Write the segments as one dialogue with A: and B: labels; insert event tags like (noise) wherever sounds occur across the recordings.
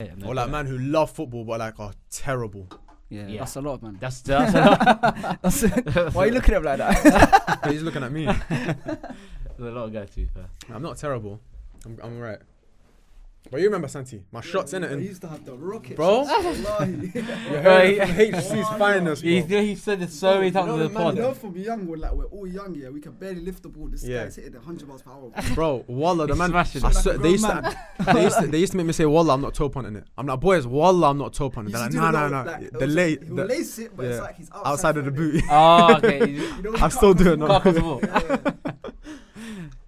A: it. And
B: Or like man who love football but like are (laughs) terrible.
C: Yeah,
A: Yeah.
C: that's a lot, man.
A: That's that's a
C: That's it.
A: lot.
C: Why are you looking at me like that?
B: He's looking at me.
A: There's a lot of guys to be fair.
B: I'm not terrible. I'm, I'm right. But you remember Santi, my shots in it,
D: He
B: and
D: used to have the rocket.
B: Bro.
D: shots,
B: (laughs)
D: wallahi.
B: you're hearing it
A: Right.
B: from HC's finest.
A: He,
B: Bro.
A: he said it so many
D: You know
A: times in the
D: the man,
A: pod.
D: you know from young, we're like we're all young, yeah. We can barely lift the ball. This
B: Yeah.
D: guy's hitting 100 miles per
B: (laughs)
D: hour.
B: Bro, Wallah, the
A: He's
B: man. I
A: smashing it.
D: Like a
B: swear, they,
D: grown
B: used to, (laughs) they, used to, they used to make me say, Wallah, I'm not toe punting it. I'm like, boys, Wallah, I'm not toe punting.
D: You
B: They're like,
D: used to
B: no,
D: do
B: no,
D: the-
B: no.
D: like, it
B: The
D: was-
B: late,
D: he'll
B: the-
D: lace it, but
B: yeah.
D: it's like he's outside,
B: (laughs) outside of the
D: front
A: (laughs)
B: boot.
A: Oh, okay. you-
D: You
B: (laughs)
D: know,
B: I still do it now. (laughs)
A: Can't cross the ball.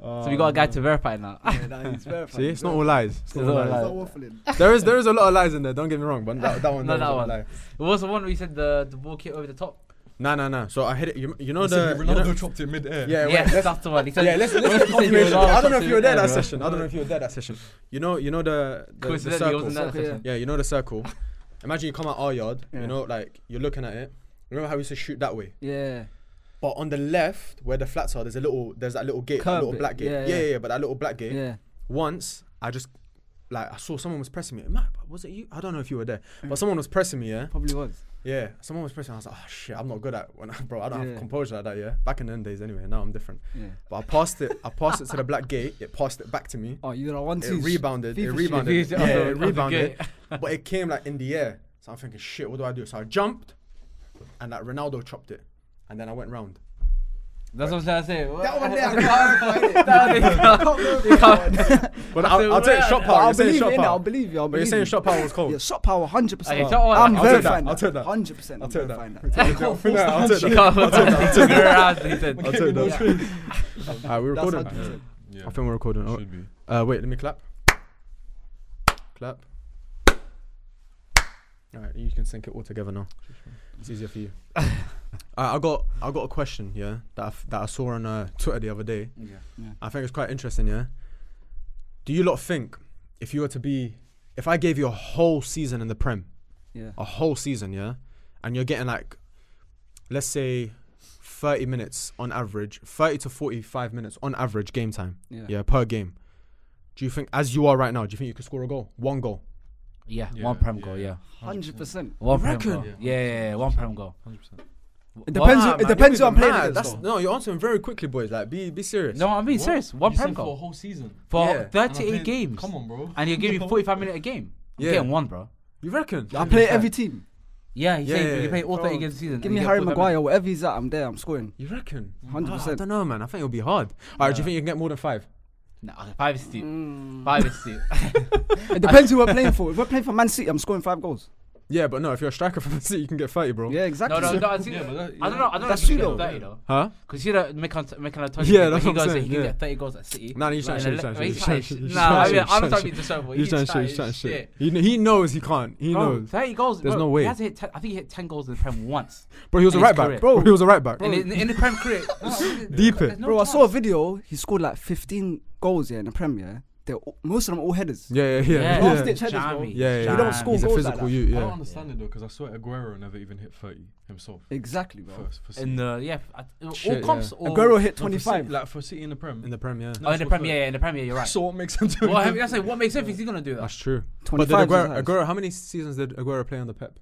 D: Yeah,
A: So we got a guy to verify now.
C: yeah, nah, he's verified,
B: See,
C: he's
B: it's not all lies. It's not all
A: not
B: lies.
A: all
D: Start waffling.
B: There is there is a lot of lies in there. Don't get me wrong, but that, that one,
A: No,
B: that,
A: that
B: was
A: one.
B: a lie.
A: What was the one where you said the the ball kicked over the top?
B: No, no, no. So I hit it. You, you know (laughs)
E: No,
B: the
E: the,
B: you know-
E: Ronaldo chopped it mid-air.
B: yeah, wait,
A: yes,
B: let's-
A: that's the one. He said,
B: yeah. Let's let's
A: He
B: get
A: said he
B: confirmation.
A: was
B: I don't know
A: out
B: if you were there that
A: of
B: session. I don't know if you were there that session. You know, you know the the, the
A: Coincidentally, he
B: circle.
A: wasn't there that
C: Circle, yeah.
A: session.
B: Yeah, you know the circle. Imagine you come at our yard.
C: Yeah.
B: You know, like you're looking at it. Remember how we used to shoot that way?
C: Yeah.
B: But on the left, where the flats are, there's a little, there's that little gate, that
C: Curb
B: little
C: bit.
B: black gate.
C: Yeah,
B: Yeah, yeah,
C: yeah.
B: yeah. But that little black gate.
C: Yeah.
B: Once I just like I saw someone was pressing me. Matt, was it you? I don't know if you were there, but someone was pressing me. Yeah.
C: Probably was.
B: Yeah, someone was pressing. I was like, oh shit, I'm not good at when I, (laughs) bro. I don't
C: Yeah.
B: have composure like that. Yeah, back in the end days anyway. Now I'm different.
C: Yeah.
B: But I passed it. I passed it to the black gate. It passed it back to me.
C: Oh, you got a one
B: It
D: (laughs)
C: two.
B: rebounded. It
C: FIFA
B: rebounded.
A: shit.
B: Yeah,
A: Oh,
B: it
A: okay.
B: rebounded.
C: (laughs)
B: But it came like in the air. So I'm thinking, shit, what do I do? So I jumped, and like Ronaldo chopped it, and then I went round.
A: That's what I was trying to say. What-
D: That one
A: (laughs)
D: there, I can't find it.
A: That
B: (laughs)
E: (laughs)
A: one there.
D: Can't go for it.
A: said,
B: But I'll, I'll take shot power.
C: I'll
B: You're saying
C: believe you.
B: shot
C: innit? I'll
B: power.
C: believe you. I'll
B: But you're
C: believe
B: saying
C: you.
B: shot power was
C: (laughs) Yeah,
B: cold.
C: shot power, hundred percent.
A: Okay, shot power,
C: I'm
A: I'll
B: take
C: verifying
B: that, I'll take that.
C: Hundred
B: (laughs)
C: percent.
B: I'll take that.
C: I'll
B: I'll
C: take
B: take
A: He
B: that.
C: that. (laughs)
A: can't- he (laughs) took her out, he said.
B: I'll take
E: no
B: that. Alright, we're
C: That's
B: recording.
C: 100%.
E: Yeah,
B: I think we're recording. Oh,
E: should be.
B: Uh, wait, let me clap. Clap. All right, you can sync it all together now. It's easier for you. (laughs) uh, I got I got a question, yeah, that I, f- that I saw on uh, Twitter the other day. I think it's quite interesting, yeah. Do you lot think if you were to be, if I gave you a whole season in the Prem,
C: Yeah.
B: a whole season, yeah, and you're getting like, let's say, thirty minutes on average, thirty to forty-five minutes on average game time,
C: Yeah.
B: yeah, per game. Do you think, as you are right now, do you think you could score a goal? One goal.
A: Yeah,
E: Yeah,
A: one prem goal.
E: yeah.
A: Yeah,
C: Hundred percent.
A: one
B: You
A: prem
B: reckon?
A: goal. Yeah, yeah, yeah, one prem goal.
E: 100%.
C: It depends.
B: Nah,
C: who,
B: man,
C: it depends who
B: you're
C: I'm playing
B: mad.
C: against.
B: That's,
C: though.
B: no, you're answering very quickly, boys. Like, be be serious.
A: No, I mean
E: What?
A: serious. One
E: You said
A: prem
E: for a
A: goal
E: whole season.
A: for
B: Yeah.
A: 38
E: And I played-
A: games,
E: Come on, bro.
A: and you give me 45 minutes a game. Yeah,
B: Yeah.
A: getting one, bro.
B: you reckon?
C: I play every team.
A: Yeah, he's
B: Yeah,
A: saying
B: yeah,
A: you
B: yeah.
A: play all 30
C: Bro,
A: games a season.
C: Give
A: and
C: me
A: you get
C: Harry
A: 45
C: Maguire, whatever he's at, I'm there. I'm scoring.
B: You reckon?
C: Hundred
B: Ah, I
C: percent.
B: don't know, man. I think it'll be hard. All right, do you
A: Nah.
B: think you can get more than five?
A: minutes. Nah, five is steep.
C: Mm.
A: Five is steep.
C: It depends who we're playing for. If we're playing for Man City, I'm scoring five goals.
B: Yeah, but no, if you're a striker (laughs) from the city, you can get 30, bro.
C: Yeah, exactly.
A: No, no, no. I, see,
E: Yeah, but that-
A: I don't know. I don't
C: That's
A: know. if you
C: true
A: get
C: though.
A: 30 though.
B: Huh?
A: Because you know, Mikel- Mikel Antonio.
B: Yeah,
A: when
B: that's
A: he
B: what I'm
A: goes there,
B: saying,
A: He can
B: yeah.
A: get 30 goals at City.
B: Nah, nah, he's trying
A: Like,
B: shit,
A: in a
B: he's trying
A: le-
B: shit,
A: he's
B: he's
A: trying
B: trying
A: shit.
B: shit, he's
A: Nah, I
B: trying
A: mean,
B: shit,
A: I'm not
B: he's
A: trying to
B: trying
A: be disrespectful.
B: He's
A: He's
B: trying shit,
A: trying
B: he's trying shit.
A: shit.
B: He, kn- he knows he can't. He
A: Bro,
B: knows.
A: 30 goals.
B: There's
A: bro,
B: no way.
A: He has hit 10, I think he hit 10 goals in the Prem once.
B: Bro, he was a
A: in
B: right
A: his
B: back.
A: career.
B: Bro, he was a right back.
A: In, in, in the Prem career.
B: Deep it.
C: Bro, I saw a video. He scored like 15 goals yeah in the Premier. They're all, most of them all headers.
B: Yeah, yeah, yeah.
C: Last
B: Yeah,
C: ditch headers, bro.
A: Jammy,
B: yeah, yeah.
C: You don't
A: jammy.
C: score
B: He's a
C: goals like
B: physical
C: that.
B: youth,
E: I don't
B: yeah.
E: understand it though, because I swear Aguero never even hit 30 himself.
C: Exactly, bro.
E: First, for City.
A: In the yeah, I- all
B: Shit,
A: comps.
B: yeah.
A: Or,
C: Aguero hit
E: No, for City-
C: 25.
E: Like for City in the Prem. (laughs)
B: In the Prem, yeah.
A: Oh, in the
E: That's
A: Premier,
E: what-
A: yeah, yeah, in the Premier, you're right.
E: So what makes him (laughs) do
A: well, I (laughs)
E: it?
A: mean, I say, what makes sense is he gonna do that?
B: That's true. But
C: 25.
B: did
C: was
B: Aguero,
C: highest.
B: Aguero, how many seasons did Aguero play under Pep?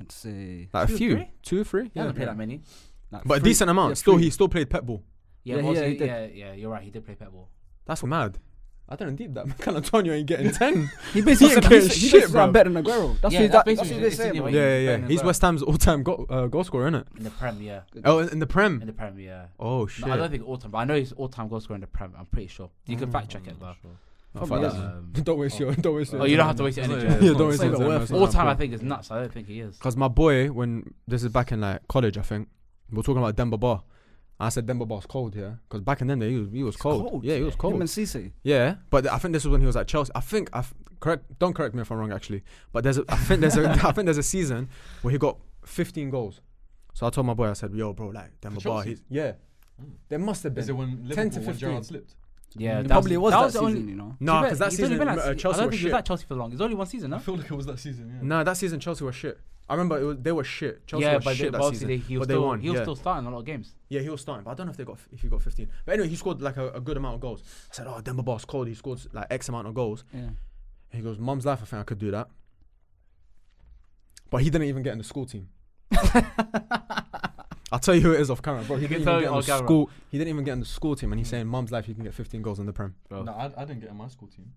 C: I'd say.
B: Like
A: Two or
B: a few.
A: three?
B: Two or three?
A: He hasn't played that many.
C: like
B: But a
C: three-
B: decent amount.
C: yeah,
B: still,
C: three.
B: he still played Pep ball.
A: Yeah,
C: Yeah,
A: but
C: yeah,
A: also-
C: he did.
A: yeah, yeah, you're right. He did play pet ball.
B: That's mad. I don't deep that. Can Antonio ain't getting (laughs) 10. He
C: He basically
B: ain't
C: said,
B: getting
C: he said- he
B: shit,
C: basically said
B: bro.
C: I'm better than Aguero. That's
A: Yeah,
C: what he-
A: that's
C: that's what
A: basically
C: they
A: it's in
C: saying.
A: the
C: bro.
A: way.
B: yeah, yeah,
A: He's
B: yeah.
A: better
B: He's
A: than
B: West Ham's all time go- uh, goal scorer, innit?
A: In the Prem, yeah.
B: Oh, in in the Prem.
A: In the Prem, yeah.
B: Oh, shit.
A: No, I don't think all time, but I know he's all time goal scorer in the Prem. I'm pretty sure. You can fact
E: Hmm.
A: check it though.
B: Oh, fuck
C: Probably
B: that.
A: Um, (laughs)
B: (laughs) Don't waste your. Don't waste your.
A: oh, you don't have to waste your energy.
B: (laughs) Yeah,
E: Yeah,
B: don't
E: it's
B: waste
C: not
B: your
C: worth
B: time.
C: it.
B: It's not
A: All time, I
B: worth it.
A: think is nuts. I don't think he is.
B: Because my boy, when this is back in like college, I think we are talking about Denver Bar. I said Denver Bar's cold, yeah. Because back in then he was, he was cold.
C: cold,
B: Yeah, he was cold.
C: Him and Cisse.
B: yeah, but I think this was when he was at Chelsea. I think I f- correct. Don't correct me if I'm wrong, actually. But there's a, I
A: (laughs)
B: think there's a I think there's a season where he got 15 goals. So I told my boy, I said, "Yo, bro, like Denver Bar,
E: Chelsea?
B: he's yeah."
A: Mm.
B: There must have
E: Is it
B: been.
E: when
B: 10
E: Liverpool
B: to
E: when Gerrard
B: 15.
E: slipped?
A: Yeah,
C: It
A: that
C: probably was that
A: the
C: season, you know.
B: No,
A: He's
B: because that
A: he's only
B: season
A: been at-
B: uh,
A: I
B: Chelsea
A: don't
B: was
A: think he
B: shit.
A: was at Chelsea for long. It's only one season,
E: I
A: no?
E: feel like it was that season. Yeah.
B: No, that season Chelsea was shit. I remember it was, they were shit. Chelsea
A: yeah,
B: was
A: but,
B: shit
A: but
B: that
A: obviously
B: season.
A: they- he was
B: but they
A: still
B: won.
A: he was
B: yeah.
A: still starting a lot of games.
B: Yeah, he was starting, but I don't know if they got if he got 15. But anyway, he scored like a, a good amount of goals. I said, oh, Denver Bar's cold. He scored like X amount of goals.
C: Yeah.
B: He goes, Mum's life, I think I could do that. But he didn't even get in the
A: (laughs)
B: school team. I'll tell you who it is off camera, bro. He
A: You can
B: didn't
A: tell
B: even
A: it
B: get in the
A: off camera.
B: school. He didn't even get in the school team, and he's saying, "Mum's life, you can get 15 goals in the prem."
A: Bro.
E: No, I, I didn't get in my school
A: (laughs)
E: team.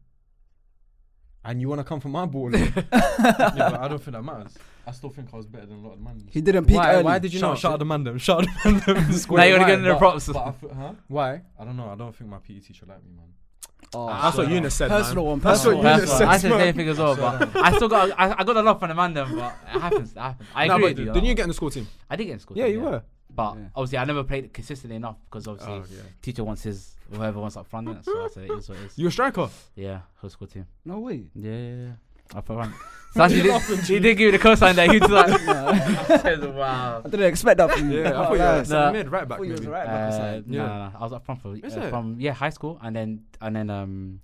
B: And you want to come for my ball?
E: yeah, but I don't think that matters. I still think I was better than a lot of the man.
C: He didn't peak
B: why?
C: early.
B: Why did you
E: shout,
B: not?
E: shout out the man them. Shout out the man them.
A: (laughs) Now you're
B: Why?
A: getting the
E: But-
A: props. (laughs)
E: but I fe- huh?
B: Why?
E: I don't know. I don't think my PE teacher liked me, man.
C: Oh,
A: Ah,
B: That's what
A: shut
B: Eunice said. man.
C: personal one.
B: That's what you
C: Personal. one.
A: That's
B: just
A: what-
B: said,
A: I said the
B: man.
A: same thing as well, but I still got I, I got a lot from the man then, but it happens. It happens. I
B: Nah,
A: agree
B: but
A: with you.
B: Didn't
A: though.
B: you get in the school team?
A: I did get in school.
B: Yeah,
A: team,
B: you were.
A: But
C: Yeah.
A: obviously, I never played it consistently enough because obviously,
E: Oh, yeah.
A: teacher wants his whoever wants up front. innit? So I said it is what it is.
B: You were
A: (laughs)
B: a striker.
A: Yeah, whole school team.
C: No way.
A: Yeah, yeah, yeah. Up front. So actually, did, he did give you the cosign that he was like, (laughs) says, wow.
C: I didn't expect that from you.
B: Yeah, I thought you
C: Nah,
B: were
A: Nah.
B: centre mid, right back.
C: thought you was
B: maybe.
C: right back
A: Uh,
C: inside.
A: no,
B: Yeah.
A: no, no, I was up front for,
B: Is
A: uh,
B: it?
A: from yeah high school, and then and then um,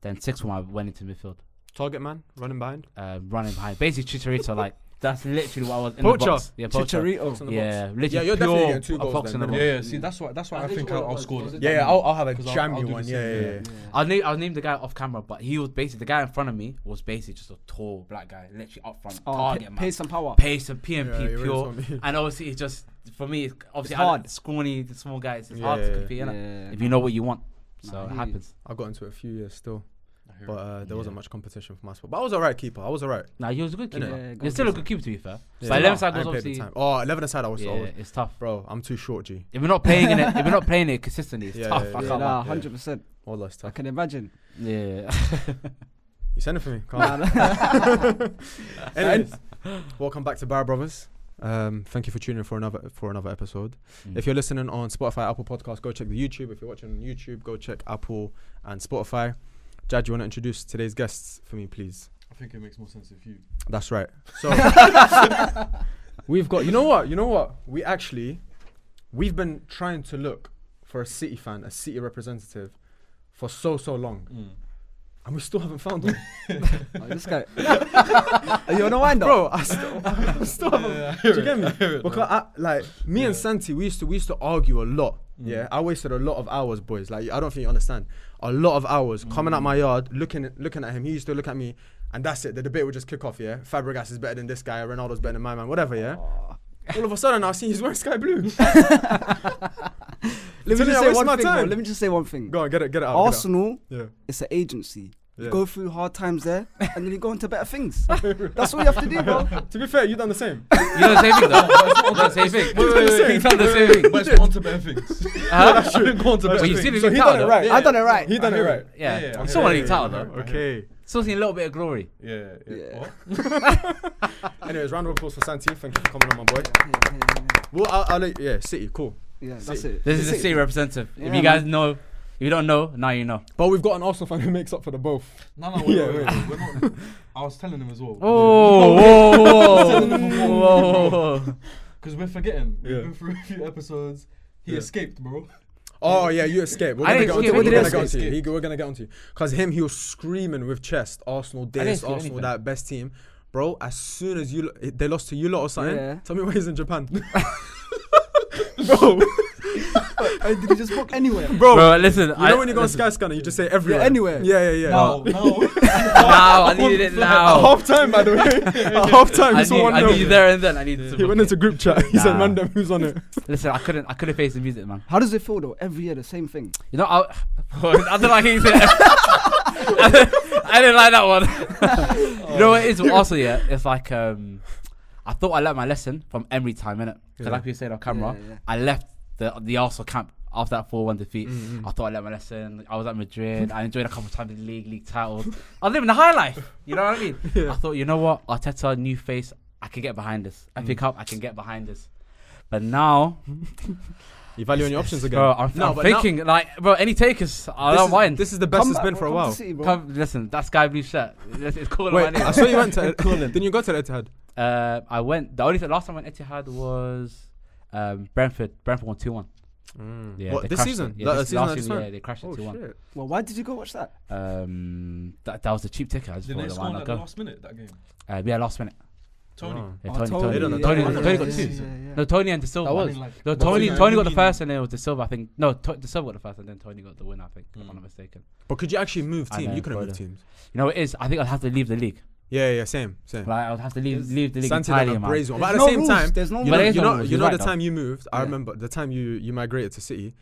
A: then sixth form I went into midfield,
B: Target man, running behind.
A: uh, running behind, basically
B: (laughs)
A: Chicharito like that's literally what I was in the
B: Poacher.
A: box. Yeah, poacher.
C: Chicharito.
B: in the box.
A: Yeah, literally
B: Yeah,
A: pure
B: you're definitely getting two
A: a
B: goals
A: fox
B: then,
A: in the
B: innit?
A: box.
E: Yeah, yeah. See, that's why. That's why I,
D: I think
E: think
D: what
E: I'll,
D: it
E: I'll
D: was
E: score.
D: was
E: it.
D: it
B: Yeah, yeah, I'll, I'll have a
E: 'Cause I'll-
B: jammy
E: I'll do the
B: one.
E: same,
B: Yeah, yeah,
E: yeah.
B: yeah.
A: I'll name I'll name the guy off camera, but he was basically the guy in front of me was basically just a tall black guy, literally up front,
C: Oh,
A: target
C: pay,
A: man,
C: pay some power.
A: pace and PMP
B: Yeah, you really
A: pure,
B: saw me.
A: and obviously it's just for me it's obviously
C: It's
A: I-
C: hard.
A: scrawny the small guys. It's
B: Yeah,
A: hard to
B: yeah,
A: compete innit?
C: Yeah.
A: if you know what you want.
C: Nah,
A: So
C: I
A: it
C: hear you.
A: happens.
B: I got into it a few years still,
E: I hear
B: but
E: it.
B: uh, there wasn't
A: Yeah.
B: much competition for my spot. But I was alright keeper. I was alright.
A: Now he was a good
B: Innit?
A: keeper.
C: Yeah,
A: You're
C: goalkeeper.
A: still a good keeper to be fair.
B: Yeah.
A: But eleven side
B: I
A: was
B: ain't played the
A: obviously
B: time. Oh, 11 aside. I was, I
A: yeah,
B: was-
A: it's tough.
B: bro. I'm too short, G.
A: If we're not playing in it, if we're not playing it consistently, it's
B: (laughs) Yeah,
A: tough.
B: yeah,
A: I can't
B: yeah.
A: lie.
C: nah, hundred percent.
B: All that's
C: I
B: tough.
C: can imagine.
A: yeah.
B: You send it for me. Come
C: Nah,
B: on.
C: nah.
B: (laughs) Anyways, welcome back to Bar Brothers. Um, thank you for tuning in for another for another episode.
A: Mm.
B: If you're listening on Spotify, Apple Podcasts, go check the YouTube. If you're watching on YouTube, go check Apple and Spotify. Jad, you want to introduce today's guests for me, please?
E: I think it makes more sense if you.
B: That's right.
C: (laughs)
B: So we've got. You know what? You know what? We actually, we've been trying to look for a City fan, a City representative, for so so long,
A: Mm.
B: and we still haven't found one.
C: Oh,
B: (laughs)
C: this guy. Are you on a wind up?
B: Bro, I still, (laughs) I still haven't. Do you get me? Because I, like me and
E: Yeah.
B: Santi, we used to we used to argue a lot.
E: Mm.
B: Yeah, I wasted a lot of hours, boys. Like I don't think you understand. A lot of hours
C: Mm.
B: coming at my yard, looking at- looking at him. He used to look at me, and that's it. The debate would just kick off. Yeah, Fabregas is better than this guy. Ronaldo's better than my man. Whatever. Yeah.
C: Oh.
B: All of a sudden, I see he's wearing sky
C: (laughs)
B: blue. (laughs)
C: Let me
B: Tell me I
C: just say
B: waste
C: one
B: my
C: thing. bro.
B: time.
C: Let me just say one thing.
B: Go on, get it, get it out.
C: Arsenal,
B: Get it out.
C: it's an agency.
B: Yeah. yeah.
C: Go through hard
B: (laughs)
C: times there, and then you go into better things. That's all you have to do, bro.
B: to be fair, you done the
C: (laughs)
B: same.
A: You know the same thing though. You know the same thing.
E: Wait, wait, wait,
A: He's done the same thing.
E: But it's not on to better things.
A: Huh?
E: I didn't go on to better
A: But you
E: things.
A: see the
B: so
A: big
B: he done it
A: title,
B: right.
E: though.
C: I done it right.
B: He done it right.
A: Yeah,
E: Yeah, yeah,
A: I'm
E: I
A: still
E: hear
A: wanting
E: you,
A: the
E: I
A: title
E: hear
A: though.
E: you.
B: Okay.
A: Still seeing a little bit of glory.
E: Yeah, yeah.
C: Yeah.
E: What?
B: Anyways, round of applause for Santi. Thank you for coming on, my boy. Well, I'll, I'll let- yeah, City, cool.
C: Yeah, that's it.
A: This is the city representative.
C: Yeah,
A: if you guys know, if you don't know, now you know.
B: But we've got an Arsenal fan who makes up for the both.
E: No, no, wait,
B: Yeah,
E: wait,
B: wait.
E: wait, We're not. I was telling him as well.
A: Oh, whoa, whoa, whoa, whoa.
E: Because we're forgetting. We've
B: Yeah.
E: been through a few episodes. He
B: Yeah.
E: escaped, bro.
B: Oh yeah, you escaped. We're
A: I
B: gonna
A: didn't
B: get onto,
A: escape,
B: we're
A: we
B: gonna
A: didn't
B: get onto you.
E: escape.
B: He, we're gonna get onto you. Cause him, he was screaming with chest. Arsenal
A: didn't
B: this,
A: escape
B: Arsenal
A: anything.
B: that, best team, bro. As soon as you lo- they lost to you lot or something,
C: Yeah.
B: tell me why he's
A: (laughs)
B: in Japan, bro.
C: Uh, did you just
B: (laughs)
C: walk anywhere?
B: Bro,
A: (laughs) Bro, listen.
B: you know when you go on Sky Scanner, you just say everywhere,
C: anywhere.
B: Yeah, yeah, yeah. (laughs)
E: No, no.
A: Now, I needed it
B: At
A: now.
B: half time, by
A: (laughs)
B: the way. At half time,
A: I
B: it's
A: need,
B: one
A: I need you
B: nil.
A: there and then. I need
B: (laughs)
A: to.
B: He went into group chat. He said,
A: Nah.
B: "Man, them who's on it?"
A: Listen, I couldn't. I couldn't face the music, man.
C: How does it feel though? Every year the same thing.
A: You know, I, (laughs) I don't like anything. I didn't- (laughs) I didn't like that one. (laughs) you know what it is also yeah. It's like um, I thought I learned my lesson from Emery time innit? Because
B: Yeah.
A: like we said on camera,
C: Yeah, yeah.
A: I left the the Arsenal camp after that four one defeat.
B: Mm, mm.
A: I thought I learned my lesson. I was at Madrid. I enjoyed a couple of times in the league, league titles. I was living the high life. You know what I mean? I thought, you know what, Arteta, new face. I can get behind this. I pick up. I can get behind this. But now,
B: You value on your options again.
A: bro, I'm, I'm
B: but now-
A: thinking like, bro, any takers? I
B: this
A: don't
B: is-
A: mind.
B: This is the best
C: Come
B: it's
C: back,
B: been
C: bro,
B: for a
C: come to
B: while.
C: City, bro.
A: Come, listen, that sky blue shirt. It's, it's calling
B: Wait,
A: my name.
B: I saw
A: (laughs)
B: you went to. Didn't you go to Etihad?
A: Uh, I went. The only thing, last time I went Etihad was um, Brentford. Brentford won two one. Yeah,
B: what
A: they
B: this
A: crashed
B: season?
A: it. Yeah,
B: That-
A: this
B: season
A: last
B: that just
A: season, yeah,
B: went?
A: they crashed it two one.
B: shit.
C: Well, why did you go watch that?
A: Um, that that was a cheap ticket. I just
E: Did they
A: wanted to
E: score
A: wind
E: at
A: up
E: the
A: go.
E: last minute that game?
A: Uh, yeah, last minute.
E: Tony.
B: No.
A: Yeah,
C: Oh,
A: Tony, Tony,
B: They don't-
A: Tony,
B: they
A: Tony,
B: don't-
A: got
B: yeah,
A: two.
B: yeah,
A: No, Tony and De Silva.
F: That was-
A: No,
E: But
A: Tony.
E: Tony-
A: Tony got the
E: Tony-
A: first, and then it was De Silva. I think no, to, De Silva got the first, and then Tony got the win. I think, if
E: Mm.
A: I'm not mistaken.
B: But could you actually move
A: I
B: team?
A: know,
B: You couldn't move
A: brother.
B: teams.
A: You know, it is. I think I'd have to leave the league.
B: Yeah, yeah, same, same.
A: Like I'd have to leave
C: There's-
A: leave the league
B: Santidad
A: entirely,
B: and
A: man.
B: Brayshaw. But at
C: There's
B: the
C: no
B: same
C: rules,
B: time,
C: There's no
B: you
A: But
B: know,
A: it
C: rules.
A: is
B: you
A: no
B: know,
A: rules,
B: you
A: you're
B: know
A: right
B: the
A: though.
B: time you moved. I remember the time you you migrated to City.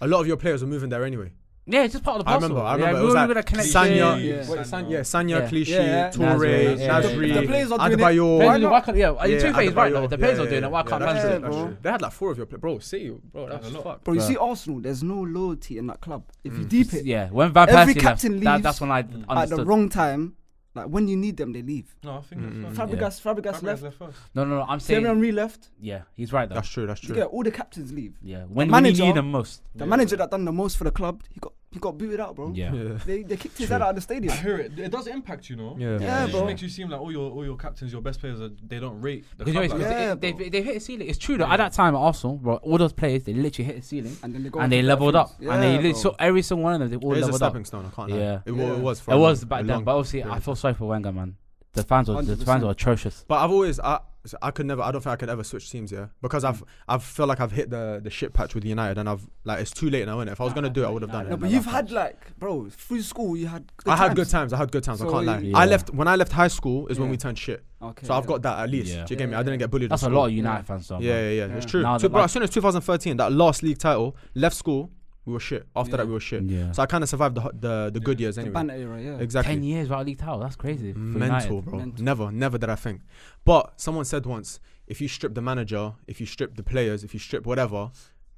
B: A lot of your players were moving there anyway.
A: Yeah, it's just part of the
B: I
A: parcel.
B: remember, I
A: Yeah,
B: remember, it
A: we
B: was
A: were-
B: like
A: we were connected.
B: Sanya-
E: Yeah.
B: Wait,
E: San-
B: Yeah, Sanya,
A: Yeah.
B: Clichy,
C: Yeah.
B: Toure,
A: Nasri, yeah.
B: Nasri,
A: The
C: players are doing it.
B: Adebayor.
A: Why not? Why can't, yeah, yeah,
B: Yeah,
A: two phase, right?
B: Adebayor.
A: though. The players
B: Yeah,
A: are doing
B: yeah,
A: it. Why
B: yeah,
A: can't fans
B: that's
A: do
B: true,
A: it?
B: that's
C: bro.
B: true. They had like four of your players. Bro, see, bro, that's
E: Yeah, a lot.
B: fucked.
C: Bro, you
A: Bruh.
C: see Arsenal, there's no loyalty in that club. If you
B: Mm.
C: deep it
A: Yeah, when Van
C: Every
A: Persie
C: captain
A: left, that,
C: leaves
A: that's when I
E: Mm.
C: at the
A: understood.
C: wrong time, like when you need them, they leave.
E: No, I think
B: Mm,
E: that's
B: mm,
E: fine.
A: yeah.
C: Fabregas, Fabregas,
E: Fabregas
C: left.
E: left first.
A: No, no, no. I'm
C: Thierry
A: saying.
C: Henry left.
A: Yeah, he's right though.
B: That's true, that's
C: You
B: true.
C: get all the captains leave.
A: Yeah, when when you
C: manager-
A: need him most.
C: The
E: Yeah.
C: manager that done the most for the club, he got he got booted out, bro.
A: Yeah.
B: Yeah.
C: They they kicked his
A: True.
C: head out of the
E: I
C: stadium.
E: hear it. It does impact, you know.
B: Yeah.
C: Yeah,
E: It
C: bro.
E: just makes you seem like all your all your captains, your best players, are, they don't rate the
A: Because you
E: club.
A: know,
E: like
A: it's-
E: that.
C: Yeah,
A: they,
C: bro.
A: they, they hit a ceiling. It's true though. At that time at Arsenal, bro, all those players they literally hit a ceiling
C: And then they go on
A: and
C: to
A: they
C: better
A: leveled
C: things.
A: up and they
C: Yeah,
A: lit-
C: bro.
A: so every single one of them they all
B: It is a
A: leveled up.
B: stepping stone, I can't lie.
A: Yeah.
B: It, wa-
C: Yeah.
B: it was for
A: It
B: a
A: was
B: long-
A: back
B: a
A: then,
B: long
A: but obviously I
B: period.
A: feel sorry for Wenger, man. The fans were the fans
C: 100%.
A: were atrocious.
B: But I've always I I could never I don't think I could ever switch teams, yeah. Because I've I've felt like I've hit the the shit patch with United and I've like it's too late now, innit? If I was gonna do it, I would have done
A: Yeah,
C: No,
B: it.
A: man,
C: but you've
A: that's
C: had like, bro, through school you had. Good
B: I had
C: times.
B: good times, I had good times, I
C: So
B: can't lie.
C: you-
B: I
A: Yeah.
B: left when I left high school is when
C: Yeah.
B: we turned shit.
C: Okay.
B: So I've got that at least.
A: Yeah.
B: Do you get me?
C: Yeah.
B: I didn't get bullied.
A: That's
B: in
A: a
B: school.
A: lot of United
C: Yeah.
A: fans though.
B: Yeah,
A: man.
B: yeah, yeah. It's
C: Yeah.
B: true.
A: Now
B: so,
A: that,
B: bro,
A: like-
B: as soon as 2013, that last league title, left school, we were shit. After
C: Yeah.
B: that, we were shit.
A: Yeah.
B: So I kind of survived the ho- the, the good years
C: the
B: anyway.
C: banner era, yeah.
B: Exactly.
A: Ten years without a league title. That's crazy. for
B: Mental,
A: United.
B: bro.
C: Mental.
B: Never, never did I think. But someone said once, if you strip the manager, if you strip the players, if you strip whatever,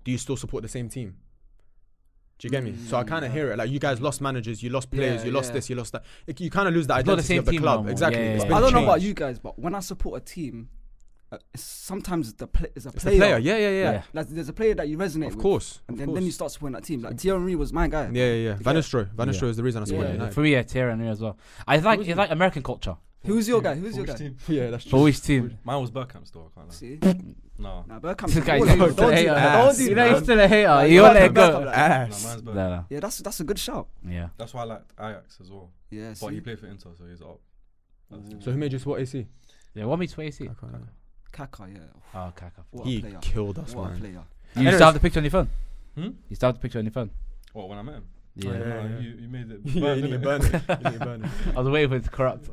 B: do you still support the same team? Do you get me? So I kind of hear it. Like you guys lost managers, you lost players,
C: Mm, Yeah,
B: you lost
C: yeah.
B: this, you lost that. It- you kind of lose the
A: It's not the
B: identity
A: same
B: of the
A: team no
B: club.
A: more.
B: Exactly.
A: Yeah,
B: It's
A: yeah,
B: been
C: I don't know
B: changed.
C: about you guys, but when I support a team, uh, it's sometimes the pla is a
B: It's
C: player.
B: the player. Yeah, yeah, yeah.
A: Yeah.
C: Like, there's a player that you resonate
B: Of
C: with,
B: course.
C: and
B: of
C: then,
B: course.
C: then you start supporting that team. Like Thierry Henry was my guy.
B: Yeah, yeah, yeah.
C: You
B: Van
C: get-
B: Nistelrooy. Van
A: Yeah.
B: Nistelrooy is the reason I support
C: Yeah.
A: For
B: United.
A: me, yeah, Thierry Henry as well. I it's like it's like American culture.
C: Who's your guy? Who's
E: For
C: your
E: which
C: guy?
E: team?
B: Yeah, that's
A: For which team?
E: Mine was Burkham still. I can't lie.
C: See,
E: No.
C: nah, Bergkamp.
A: This guy's
C: Don't
A: still
C: do-
A: a
C: don't do that.
A: hater.
C: Don't do
A: You know he's
C: that.
A: still a hater.
B: Oh,
C: Nah,
A: You won't let it
C: Bergkamp,
A: go.
C: Bergkamp.
E: No,
B: ass.
E: mine's
A: No,
E: Burkham.
A: no.
C: Yeah, that's that's a good shout.
A: Yeah.
E: That's why I liked Ajax as well.
C: Yeah,
E: But he
C: see,
E: played for Inter, so he's up. That's it.
B: Mm. So who made you support AC?
A: Yeah. What makes AC?
B: I can't-
C: Kaka, yeah,
A: Oh, caca.
C: what a
B: He
C: player.
B: killed us,
C: What a
B: man.
C: player.
A: You still
B: (laughs)
A: have the picture on your phone.
E: Hmm?
A: You still have the picture on your phone.
E: Well, when I met him.
B: Oh, Yeah,
A: Yeah.
E: No,
B: yeah.
E: You, you made it.
B: (laughs) Yeah,
E: burn,
B: you need to
E: innit?
B: burn it. You need
A: (laughs)
B: to burn it.
A: I was waiting for it to (laughs) corrupt.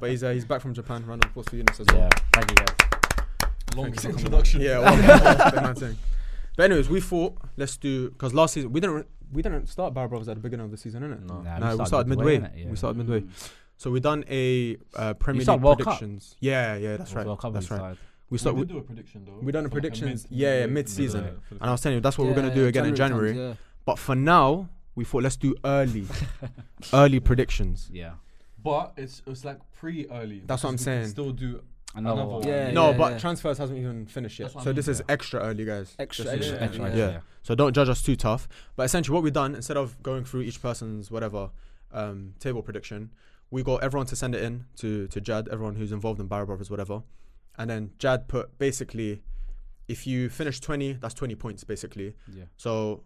B: But he's uh, he's back from Japan. Round of applause for Eunice as well.
A: Yeah. Thank you guys.
E: (laughs) Longest
B: Thank you.
E: introduction.
B: Yeah, well, big man thing. But anyways, we thought let's do because last season we didn't re- we didn't start Bar Brothers at the beginning of the season, innit?
E: No.
A: Nah,
B: No, we started midway.
A: innit? Yeah.
B: We started midway.
C: Mm.
B: So we done a uh, Premier
A: start
B: League
A: World Cup.
B: predictions. Yeah, yeah, that's
A: Well,
B: right.
A: World Cup
B: that's
A: we
B: right.
A: started.
B: We start.
E: we
B: We
E: did do a prediction though.
B: we done a
E: for like a
B: predictions,
E: mid-
B: yeah, yeah, mid-season.
E: mid-season.
B: and I was telling you that's what
C: Yeah,
B: we're gonna
C: yeah,
B: do again in January.
C: times, yeah.
B: But for now, we thought let's do early, early predictions.
A: Yeah.
E: But it's it's like pre early.
B: That's what I'm saying.
E: Still do
A: Another
E: Another
A: one.
E: one.
C: Yeah,
B: no,
C: yeah,
B: but
C: yeah.
B: transfers hasn't even finished yet,
E: That's what I
B: so
E: mean,
B: this is
E: yeah.
B: extra early, guys.
C: Extra,
B: Just-
C: extra,
E: Yeah,
A: That's right,
B: yeah. So don't judge us too tough. But essentially, what we've done instead of going through each person's whatever um, table prediction, we got everyone to send it in to to Jad, everyone who's involved in Barrow Brothers, whatever, and then Jad put basically, if you finish twenty, that's twenty points basically.
A: Yeah.
B: So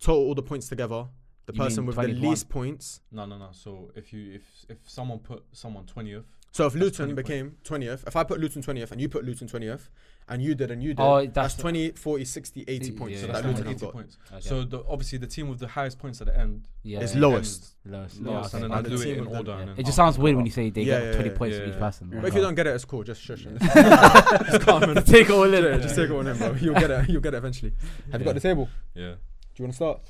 B: total all the points together. The
A: You
B: person
A: mean
B: with the
A: 21?
B: least points.
E: no no no. So if you if if someone put someone twentieth,
B: So if Luton
E: 20 points.
B: became twentieth, if I put Luton twentieth and you put Luton twentieth, and you did and you did,
A: Oh,
B: that's,
A: that's-
B: 20, 40, 60, 80
C: Yeah,
B: points.
A: yeah, yeah.
B: so that
A: Luton
E: that's like
B: Luton
A: have
E: 80
B: I've got
E: points. So the, obviously the team with the highest points at the end
A: yeah,
B: is
A: yeah.
B: lowest.
A: Lowest.
C: Yeah,
A: lowest.
E: and then
B: And
E: I
B: the
E: do it
B: team
E: in
B: with the-
E: order. and
B: yeah.
E: then-
A: It just sounds weird when you say they
B: Yeah,
A: get
B: yeah,
A: 20
B: yeah,
A: points
E: yeah,
A: for each
E: yeah.
A: person.
B: But if you (laughs) don't get it, it's cool. Just shush
A: (laughs)
B: it.
A: just Take it all in.
B: Yeah, just take it on in, bro. You'll get it. You'll get it eventually. Have you
E: Yeah.
B: got the table?
E: Yeah.
B: Do you want to start?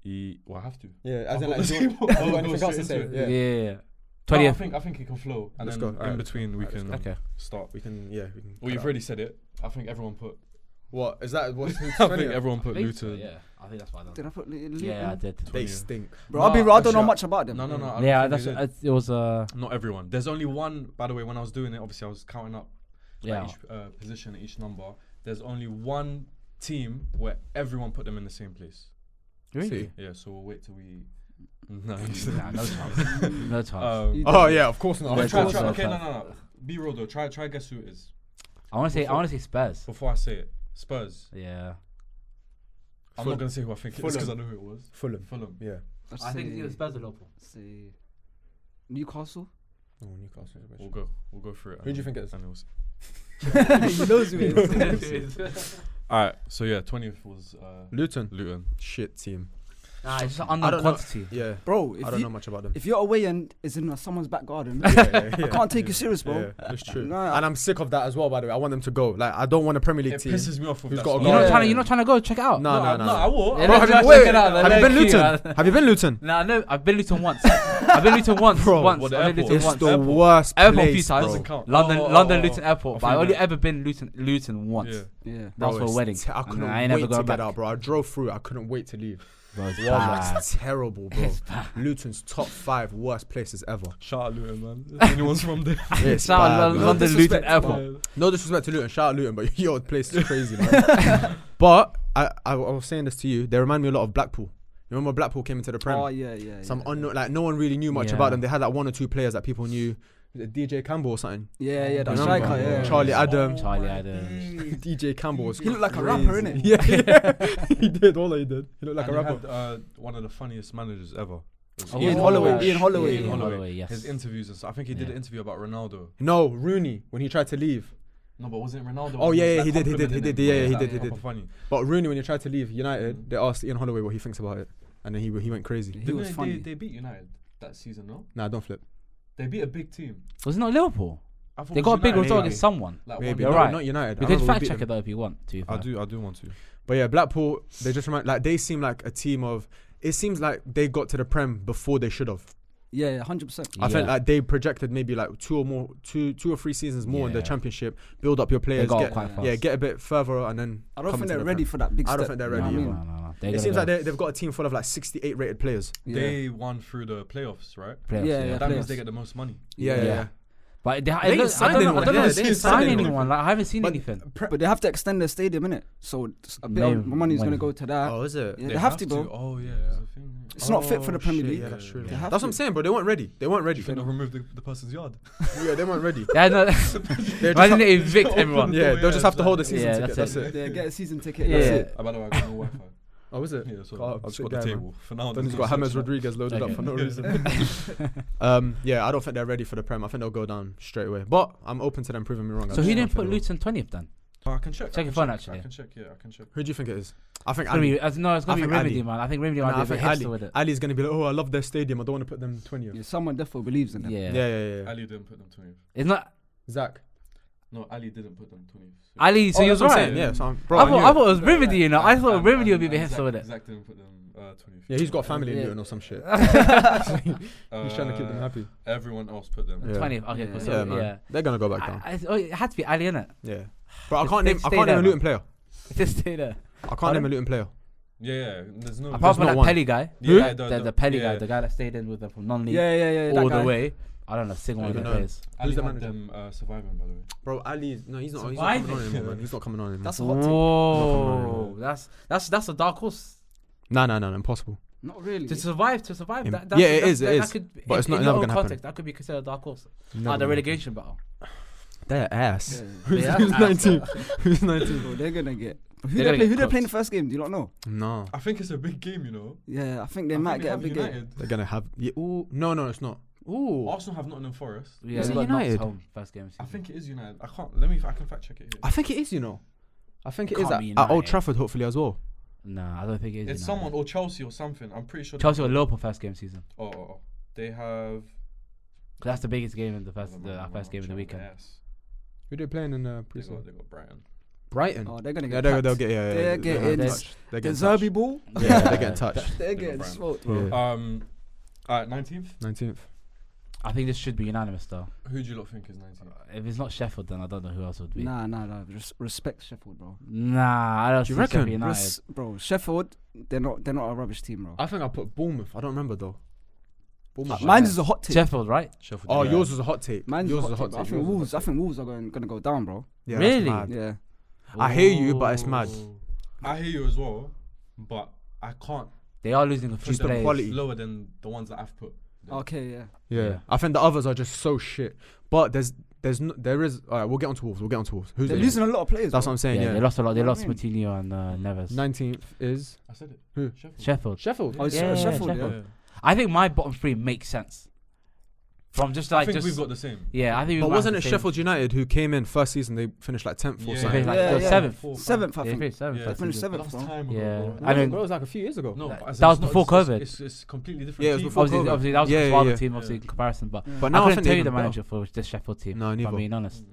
E: He, well, I have to.
B: Yeah, as
E: I've
B: in
E: got
B: like,
E: the
B: do you
E: table.
B: want, have
E: I'll
B: you
E: go
B: got anything else to
E: straight
B: say?
E: into
B: Yeah.
A: Yeah. yeah.
E: No, I
A: 20th.
E: think I think it can flow, and
B: Let's
E: then
B: go.
E: in
B: Alright.
E: between we
B: Alright,
E: can
A: Okay.
E: start.
B: We can, yeah, we can.
E: Well, you've already said it. I think everyone put.
B: What is that? What's
E: (laughs) I think everyone put
A: Think so,
E: Luton.
A: Yeah, I think that's what I done.
C: Did I put? Li- Li-
A: Yeah, I did.
B: They
E: 20th.
B: stink.
C: Bro, I'll be
E: Nah,
C: real. I don't know
E: actually,
C: much about them.
E: No, no, no. I don't
A: Yeah,
E: think
A: that's
E: they did.
A: it. It was uh
E: Not everyone. There's only one. By the way, when I was doing it, obviously I was counting up
A: yeah.
E: like, each uh, position, each number. There's only one team where everyone put them in the same place.
A: Really?
E: Yeah, so we'll wait till we. (laughs) No.
A: Nah,
E: (laughs)
A: no chance. No chance.
E: um,
B: Oh yeah, of course not.
E: but
A: Yeah,
B: Of
E: try,
A: cool,
B: course
E: try,
A: so
B: not.
E: okay, no,
A: far.
E: no, no. Be real though. Try, try guess who it is
A: I want to say I want to say Spurs.
E: before I say it. Spurs.
A: Yeah.
E: I'm
B: Fulham.
E: not gonna say who I think it is because I
B: Fulham.
E: know who it was.
B: Fulham.
E: Fulham.
B: Yeah.
C: I think
A: Spurs or Liverpool.
C: say Newcastle. (laughs)
B: Oh, Newcastle.
E: We'll go. We'll go through it.
B: Who do you
E: and-
B: think it is?
E: and we'll see.
C: he knows who
B: (laughs)
C: it is.
E: All right. So yeah, twentieth was uh,
B: Luton.
E: Luton.
B: Shit team.
A: Nah, it's just
B: I
A: unknown
B: don't know.
A: quantity.
B: Yeah. I
C: Bro, if,
B: don't
C: you,
B: know much about them.
C: if you're away and is in someone's back garden,
B: (laughs) Yeah, yeah, yeah.
C: I can't take you serious, bro.
B: Yeah, that's true.
C: Nah.
B: and I'm sick of that as well. By the way, I want them to go. Like I don't want a Premier League
E: It
B: team.
E: pisses me off. With
B: Who's
E: that
B: got a
E: song.
A: You're,
B: goal?
A: not
B: Yeah.
A: trying to, you're not trying to go check it out.
B: No, no, no.
E: No, I will.
A: Yeah,
B: Bro,
A: let's
B: have you,
A: just
B: wait,
A: check it out, then.
B: have you
A: Let's
B: been
A: see,
B: Luton?
A: man.
B: Have you been Luton?
A: Nah, no, I've been Luton once. I've been Luton once.
B: Bro,
A: once.
E: what,
A: I've
E: the
A: been Luton
E: airport?
B: It's
A: once.
B: the
E: Airport.
B: worst
A: Airport a few
B: place,
A: times.
B: bro.
E: Doesn't count.
A: London,
E: Oh, oh,
A: London,
E: oh,
A: Luton Airport.
E: I
A: But I
E: feel
A: only
E: that.
A: ever been Luton, Luton once.
E: Yeah.
C: yeah.
A: That was
B: Bro,
A: for a
B: it's
A: wedding.
B: te- I
A: And
B: couldn't
A: I ain't
B: wait
A: never
B: to
A: going
B: get
A: back.
B: out, bro. I drove through. I couldn't wait to leave.
A: Bro, it's
B: Wow,
A: bad.
B: it's terrible,
A: (laughs)
B: bro.
A: It's bad.
B: Luton's top five worst places ever.
E: Shout out Luton, man. If anyone's from there.
A: (laughs)
B: It's
A: Shout out
B: bad,
A: Lon-
B: man.
A: London Luton
D: disrespect,
A: Airport.
B: No disrespect to Luton, shout out Luton, but (laughs) your place is crazy, man.
A: (laughs)
B: but I, I, I was saying this to you. They remind me a lot of Blackpool. You remember Blackpool came into the Prem?
C: Oh yeah, yeah.
B: Some
C: yeah.
B: unknown, like no one really knew much
A: Yeah.
B: about them. They had like one or two players that people knew. Was it DJ Campbell or something.
C: Yeah, yeah, that
A: Oh,
B: Remember?
C: striker. Yeah.
B: Charlie Adam.
A: Charlie Adams.
B: DJ Campbell was.
C: He looked like a rapper,
B: crazy.
C: innit?
B: Yeah, yeah. (laughs) he did. All he did. He looked like
E: and
B: a
E: he
B: rapper.
E: had, uh, one of the funniest managers ever. It was
A: Oh,
C: Ian
A: yeah.
C: Holloway.
A: Yeah.
C: Ian Holloway.
E: Ian Holloway.
A: yes.
E: His interviews and stuff. I think he did
A: Yeah.
E: an interview about Ronaldo.
B: no, Rooney when he tried to leave.
E: No, but wasn't it Ronaldo?
B: Oh,
E: was
B: yeah, yeah,
E: just, like,
B: he did, he did, he
E: complimenting
B: did,
E: him?
B: yeah,
E: Like,
B: yeah, he
E: that
B: did, he
E: proper
B: did.
E: Funny.
B: But Rooney when he tried to leave United, they asked Ian Holloway what he thinks about it, and then he he went crazy.
C: He
E: Didn't
C: was
E: they,
C: funny.
E: They, they beat United that season, no?
B: Nah, don't flip.
E: They beat a big team.
A: Was it not Liverpool?
E: I thought
A: They
E: it
A: got a
E: was
A: big
E: United,
A: result
E: like-
A: against someone.
E: like one
B: Maybe
E: nil.
B: no,
A: You're right.
B: not United.
A: We
B: I
A: could
B: remember
A: fact
B: beat
A: check
B: them.
A: it though if you want to.
E: I do, I do want to.
B: But yeah, Blackpool, they just remind like they seem like a team of. It seems like they got to the prem before they should have.
C: Yeah, yeah, hundred percent.
B: I felt like they projected maybe like two or more, two, two or three seasons more in the
A: Yeah.
B: championship, build up your
A: they
B: players,
A: got
B: get,
A: quite fast.
B: yeah, get a bit further, and then
C: I don't
B: come
C: think
B: into
C: they're
B: the
C: ready
B: Prem.
C: for that big
B: I
C: step.
B: don't think they're
C: you know
B: ready,
C: what I
B: yeah.
C: mean?
B: It seems like they, they've got a team full of like 68 rated players.
C: Yeah.
E: They won through the playoffs, right?
A: Playoffs,
C: Yeah,
E: That
A: yeah.
E: means
C: playoffs.
E: they get the most money.
B: Yeah, yeah.
A: Yeah.
B: yeah.
A: But they,
B: They
A: I,
B: ain't
A: look, I
B: signed
A: don't know,
B: anyone,
A: I don't know
B: yeah,
A: if
B: they
A: they
B: ain't
A: didn't
B: signed
A: sign
B: anyone.
A: anyone. Like I haven't seen
B: But-
A: anything.
C: But they have to extend their stadium, innit? So s- a bit
A: Maybe
C: of money's gonna
A: when-
C: go to that.
B: is it?
C: yeah, they, have, to, bro.
E: Oh yeah,
A: Yeah.
E: that's the thing. innit?
C: It's not fit for the Premier League.
B: Oh, Yeah, that's true.
C: They
B: That's
C: have
B: what
C: to.
B: I'm saying, bro. They weren't ready. They weren't ready.
E: You think they'll remove the, the person's yard?
B: (laughs) yeah, they weren't (laughs) ready.
A: Yeah, no,
B: They're just
A: imagine
B: ha-
A: they evict everyone.
B: yeah, they'll just have to hold the
E: Yeah,
B: season
A: that's
B: ticket. That's
A: it.
B: it.
C: They get a season ticket.
A: Yeah.
C: That's it.
E: Oh, by the way, I got no Wi-Fi.
B: Oh, is it?
E: Yeah, so
B: Oh,
E: I've just
B: sick
E: got the
B: guy, man.
E: table for now.
B: Then he's got James Rodriguez loaded up
A: Okay.
B: for (laughs) no reason. um, yeah, I don't think they're ready for the Prem. I think they'll go down straight away. But I'm open to them proving me wrong. I
A: So
B: just
A: who
B: don't
A: didn't
B: think
A: put
B: they will.
A: Luton twentieth then?
E: Oh, I can check. I
A: Check
E: can
A: your phone,
E: I
A: actually.
E: can check. Yeah, I can check.
B: Who do you think it is? I think
A: It's gonna
B: Ali.
A: be, no, it's
B: I
A: gonna be
B: think
A: Remedy,
B: Ali.
A: man. I think Remedy
B: Nah,
A: might
B: I
A: be a bit
B: think
A: hipster with it.
B: Ali's gonna be like, oh, I love their stadium. I don't want to put them 20th.
C: Yeah, someone definitely believes in them.
A: Yeah.
B: Yeah, yeah, yeah.
E: Ali didn't put them 20th.
A: It's not
B: Zach.
E: No, Ali didn't put them 20th.
A: Ali. So
B: Oh,
A: he
B: that's
A: was
B: what I'm
A: right.
B: saying, Yeah, so I'm, bro,
A: I
B: I
A: thought,
B: knew
A: I
B: it.
A: thought it was Remedy, you know. I thought Remedy would be a bit hipster with it.
E: Zach didn't put them uh, 20th.
B: Yeah, he's got family in
C: Yeah.
B: Luton or some shit.
E: Uh,
B: He's trying to keep them happy.
E: Everyone else put them.
B: Yeah.
A: Twentieth. Okay,
C: Yeah.
A: cool.
B: yeah,
A: So
B: man.
A: yeah.
B: They're gonna go back down.
A: I, I, oh, it had to be Ali, innit?
B: yeah, bro, I
A: Just
B: can't
A: stay-
B: name. I
A: stay there,
B: can't name a
A: man.
B: Luton player.
A: Just stay there.
B: I can't name a Luton player.
E: Yeah, yeah. There's no.
A: Apart
B: not
A: from that
B: one.
A: Pelly guy,
E: Yeah,
A: the,
E: the-
A: the,
E: the-
A: Pelly
E: yeah.
A: guy, the guy that stayed in with them from non-league
C: yeah, yeah. yeah, that
A: all
C: guy.
A: the way. I don't know, single
B: I
A: one of
B: don't
A: the
B: know.
A: players.
E: Ali
B: Who's the
E: had
B: manager?
E: them uh, surviving, by the way.
B: Bro, Ali's no, he's not. He's not
A: Surviving.
B: coming on anymore, man. He's not coming on anymore.
C: That's a hot take.
A: Whoa, that's that's that's a dark horse
B: No, no, no, no, impossible.
C: Not really.
A: to survive. To survive,
B: Im-
A: that, that's,
B: Yeah, it
A: that's,
B: is, it
A: That,
B: is.
A: that could,
B: But
A: in-
B: it's not-
A: in
B: never
A: your own
B: gonna happen.
A: context, That could be considered a dark horse.
B: Never
A: Ah, the
B: gonna
A: relegation battle.
B: happen. They're (laughs) ass.
C: Yeah.
A: Yeah.
B: Who's
A: Ah,
B: nineteen? Who's (laughs) nineteen?
C: Bro, they're gonna get. Who
A: They're
C: they
A: gonna
C: play?
A: get
C: Who they playing
A: cooked.
C: the first game? Do you not know?
B: No,
E: I think it's a big game, you know.
C: Yeah, I think they
E: I
C: might
E: think
C: get a
E: have
C: big game.
E: United.
B: they're gonna have. Yeah, ooh, no, no, it's not. Ooh,
E: Arsenal have Nottingham Forest.
A: Yeah,
B: Is
A: they
B: it
A: got knocked
B: United?
A: home first game. of
E: I
A: season.
E: think it is United. I can't. Let me. I can fact check it.
B: I think it is. You know, I think it is
A: Can't
B: at,
A: be
B: at Old
A: United.
B: Trafford. Hopefully as well.
A: Nah, I don't think it is.
E: Here. It's
A: United.
E: someone or Chelsea or something. I'm pretty sure.
A: Chelsea or Liverpool first game of season.
E: Oh, oh, oh. they have.
A: 'Cause That's the biggest game in the first,
E: Never
A: the,
E: mind,
A: our
E: never
A: first
E: mind,
A: game of the
E: Chelsea,
A: weekend.
E: yes.
B: Who they playing in uh,
E: They got,
B: pre-season?
E: they got Brighton.
B: Brighton.
C: Oh, they're gonna
B: yeah,
C: get.
B: they'll, they'll
C: packed.
B: get. Yeah, yeah,
C: They're
B: yeah,
C: getting
B: touched.
A: (laughs)
B: They're
C: The
B: getting touched.
C: Zerbi ball.
B: Yeah, they're getting touched.
C: They're
E: got
C: getting
E: Brighton.
C: smoked, bro.
B: Yeah.
E: Um, all right, nineteenth.
B: Nineteenth.
A: I think this should be unanimous though.
E: Who do you lot think is
B: Uh,
E: nineteenth?
A: If it's not Sheffield, then I don't know who else it would be.
C: Nah, nah, nah. Res- respect Sheffield, bro.
A: Nah, I don't
B: Do you
A: think Sheffield
B: reckon?
A: United.
C: Res- bro, Sheffield, they're not, they're not a rubbish team, bro.
B: I think I put Bournemouth. I don't remember though. Bournemouth.
C: Mine's is a hot take.
A: Sheffield, right?
E: Sheffield.
B: Oh,
E: United.
B: yours was a hot take.
C: Mine's
B: yours
C: a
B: was a hot
C: hot, take. but I
B: take.
C: think
B: Yours was
C: Wolves.
B: a
C: I
B: hot take.
C: think Wolves are going, gonna go down, bro.
B: Yeah, that's
A: Really?
B: mad.
C: Yeah.
B: I hear you, but it's mad.
A: Ooh.
E: I hear you as well, but I can't.
A: They are losing a few
E: Just
B: the
A: players.
B: quality.
E: Lower than the ones that I've put.
C: Okay, yeah.
B: Yeah.
A: Yeah.
B: I think the others are just so shit. But there's there's no, there is. All right, we'll get onto Wolves. We'll get onto Wolves. Who's
C: They're
B: it?
C: losing a lot of players.
B: That's what
C: bro.
B: I'm
A: Yeah,
B: saying. Yeah. Mm.
A: they lost a lot. They
C: You know
A: lost
C: what I
A: Moutinho and uh, Neves.
B: Nineteenth is
E: I said it.
B: Who?
E: Sheffield.
A: Sheffield.
B: Sheffield.
C: Oh, it's
A: Yeah,
C: Sheffield.
A: Sheffield.
C: Yeah.
E: Yeah.
A: I think my bottom three makes sense. From just
E: I
A: like
E: think
A: just
E: we've got the same.
A: yeah, I think. we
B: But
A: might have
B: wasn't
A: the
B: it
A: same.
B: Sheffield United who came in first season? They finished like tenth or
E: Yeah.
A: They
B: something.
A: finished like
C: Yeah,
A: the
C: yeah.
A: seventh.
E: Four, five.
C: Seventh, I
A: They
C: think.
A: finished seventh.
E: Yeah.
A: that
C: Finished
A: season.
E: But
C: seventh.
E: that's
C: though.
E: time ago,
A: Yeah.
E: bro.
A: I mean-
F: bro, it was like a few years ago.
E: No,
C: That-
E: but as in
A: that was
E: it's not-
A: before
E: it's-
A: COVID.
E: It's, it's completely different.
B: Yeah, it was
E: team.
B: before
A: Obviously,
B: COVID.
A: obviously, that was
B: Yeah,
A: the
B: yeah,
A: Swansea
B: yeah.
A: team, obviously in comparison. But
B: But
A: I
B: now I,
A: couldn't tell
B: think they're
A: you the
B: even better.
A: manager for this Sheffield team.
B: No,
A: if I'm
B: neither.
A: being honest.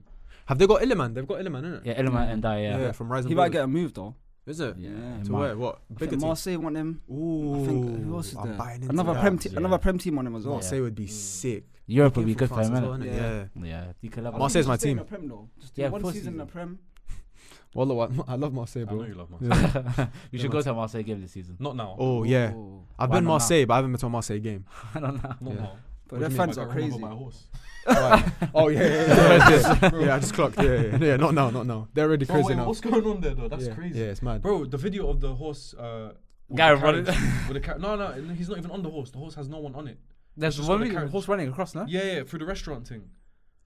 B: Have they got Illiman? They've got Illiman, innit?
A: Yeah, Illiman and I. Yeah.
B: yeah, from Rising.
C: He might get a move though.
B: Is it?
A: Yeah,
C: Yeah.
A: it
B: To
A: might.
B: where? What?
C: I
B: Bigger
C: think
B: team?
C: Marseille want him.
B: Ooh.
C: I think who else is
B: I'm
C: there?
B: buying into
C: Another
B: that.
C: prem, te-
A: yeah.
C: another prem team on him as well.
B: Marseille would be
E: Mm.
B: sick.
A: Europe
B: Came
A: would be
B: from
A: good for
B: France
A: him,
B: as
A: innit?
B: well, innit?
C: Yeah.
B: Yeah.
A: Yeah, you could level.
C: I
A: up.
C: think
B: Marseille's
C: just
B: my
C: stay
B: team.
C: in the prem though. Just do
A: Yeah,
C: one
A: full
C: season, in the
A: season.
C: prem.
B: Well, look, (laughs) I I love Marseille,
E: I know
B: bro.
E: you love Marseille.
B: Yeah.
A: (laughs) you should go to a Marseille game this season. (laughs)
E: Not now.
B: Oh yeah.
C: Oh.
B: I've
A: Why
B: been
A: not now?
B: Marseille, but I haven't been to a Marseille game.
A: I don't know.
E: Not
B: Yeah.
E: now.
B: What
C: But their
B: do you mean?
C: fans
E: I
C: are
E: got run over
C: crazy.
E: by a horse.
B: oh yeah, yeah, yeah, yeah. (laughs)
E: (laughs)
B: yeah. I just clocked. Yeah, yeah, (laughs) yeah. Not now, not now. They're already
E: Bro,
B: crazy
E: wait,
B: now.
E: what's going on there though? That's
B: yeah.
E: crazy.
B: Yeah, it's mad.
E: Bro, the video of the horse. Uh, with
A: Guy
E: the
A: running.
E: (laughs) carriage- with the car- no, no, and he's not even on the horse. The horse has no one on it.
A: There's
E: just
A: one
E: got the
A: reason-
E: carriage.
A: horse running across, no?
E: Yeah, yeah, through the restaurant thing.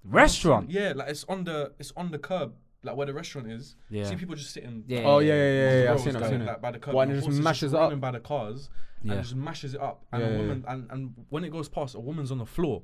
A: Restaurant.
E: Yeah, like it's on the it's on the curb, like where the restaurant is.
A: Yeah.
E: See people just sitting.
A: Yeah.
B: Oh yeah, yeah, yeah. yeah,
E: Bro
B: I've
E: was
B: seen it. I've
E: going,
B: seen it.
E: like, by the curb.
B: Why,
E: the
B: and it just
E: horse is
B: mashes it
E: running
B: up?
E: by the cars
A: Yeah.
E: and just mashes it up. And
B: Yeah,
E: a
B: yeah,
E: woman and and when it goes past, a woman's on the floor.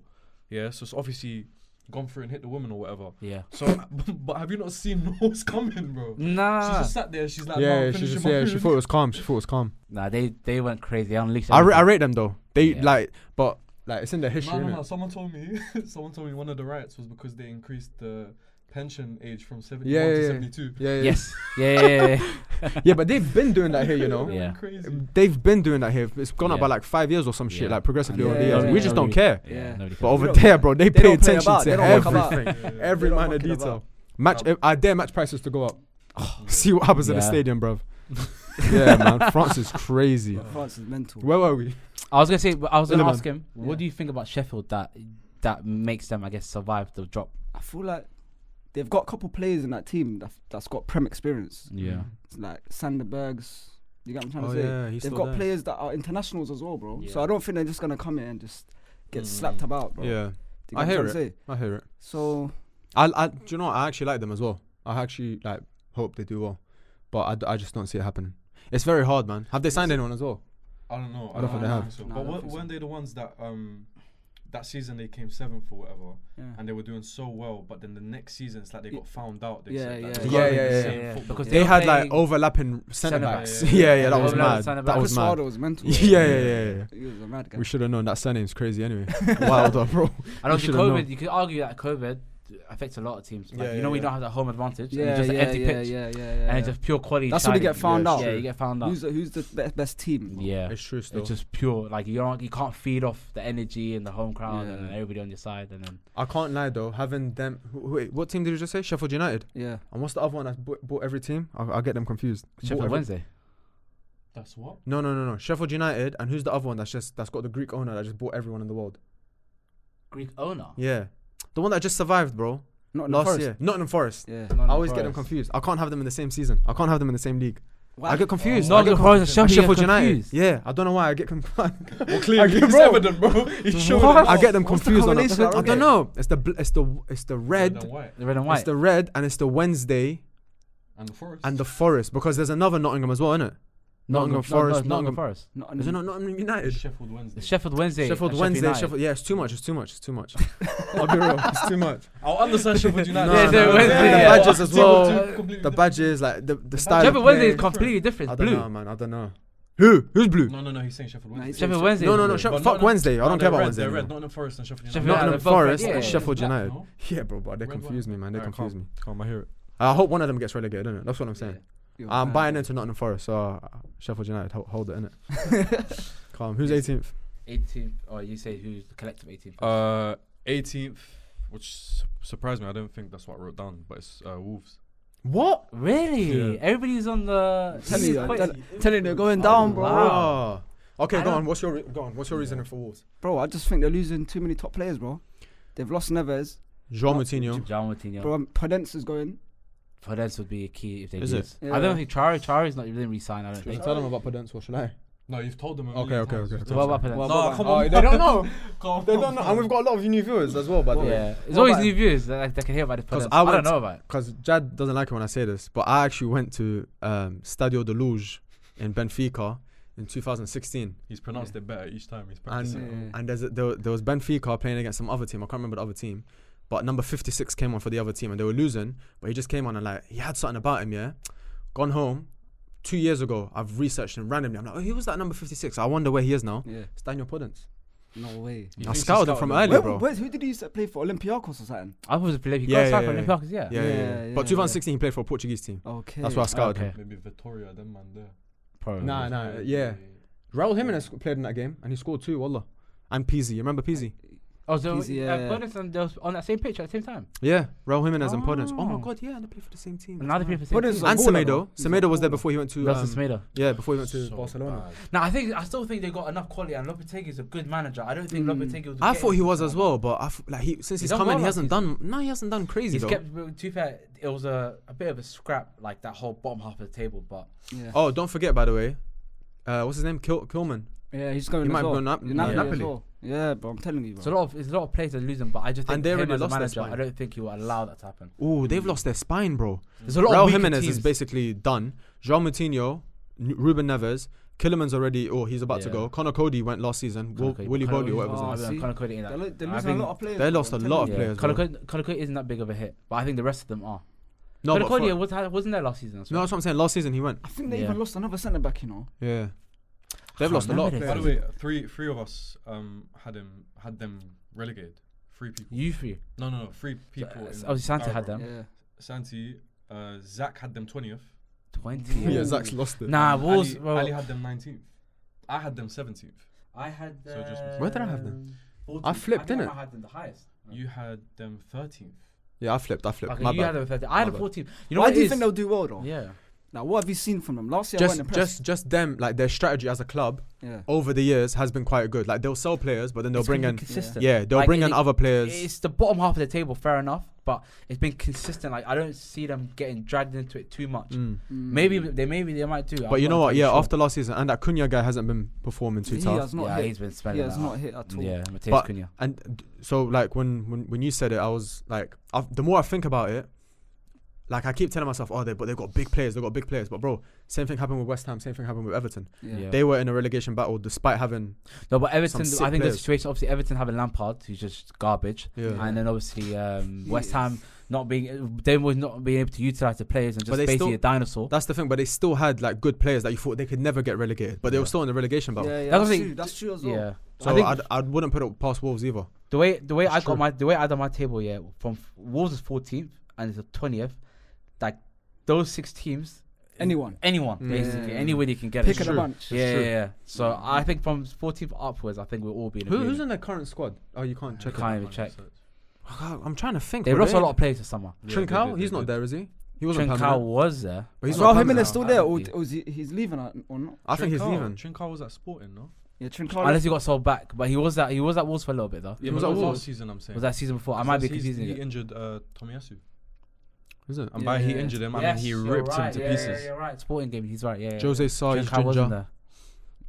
E: Yeah, so it's obviously gone through and hit the woman or whatever.
A: Yeah.
E: So, (laughs) but have you not seen the horse coming, bro? She's
A: Nah.
E: just sat there. She's like,
B: Ah. Yeah,
E: "Nah,
B: yeah,
E: I'm
B: she
E: finishing
B: just
E: my
B: yeah. She
E: food."
B: thought it was calm. She thought it was calm.
A: Nah, they they went crazy. They unleashed.
B: I, ra- I
A: everything.
B: rate them though. They
A: Yeah.
B: like, but like it's in their history.
E: No, no,
B: innit?
E: no. Someone told me. (laughs) someone told me one of the riots was because they increased the pension age from seventy-one
B: Yeah, yeah,
E: to
B: yeah.
E: seventy-two.
B: Yeah, yeah,
A: Yes. Yeah. Yeah. yeah,
B: yeah. but they've been doing that here, you
E: (laughs)
A: (laughs)
B: know. Mm,
A: Yeah.
E: Crazy.
B: They've been doing that here. It's gone up by
A: Yeah.
B: like five years or some shit,
A: Yeah.
B: like progressively
C: Yeah,
B: over the
C: yeah,
B: years.
C: yeah,
B: we
C: yeah.
B: just don't care.
A: yeah. yeah.
C: Yeah.
A: Nobody
B: But
A: cares.
B: over
C: don't-
B: there, bro, they,
C: they
B: pay
C: don't play
B: attention
C: about,
B: to
C: they don't come out.
B: everything,
E: Yeah, yeah, yeah.
B: every
C: They don't
B: minor
C: fucking
B: detail.
C: about.
B: Match,
E: Um,
B: I dare match prices to go
A: (laughs)
B: up. See what happens in the
A: Yeah. (laughs)
B: stadium, bro. yeah, man, France is crazy.
C: France is mental.
B: Where were we?
A: I was gonna say. I was gonna
B: Illiman.
A: ask him. What
C: Yeah.
A: do you think about Sheffield that that makes them, I guess, survive the drop?
C: I feel like they've got a couple players in that team that, that's got prem experience.
A: Yeah.
C: It's like Sanderbergs. You get what I'm trying to say?
B: Mm. Oh, he's
C: They've got players that are internationals as well, bro. So
A: Yeah.
C: I don't think they're just gonna come in and just get
E: Mm.
C: slapped about, bro.
B: Yeah,
C: Do you
B: I
C: get what I'm
B: hear
C: trying to say?
B: I hear it.
C: So
B: I, I, do you know what? I actually like them as well. I actually like hope they do well, but I, d- I just don't see it happening. It's very hard, man. Have they signed anyone as well?
E: I don't know.
B: I
E: I
B: don't
E: don't,
B: think they
E: think
B: have.
E: so.
C: No, I
E: but
C: don't
E: wer-
C: think so.
E: weren't they the ones that um that season they came seventh or whatever,
C: yeah.
E: and they were doing so well, but then the next season it's like they
C: Ye-
E: got found out. They
C: Yeah,
E: said that
C: yeah,
E: they
B: yeah,
E: can't
B: yeah,
E: play the
B: yeah,
E: same
A: yeah.
E: football.
A: Because
B: They,
A: were
B: had like
A: playing
B: overlapping centre
A: centre-backs.
B: backs. (laughs) Yeah, yeah, that
A: Yeah,
B: was
A: overlapping
B: mad.
A: centre-backs.
B: That
C: That
B: was
C: was
B: mad.
C: was
B: (laughs)
C: mental.
B: Yeah, yeah, yeah. yeah.
C: He was a mad guy.
B: We should have known that surname's crazy anyway. Wild up, bro.
A: I don't
B: You
A: think
B: should've
A: COVID.
B: known.
A: You could argue that COVID affects a lot of teams. Like,
B: Yeah,
A: you know,
B: yeah,
A: we
B: yeah.
A: don't have that home advantage. and
C: yeah,
A: it's just
C: yeah,
A: an empty
C: yeah,
A: pitch,
C: yeah, yeah,
A: and
C: yeah,
A: it's just pure quality.
C: That's when you
A: shining.
C: get found
B: Yeah,
C: out.
A: Yeah, you get found out.
C: Who's the, who's the be- best team?
A: yeah,
B: It's true still.
A: it's just pure. Like you don't, you can't feed off the energy and the home crowd and
C: Yeah.
A: everybody on your side. And then
B: I can't lie though. Having them, who, wait, what team did you just say? Sheffield United.
C: Yeah.
B: And what's the other one that bought, bought every team? I, I get them confused. Bought
A: Sheffield
B: every-
A: Wednesday.
E: That's
B: (laughs)
E: what.
B: No, no, no, no. Sheffield United. And who's the other one that's just that's got the Greek owner that just bought everyone in the world?
A: Greek owner.
B: Yeah, the one that just survived, bro.
C: Not
B: Last year, Nottingham Forest.
C: Yeah.
A: Nottingham
B: I always get them
A: Forest.
B: confused. I can't have them in the same season. I can't have them in the same league. I get confused. I get
A: Nottingham
B: conf-
A: Forest and Sheffield, you
B: Sheffield
A: get
B: United.
A: confused.
B: Yeah, I don't know why I get confused.
E: (laughs) Well, clearly,
B: get-
E: it's
B: bro.
E: evident, bro. He's showing
A: What?
E: them
B: I
E: off.
B: get them
C: What's the
B: confused. on a-
C: correlation? I
B: I
C: don't
B: don't
C: get it.
B: know. It's the bl- it's the it's the red.
E: Red and white
A: The red and
B: It's
A: white.
B: the red and it's the Wednesday
E: and the forest
B: and the Forest because there's another Nottingham as well, isn't it? Nottingham Forest, Nottingham-
A: Forest.
C: Not
B: Is it not Nottingham United?
E: Sheffield Wednesday.
A: Sheffield Wednesday.
B: Sheffield
A: and
B: Wednesday,
A: United.
B: Sheffield. Yeah, it's too much. It's too much. It's too much. I'll be real. It's too much.
E: I'll understand Sheffield United.
B: (laughs) No,
A: Yeah, no, Wednesday,
E: yeah.
A: yeah.
B: The badges as
E: Two- two
B: well.
E: completely
B: The
E: different-
B: badges, like the the style.
A: Sheffield
B: of
A: Wednesday is
B: play.
A: completely different.
B: I
A: It's
B: don't
A: blue.
B: know, man. I don't know. Who? Who's blue?
E: No, no, no. He's saying Sheffield
C: No,
E: Wednesday.
A: Sheffield
C: he's saying Sheffield-
A: Wednesday.
B: No,
A: is
B: no,
A: blue.
B: no. Shef-
E: But
B: fuck
E: Nottingham-
B: Wednesday. I
E: No,
B: don't
E: they're
B: care about
E: red,
B: Wednesday.
E: They're red.
B: anymore.
E: Nottingham Forest and Sheffield
A: Sheffield
E: United.
A: United.
B: Nottingham
A: they're both red.
B: Forest
A: Yeah,
B: and
A: yeah,
B: Sheffield
E: black,
B: United.
E: no?
B: Yeah, bro, bro, they
E: Red,
B: confuse me, man. They
E: Alright,
B: confuse me.
E: Come, I hear it.
B: I hope one of them gets relegated, innit? That's what I'm saying.
C: (laughs) You're
B: I'm
C: mad,
B: buying
C: bro.
B: into Nottingham Forest, so uh, Sheffield United, hold, hold it, innit? Calm. Who's 18th?
A: 18th. Or you say who's the collective 18th?
E: Uh, 18th, which su- surprised me. I don't think that's what I wrote down, but it's uh, Wolves.
B: What? uh,
A: Really?
E: Yeah.
A: Everybody's on the.
C: Tell
A: This
C: you,
A: is
C: I
A: quite-
C: tell- Telling they're going down, bro.
A: wow.
B: Okay,
A: I
B: go
A: don't-
B: on. What's your re- go on? What's your reasoning for Wolves?
C: Bro, I just think they're losing too many top players, bro. They've lost Neves.
B: João Moutinho.
A: John Moutinho.
C: Bro, Podence is going.
A: Podence would be a key if they
B: Is
A: lose.
C: it?
A: I
C: Yeah.
A: don't think Chari Chari's not really resign. I don't think.
B: tell them about Podence or should I?
E: No, you've told them. a
B: Okay,
E: million
B: okay,
E: times.
B: okay.
A: So what about Podence?
C: Well,
E: No,
C: Well,
E: come
B: Oh,
E: on.
B: they don't know.
E: Come
B: They don't
E: on,
B: know,
E: come
B: and we've
E: on.
B: got a lot of new viewers as well, by the way.
A: yeah, there's
C: What
A: always
C: about-
A: new viewers that, that can hear about the
B: 'Cause
A: Podence.
B: I
A: I, don't
B: went-
A: know about it.
B: Because Jad doesn't like it when I say this, but I actually went to um, Stadio de Luge in Benfica in 2016,
E: He's pronounced it better each time. He's practicing.
B: and
C: Yeah.
B: and there's a, there, there was Benfica playing against some other team. I can't remember the other team, but number 56 came on for the other team, and they were losing. But he just came on and like he had something about him. Yeah, gone home. Two years ago, I've researched him randomly. I'm like, oh, who was that number 56? I wonder where he is now.
C: Yeah.
B: It's Daniel Podence.
C: No way.
E: He
B: I
E: thinks he
B: scouted him from
E: him.
B: early,
C: Where,
B: bro.
C: where, who did he used to play for? Olympiacos or something?
A: I was playing. You
B: Yeah,
A: yeah, got
B: yeah,
A: yeah,
B: yeah.
A: yeah. Olympiacos, yeah.
B: Yeah, yeah, yeah.
C: Yeah, yeah,
B: But 2016, he played for a Portuguese team.
C: Okay.
B: That's why I scouted him.
A: Okay.
E: Maybe Vittoria, them man there.
A: Probably.
B: Nah, nah, yeah. Raul Jimenez played in that game, and he scored two. Wallah. And Peasy, you remember Peasy?
A: Oh, so
C: He's,
A: uh,
C: yeah.
A: Bonus and those on that same pitch at the same time.
B: Yeah, Raul Jimenez and Podence. Oh my
A: Oh.
B: god, yeah, and they play for the same team.
A: And now they play for the same.
C: But it's
A: team.
C: like-
B: and
C: He's a baller,
B: Semedo.
C: though. He's a
B: Semedo was there
C: baller.
B: before he went to.
A: That's
B: um,
A: the Semedo.
B: Yeah, before he went to Barcelona.
A: No, I think I still think they got enough quality, and Lopetegui is a good manager. I don't think
C: Mm.
A: Lopetegui was.
B: I thought he was as well, but I f- like he since
A: He's
B: he's
A: done
B: come in,
A: well
B: he
A: last
B: hasn't done. No, he hasn't done crazy
A: He's
B: though.
A: kept. To be fair, it was a, a bit of a scrap, like that whole bottom half of the table. But
C: Yeah.
B: Oh, don't forget by the way, uh, what's his name? Kil- Kilman.
C: yeah, he's going
B: He
C: as
B: might have
C: well.
B: gone Nap-
C: Napoli as
B: Napoli.
C: well. Yeah, bro, I'm telling you, bro.
A: it's a lot of it's a lot of players that losing. But I just think
B: And they
A: him
B: already
A: as a
B: lost their
A: manager,
B: spine.
A: I don't think he will allow that to happen.
B: Ooh, they've lost their spine, bro.
A: There's Mm. a lot
B: Raul
A: of weaker
B: Jimenez
A: teams.
B: is basically done. João Moutinho, N- Ruben Neves, Killerman's already. Oh, he's about to
A: Yeah.
B: go. Connor Cody went last season. Will,
A: Cody-
B: Willie
A: Connor
B: Bowley,
A: Cody's
B: whatever his
C: Oh,
B: name.
A: I
B: is.
A: mean,
C: see.
A: Connor Cody ain't that.
C: They're, lo- they're
A: I
C: losing a
A: think
C: lot of players.
B: they
C: bro,
B: lost
C: I'm
B: a
C: telling
B: lot of
C: you.
B: players,
A: Connor
B: bro.
A: Cody, Connor Cody isn't that big of a hit, but I think the rest of them are.
B: No,
A: Connor
B: but
A: Oh, Cody
B: for-
A: was, wasn't there last season. as
B: no,
A: well?
B: that's what I'm saying. Last season he went.
C: I think they
A: Yeah.
C: even lost another centre back, you know.
B: Yeah, they've
A: can't
B: lost a lot of
A: remember
E: By the
A: this.
B: players.
E: way, three three of us um had him had them relegated. Three people.
A: you three.
E: No, no, no. Three people. in
A: uh, obviously Santi had
E: Arabra.
A: them.
C: Yeah.
E: Santi, uh, Zach had them twentieth.
A: Twenty.
B: (laughs) Yeah,
C: Ooh.
B: Zach's lost it.
A: Nah, Wolves.
E: Ali,
A: well,
E: Ali had them nineteenth. I had them seventeenth.
A: I had.
E: So just-
A: uh,
B: Where did I have them?
A: 14th.
B: I flipped,
A: think
B: innit?
A: I had them the highest.
E: You had them thirteenth.
B: Yeah, I flipped. I flipped.
A: Okay,
B: My
A: you
B: bad.
A: had them 13. I had
B: My
A: them
B: bad.
A: 14. You
C: You
A: know
C: know Why
A: what
C: do you
A: it
C: think
A: is?
C: they'll do well though?
A: Yeah.
C: Now, what have you seen from them? Last year, I
B: just,
C: wasn't impressed.
B: just, just them. Like their strategy as a club
C: yeah.
B: over the years has been quite good. Like they'll sell players, but then they'll
A: It's
B: bring
A: been
B: in.
A: consistent.
B: Yeah, they'll
A: Like,
B: bring
A: it-
B: in other players.
A: It's the bottom half of the table, fair enough, but it's been consistent. Like I don't see them getting dragged into it too much.
B: Mm.
A: Maybe they maybe they might do.
B: But you know what? Yeah, after last season, and that Cunha guy hasn't been performing too
C: he
B: tough.
C: has not
A: yeah,
C: hit.
A: he's been
C: He
A: spending.
C: has not hit at all.
A: Yeah, Mateus
B: But-
A: Cunha.
B: And d- so, like when when, when you said it, I was like, I've, the more I think about it, like I keep telling myself, oh, they but they've got big players, they've got big players. But bro, same thing happened with West Ham, same thing happened with Everton.
C: Yeah.
A: Yeah.
B: They were in a relegation battle despite having
A: No, but Everton.
B: sick
A: I think the
B: players.
A: situation obviously Everton having Lampard, who's just garbage,
B: yeah.
C: Yeah.
A: and then obviously um,
C: He
A: West
C: is.
A: Ham not being they were not being able to utilize the players and just
B: But they
A: basically
B: still-
A: a dinosaur.
B: That's the thing, but they still had like good players that you thought they could never get relegated, but they were
A: Yeah.
B: still in the relegation
C: yeah,
B: battle.
C: yeah,
A: That's
C: that's,
A: the thing.
C: true. That's true as well.
A: yeah.
B: So
A: I
B: I
A: think-
B: I'd, I wouldn't put it past Wolves either.
A: The way the way
B: It's
A: I got
B: true.
A: my the way I got my table, yeah, from Wolves is 14th and it's the 20th. Like those six teams,
C: Anyone.
A: anyone,
B: Mm.
A: basically,
C: Yeah.
A: anywhere you can get
C: Pick
A: it.
C: of the
B: true.
C: bunch.
A: yeah, yeah,
B: true.
A: yeah. So I think from 14th upwards, I think we'll all be in. agreement.
B: their current squad? Oh, you can't
A: check it. Can't even check.
B: I'm trying to think.
A: They
B: were
A: lost a lot of players this summer.
E: Yeah, they
B: Trincao,
E: did,
B: he's
E: they
B: not
E: did.
B: there, is he? He wasn't
A: Trincao
B: permanent.
A: was there.
B: But he's
C: so
B: not
C: Jimenez
B: permanent.
C: still
A: I
C: there,
A: don't
C: or,
A: think-
C: or is he, he's leaving or or not?
B: I think he's leaving.
E: Trincao was at Sporting, no?
C: Yeah, Trincao.
A: Unless he got sold back, but he was at he was at Wolves for a little bit though.
E: Yeah,
B: was
E: but
B: at
E: that was
B: Wolves.
E: last season. I'm saying.
A: Was that season before? I might be confusing
E: He
A: it.
E: injured uh, Tomiyasu,
B: Is it?
E: and by he
C: Yeah.
E: injured him, I
A: Yes,
E: mean he
A: you're
E: ripped
A: right,
E: him to
A: yeah,
E: pieces.
A: Yeah, you're right. Sporting game. He's right. Yeah. yeah.
B: Jose Sarr, he's
A: Trincao wasn't
B: ginger.
A: there.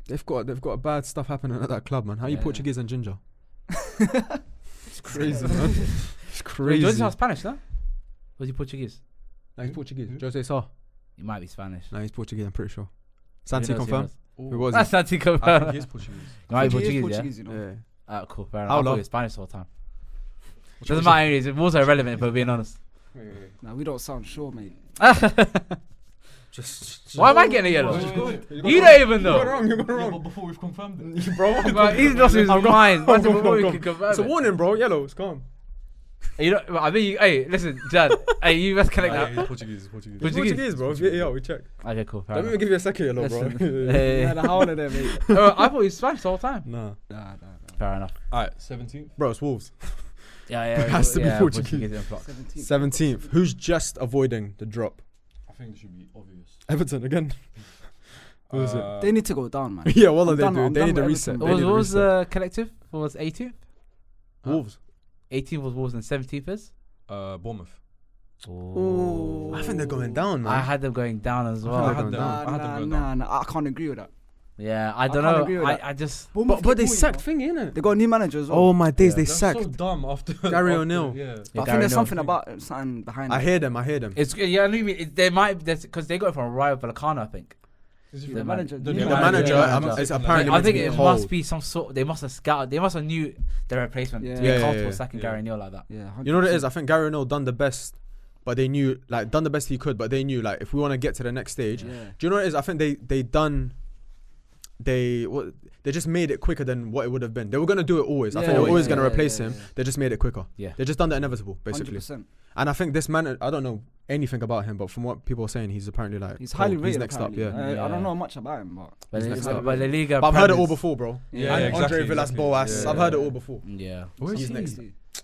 B: They've got they've got bad stuff happening at that club, man. How you
A: Yeah.
B: Portuguese and ginger?
A: It's (laughs)
B: Crazy, man. It's
A: Wait,
B: crazy.
A: Jose's not Spanish, no? Was he Portuguese?
B: No, he's Portuguese.
E: Who?
B: Jose Sarr.
A: He might be Spanish.
B: No, he's Portuguese. I'm pretty sure.
A: Who
B: Santi
A: knows, who
B: confirmed.
A: knows?
E: Oh,
B: Who was
A: That's Santi
E: I think
A: confirmed.
E: he is Portuguese. (laughs)
A: He might be
C: he
A: Portuguese, yeah?
C: is Portuguese, you
B: he?
C: know.
B: Yeah.
A: Ah, cool, fair
B: How
A: enough. I thought
B: long?
A: he was Spanish the whole time. Doesn't matter anyways, it was irrelevant if we're being honest. (laughs)
C: Nah, we don't sound sure, mate.
A: Why am I getting a yellow? You
E: got
A: don't even know.
E: wrong. You got wrong. but before we've confirmed it,
A: Bro, he's lost his mind. Man,
B: I'm
A: before we
B: wrong.
A: can confirm it.
B: bro. Yellow. It's gone.
A: You know, I think you, hey, listen, Jad, hey, you best
E: Nah,
A: connect
E: yeah,
A: that.
E: he's Portuguese. he's Portuguese.
A: Portuguese.
B: bro. Yeah, we checked.
A: Okay, cool, fair enough.
B: give you a second yellow, (laughs)
A: Listen,
C: Yeah,
A: hey.
C: the howler there, mate.
A: Oh, I thought he was Spanish the whole time.
B: Nah,
C: Nah, nah, nah.
A: Fair enough.
E: All right, seventeenth.
B: bro. It's Wolves.
A: Yeah, yeah.
B: It has to be
A: yeah,
B: Portuguese.
A: influx.
C: 17.
B: Seventeenth. Who's just avoiding the drop?
E: I think it should be obvious.
B: Everton again. (laughs) Who is it?
E: Uh,
C: They need to go
B: (laughs)
C: down, man.
B: yeah, well,
C: I'm
B: they
C: done-
B: do.
C: I'm
B: They
C: done
B: need a
C: with
B: reset.
C: Everton,
B: They
A: What was,
B: need a
A: what was uh,
B: reset.
A: the collective? What was 18th?
E: Huh?
B: Wolves.
A: 18th was Wolves and 17th is?
E: uh, Bournemouth.
C: Ooh.
B: I think they're going down, man.
A: I had them going down as
B: Oh. I
A: well.
C: (laughs)
B: had them.
E: I
C: Nah,
E: had them
C: nah,
E: going
C: nah, nah. I can't agree with that.
A: Yeah, I don't
C: can't agree
A: know.
C: with
A: I,
C: that.
A: I just
C: Bournemouth keep winning, bro.
B: thingy, innit?
C: They got a new manager as well.
B: Oh my days,
A: Yeah.
B: they
E: That's
B: sacked.
E: so dumb after
B: (laughs) Gary
E: after-
B: O'Neill.
E: Yeah.
A: Yeah,
C: I
A: Gary
C: think there's
A: Neville.
C: something about something behind.
B: I
C: it.
B: hear them. I hear them.
A: It's yeah, I know what you mean. It, there might because they got it from Rayo Vallecano, I think.
E: Is he
A: The
E: from-
A: manager-
E: The,
A: yeah,
E: new
A: the
B: manager,
A: yeah,
B: um,
A: manager.
B: is apparently.
A: I
B: meant to
A: think
B: be
A: it
B: cold.
A: must be some sort. They must have scouted. They must have knew their replacement.
C: Yeah.
A: To be
B: Yeah, yeah,
A: comfortable
B: yeah.
A: sacking
E: Yeah.
A: Gary Neal like that.
C: Yeah,
B: You know what it is? I think Gary O'Neill done the best, but they knew like done the best he could, but they knew like if we want to get to the next stage.
C: Yeah.
B: Do you know what it is? I think they they done. They what they just made it quicker than what it would have been. They were gonna do it always. I
C: Yeah,
B: think they were
A: yeah,
B: always gonna
C: yeah,
B: replace
C: yeah,
B: him.
C: yeah.
B: They just made it quicker.
A: Yeah.
B: They just done the inevitable basically.
C: 100%.
B: And I think this man, I don't know anything about him, but from what people are saying, he's apparently like
C: He's
B: cold.
C: highly rated.
B: He's next
C: apparently.
B: up, yeah.
C: I, I
A: Yeah.
C: don't know much about him, but
A: But,
B: He's
A: the-
B: next
A: but,
B: up.
A: La Liga.
B: But I've heard it all
A: Premis-
B: before, bro.
E: Yeah,
B: and
E: yeah, exactly,
B: Andre Villas
E: exactly.
B: Boas,
E: Yeah,
B: I've
E: yeah,
B: heard it
E: yeah.
B: all before.
A: Yeah.
E: Where
B: is He's he? next.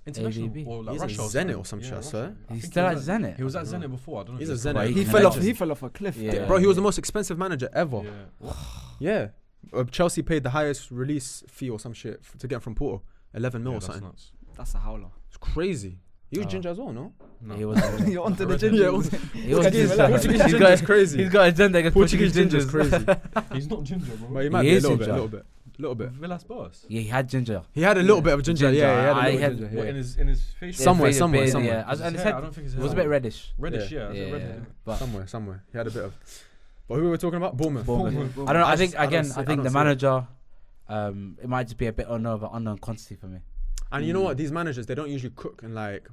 E: International.
A: AVB.
E: Or like
B: He's in
E: Russia.
B: Zenit
E: something.
B: or some
E: Yeah,
B: shit,
E: Russia.
B: sir.
E: I
A: He's
E: think
A: still
E: he
A: at
E: was
A: Zenit.
E: He was at Zenit before. I don't know.
B: He's
E: if
B: a
E: he's
B: Zenit.
A: Right,
C: he
A: Yeah.
C: fell off.
A: Legend.
C: He fell off a cliff.
A: Yeah.
B: Bro, he was the most expensive manager ever.
E: still- Yeah.
B: Yeah. Uh, Chelsea paid the highest release fee or some shit f- to get him from Porto. 11 mil
E: Yeah,
B: or
E: that's Uh,
B: something.
E: nuts.
C: That's a howler.
B: It's crazy. He was
A: Oh.
B: ginger as well,
E: (laughs)
B: no?
E: No.
A: He was.
B: (laughs)
C: You're onto the
E: Red
C: gym.
E: Yeah,
A: He was.
B: Portuguese-
A: He's
B: Portuguese ginger
A: got.
B: is crazy.
A: He's got a gender against
B: Portuguese
A: Portuguese
B: ginger is
A: gingers.
B: crazy.
E: He's not ginger, bro.
B: but he might
A: He
B: be a
A: is
B: little bit, a
A: ginger.
B: little bit. A little bit.
E: Villas Boas.
A: (laughs) Yeah, he had ginger.
B: He had a little bit of ginger,
A: Ginger,
B: yeah. He had a
A: I
B: little bit
A: had-
B: of ginger,
E: What,
B: yeah.
E: in his in his facial?
B: Somewhere,
A: Faded
B: somewhere,
A: beard,
B: somewhere.
A: Yeah, As-
E: His
A: and his
E: hair, I
A: head
E: don't think his
A: it
E: hair
A: was a bit
E: was-
A: reddish.
E: Reddish, yeah.
A: Yeah,
E: it was a red
A: yeah,
E: hair.
A: but
B: Somewhere, somewhere. He had a bit of. But who were we talking about? Bournemouth.
A: Bournemouth.
E: Bournemouth.
A: I don't know. I,
B: I
A: think
B: just- I don't
A: again.
B: see-
A: I
B: I
A: think
B: don't
A: the
B: see it.
A: manager. Um, it might just be a bit unknown, but unknown quantity for me.
B: And you know what? These managers, they don't usually cook in like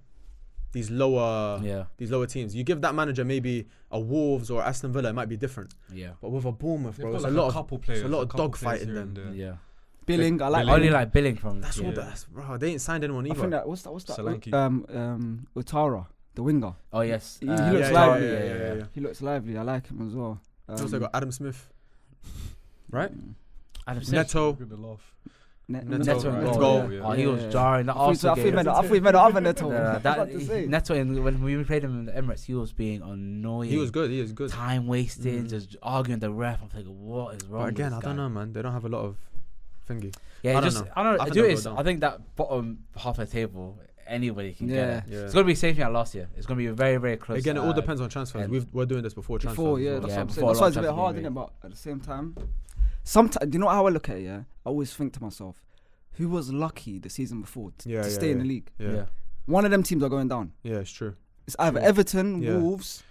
B: these lower,
A: yeah,
B: these lower teams. You give that manager maybe a Wolves or Aston Villa, it might be different.
A: yeah,
B: But with a Bournemouth,
E: They've
B: bro,
E: got
B: it's
E: like
B: a lot of
E: couple players,
B: it's a lot of
E: couple
B: dog
E: players
B: fighting
E: here
B: them.
E: and there.
A: yeah.
C: Billing, I like
A: I
E: Billing.
A: only
C: Billing.
A: like billing from.
B: That's all.
E: Yeah.
B: That's bro. They ain't signed anyone
C: I
B: either.
C: think that what's that? What's that?
E: Solanke.
C: Um, um, Utara, the winger.
A: Oh yes,
C: He- he looks
B: yeah,
C: lively.
B: Yeah, yeah, yeah. yeah, yeah.
C: He looks lively. I like him as well. Um,
B: They also got Adam Smith, right?
C: Mm.
A: Adam Smith.
B: Neto.
E: Good to laugh.
C: Net,
B: Neto,
A: Neto
B: right.
A: and
B: Let's
A: goal.
B: go.
A: Oh, he
C: Yeah,
A: was
C: yeah.
A: jarring. That
C: I
A: Arsenal
C: thought
A: game.
C: we meant I thought we meant other Neto.
A: Yeah,
C: I was about
A: that,
C: to say.
A: Neto in, when we played him in the Emirates, he was being annoying.
B: He was good. He was good.
A: time wasting,
C: Mm.
B: Mhm.
A: just arguing the ref. I'm thinking, what is wrong?
B: But again,
A: with this
B: I don't
A: guy?
B: know, man. They don't have a lot of thingy.
A: Yeah, it
B: I don't
A: just
B: know.
A: I don't know.
B: I
A: I
B: think
A: do
B: they'll
A: is
B: go down.
A: I think that bottom half of the table, anybody can get
C: Yeah.
A: it.
B: Yeah.
A: It's gonna be the same thing as last year. It's gonna be very very close.
B: Again, it all
A: uh,
B: depends on transfers.
A: and-
B: We've, we're doing this before transfers.
C: Before,
B: as
C: yeah,
B: well.
C: that's
A: Yeah,
C: what I'm saying.
A: before
C: That's why it's
A: lockdown
C: a bit
A: being
C: hard,
A: made.
C: isn't it? But at the same time, sometimes, you know how I look at it, yeah? I always think to myself, who was lucky the season before t-
B: Yeah,
C: to
B: yeah,
C: stay in the
B: yeah.
C: league?
B: yeah, yeah,
C: One of them teams are going down.
B: It's true.
C: It's either
B: True.
C: Everton,
B: Yeah.
C: Wolves.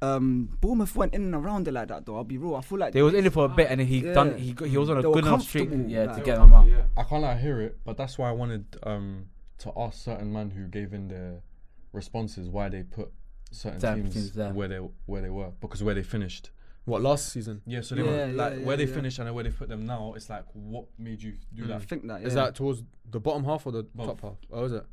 C: Um, Bournemouth went in and around it like that, though. I'll be real. I feel like
A: They was in it for a bit, and then he
C: Yeah.
A: done. He got, he was on a
C: They were
A: good enough streak,
C: comfortable,
A: yeah,
C: like-
A: to get them out.
E: I can't like hear it, but that's why I wanted um, to ask certain men who gave in their responses why they put certain
A: Certain
E: teams,
A: teams there.
E: where they where they were because where they finished.
B: What last season?
E: Yeah, so they
C: Yeah,
E: were,
C: yeah,
E: like
C: yeah,
E: where they
C: yeah.
E: finished and where they put them now. It's like what made you do
B: Mm.
E: that?
C: I think that, yeah.
B: Is that towards the bottom half or the
E: Both.
B: top half? Oh, is it?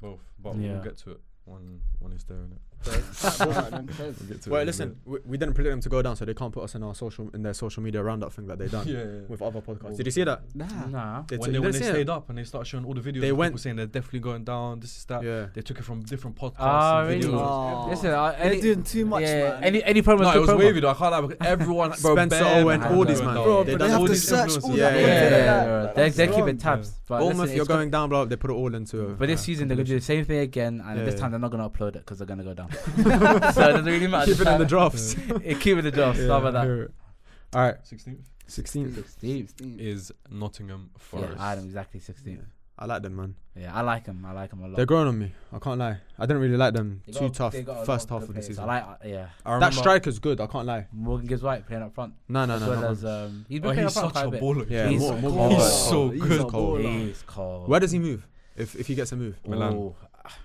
E: Both, but
A: Yeah.
E: we'll get to it when when it's there. Innit?
C: Alright, then, cheers.
E: We'll get to it
B: Well,
E: in a
B: listen, we, we didn't predict them to go down, so they can't put us in our social in their social media roundup thing that they
A: (laughs)
E: bit.
B: done
E: (laughs) yeah, yeah.
B: with other podcasts.
E: Well,
B: Did you see that?
C: Nah.
A: Nah.
B: They took-
E: when they,
B: you
E: when they
B: didn't see it?
E: stayed up and they started showing all the videos,
B: They
E: of
B: went-
E: people saying they're definitely going down. This is that.
B: Yeah.
E: They took it from different podcasts.
A: Ah,
E: and
A: really?
E: videos.
C: Oh.
A: Listen, I,
C: They're
A: any,
C: doing too much,
A: yeah,
C: man.
A: any any promo.
E: No,
A: good
E: it was
A: promo.
E: wavy though. I can't lie. because Everyone, bro,
B: Spencer
E: bare
B: Owen,
E: man
B: all
E: going
B: these man.
E: down.
B: Bro,
C: but
B: they
C: they
B: done
C: have
B: all
C: to
B: these
C: search
E: influencers.
C: all
B: Yeah,
C: that
A: Yeah, yeah,
C: content.
A: yeah,
C: like-
A: yeah.
E: That's
A: They're, they're
E: wrong,
A: keeping
E: yeah.
A: tabs. But listen,
B: Bournemouth,
A: it's
B: you're
A: got-
B: going down, blah. They put it all into. a-
A: But this
B: uh,
A: season they're gonna do the same thing again, and
B: Yeah,
A: this
B: yeah.
A: time they're not gonna upload it because they're gonna go
B: (laughs)
A: down. so it doesn't really matter.
B: Keep
A: (laughs)
B: it in the drafts.
A: It- keep it in the job.
B: (laughs) Yeah,
A: Stop with that.
B: yeah. All right,
E: 16th
B: 16th.
A: Steve.
E: is Nottingham Forest.
A: Yeah, Adam exactly 16.
B: I like them, man.
A: Yeah. I like him. I like him a lot.
B: They're growing on me. I can't lie. I didn't really like them.
A: They
B: Too
A: got-
B: tough
A: they got a lot
B: first
A: good
B: half of the
A: players.
B: season.
A: I like, uh, yeah.
E: I
B: that
E: remember-
B: striker's good. I can't lie.
A: Morgan Gibbs White playing up front.
B: No, no,
A: as
B: no.
A: well
B: no.
A: as um, he's been
E: Oh,
A: playing
E: he's
A: up front
E: such a
A: quite a bit.
E: baller.
B: Yeah,
A: He's
B: more,
A: so
B: more,
A: cold.
B: more-
E: He's so
C: He's
E: good,
C: a
E: bro.
C: baller.
A: He's cold.
B: Where does he move? If if he gets a move, Oh.
E: Milan.
A: Ooh,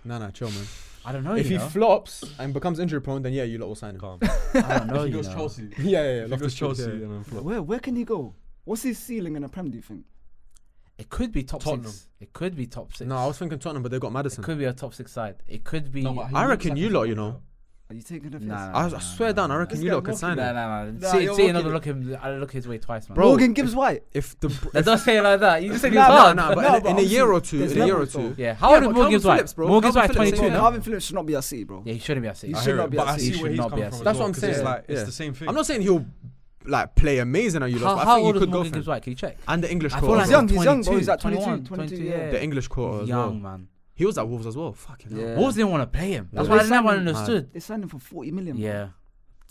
B: no, no, chill, man.
A: I don't know.
B: if
A: you
B: he
A: know.
B: flops and becomes injury prone, then yeah, you lot will sign him.
E: Calm.
A: I
E: (laughs)
A: don't know.
E: he
A: you
E: goes
A: know.
E: Chelsea.
B: (laughs) yeah, yeah, yeah.
E: If he goes
B: Loftus Cheek,
E: Chelsea
B: yeah.
E: and then flop.
C: Where, where can he go? What's his ceiling in the Prem, do you think?
A: It could be top
E: Tottenham.
A: six. It could be top six.
B: No, I was thinking Tottenham, but they got
A: It
B: Madison.
A: could be a top six side. It could be.
E: No, but he
B: I
E: looks
B: reckon
E: like
B: you
E: a
B: lot, you
E: footballer.
B: know.
C: Are you taking the piss?
A: Nah,
B: I,
A: nah,
B: I swear
A: nah,
B: down, I
A: nah,
B: reckon
A: nah.
B: you
E: guy
B: lot could
E: mocking
B: sign
A: Nah,
B: him.
A: nah, nah.
C: Nah,
A: See,
C: you're
A: see
C: walking
A: another
C: it.
A: look him. I look his way twice, man.
B: Bro,
C: Morgan Gibbs White.
B: If the br-
A: That does say it like that. You just said he was
B: no,
A: hard.
B: no, but
C: No,
B: in,
C: but
B: in a year
C: obviously
B: or two,
C: there's
B: in a year or
C: levels,
B: two,
A: Yeah, how old
B: but
A: is
B: Calvin
A: Morgan Gibbs White?
B: Phillips, bro.
A: Morgan Gibbs
B: Calvin
A: White
B: Phillips ain't
A: 22
B: Yeah.
A: now.
B: enough.
C: Harvey Phillips should not be at City, bro.
A: Yeah, he shouldn't be at City.
E: I
C: should
E: hear
C: not
E: it,
C: be at
E: but I
C: City.
E: see
B: He
E: where
B: should
E: he's
B: not
E: coming
B: be at
E: from.
B: City.
E: as
B: That's what
E: well,
B: I'm
E: 'cause it's
B: saying,
E: Like, it's
B: yeah.
E: the same thing.
B: I'm not saying he'll like play amazing at you lot.
A: How,
B: but
A: how
B: I think
A: old
B: you
A: is
B: could go
A: Morgan
B: for
A: Gibbs
B: him.
A: White? Can you check?
B: and the English
A: I
B: quarter.
A: thought
B: as
A: he's
B: well.
A: young. He's young. Bro, he's
C: at
A: at
C: 22,
A: 21,
C: 22,
A: 22.
C: yeah.
B: The English quarter. as well.
A: Young man.
B: He was at Wolves as well. Fucking hell.
C: Yeah.
A: Wolves didn't want to play him. That's
B: Yeah.
A: why I never
C: Exactly.
A: understood.
C: They signed him for 40 million. bro.
A: Yeah,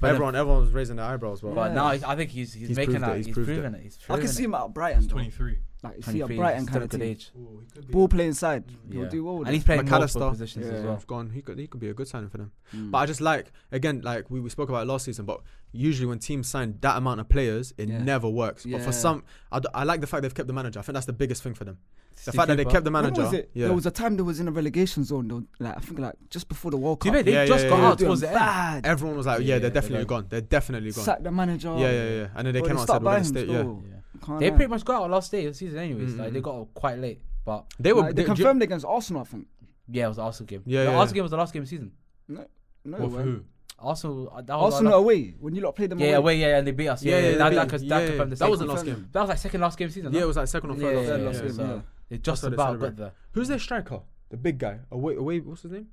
A: but
B: Everyone, everyone was raising their eyebrows,
A: Then,
B: bro.
A: but
C: Yeah.
A: now he's, I think he's he's,
B: He's
A: making
B: proved it,
A: that.
B: he's
A: He's
B: proved
A: proving it. He's
C: I
A: proving
C: can
A: it.
C: see him at
E: He's
C: Brighton. though.
E: 23.
C: Like you see a
A: 23,
C: Brighton
A: still
C: kind
A: a
C: of
A: good
C: team.
A: age.
B: Ooh, he could be
C: Ball playing side, he'll
A: Yeah.
C: do well. with
A: And
C: it.
A: he's playing multiple
B: McAllister.
A: positions as
C: Yeah.
A: well.
B: I've gone. He could he could be a good signing for them.
C: Mm.
B: But I just like again, like we, we spoke about it last season. But usually when teams sign that amount of players, it
C: Yeah.
B: never works. But
C: Yeah.
B: for some, I, d- I like the fact they've kept the manager. I think that's the biggest thing for them. The
A: Steve
B: fact that they
A: Cooper.
B: kept the
C: When
B: manager.
C: was it?
B: Yeah.
C: There was a time they was in a relegation zone though. Like I think like just before the World
A: Do you
C: Cup.
A: know, they
B: Yeah,
A: just
B: yeah,
A: got
B: yeah.
A: out towards the end.
C: bad.
B: Everyone was like,
A: Yeah,
B: yeah,
A: yeah,
B: they're
A: they're
B: definitely
A: done.
B: gone. They're definitely gone.
C: Sacked the manager.
B: yeah, yeah, yeah. And then they
C: um, Well,
B: came out and
C: stuck
B: said we're
C: by
B: gonna
C: him
B: stay. Yeah.
C: still.
A: Yeah.
C: Can't
A: They
C: lie.
A: pretty much got out last day of the season, anyways. Like they
B: Mhm.
A: got out quite late, but
B: They were.
C: Like,
B: they- do
C: they
B: you-
C: confirmed against Arsenal, I think.
A: yeah, it was the Arsenal game. the
B: Yeah, yeah,
A: Arsenal
B: yeah.
A: game was the last game of the season.
C: No,
E: Well,
C: it
E: for
C: weren't.
E: who?
A: Arsenal, uh, that was
C: Arsenal
A: our last-
C: away when you lot played them.
A: yeah, away, yeah, and they beat us. Yeah, yeah, that,
B: they
A: that,
B: beat-
A: cause that
B: yeah,
A: confirmed the
B: That
A: second.
B: wasn't last
C: Confirmed.
B: game.
A: That was like second last game of the season.
B: Yeah,
A: no?
B: it was like second or
A: Yeah,
B: third.
A: yeah,
B: last game,
A: yeah,
B: yeah.
A: so-
C: yeah.
A: They just
B: That's what they
A: about got
B: celebrate.
A: there.
B: Who's their striker? The big guy. Away, away. What's his name?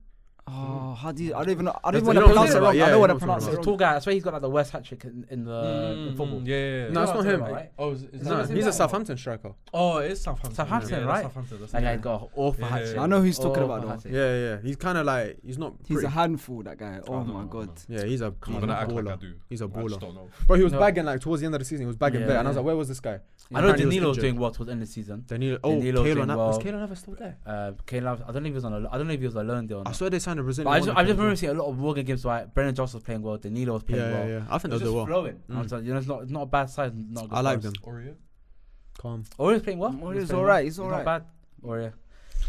C: Oh, how do you? I don't even. know- I
B: You know
C: don't want to
B: what I'm
C: pronounce it
B: talking
C: wrong.
B: about, yeah, you
C: I
B: know
C: don't want
B: what
C: to
B: I'm
C: pronounce
B: talking
C: it
A: The
B: Right. Mm.
A: tall
C: wrong.
A: guy. I swear he's got like the worst hat trick in, in the in football.
E: Yeah, yeah, yeah.
B: No, it's not him.
A: Right?
E: Oh, is, is
A: No,
E: that
B: No,
E: his
A: it
B: he's
E: name?
B: a Southampton striker.
E: Oh, it is Southampton.
A: Southampton,
E: yeah, that's
A: right?
E: Southampton. That's
A: That
E: yeah.
A: guy's got an awful
E: Yeah,
A: hat
E: yeah,
A: trick.
E: yeah.
C: I know who he's talking
A: Awful hat
C: about though.
A: trick.
B: Yeah, yeah. He's kind of like he's not.
C: He's
B: pretty.
C: a handful. That guy. Oh
E: don't know, I
C: my
E: don't
C: god.
E: know.
B: Yeah, he's a
E: Come on,
B: he's a
E: don't act like I
B: baller.
E: do.
B: He's a
E: I just
B: baller.
E: don't know.
B: But he was
A: No.
B: bagging like towards the end of the season. He was bagging
A: Yeah.
B: there, and I was like, "Where was this guy?"
A: I know
B: Apparently he was
A: Danilo was
B: injured.
A: doing well towards the end of the season.
B: Danilo. Oh,
A: Danilo's
B: Keylor
A: doing
B: Na-
A: well.
B: was Keylor Navas still there?
A: Uh, Kane Lav- I don't know if he was on. A, I don't know if he was on a loan deal. Or
B: I
A: not.
B: swear they signed a
A: But
B: Brazilian.
A: I just, I
B: one
A: just
B: as well.
A: remember seeing a lot of Morgan games like Brennan Johnson was playing well, Danilo was playing
B: Yeah,
A: well.
B: yeah, yeah. I
A: It
B: think
A: was
B: they'll
A: just
B: do well.
A: flowing. I
B: Mm.
A: was like, you know, it's not, it's not a bad side. Not a good
B: I like
A: price.
B: them.
E: Oreo?
B: Calm.
A: Oria's playing well.
C: Oria's
A: playing
C: alright,
A: well.
C: he's
A: Not
C: alright.
A: bad. Oria.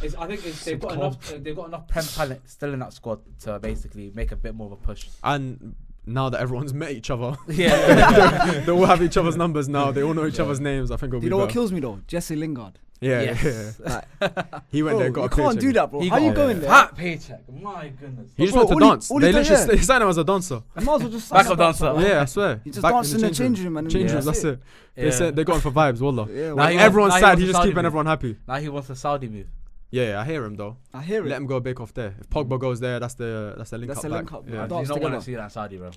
A: It's, I think it's, they've got
E: Sitcom.
A: enough. Uh, they've got enough prem talent still in that squad to basically make a bit more of a push.
B: And now that everyone's met each other,
A: (laughs) Yeah.
B: they all have each other's numbers now. They all know each other's names. I think it'll
C: Do
B: be
C: you know what
B: better.
C: kills me though? Jesse Lingard.
B: Yeah,
A: Yes.
B: yeah. He went
C: Bro,
B: there, got
C: you
B: a
C: can't
B: paycheck.
C: do that, bro.
A: He
C: How
A: got-
C: you
B: yeah.
C: going there?
A: Fat paycheck. My goodness.
B: He just
C: Bro,
B: wanted to
C: all he-
B: dance.
C: all he
B: they
C: done,
B: literally
C: yeah.
B: s- he signed him as a dancer.
C: I might as well just sign
A: Backup
C: up.
A: dancer.
B: Yeah, I swear.
C: He just
B: Back
C: danced in the change room and then-
B: Change
A: Yeah.
B: rooms. That's it. They
A: Yeah.
B: said they got him for vibes. Wallah.
C: Yeah,
A: Nah, he
C: well,
B: Like
A: wants-
B: everyone's
A: nah, he
B: sad.
A: wants
B: He's
A: to
B: just
A: sound
B: keeping
A: him.
B: everyone happy.
A: Now he wants a Saudi move.
B: Yeah, yeah, I hear him though.
C: I hear
B: Let
C: it.
B: him go bake off there. If Pogba goes there, that's the that's the link
C: That's
B: up.
C: the
B: back.
C: link up,
B: Yeah.
C: man. Dance
A: He's not going to
C: together.
A: see that in Saudi, bro.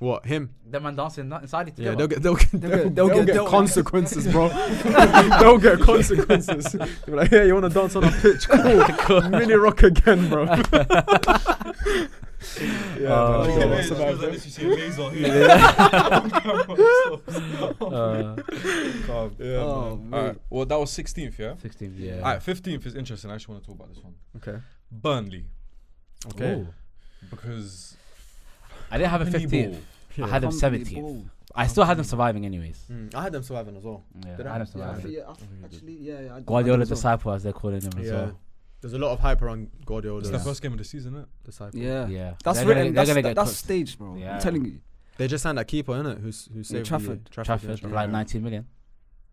B: What him?
A: Them man dancing in Saudi
B: Yeah,
A: together.
B: they'll get they'll get they'll,
C: get- they'll
B: they'll
C: get
B: get,
C: dealt
B: (laughs)
C: with.
B: consequences, bro. they'll get consequences. (laughs) They'll be like, yeah, you want to dance on a pitch? Cool. Mini rock again, bro. (laughs) yeah,
A: Oh.
B: no,
A: Yeah,
B: no,
A: yeah,
B: it's
A: yeah,
B: about that.
A: uh,
E: Yeah,
C: Oh,
E: man.
C: mate.
E: Alright, well, that was 16th, yeah?
A: 16, yeah.
E: Alright, 15th is interesting. I actually want to talk about this one.
B: Okay.
E: Burnley.
B: Okay.
A: Ooh.
E: Because.
A: I didn't have a
E: Company
A: 15th.
E: ball.
B: Yeah.
A: I had him
C: Company
A: 17th.
C: ball.
A: I still had him surviving, anyways.
B: Mm, I had them surviving as well.
A: Yeah,
B: Did
A: I
B: I?
A: had him
C: Yeah, I
A: surviving.
C: think- yeah, I think actually, yeah, yeah. I- I
A: Guardiola
C: did as well.
A: disciple, as they're calling him as
B: Yeah.
A: well.
B: There's a lot of hype around Guardiola.
E: It's the first game of the season, isn't
B: disciple.
C: Yeah.
A: Yeah,
C: That's
A: They're gonna
C: written.
A: get-
C: That's
A: they're
C: that-
A: gonna
C: that's
A: get cooked.
C: staged, bro.
A: Yeah.
C: I'm telling you.
B: They just signed that keeper, innit? Who's who saved the, uh,
C: Trafford.
B: Trafford, yeah,
A: Trafford for like 19 million.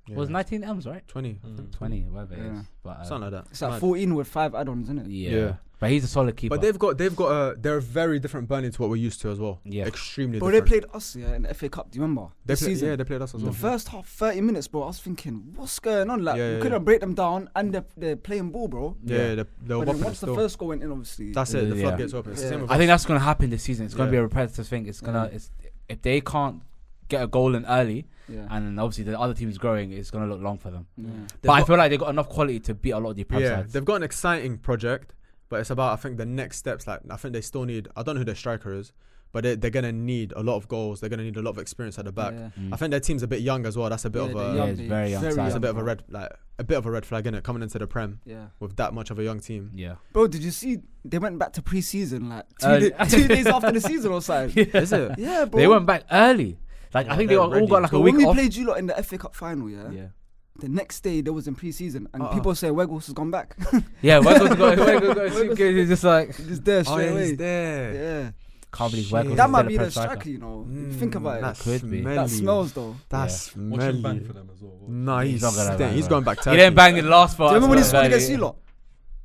B: Yeah.
A: It was 19 M's, right?
B: Twenty. I
E: Mm.
B: think.
A: 20, whatever it
C: Yeah.
A: is. But, uh,
B: Something like that.
C: It's like
B: Mad.
C: 14 with five add-ons, isn't it?
A: yeah.
B: Yeah.
A: But he's a solid keeper.
B: But they've got they've got a they're a very different Burnley to what we're used to as well.
A: Yeah.
B: Extremely
C: Bro, they
B: different.
C: played us yeah in the FA Cup. Do you remember?
B: They
C: This
B: play-
C: season.
B: Yeah, they played us as
C: The
B: well.
C: first half, 30 minutes, bro. I was thinking, what's going on? Like,
B: Yeah,
C: we
B: yeah,
C: couldn't
B: yeah.
C: break them down, and they're, they're playing ball, bro.
B: Yeah,
A: Yeah.
B: they, they were
C: But then
B: bopping it
C: once the
B: still.
C: first goal went in, obviously,
B: That's it. The
A: Yeah.
B: floodgates open. It's the
C: Yeah.
B: same with
A: I
B: us.
A: think that's going to happen this season. It's going to be
B: Yeah.
A: a repetitive thing. It's going to,
C: Yeah.
A: it's if they can't get a goal in early,
C: yeah.
A: and then obviously the other team's growing, it's going to look long for them.
C: yeah.
B: They've
A: but I
B: got-
A: feel like they've got enough quality to beat a lot of the prem
B: yeah,
A: sides.
B: they've got an exciting project, but it's about I think the next steps. Like I think they still need. I don't know who their striker is, but they, they're gonna need a lot of goals. They're gonna need a lot of experience at the back.
C: Yeah.
A: Mm.
B: I think their team's a bit young as well. That's a bit
C: Yeah,
B: of
C: they're
B: a
A: young.
B: yeah,
A: it's
C: they're
A: very young side.
B: it's a bit of a
C: bro.
B: red like a bit of a red flag in it coming into the prem
C: Yeah.
B: with that much of a young team.
A: yeah.
C: Bro, did you see they went back to pre-season like two,
B: Uh, (laughs)
A: Early.
C: da- two days after the season or something?
B: Is
C: (laughs)
B: it?
C: (laughs) Yeah,
A: (laughs)
C: bro.
A: They went back early. Like I
B: Yeah,
A: think they
B: they're
A: all all got
B: ready.
A: like
C: Bro,
A: a week
C: when we
A: off.
C: played you lot in the FA Cup final, yeah,
A: Yeah,
C: the next day they was in pre-season, and
B: Uh-uh.
C: people say Weggles has gone back. (laughs)
A: yeah. Weggles got Weggles
B: (laughs)
A: got a suitcase. He's just like
C: He's there
B: Oh,
C: straight
B: yeah,
C: away.
B: he's there.
C: Yeah,
A: can't believe
B: Shit.
A: Weggles. is
C: that
A: still
C: might
A: a
C: be
A: prem
C: the striker, you know. Think
B: Mm,
C: about it.
B: That
A: Could be.
B: smelly.
C: That smells though.
B: That's
E: it? Watch him ban
B: smelly.
E: for them as well. Watch.
B: Nah,
A: He's
B: he's,
A: not gonna
B: stink.
A: ban,
B: he's
A: bro.
B: going back.
A: He didn't
B: Turkey.
A: bang in the last
C: Do
A: part.
C: you remember when he
A: so-
C: scored against
A: Yeah.
C: Elo?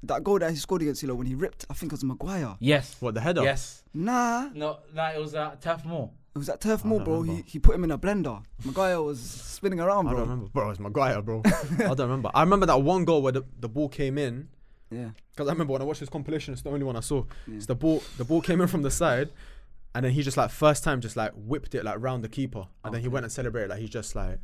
C: That goal that he scored against Elo when he ripped, I think it was Maguire.
A: Yes.
B: What the header?
A: Yes.
C: Nah,
A: No, that it was uh, Turf Moor.
C: it was at Turf
B: I
C: Moor,
B: don't
C: bro. He,
B: remember.
C: he put him in a blender. Maguire was spinning around,
B: I
C: bro.
B: don't remember, bro. It's Maguire,
A: (laughs)
B: bro. I don't remember. I remember that one goal where the, the ball came in.
C: Yeah.
B: Because I remember when I watched this compilation, it's the only one I saw.
C: Yeah.
B: It's the ball. The ball came in from the side, and then he just like first time just like whipped it like round the keeper, and then he
C: Okay.
B: went and celebrated like he's just like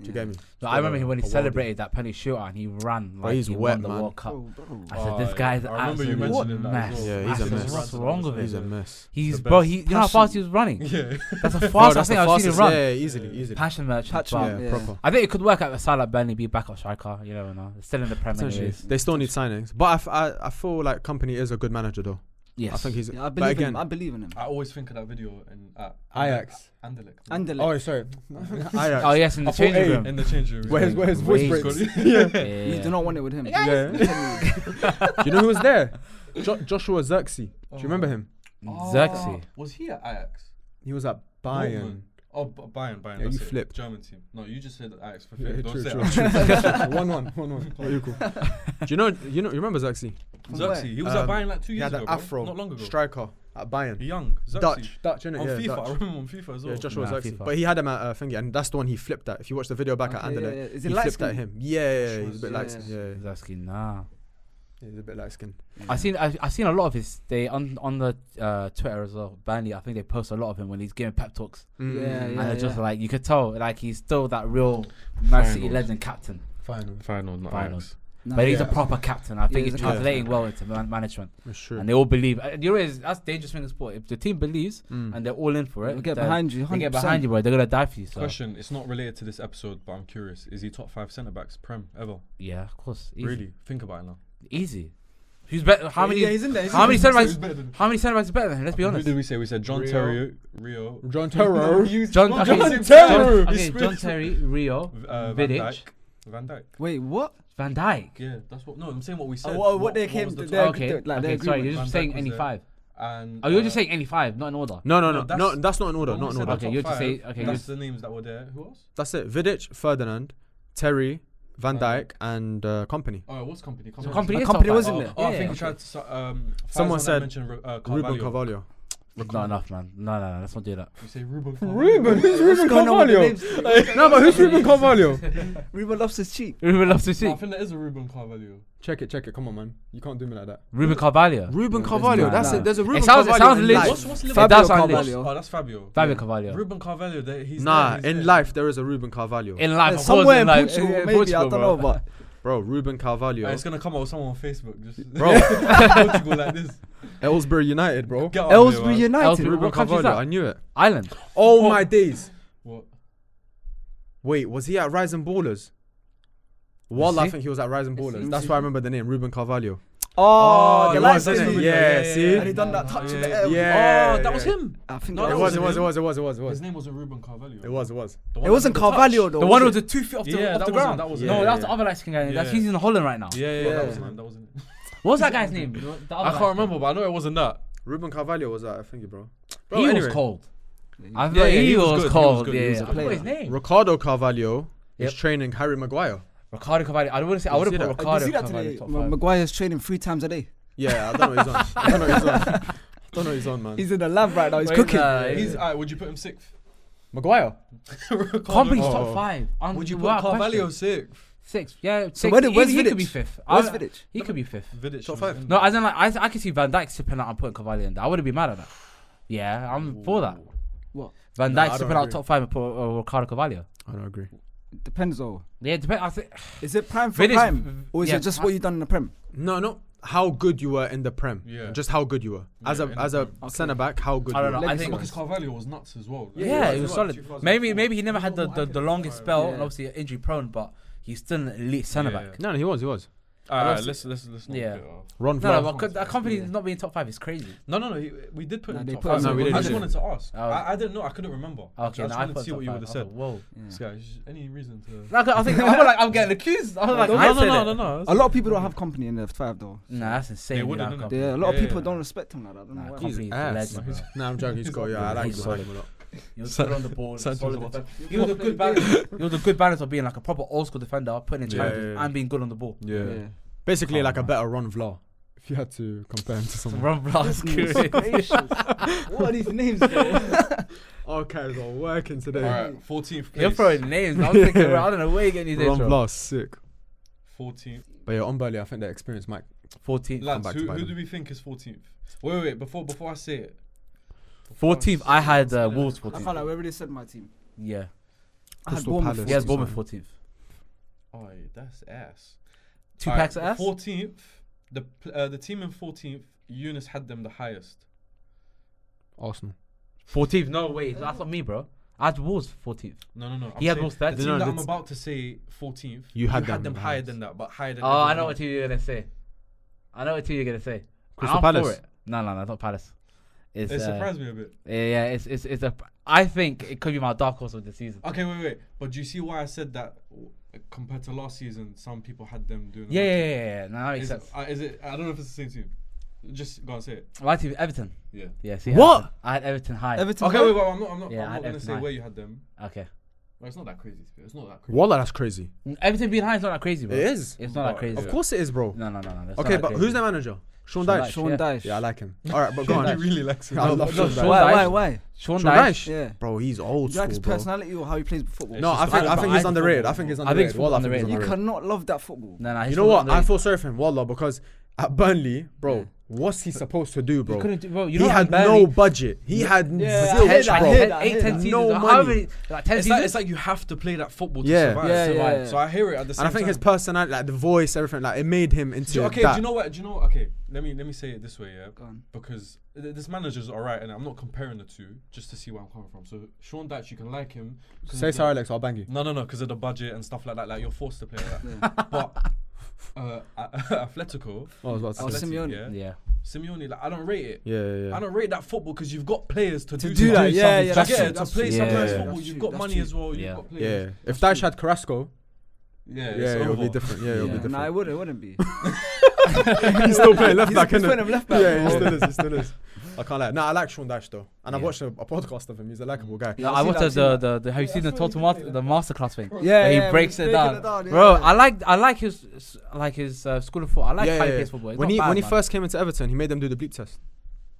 B: Do you get me?
A: So I remember when he
B: A world
A: celebrated that penny shootout and he ran like
B: he's
A: he
B: wet,
A: won the
B: man.
A: World Cup.
C: Oh, bro.
A: I said
E: Oh,
A: this
E: yeah.
A: guy's
E: I remember you
A: absolute
E: mentioning that as
A: mess.
E: well.
B: Yeah, he's
A: I
B: a
A: said,
B: mess.
A: What's wrong with
B: He's
A: him?
B: a mess.
A: He's
E: the
A: bro.
E: best.
A: He, you know how fast he was
B: (laughs)
A: running.
E: Yeah.
A: (laughs)
E: (laughs)
A: That's the
B: Bro,
A: fastest
B: that's
A: I think
B: the
A: I've seen him
B: fastest-
A: run.
B: Yeah, easily, easily.
A: Passion merchant.
C: Passion,
A: but
B: yeah,
C: yeah.
B: proper.
A: I think it could work out with Salah Burnley be back at striker. You never know. It's still in the Premier
C: Potentially.
A: anyways.
B: They still need signings, but I f- I, I feel like company is a good manager though.
A: Yes.
B: I think he's.
C: Yeah, I
B: but
C: believe in
B: again, Oh,
C: him. I believe in him.
E: I always think of that video in at
B: Ajax.
E: Anderlecht.
C: Anderlecht.
B: oh, sorry, (laughs) Ajax.
A: Oh yes, in the
E: I thought, hey,
A: changing room.
E: (laughs) in the changing room.
B: Where's- where's
A: voice (laughs)
E: breaks?
A: Yeah.
C: You do not want it with
B: (laughs)
C: him.
B: Yeah. Do you know who was there?
E: (laughs)
B: Jo- Joshua Xerxes. Do you
E: Oh.
B: remember him?
A: Xerxes.
E: Was he at Ajax?
B: He was at Bayern.
E: Dortmund. Oh, B- Bayern, Bayern.
B: Yeah,
E: that's
B: you
E: it.
B: flipped.
E: German team. No, you just said Ajax for
B: (laughs) Yeah,
E: fit. Don't
B: true,
E: say Oh,
B: true,
A: (laughs)
E: Ajax.
B: true, true,
E: (laughs)
B: true. One one, one one. What you call? Do you know? You know? You remember Xerxes?
E: Xerxes. He was
B: Um,
E: at Bayern like two
B: He
E: years
B: had
E: ago.
B: an
E: bro.
B: afro.
E: Not long ago.
B: Striker at Bayern.
E: Young. Xerxes.
B: Dutch. Dutch, innit?
E: On
B: yeah,
E: FIFA. I
B: Dutch.
E: remember on FIFA as well.
B: Yeah, Joshua
A: Nah,
B: Xerxes.
A: FIFA. Oh,
B: But he had him at uh, thingy, and that's the one he flipped at. If you watch the video back at
C: Okay, yeah,
B: Anderlecht,
C: yeah. Is it
B: he
C: light
B: flipped at
C: skin?
B: him. Yeah, yeah, yeah,
E: Joshua
B: he's a bit
E: Xerxes.
B: light skinned. Yeah, yeah, yeah.
A: Xerxes, nah.
B: he's a bit light skinned.
A: I seen I, I seen a lot of his they on on the uh, Twitter as well. Burnley, I think they post a lot of him when he's giving pep talks,
B: Mm.
C: Yeah,
A: and they're just
C: yeah.
A: like you could tell like he's still that real Man City
E: Finals.
A: legend captain,
B: Final.
E: Final, not
A: Final.
E: Ajax.
C: Nah,
A: but he's a
B: yeah.
A: proper captain. I think he's
C: he's a captain.
A: translating well into man- management,
B: That's true.
A: and they all believe. And you realize that's a dangerous thing in sport. If the team believes
B: Mm.
A: and they're all in for it,
C: We'll get
A: then
C: behind you. 100%.
A: They get behind you, bro. They're gonna die for you. So
E: Question. It's not related to this episode, but I'm curious. Is he top five centre backs prem ever?
A: yeah, of course, easy.
E: Really? Think about it now.
A: easy. Who's better? How many?
D: Yeah, he's in
A: (laughs)
D: there. he's
A: how
D: in
A: many
D: there.
A: centre
E: (laughs)
A: backs?
E: better than-
A: How many centre backs are better than him? Let's be
E: Who
A: honest.
E: did we say? We said John
B: Rio.
E: Terry, Rio,
B: (laughs)
E: (laughs)
B: John Terror.
A: John,
E: John
A: okay,
E: Terry.
A: John, okay,
E: He's
A: John Terry, Rio,
E: (laughs) uh, Van
A: Vidic,
E: Dijk. Van Dijk.
C: Wait, what?
A: Van Dyke.
E: Yeah, that's what. No, I'm saying
B: Uh,
E: what we said.
C: Oh, what, what they
E: was
C: came
E: the
C: to
E: top-
C: their- Yeah,
A: okay,
C: good, like, they
A: okay
C: agree
A: sorry,
C: with
A: you're
E: Van
A: just
E: Dijk
A: saying
E: was
A: any
E: there.
A: five.
E: And
A: Oh, you're
E: uh,
A: just saying any five, not in order.
B: No, no,
E: No,
B: no, no,
E: that's-
B: no. That's not in order.
E: when we
B: Not in
E: said
B: order.
A: Okay,
E: the top
A: you're just
E: five,
A: saying- okay, you're
E: That's
A: just-
E: the names that were there. Who else?
B: That's it. Vidic, Ferdinand, Terry, Van
E: Van
B: Dijk, and uh, company.
E: Oh, what's company?
A: So company
C: My
A: is
C: company
A: top
C: was
A: five.
C: in
E: Oh,
C: there.
E: oh, I
C: Yeah,
E: think
C: yeah.
E: you tried to. su- Um,
B: Someone
E: Faisal
B: said
E: mentioned, Ru- uh, Carvalho.
B: Ruben Carvalho.
A: It's not enough, man. No, no, no, let's not do that.
E: You say Ruben. Carvalho.
B: Who's Ruben Carvalho?
A: (laughs)
B: No, but who's Ruben Carvalho?
C: Ruben loves his cheek.
A: Ruben loves to see.
E: No, I think there is a Ruben Carvalho.
B: (laughs) Check it, check it. Come on, man. You can't do me like that.
A: Ruben Carvalho.
B: Ruben
C: No,
B: Carvalho.
C: there's no-
B: that's
C: nah.
B: it. There's a Ruben
A: sounds- it
B: Carvalho.
A: sounds
B: in
A: lit.
B: life.
E: What's what's
A: It
E: Liverpool?
A: does
B: Fabio
A: sound
C: Carvalho.
A: lit.
E: Oh, that's Fabio.
A: Fabio Carvalho.
E: Ruben Carvalho. There, he's
B: Nah,
E: there, he's
B: in
E: there.
B: life there is a Ruben Carvalho.
A: In life,
C: Uh,
A: of course,
C: somewhere
A: in
C: in
A: life.
C: Portugal,
A: In
C: maybe.
A: Portugal,
C: I don't
A: bro.
C: know, but
B: Bro, Ruben
E: Uh,
B: Carvalho.
E: it's gonna come out with someone on
B: (laughs)
E: Facebook. Just (laughs)
B: Bro,
E: Portugal like this.
B: Ellsbury United, bro.
E: Get out of here,
C: Ellsbury
E: man.
C: United.
A: Ellsbury-
B: Ruben
A: What country is
B: Carvalho.
A: that?
B: I knew it.
A: Ireland.
B: Oh,
E: Oh.
B: my days.
E: What?
B: Wait, was he at Rising Ballers? Well, I
A: he?
B: think he was at Rising
C: Is
B: Ballers.
C: he?
B: That's why I remember the name, Ruben Carvalho.
C: Oh,
B: it
C: the
B: was,
C: lights.
B: isn't it?
C: in
B: Yeah.
C: there.
B: see?
C: And he done that touch in the air.
B: Yeah.
E: Oh, that was him.
C: I think
E: No,
C: that
B: It
E: that
B: was, it
E: wasn't
B: was, it
E: him.
B: was, it was, it was.
E: His name was Ruben Carvalho.
B: It was, it was.
E: The
C: It
E: one
C: wasn't
E: that got
C: Carvalho
E: touched.
C: though.
A: The one who
C: was
A: was a two feet off the
E: Yeah,
A: off the
E: that wasn't-
A: ground.
E: that wasn't
A: No,
B: him.
A: that was the other light skin guy. That's
E: Yeah.
A: he's in Holland right now.
E: Yeah, yeah,
B: Yeah.
E: that wasn't him. That wasn't him.
A: What's that guy's name? The other
E: I
A: light
E: can't
A: skin.
E: remember, but I know it wasn't that.
B: Ruben Carvalho was at, I think, bro.
A: he
B: anyway.
A: was cold. I
E: Yeah,
A: thought
E: yeah,
A: he,
E: he was
A: was,
E: good, he was
A: cold.
E: good,
A: yeah,
E: he was a
A: I forgot
C: player.
A: his name.
B: Ricardo Carvalho
A: Yep.
B: is training Harry Maguire.
A: Ricardo Cavalli. I don't want to say. I
B: You
A: would
B: see
A: have put
B: that?
A: Ricardo
C: Did you see that
A: Cavalli
C: today?
A: top
C: Ma-
A: five.
C: Maguire's training three times a day.
B: Yeah, I don't know what he's on. I don't know what he's on. I don't know what he's on, man.
C: He's in the lab right now. He's
A: Wait,
C: cooking.
A: nah, Yeah,
E: He's.
A: yeah.
E: alright, would you put him sixth?
B: Maguire.
E: Ricardo-
A: Company's
B: Oh,
A: top
B: oh.
A: five. Um,
E: Would you put
A: wow,
E: Carvalho
A: question.
E: sixth?
A: Six. Yeah. Six.
C: where did-
A: He-
C: where's
A: he, could
C: Vidic?
A: be fifth. I-
C: Where's Vidic?
A: He could be fifth.
E: Vidic.
B: Top
E: was
B: five.
E: in
A: No,
E: there.
A: as in like I, I could see Van Dyke sipping out and putting Cavalli in there. I wouldn't be mad at that. Yeah, I'm for that.
C: What?
A: Van
B: Nah, I
A: Dyke
B: don't
A: sipping out
B: agree.
A: top five and put uh, Ricardo Cavalli.
B: I don't agree.
C: Depends though.
A: Yeah, it depends. I think
C: Is it prime for
A: Vidic-
C: prime, or is
A: yeah,
C: it just
A: I-
C: what you done in the prem?
B: No, no. How good you were in the prem.
E: Yeah.
B: Just how good you were. As
E: Yeah,
B: a
E: in the
B: as a
E: Prem.
C: Okay.
B: centre back, how good
A: I don't
B: you
A: know.
B: were.
C: Let
A: I
C: me
A: think
C: see.
E: Because Carvalho was nuts as well.
A: yeah,
E: Like,
A: he was solid.
E: 2004.
A: Maybe maybe he never had the,
E: Well,
A: the,
E: I
A: the
E: think-
A: longest spell
C: Yeah.
A: and obviously injury prone, but he's still an elite centre back.
E: Yeah.
B: No, no, he was, he was.
E: Alright, let's let's let's not.
A: Yeah.
E: get off.
B: Ron
A: No,
B: Vlahovic.
A: no, but that company
C: Yeah.
A: not being top five is crazy.
E: No, no, no. He, we did put
C: No,
E: him
C: they
E: top
C: put
E: five.
B: him No, we in
E: I
B: top
E: just
B: five.
E: wanted to ask.
A: Oh.
E: I, I didn't know. I couldn't remember.
A: Okay,
E: I
A: no,
E: just
A: I
E: wanted to
A: put
E: see
A: top
E: what you
A: five.
E: would have
A: I thought,
E: said.
A: Whoa.
E: This guy, is- any reason to?
A: Like, I think I'm like I'm getting accused. I'm like,
C: don't
A: no, no,
C: say
A: no,
C: that.
A: no, no.
C: A lot of people don't have company in the five though.
A: Nah, that's insane.
E: They
A: dude,
E: wouldn't,
A: that
E: innit?
A: company.
C: Yeah, a lot of
E: Yeah.
C: people don't respect him like that. I don't know
A: Nah,
C: why.
B: he's
A: company's a
B: ass. (laughs)
A: legend, bro.
B: Nah, I'm joking. He's cool. Yeah, I like
A: He's
B: him. I
A: solid.
B: like him a lot.
A: He was good on the ball.
E: Sanchez
A: solid
E: was
A: defender. He was a good balance. He was a good balance of being like a proper old school defender, putting in
B: Yeah,
A: challenges
B: yeah, yeah.
A: and being good on the ball. (laughs)
C: Yeah.
B: Basically,
A: Calm
B: like a
A: down.
B: better Ron Vla. If you had to compare him to someone.
A: Ron
C: (laughs)
A: Blas, (laughs) curious.
C: Gracious. what are these names? though?
B: Okay, it's all working today.
E: Alright, fourteenth place.
A: You're throwing names. I'm thinking, bro, I don't know where you're getting these names from.
B: Ron Vla, sick.
E: Fourteenth.
B: But yeah, on Burnley, I think their experience might.
A: 14th.
B: Come
E: Lads,
B: back
E: who,
B: to
E: who
B: Bayern.
E: do we think is fourteenth? Wait, wait, wait. Before before I say it. Before
A: 14th,
E: say
A: I
E: it,
A: had uh,
E: let's-
A: Wolves
C: I
A: 14th.
C: can't. lie, We already said my team.
A: Yeah.
C: I had
B: Crystal
C: Bournemouth.
B: Palace.
A: He has
B: Fourteenth,
A: Bournemouth
B: sorry.
A: 14th.
E: Oh, that's ass.
A: Two packs of ass?
E: Fourteenth, the pl- uh, the team in fourteenth, Eunice had them the highest.
B: Arsenal.
A: 14th, no way. That's not me, bro. I had Wolves 14th.
E: No, no, no.
A: He had
E: saying-
A: most stats.
E: The team
B: No,
E: that
B: the
E: I'm
B: t-
E: about to say fourteenth.
B: You had them the
E: higher
B: highest.
E: than that, but higher than.
A: Oh, I
E: everyone
A: know what
E: else.
A: team you're going to say. I know what team you're going to say.
B: Crystal
A: I'm for
B: Palace.
A: it. No, no, no, it's not Palace. It's,
E: It
A: uh,
E: surprised me a bit.
A: Yeah, yeah, it's, it's, it's a. I think it could be my dark horse of the season.
E: Okay, wait, wait. But do you see why I said that w- compared to last season, some people had them doing.
A: Yeah,
E: well?
A: yeah, yeah, yeah. yeah. No, that makes
E: Is,
A: sense.
E: uh, is it? I don't know if it's the same team. Just go and say it.
A: My team, Everton.
E: Yeah.
A: Yeah, see.
B: What?
A: Everton. I had Everton high.
C: Everton.
E: Okay, wait, wait. I'm not. I'm not.
A: Yeah,
E: I'm
A: I
E: not
A: had
E: gonna
A: Everton
E: say
A: high.
E: where you had them.
A: Okay.
E: Well, it's not that crazy. It's not that crazy.
B: Wallah, that's crazy.
A: Everton being high is not that crazy, bro.
B: It is. Oh,
A: It's not that
E: But-
A: crazy.
B: Of course it is, bro.
A: No, no, no, no. it's not
B: okay,
A: that
B: but
A: crazy.
B: who's their manager? Sean
A: Sean
B: Dyche.
A: Dyche.
C: Sean
A: Yeah.
C: Dyche.
B: Yeah, I like him. All right, but go
A: Sean
B: on.
A: Dyche.
E: really likes
B: I love
A: no, Sean
B: Sean Dyche.
C: Why?
A: Dyche.
C: Why? Why?
A: Sean
B: Sean
A: Dyche.
B: Dyche.
C: Yeah.
B: Bro, he's old
C: Do you like his
B: school, bro.
C: personality or how he plays football?
E: It's
B: No, I
E: just
B: think
E: the
B: I
E: vibe
B: think he's
E: of
B: underrated. I
E: football.
B: think he's
A: I think it's
B: underrated. Wallah, I think
A: underrated.
B: he's
A: You
C: You
B: underrated.
C: cannot love that football.
A: No, no.
B: You
A: he's
B: know
A: still
B: what? I
A: underrated.
B: feel sorry for him, Wallah, because at Burnley,
C: Yeah.
B: bro, what's he supposed to do, bro?
A: He couldn't do, bro. You
B: he
A: know
B: had
A: Burnley-
B: no budget. He had
C: Yeah,
B: zilch,
C: I heard that, I
B: bro.
C: heard that.
A: Eight, ten seasons.
B: No
A: or How
B: money.
A: many? Like ten
E: It's like,
A: seasons.
E: it's like you have to play that football to
B: Yeah.
E: survive.
C: Yeah,
E: so,
C: yeah,
E: like-
C: yeah.
E: so I hear it at the same
B: And I think
E: time.
B: his personality, like the voice, everything, like it made him into
E: Do you- okay,
B: that.
E: do you know what? Do you know? Okay, let me let me say it this way, yeah.
C: Go on.
E: Because th- this manager's all right, and I'm not comparing the two, just to see where I'm coming from. So Sean Dyche, you can like him. 'cause of the-
B: Alex. I'll bang you.
E: No, no, no, because of the budget and stuff like that. Like you're forced to play like that.
C: Yeah.
E: (laughs) But uh, A- (laughs) Atletico,
B: Oh, I was about to
C: Oh,
B: say.
E: Atleti,
C: Simeone.
E: yeah,
A: yeah.
E: Simeone. Like I don't rate it.
B: Yeah, yeah, yeah.
E: I don't rate that football because you've got players to,
C: To do that, yeah, yeah.
E: to
C: That's
E: get
C: true.
E: it, to
C: That's
E: play
A: true.
E: some nice
A: Yeah.
E: football.
C: That's
E: You've
C: true,
E: got
C: that's
E: money
C: true.
E: as well.
A: Yeah.
E: You've got
B: Yeah,
E: players.
B: if Dash had Carrasco,
E: Yeah,
B: yeah,
E: it's
B: it would be
E: over.
B: different. Yeah, it would be
C: Yeah,
B: different.
C: Nah, it wouldn't. It wouldn't be.
B: (laughs) he's still playing left
C: He's-
B: back,
C: he's
B: isn't
C: playing
B: it?
C: him left back.
B: Yeah, he
C: bro.
B: still is. He still is. I can't lie. Nah, I like Sean Dash though, and I've
A: Yeah.
B: watched a, a podcast of him. He's a likable guy.
A: No, I
C: I've seen
A: watched
C: that,
A: the,
C: I've
A: the,
C: seen
A: the have you seen the total master the masterclass thing?
C: Yeah,
A: Where he
C: yeah, when
A: breaks
C: he's
A: it
C: breaking
A: down.
C: yeah.
A: Bro, I like I like his like his uh, school of football. I like
B: Yeah,
A: how he
B: yeah,
A: plays
B: yeah.
A: football. It's
B: when
A: not
B: he
A: bad,
B: when he
A: man.
B: first came into Everton, he made them do the bleep test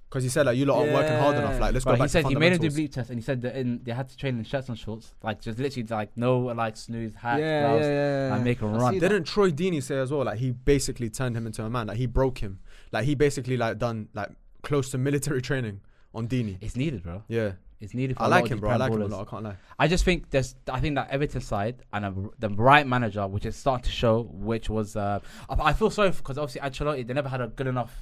B: because he said like you lot aren't working hard enough. Like let's
A: Bro,
B: go back
A: he said
B: to
A: he made him do
B: fundamentals.
A: bleep test, and he said that in, they had to train in shirts and shorts, like just literally like no like snooze
C: Yeah,
A: hat,
C: yeah,
A: gloves,
C: yeah.
A: and make him
C: I
A: run.
C: see that.
B: Didn't Troy Deeney say as well? Like he basically turned him into a man. Like he broke him. Like he basically like done like close to military (laughs) training on Deeney.
A: It's needed, bro.
B: Yeah,
A: It's needed. For
B: I
A: a lot
B: like
A: of
B: him,
A: these
B: bro. I
A: prime
B: like him a
A: ballers.
B: lot. I can't lie.
A: I just think there's I think that Everton side and a, the right manager, which is starting to show, which was uh, I, I feel sorry because obviously Ancelotti they never had a good enough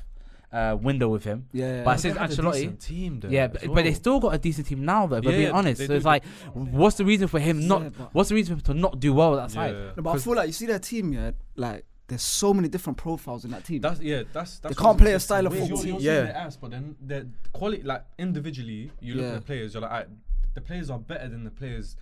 A: uh, window with him.
C: Yeah.
A: But I
E: They
A: since
E: had a
A: Ancelotti-
E: decent team there
A: Yeah,
E: as
A: but, but they
E: well.
A: still got a decent team now, though. If
E: Yeah,
A: we're being
E: yeah,
A: honest,
E: they
A: so
E: do,
A: it's
E: but-
A: like, what's the reason for him not?
C: Yeah, but-
A: What's the reason for him to not do well with that side?
E: Yeah.
C: No, but I feel like you see their team, yeah. Like there's so many different profiles in that team.
E: That's yeah. That's, that's
C: They
E: what
C: can't play a
E: it's-
C: style of
E: it's-
C: football.
E: You're, you're
B: Yeah.
E: yeah. Their ass, but then their quality, like individually, you look
C: Yeah.
E: at the players. You're like, "Aight, the players are better than the players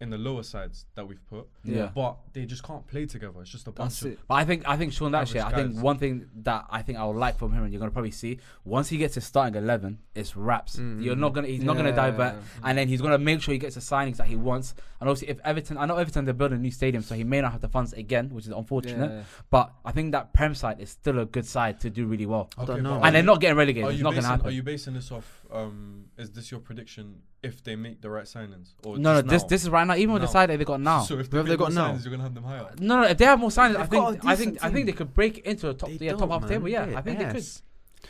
E: in the lower sides that we've put.
A: Yeah.
E: But they just can't play together. It's just a bunch
C: That's
E: of.
C: it.
A: But I think I think Sean
E: Average
A: actually. I think
E: guys.
A: one thing that I think I would like from him, and you're gonna probably see once he gets his starting eleven, it's raps.
E: Mm,
A: You're not gonna he's not gonna divert, and then he's gonna make sure he gets the signings that he wants. And obviously, if Everton, I know Everton they're building a new stadium, so he may not have the funds again, which is unfortunate.
C: Yeah.
A: But I think that Prem side is still a good side to do really well,
B: I
E: Okay,
B: don't know.
E: but
A: and they're
E: you-
A: not getting
E: Are
A: relegated. It's
E: you,
A: not gonna
E: basing, are
A: happen.
E: you basing this off? Um, is this your prediction? If they make the right signings, or
A: No, no,
E: just
A: this
E: now?
A: this is right now. Even with the
E: Now.
A: side that they got now,
E: (laughs) So if
B: Who have they
E: make
B: got
E: more
B: now?
E: signings, you're gonna have them higher.
A: No, no. If they have more signings, I
C: They've got
A: think
C: a
A: I think
C: decent
A: I think
C: team.
A: they could break into a top
B: They
A: yeah
B: don't,
A: top half
B: man.
A: table. Yeah,
B: They're
A: I think they could.
B: ass.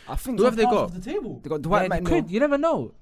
C: I think
B: Who have they
C: half
B: got?
C: of the-
E: the table.
C: They got
A: Yeah,
C: Dwight
A: they
C: McNeil.
A: could. You never know.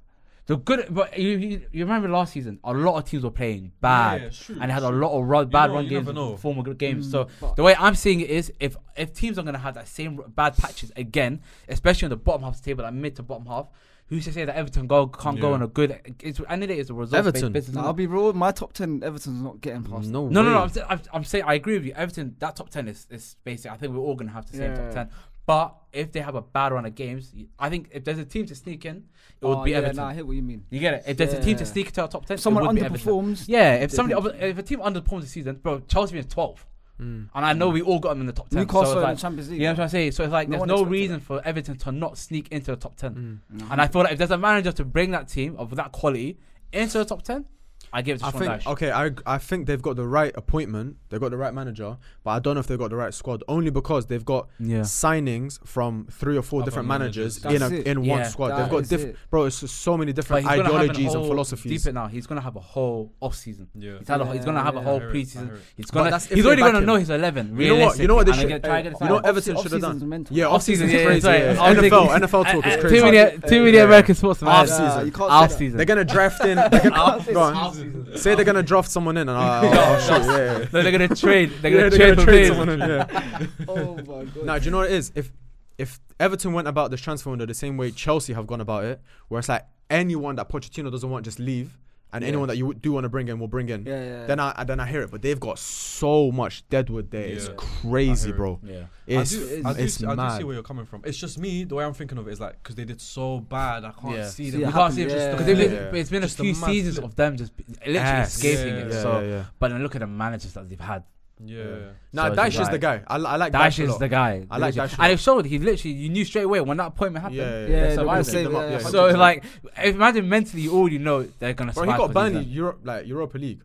A: The good, but you, you you remember last season, a lot of teams were playing
E: Yeah,
A: bad
E: yeah, it's true,
A: and had a
E: it's true.
A: lot of run, bad
E: know,
A: run
E: you
A: games,
E: never know.
A: formal good games.
C: Mm,
A: so
C: but-
A: the way I'm seeing it is, if if teams are gonna have that same r- bad patches again, especially on the bottom half of the table, like mid to bottom half, who's to say that Everton go can't go
E: Yeah.
A: on a good? It's I need it is a result.
B: Everton.
A: Business,
C: Nah,
A: isn't
C: I'll
A: it?
C: be real. My top ten, Everton's not getting past.
B: Mm, No,
A: No, no, no.
B: way.
A: I'm, sa- I'm, I'm saying I agree with you. Everton, that top 10 is, is basic. I think we're all going to have the same top
C: Yeah.
A: 10. But if they have a bad run of games, y- I think if there's a team to sneak in, it would
C: Oh,
A: be
C: yeah,
A: Everton.
C: Nah, I hear what you mean.
A: You get it? If there's a team to
C: Yeah.
A: sneak into our top 10,
C: If someone
A: it would be Everton.
C: underperforms.
A: Yeah, if somebody,
C: Different.
A: if a team underperforms the season, bro, Chelsea is 12th.
B: Mm.
A: And I know we all got them in the top 10.
C: Newcastle
A: so it's
C: in
A: like,
C: the Champions League.
A: you know what I'm trying to say? So it's like
C: No
A: there's
C: one
A: no
C: expected
A: reason for Everton to not sneak into the top 10.
B: Mm.
A: And I feel like if there's a manager to bring that team of that quality into the top 10, I give it to
B: I
A: Sean
B: think
A: Dyche.
B: okay. I I think they've got the right appointment. They've got the right manager, but I don't know if they've got the right squad. Only because they've got
A: Yeah.
B: signings from three or four
E: Other
B: different managers,
E: managers.
B: in
C: That's
B: a,
C: it.
B: in
A: Yeah.
B: one squad.
C: That
B: They've got
C: is
B: diff-
C: it.
B: bro. It's just so many
A: But
B: different
A: he's gonna have an
B: ideologies and
A: whole-
B: philosophies.
A: Deep it now. He's gonna have a whole off season.
E: Yeah.
A: He's, had a, he's gonna have a
C: Yeah,
A: whole
E: I hear it, I hear
A: preseason.
E: it.
A: He's
B: But
A: gonna.
B: that's if
A: He's
B: they
A: already
B: back
A: gonna
B: him.
A: know his eleven.
B: You know what? You know what? They
A: realistically, and
B: should.
A: I get- try
B: you know
A: and
B: what
A: get
B: Everton should have done. Yeah,
C: Yeah.
B: off season
A: Off-season,
B: is
A: yeah,
B: crazy.
A: yeah,
B: yeah.
A: yeah. I'm
B: NFL,
A: thinking-
B: NFL talk is
A: Too
B: crazy.
A: many, too many American sports.
B: Off
A: man.
B: season.
C: You can't
A: Off
C: say that.
B: They're
A: season. (laughs)
B: gonna draft in. They're gonna,
A: Off-
B: (laughs) go on.
D: off season.
B: Say they're gonna draft someone in,
A: (laughs)
B: and I'll, I'll, I'll shoot. Yeah, yeah.
A: No, they're gonna trade. They're
B: Yeah,
A: gonna trade for Vince.
B: someone in. Yeah.
D: Oh my god.
B: now, do you know what it is? If if Everton went about this transfer window the same way Chelsea have gone about it, where it's like anyone that Pochettino doesn't want, just leave, and
C: Yeah.
B: anyone that you do want to bring in, will bring in.
C: Yeah, yeah.
B: Then I then I hear it, but they've got so much deadwood there. It's
E: Yeah.
B: crazy,
E: I hear
B: bro.
A: Yeah.
B: It's
E: I do,
B: f-
E: I do,
B: it's
E: see, I do
B: mad.
E: see where you're coming from. It's just me. The way I'm thinking of it is like because they did so bad, I can't
A: Yeah.
E: see
C: See
E: them.
C: it
E: We
C: happen,
E: can't see
C: yeah.
E: them
A: Because
E: just
B: they've
E: flip.
B: been-
A: it's been
E: Just
A: a
E: a
A: few
E: mad
A: seasons
E: flip.
A: of them just b- literally
B: Ass.
A: escaping
E: Yeah.
A: it.
B: yeah,
A: so,
B: yeah, yeah.
A: but then look at the managers that they've had.
E: yeah.
B: Nah,
A: So it's
B: Dash is
A: like-
B: the guy. I, li- I like
A: Dash
B: a
A: is
B: lot.
A: the guy.
B: I
A: literally.
B: like Dash a
A: And
B: lot.
A: it showed he literally you knew straight away when that appointment happened.
B: Yeah, yeah, yeah.
C: Yeah,
B: They're
C: they're gonna
B: surviving.
C: save
B: They're
C: it,
B: not-
C: yeah.
B: yeah.
A: So like, imagine mentally, you already know they're gonna.
B: bro, he
A: survive
B: got
A: 'cause
B: banned
A: he's
B: in Europe, like Europa League,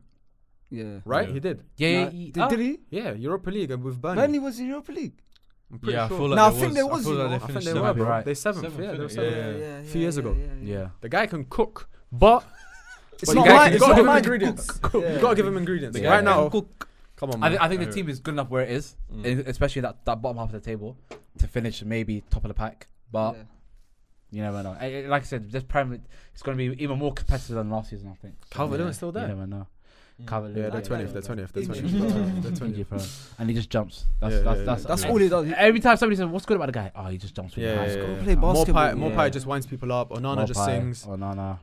C: yeah.
B: right?
E: Yeah.
B: He did.
A: there. Yeah, yeah,
C: Nah,
A: he-
C: did,
A: ah.
C: did he?
B: Yeah, Europa League and with Burnley.
C: Burnley was in Europa League.
B: I'm pretty
E: Yeah, I
B: sure.
E: feel like
C: Nah, I
E: there
C: think
E: was-
C: there was,
E: I
C: you
E: feel
C: know,
E: like
C: I
E: they
B: I think
E: finished
B: they were,
A: seventh,
E: seventh.
B: bro.
A: right?
B: They seventh.
E: Seventh,
B: yeah, they were
E: innit?
B: seventh.
E: Yeah.
B: Few years ago.
A: Yeah.
B: The guy can cook, but
C: It's
B: But
C: not
B: you
C: mine.
B: gotta- you
C: It's
B: gotta
C: not
B: give him
C: mine.
B: ingredients.
C: cook.
B: You
C: Yeah.
B: gotta give him ingredients.
E: The
B: Right
E: guy
B: now,
E: can
B: come on,
A: I,
B: man.
A: thi- I think
E: I
A: the team is good enough where it is,
E: Mm.
A: e- especially that, that bottom half of the table, to finish maybe top of the pack. But
C: Yeah.
A: you never know. Eh, eh, Like I said, this prime it's going to be even more competitive than last season. I think. So,
B: Calvert-Lewin's
A: yeah,
B: still there?
A: You never know.
E: Mm.
A: Calvert-Lewin,
B: yeah,
A: I- I
B: they're
A: don't
B: twentieth. They're
A: know.
B: twentieth. They're
D: English.
B: twentieth. They're
A: Thank you,
B: twentieth.
A: bro. And he just jumps. That's
B: Yeah,
A: that's,
B: yeah,
A: that's,
B: yeah.
C: That's
A: that's
C: all he does.
A: Every time somebody says, "What's good about the guy?" Oh, he just jumps with
B: Yeah,
A: the high
B: yeah,
A: score.
B: yeah.
C: Play ball.
B: Mopai,
C: Basketball,
B: Mopai
A: yeah.
B: just winds people up. Onana just
A: Mopai,
B: sings.
A: Onana.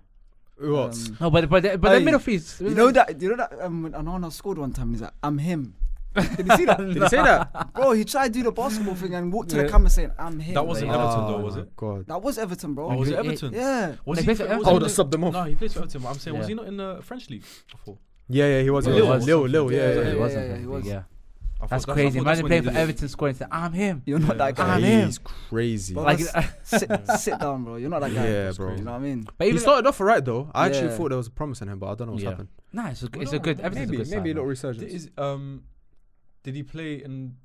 B: Who else?
C: Um,
A: Oh, No, but but the- but the
C: Hey,
A: middle fees.
C: you know that you know that um, when Anana scored one time, he's like, "I'm him." Did you see that,
B: Did he say that?
C: bro? He tried to do the basketball thing and walked to
A: Yeah.
C: the camera saying, "I'm him."
E: That wasn't
C: mate."
E: Everton though,
B: Oh
E: was
B: my
E: it?
B: God.
C: That was Everton, bro.
E: Oh, was it
A: Yeah.
E: Everton?
C: Yeah,
E: Was
A: They played
E: he?
A: for
E: was he
A: Everton.
B: Oh,
E: in
B: that
E: the-
B: subbed them
E: No,
B: off.
E: he plays for Everton. But I'm saying, was
A: Yeah.
E: he not in the French league before?
B: Yeah, yeah, he was.
E: Yeah,
B: Lil,
E: was
B: Lil,
E: something.
B: Lil,
E: Yeah,
B: yeah,
E: yeah,
B: yeah.
C: yeah.
A: was,
C: yeah,
A: yeah,
C: he was.
A: yeah.
E: I thought
A: That's
E: I
A: crazy.
E: thought
A: Imagine
E: when
A: playing
E: they
A: for
E: did it.
A: Everton, scoring. Say, I'm him.
C: you're not that guy.
A: I'm him.
B: He's crazy.
C: Bro,
A: Like,
C: sit, sit down, bro. You're not that guy.
B: Yeah, bro.
C: You know what I mean?
A: (laughs) but
B: He
A: even
B: started off alright though. I actually
C: Yeah.
B: thought there was promise in him, but I don't know what's
A: Yeah.
B: happened.
A: nah, it's a,
E: Well,
A: it's a
E: no,
A: good. Everything's a good
B: Maybe, maybe a
A: sign,
B: little
A: man.
E: Did,
B: resurgence.
E: is, um, did he play in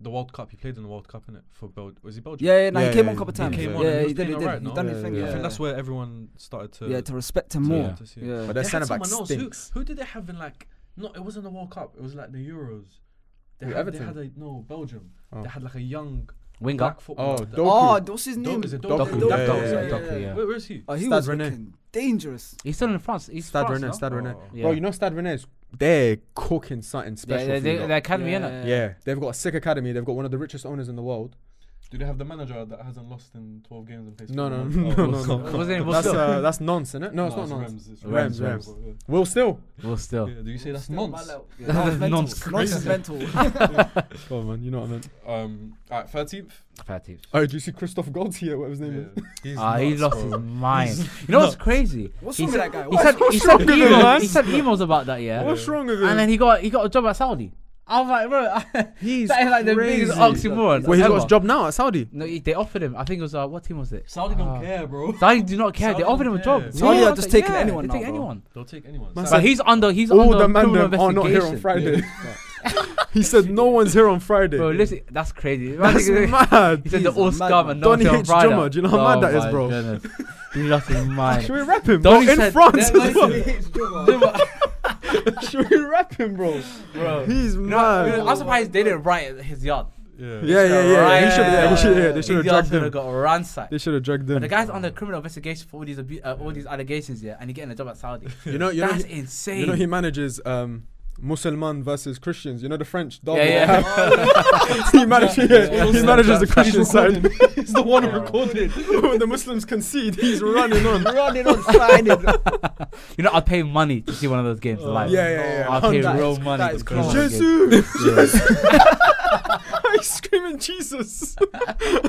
E: the World Cup? He played in the World Cup, innit? For Bel- was he Belgium?
C: Yeah, yeah. Nah,
B: Yeah,
C: he came
B: yeah,
C: on a couple
B: he
C: times.
B: came
C: yeah,
B: on
E: and he
C: yeah,
E: was
C: he did.
E: playing
C: He did.
E: alright,
C: he
E: no?
C: done
B: Yeah,
C: his thing.
B: yeah,
E: I
C: Yeah,
E: think that's where everyone started to.
C: yeah, to respect him
A: Yeah.
C: more.
E: to see it.
C: Yeah,
B: But
E: They
B: their
E: had
B: centre back
E: someone else. Who,
B: stinks.
E: who did they have in like? No, it wasn't the World Cup. It was like the Euros. They
B: Who,
E: had,
B: Everton?
E: They had a, no Belgium.
B: Oh.
E: They had like a young
A: Winger.
E: black footballer.
B: Oh,
E: that-
C: Oh,
B: Doku.
C: what's his
E: Doku,
C: name?
E: is it Doku?
B: Doku,
E: Doku,
B: yeah,
E: Doku,
B: yeah, yeah,
E: sorry.
A: yeah, yeah.
E: Where, where is he?
C: Oh, he
B: Stade
C: was
B: Rennais.
C: looking dangerous.
A: He's still in France. He's
B: Stad
A: France,
B: Rene,
A: no?
B: Stad Rene.
E: Oh.
A: Yeah.
B: Bro, you know Stad Rene's they're cooking something
A: Yeah,
B: special. for you
A: they,
B: lot.
A: they academy, yeah. innit?
C: Yeah.
B: Yeah, they've got a sick academy. They've got one of the richest owners in the world.
E: Do they have the manager that hasn't lost in 12 games and plays?
B: No,
E: for
B: no, (laughs)
E: them?
B: no,
E: Oh,
B: no,
E: Wolves-
B: no,
A: no. Was it in
B: That's
A: Wolves?
B: uh, that's nonce, isn't it? No, it's not
E: it's
B: nonce.
E: Rams, it's
A: Rams,
E: Rams.
B: Will still.
A: Well, still.
E: Yeah, do you say that's nonce?
C: Yeah, that was mental.
A: Nonsense.
C: Nonsense is mental.
B: Oh man, you know what I meant.
E: Um, alright, 13th.
A: Fair teams.
B: Oh, do you see Christoph Gaultier? What his name is?
E: Yeah. He's
A: Ah, he
E: nuts,
A: lost
E: bro.
A: his mind. You know what's crazy?
C: What's
A: He
C: wrong with
A: said-
C: that guy?
A: He
C: What's
A: said he said
B: wrong with him,
A: emails.
B: man?
A: He said emails about that, yeah.
B: What's wrong with him?
A: And then he got he got a job at Saudi. I was like, bro, (laughs)
B: he's
A: that is like the
B: crazy.
A: biggest oxymoron.
B: Well, he's got his
A: ever.
B: job now at Saudi.
A: No, he- they offered him. I think it was uh, what team was it?
E: Saudi don't
A: Ah.
E: care, bro.
A: Saudi do not care.
E: Saudi
A: they offered him
E: don't
A: a job.
E: care.
C: Saudi
A: Yeah,
C: are just taking anyone
A: They
C: now,
A: take
C: bro.
A: anyone.
E: They'll take anyone.
B: Man
E: Saudi-
B: said-
A: But he's under he's
B: All
A: under
B: the men
A: criminal
B: them are not here on
A: investigation.
B: Friday. (laughs) he said no one's here on Friday.
A: Bro, listen, that's crazy. (laughs)
B: (laughs) That's
A: He
B: mad.
A: said the
C: He's a
A: all
C: madman.
A: scum and
B: Donny
A: no one's here on Friday.
B: H.
A: Oh
B: Drummer, do you know how mad that is,
A: my
B: bro?
A: goodness. He lost his
B: Should
A: mind.
B: we rap him? Bro,
A: Donny
B: in
A: said-
B: France
A: Donny
B: as well.
D: Juma.
B: Should we rap him, bro?
A: Bro.
B: He's
A: You know, I
B: mad.
A: was surprised they didn't write his yard.
B: Yeah, yeah, yeah. He should, yeah, he should, yeah. They
A: His
B: should have
A: yard
B: dragged
A: should have
B: him.
A: got ransacked.
B: They should have dragged him.
A: But the guy's under criminal investigation for all these abu- uh, all these allegations, yeah, and he getting a job at Saudi.
B: you know, you know,
A: That's
B: he,
A: insane.
B: you know, he manages um, Musulman versus Christians. You know the French
A: yeah,
B: derby.
A: yeah. (laughs)
B: (laughs) he manages, yeah,
E: Yeah.
B: he manages the
E: He's
B: Christian side.
E: He's the one
B: (laughs)
A: Yeah.
E: who recorded.
B: when the Muslims concede, he's running on.
C: running on signing?
A: you know, I'll pay money to see one of those games live.
B: Oh, Yeah, yeah, yeah.
A: I'll pay
B: (laughs) That
A: real
B: is-
A: money.
B: that
A: to
B: is
A: see one of
B: crazy.
A: those games.
B: Jesus,
A: Yeah.
B: (laughs) he's screaming Jesus.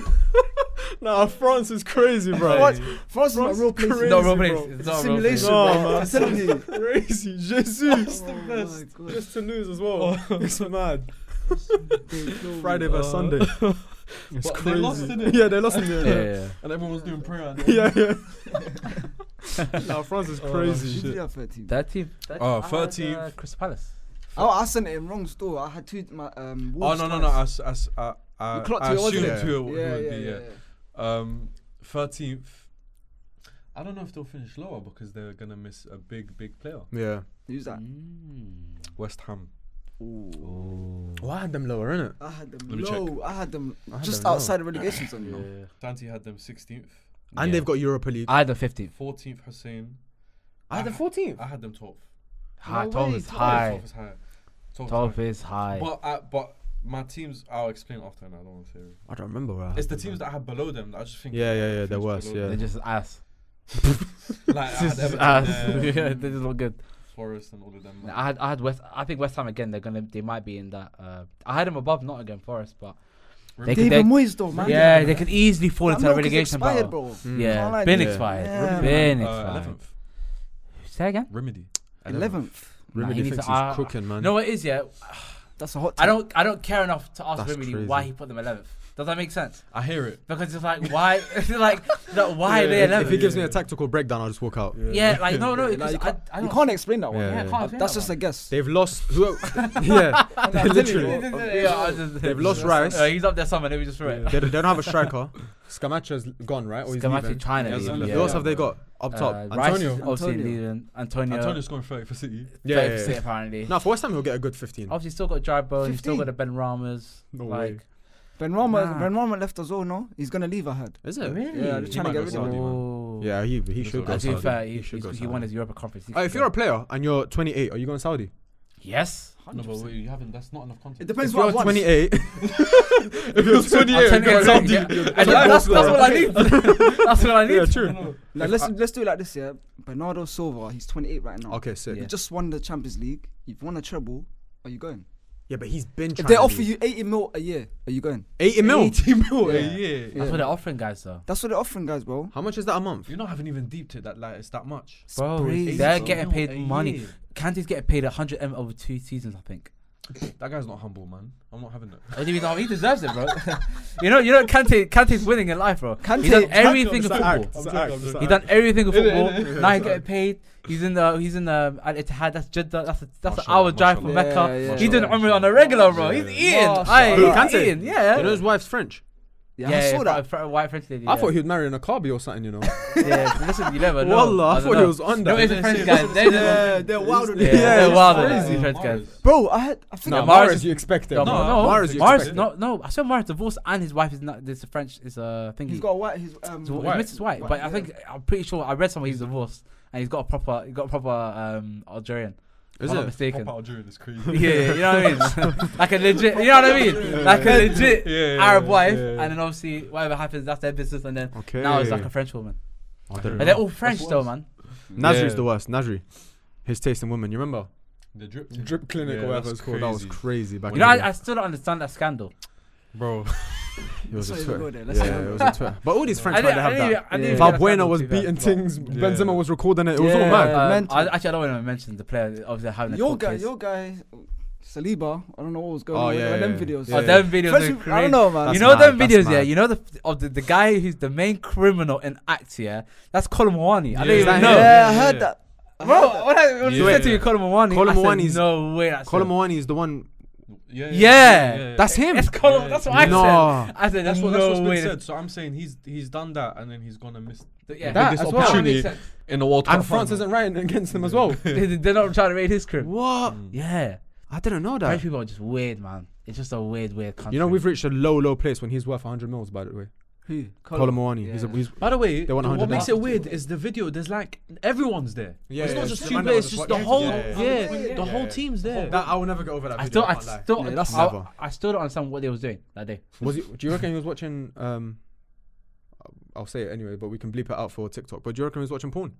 B: (laughs) nah, France is crazy, bro.
C: What? France is not
B: France
C: real place.
B: crazy,
A: No, real place.
B: bro.
A: It's not real place.
C: Simulation,
B: No,
C: bro.
B: man.
C: I'm telling you.
B: Crazy Jesus,
C: Oh my God.
B: just to lose as well. it's mad.
C: They kill me.
B: Friday versus Sunday. It's
E: What,
B: crazy.
E: they lost, didn't
B: yeah, they lost in the
A: Yeah, yeah, yeah.
E: And everyone was doing prayer.
B: (laughs)
E: and-
B: yeah, yeah. nah, France is crazy.
C: You did
B: shit.
C: have 13.
A: That team. that
E: Oh,
A: team- I had,
E: 13th.
A: uh, Crystal Palace.
C: Oh, I sent it in wrong store. I had two. My, um,
E: Oh
C: Wolves
E: no no
C: twice.
E: no! I, s- I, s- I, I,
C: You clocked
E: I
C: it, wasn't
E: assumed
B: it?
E: who it
C: yeah,
E: would, who it
C: yeah,
E: would
C: yeah,
E: be.
C: yeah.
E: Yeah. Um, thirteenth. I don't know if they'll finish lower because they're gonna miss a big big player.
B: Yeah.
C: Who's that?
A: Mm. Oh,
E: West Ham.
B: Why had them lower, innit?
C: I had them
E: Let me check.
C: low. I had them
B: I had
C: just
B: them low.
C: outside the relegation zone. you know.
A: Yeah.
E: Dante had them sixteenth.
B: And
A: Yeah.
B: they've got Europa League.
A: I had the 15th.
E: Fourteenth Hussein.
B: I had the 14th.
E: I had them twelfth.
A: High.
D: No
A: Twelve
D: way,
A: is
D: 12.
A: high.
E: Twelve is high. Twelve is
A: Twelve
E: high.
A: is high.
E: But uh, but my teams, I'll explain after. And I don't want to say. it.
B: I don't remember. Where I
E: It's
B: had
E: the
B: them, man.
E: teams that I had below them. that I just think.
B: Yeah,
E: like,
B: yeah, yeah, they're
E: the teams
B: worse,
E: below
B: yeah.
A: They're
E: them.
A: just ass.
E: Like I had
A: Just
E: Everton,
A: ass. (laughs)
E: there,
A: yeah, they just look good.
E: Forest, and all of them. man.
A: I had I had West. I think West Ham again. They're gonna. They might be in that. Uh, I had them above Nottingham Forest, but they could,
C: David
A: they,
C: Moyes though, man.
A: yeah, they could easily fall
C: I
A: into
C: know,
A: a
C: 'cause
A: relegation
C: expired,
A: battle.
C: bro.
B: Mm.
A: Yeah,
C: Can't lie
A: been
B: to you.
A: expired.
C: Yeah,
A: been
E: Uh,
A: expired.
E: 11th.
A: Say again.
E: Remedy.
C: Eleventh.
A: Nah, he
B: Remedy
A: needs
B: thinks
A: to-
B: he's
A: I-
B: crooking, man.
A: No, it is. Yeah,
C: That's a hot.
A: I don't. I don't care enough to ask
B: That's
A: Remedy
B: crazy.
A: why he put them eleventh. Does that make sense?
E: I hear it.
A: Because it's like why, (laughs) it's like no, why are they
B: if, if he
A: eleventh?
B: gives me a tactical breakdown, I'll just walk out.
A: Yeah, like no, no.
C: Like,
A: because
C: you
A: I,
C: can't,
A: I
C: you
A: don't-
C: can't explain that one.
B: Yeah,
A: Yeah, I
B: yeah.
A: can't
C: That's just a guess.
B: They've lost.
A: (laughs)
B: Who, yeah, they literally. They've
A: They've
B: lost Rice.
A: Uh, he's up there somewhere. Let me just throw it. (laughs)
B: They, they don't have a striker. Scamacha's gone, right? Or he's
A: Scamacca
B: leaving.
A: China.
E: He
A: leave,
E: hasn't
A: yeah.
E: left.
B: Who else
E: Yeah,
B: have they
E: bro.
B: got up top?
A: Uh, Rice is
B: Antonio.
A: obviously
C: Antonio.
A: leaving. Antonio.
E: Antonio's scoring 30 for City.
B: Yeah,
A: yeah,
B: yeah, yeah.
A: apparently.
B: No, for West Ham he'll get a good 15.
A: Obviously, still got Jarbo. He's still got
C: 15.
A: a Ben Ramos.
B: No
A: like,
B: way.
C: Ben Rama,
A: Nah.
C: Ben Rama left as well. No, he's gonna leave. I heard.
B: Is
A: Really?
C: Yeah, they're
E: He
C: trying to
E: might
C: get
E: go
C: rid of
E: Saudi,
C: him.
E: man.
A: Oh.
B: Yeah, he he should go.
A: Uh, To be
B: Saudi.
A: fair, he,
B: should
A: he's-
B: go
A: he
B: Saudi.
A: won his Europa Conference. He
B: Uh,
A: should
B: if
A: go.
B: you're a player and you're 28, are you going Saudi? (laughs)
A: yes,
E: No, but wait, you haven't. That's not enough
C: It
E: context.
C: depends
B: if
C: what I
B: you're
A: (laughs)
C: want.
B: 28, if you're 28,
A: I'll
B: you're
A: tell you
B: going
A: exactly,
B: Saudi.
A: yeah.
B: You're
A: And
B: a
A: that- (laughs) that's,
B: goal
A: that's
B: scorer.
A: what I need. (laughs) that's what I need.
B: Yeah, true.
A: (laughs)
E: No, no.
C: Now, let's let's do it like this. Yeah, Bernardo Silva. He's 28 right now.
B: Okay, sick.
C: You just won the Champions League. You've won a treble. Are you going?
B: Yeah, but he's been.
C: If
B: trying
C: they
B: to
C: offer
B: leave.
C: you 80 mil a year, are you going?
B: 80 mil,
E: 80 mil a
C: Yeah.
E: year.
A: That's what they're offering, guys. Though,
C: That's what they're offering, guys, bro.
B: how much is that a month?
E: You know, I haven't even deeped it that like it's that much.
C: It's
A: Bro,
C: crazy,
A: they're
C: bro.
A: getting paid
E: A
A: money.
E: year.
A: Kante's getting paid 100 m over two seasons, I think.
E: That guy's not humble, man. I'm not having that.
A: What do you mean? no, He deserves it, bro. (laughs) you know, you know, Kante, Kante's winning in life, bro. He's done everything with
B: It's an
A: football.
B: act, it's
E: I'm
B: an
E: joking,
B: act,
E: I'm
B: it's an
E: joking.
A: He
B: act.
A: done everything with
E: Innit,
A: football.
E: innit?
A: Now he getting paid. He's in the he's in the Al Ittihad. That's Jeddah. That's a, that's an
E: Mashallah,
A: hour drive from
C: mashallah.
A: Mecca.
C: Yeah,
A: He's
C: yeah,
A: he doing
E: yeah.
A: Umrah on a regular, bro.
E: Yeah.
A: He's eating.
C: Mashallah.
A: Aye,
B: Who,
A: he's
B: Kante?
A: eating. Yeah.
B: You know his wife's French.
C: Yeah, I saw that.
A: fr- white French lady.
B: I
A: yeah.
B: thought he was marrying a Kabi or something, you know.
A: Yeah, so listen, you never know.
B: (laughs) Wallah, I
A: don't
B: thought
A: know.
B: he was on
A: No,
B: that.
A: it's a French guy. They're (laughs)
C: Yeah,
A: just-
C: they're wild.
A: yeah,
B: Yeah,
A: they're
B: it's
A: wild.
B: crazy.
A: These French guys.
C: Bro, I had. I think
A: No,
B: No,
A: Mahrez-
B: Mahrez, you expect
A: No,
B: him.
E: Nah,
A: no,
B: Mahrez, you
A: Mars,
B: expect
A: no, no. I saw Mars divorced and his wife is not. This French is a uh, thing.
C: he's got a white. He's um.
A: His wi-
E: White.
A: his Mrs. White,
C: White,
A: but I
C: yeah.
A: think I'm pretty sure I read somewhere he's divorced and he's got a proper, he got a proper um, Algerian.
B: Is
A: if I'm not
B: it?
A: mistaken?
E: Pop out during is crazy.
A: (laughs) yeah, yeah, you know what I
B: (laughs)
A: mean. like a legit, you know what I mean. Like a legit
E: Yeah, yeah,
A: Arab
E: yeah,
A: wife,
E: yeah.
A: and then obviously whatever happens, that's their business. And then
B: Okay.
A: now it's like a French woman,
B: I don't
A: and
B: know.
A: they're all French
E: That's
A: though,
E: worse.
A: man.
B: Nasri's
E: Yeah.
B: the worst. Nasri. His taste in women, you remember?
E: The drip,
B: Drip clinic
E: Yeah,
B: or whatever
E: that's
B: it's called. That was crazy
E: crazy.
B: back
A: You
B: in
A: know,
B: the
A: I, I
B: day.
A: still don't understand that scandal.
E: bro.
B: It was
C: Let's
B: a
C: not even go
B: Twitter.
C: there, let's not
B: Yeah,
C: even
B: it
C: go
B: was a Twitter. But all these French men, they have
A: didn't
B: that.
A: even- I didn't
C: Yeah.
A: even get that
B: Valbuena
A: scandal,
B: was
A: to be fair.
B: beating
A: But-
B: things.
E: Yeah.
B: Benzema was recording it. It was all
C: Yeah.
B: mad.
A: Um,
C: Mental.
A: I, actually, I don't want to mention the player. Obviously, having a
C: Your
A: court
C: guy,
A: case.
C: your guy, Saliba. I don't know what was going
B: Oh,
C: on
B: yeah,
C: with them
B: yeah,
C: videos.
B: yeah.
A: Oh, them videos
C: First,
A: are
C: I
A: crazy.
C: don't know, man.
A: you
B: That's
A: know them
B: mad,
A: videos,
B: that's
A: yeah.
B: mad.
A: You know the of the, the guy who's the main criminal in Act, yeah. That's Colin Mawani. I
E: Yeah.
A: don't
E: Is
A: even
B: that
A: know.
B: him?
C: yeah, I
E: Yeah.
C: heard that. I
A: Bro,
C: heard that.
A: when I, when you
E: Yeah.
A: said to you Colin Mawani,
B: Colin
A: I said,
B: Mawani's-
A: no way. That's
B: Colin
A: him.
B: Mawani is the one.
E: Yeah,
A: Yeah,
B: That's him.
A: That's Colin. That's what I said.
B: No.
A: I said
E: That's what
A: no
E: that's what's
A: way.
E: been said. So I'm saying he's he's done that and then he's gonna miss
A: Th- Yeah,
B: That
A: this
B: as
A: opportunity-
B: well.
A: that makes sense.
E: in the World
B: And France isn't writing against him as well.
A: They- They're not trying to raid his crib.
B: What?
A: Yeah,
B: I didn't know
A: French
B: that.
A: people are just weird, man. It's just a weird, weird country.
B: You know, we've reached a low, low place when he's worth 100 mils, by the way.
C: Who? Colin.
B: Colin Mawani. He's a,
C: Yeah.
B: he's,
E: By the way,
B: They want
E: what
B: 100
E: makes it
A: dollars.
E: weird is the video. There's like everyone's there.
B: Yeah,
E: it's
B: yeah,
E: not
B: it's
E: just
B: the
E: two
B: man that
E: players,
B: was
E: just the
B: watching.
E: whole.
B: Yeah,
E: Yeah,
B: yeah,
E: the
B: yeah.
E: whole team's there.
B: I will never get over that.
A: I still, I still,
C: Yeah, that's
A: I,
B: never.
A: I still don't understand what they was doing that day.
B: Was he, do you reckon he was watching? Um, I'll say it anyway, but we can bleep it out for TikTok. But do you reckon he was watching porn?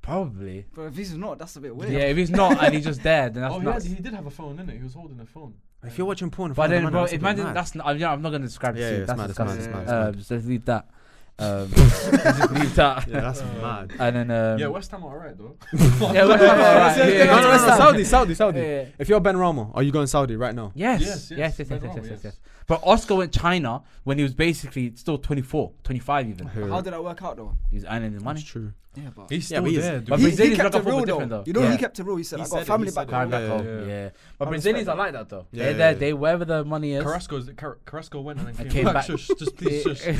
A: Probably.
C: Bro, if he's not, that's a bit weird.
A: Yeah, if he's not and he's just there, then that's
E: oh, he,
A: nuts.
E: had, he did have a phone in it. He was holding a phone.
B: If you're watching porn, in
A: But
B: front of
A: then,
B: the man,
A: bro,
B: that's a bit
A: imagine
B: mad.
A: that's. Not, I'm, yeah, I'm not gonna describe
B: Yeah,
A: the
B: yeah,
A: scene.
B: it's
A: That's
B: mad, it's mad,
A: disgusting.
B: it's mad, it's
A: Um,
B: mad.
A: so let's leave that.
B: (laughs)
A: Um, just leave that.
B: (laughs)
A: (laughs)
B: Yeah, that's
E: Uh,
B: mad.
A: And then, um,
E: yeah, West Ham are alright though.
B: (laughs)
A: yeah, West Ham are alright.
B: No,
A: Yeah,
B: no, no,
A: West Ham.
B: Saudi, Saudi, Saudi.
A: Yeah.
B: If you're Ben Ramo, are you going Saudi right now?
A: Yes, yes, yes, yes, yes,
E: Ben
A: yes, yes,
E: Rama,
A: yes, But Oscar went China when he was basically still 24, 25
B: (laughs)
A: even.
C: How did that work out though?
A: He's earning his money.
B: That's true.
C: Yeah, but
E: He's
B: Yeah,
E: still
B: but he's-
E: there,
A: But
E: dude.
C: he,
A: Brazilians
C: he
A: look
C: kept it
A: at football
C: real though.
A: different though.
C: You know,
A: Yeah.
C: he kept it real. He said,
B: He
C: "I
B: said
C: got
B: it,
C: family
B: he
C: back
B: said
A: Back
C: home."
B: Yeah,
A: back home.
E: yeah,
A: Yeah,
E: yeah.
A: but
C: I
A: Brazilians are
C: respect
A: like that though.
B: Yeah,
A: they're,
B: yeah,
A: they're,
B: yeah.
A: they wherever the money is.
E: Carrasco's Car- Carrasco went and then
A: And came
E: came, back.
A: back.
E: Shush, just please,
A: Yeah. (laughs)
E: shush.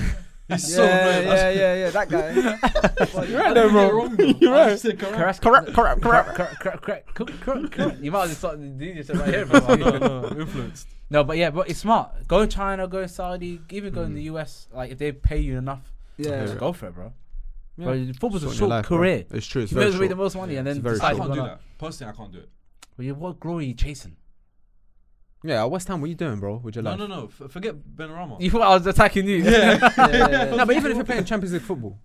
E: He's so
C: Yeah,
E: annoying.
C: yeah, yeah, yeah. That guy.
E: You're right there, bro. You're right.
A: Correct, (laughs) correct, correct, correct, correct, correct, correct, correct, correct, correct. You might as well start doing yourself right here. (laughs) bro.
E: no, no, influenced.
A: No, but yeah, but it's smart. Go to
B: Mm.
A: China, go to Saudi, even go in the US. Like if they pay you enough,
C: Yeah.
A: just go for it, bro.
B: Yeah.
A: Bro, football's a
B: Sorting your
A: short
B: life, bro.
A: career.
B: It's true. It's
A: He
B: very
A: knows
B: short.
A: made the most money and
B: It's
A: then
B: very
A: very
E: I
B: short.
A: decides,
E: can't
A: well,
E: do
A: no.
E: that. Personally, I can't do it.
A: Well, you- what glory are you
B: (laughs)
A: chasing?
B: Yeah, at West Ham, what are you doing, bro? With your
E: No,
B: life?
E: no, no. F- forget Benarama.
A: You thought I was attacking you?
B: no, but even if you're playing Champions League football,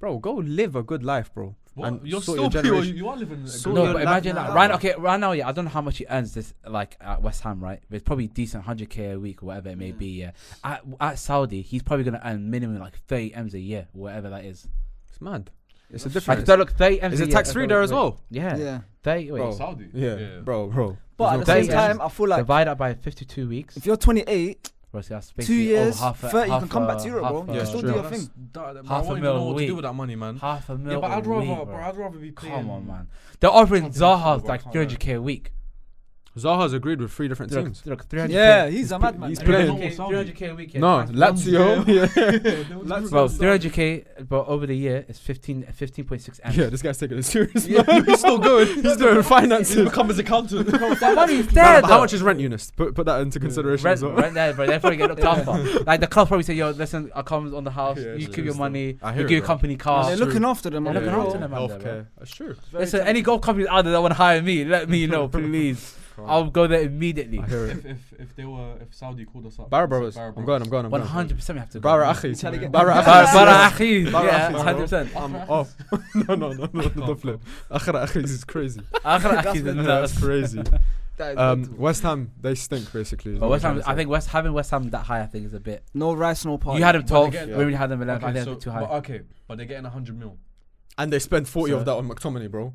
B: bro, go live a good life, bro.
E: What?
B: And sort
E: You're still
B: your
E: pure.
B: generation-
E: You are living. a
A: (laughs)
B: sort
E: good
A: No,
B: (laughs) your
A: but
E: life.
B: life
A: imagine that.
B: now.
A: Right, okay, right now, yeah, I don't know how much he earns this, like at West Ham, right? But it's probably decent, hundred k a week or whatever it may
E: Yeah.
A: be. Yeah, at, at Saudi, he's probably gonna earn minimum like thirty m's a year, whatever that is.
B: It's mad. It's a
A: Like,
B: difference.
A: don't look, thirty m's.
B: Is
A: a
B: it
A: year-
B: tax free there as well?
A: Yeah,
C: yeah.
A: thirty. Wait,
B: Bro.
E: Saudi.
B: Yeah, bro, bro.
C: But
A: There's
B: There's no
C: at the same
A: no
B: comparison.
C: time, I feel like
A: divide that by fifty-two weeks.
C: if you're 28,
A: Bro, so that's
C: two
B: oh,
A: basically over
C: years,
A: half a-
C: 30, you
A: half
C: can come back to
A: a-
C: Europe, bro.
A: half
C: You
A: a-
C: can still
B: true.
C: do your
E: That's-
C: thing.
E: that- that-
A: Half
E: I
A: a
E: won't even
A: mil
E: know
A: a
E: what to do
A: week.
E: with that money, man.
A: Half a mil.
E: Yeah, but I'd
A: a
E: rather,
A: week,
E: but
A: bro.
E: I'd rather be playing.
A: Come on, man. They're offering
E: Can't do that,
A: Zaha's
E: bro,
A: like
E: can't do
A: 300k a week.
B: Zaha's agreed with three different
A: Look,
B: teams.
A: look, 300k.
C: Yeah, he's a madman.
B: he's
C: man.
B: playing-
A: 300k, 300k a week. yeah.
B: No,
A: That's-
B: Lazio. (laughs) Yeah.
E: Let's
A: Well, 300k, but over the year it's 15, 15.6 amps.
B: yeah, this guy's taking it serious. man. He's still going. (laughs) He's doing finances.
E: become his accountant.
A: that money's
B: Nah,
A: there.
B: but how much is rent, Eunice? Put, put that into consideration
A: Rent,
B: as well.
A: rent there, bro. They're probably getting looked after. Like the club probably say, "Yo, listen, I come on the house.
B: (laughs) Yeah,
A: you
B: it's
A: keep
B: true,
A: your
B: still.
A: money.
B: I
A: You
B: hear
A: give
B: it,
A: your
B: bro.
A: company car."
C: They're
B: true.
C: looking after them.
A: They're
C: man.
A: looking
C: Bro.
A: after them. man, there, bro.
B: Healthcare. That's true.
A: Listen, any golf companies out there that want to hire me, let me know, please. I'll go there immediately.
B: I hear it.
E: if, if if they were if Saudi called us up,
B: Barra
E: we
B: Brothers.
E: said Barra
B: I'm going, I'm going, I'm
A: One
B: going.
A: hundred percent, we have to go.
B: Barra
E: We're trying to
B: Achi.
E: get-
B: Barra
A: Bar-
B: Achi.
A: Barra Achi.
B: Barra
A: Yeah,
B: Achi,
A: one
B: bro.
A: hundred percent.
B: I'm
E: Achi.
B: off. Oh. (laughs) no, no, no, no, the flip. Akhira Akhis
A: (laughs)
B: is crazy. That's crazy.
D: That is
B: Um,
D: mental.
B: West Ham, they stink basically. is
A: But
B: what
A: West
B: I'm
A: Ham,
B: trying
A: I
B: to
A: think West having West Ham that high, I think is a bit.
C: No rice, no party.
A: You had him
E: But
A: twelve.
E: again-
A: We only had him eleven. I
E: Okay,
A: think
E: so,
A: that's too
E: but,
A: high.
E: okay, but they're getting 100 mil.
B: say. And they spent 40
A: So-
B: of that on McTominay, bro.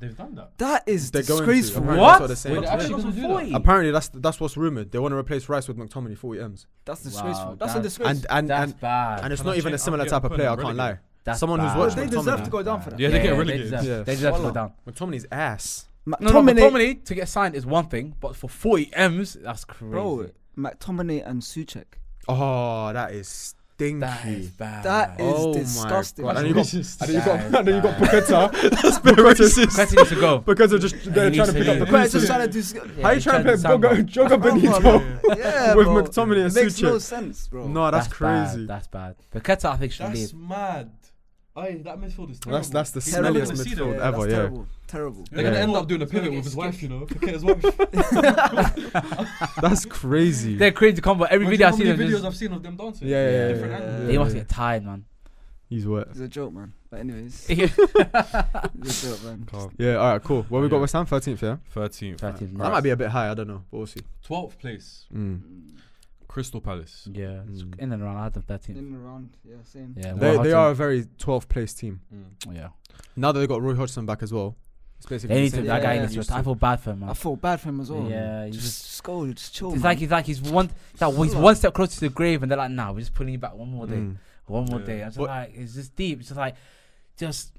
E: They've done that.
C: That is
B: They're going to.
C: disgraceful.
B: Apparently
A: What?
B: that's they're saying.
E: Wait, they're actually gonna do that?
B: Apparently, that's that's what's rumored. They want to replace Rice with McTominay, 40 m's,
C: That's
A: Wow,
C: disgraceful. That's a
A: that-
C: disgrace.
B: and and
A: That's
B: and,
A: bad.
B: and it's
E: Can
B: not
E: I
B: even a
E: change-
B: similar
E: I'm
B: type of
E: getting
B: player. I
E: put in
B: can't lie.
E: relegated.
A: That's
B: Someone who's
A: bad.
B: watched
C: They
B: McTominay.
C: deserve to go down for that.
E: Yeah, they get
A: They
E: relegated.
A: deserve,
B: Yeah.
A: they deserve to go
C: Voila.
A: down.
B: McTominay's ass.
A: No, no,
C: McTominay,
A: McTominay to get signed is one thing, but for 40 M's, that's crazy.
C: bro, McTominay and Suchek.
B: Oh, that is stinky.
A: that is bad.
C: That is
B: Oh my
C: disgusting.
B: God. And
C: bro.
B: you got,
E: Racist.
B: and you got,
A: That is
B: and you got
A: bad. (laughs)
B: Paqueta. (laughs) That's very racist.
A: Better needs to go.
B: Because they're just they're
A: needs
B: trying to
A: to
B: pick up
A: leave.
B: the
C: But it's just
B: pieces.
C: trying to dis-
B: How are you trying to play
A: (laughs)
B: Boga, Joga Benito? (laughs)
C: yeah,
B: With
C: bro.
B: McTominay and
C: It makes no
B: Suchek.
C: sense, bro.
B: No, that's, crazy.
A: Bad. That's bad. Paqueta, I think, should
E: That's
A: leave.
E: mad. Aye, that midfield is terrible.
B: That's that's the
E: He's never
B: smelliest
E: gonna see them.
B: midfield
C: Yeah, that's
B: ever. Yeah.
C: terrible. Terrible.
E: They're
B: Yeah.
E: gonna end up doing a pivot with his wife, you know. Forget
B: (laughs)
E: his wife.
B: That's crazy.
A: They're crazy combo. Every video I
E: How
A: see
E: many
A: them,
E: videos
A: just,
E: I've seen of them dancing.
B: Yeah, yeah, yeah,
E: Different
B: yeah,
E: angle.
B: yeah,
A: they must get tired, man.
B: He's wet.
C: It's a joke, man.
B: (laughs)
C: But anyways, it's a joke, man.
B: Yeah, all right, cool. Well, we got
E: Yeah.
B: West Ham 13th, yeah?
E: 13th.
A: Thirteen,
B: That might be a bit high, I don't know, but we'll see.
E: 12th place.
B: Mm.
E: Crystal Palace.
A: Yeah, it's
B: Mm.
A: in and around. I had them 13.
C: In the round, yeah, same.
A: Yeah,
B: They,
A: Roy
B: they
A: Hodgson-
B: are a very 12th place team.
E: Mm.
A: Yeah.
B: Now that they've got Roy Hodgson back as well, it's basically
A: They
B: the
A: need to,
B: same
A: that
B: team
A: guy
C: Yeah.
A: needs to
B: used
A: retire. I feel bad for him, man.
C: I felt bad for him as well.
A: Yeah, you
C: just,
A: just-
C: just go, just chill.
A: It's
C: man.
A: like he's like he's one that he's
C: Look.
A: one step closer to the grave, and they're like, "Nah, we're just pulling you back one more day,
B: Mm.
A: one more
E: Yeah.
A: day." I'm just
B: But-
A: like, it's just deep. It's just like, just,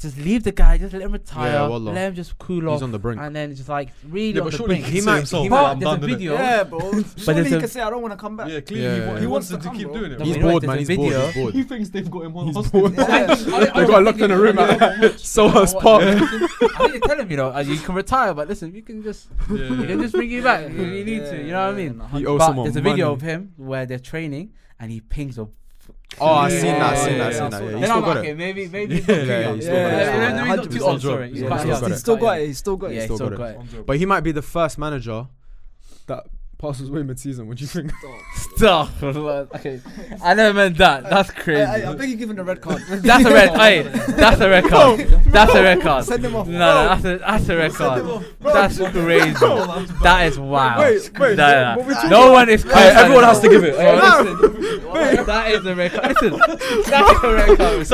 A: just leave the guy, just let him retire,
B: Yeah, wallah.
A: let him just cool
B: He's
A: off,
B: on the brink.
A: and then it's just like really
E: Yeah,
A: on
E: but
A: the
E: surely
A: brink.
E: he can say himself,
A: but
E: "I'm
A: there's
E: done
A: a
E: with it."
A: video. (laughs)
C: yeah, bro. Surely
A: there's
C: he
A: a-
C: can say, I don't want to come back. (laughs)
E: Yeah, clearly
B: Yeah,
E: he, wa-
B: yeah.
E: he wants to
C: Wants to
E: keep
C: come,
E: doing
A: bro.
E: it.
B: He's
A: You know what,
B: bored,
A: there's
B: man.
A: a
B: He's bored.
A: video.
B: He's bored.
E: He thinks they've got him on
B: He's
E: hostage.
B: bored.
E: I think- I think-
B: They got locked in a room at
A: (laughs)
B: (laughs) Soha's Park.
A: I need to tell him, you know, uh, you can retire, but listen, you can just, you can
B: (laughs)
A: just bring you back if you need to. You know what I mean?
B: He owes
A: But
B: someone
A: there's a video
B: money.
A: of him where they're training, and he pings a.
B: Oh, I seen that, I
E: Yeah,
B: seen
E: yeah,
B: that, I
E: yeah.
B: seen that.
A: Then
B: Yeah,
A: I'm
B: he's still
A: like,
B: got
A: okay,
B: it.
A: maybe, maybe. he's
B: Yeah,
A: not too
B: yeah,
A: young.
B: he's
A: yeah,
B: still got
A: yeah,
B: it.
A: (laughs) yeah, he's not
C: 100%.
A: too old,
B: Still
A: sorry.
B: got
A: He's
B: it.
A: quite
B: He's
A: young.
B: got
C: He's
B: it.
C: still got it. He's still got
A: Yeah,
C: it.
A: he's still
B: got
A: got it. (laughs)
B: But he might be the first manager that passes away mid-season. What do you think?
A: Stop. Okay, I never meant that. That's crazy.
C: I, I, I think you give him the red card.
A: (laughs) that's a red. Hey, that's a red card. That's a red card.
C: Send
A: (laughs)
C: him off.
A: No, no, that's a, that's a red card. That's crazy. That is wild.
B: Wait, wait,
A: no,
B: what
A: no,
B: we
A: no.
B: talking
A: no one is. concerning-
E: everyone has to give it.
A: Hey,
E: No.
A: listen. that is a red card.
B: (laughs)
A: Listen, that's a red card.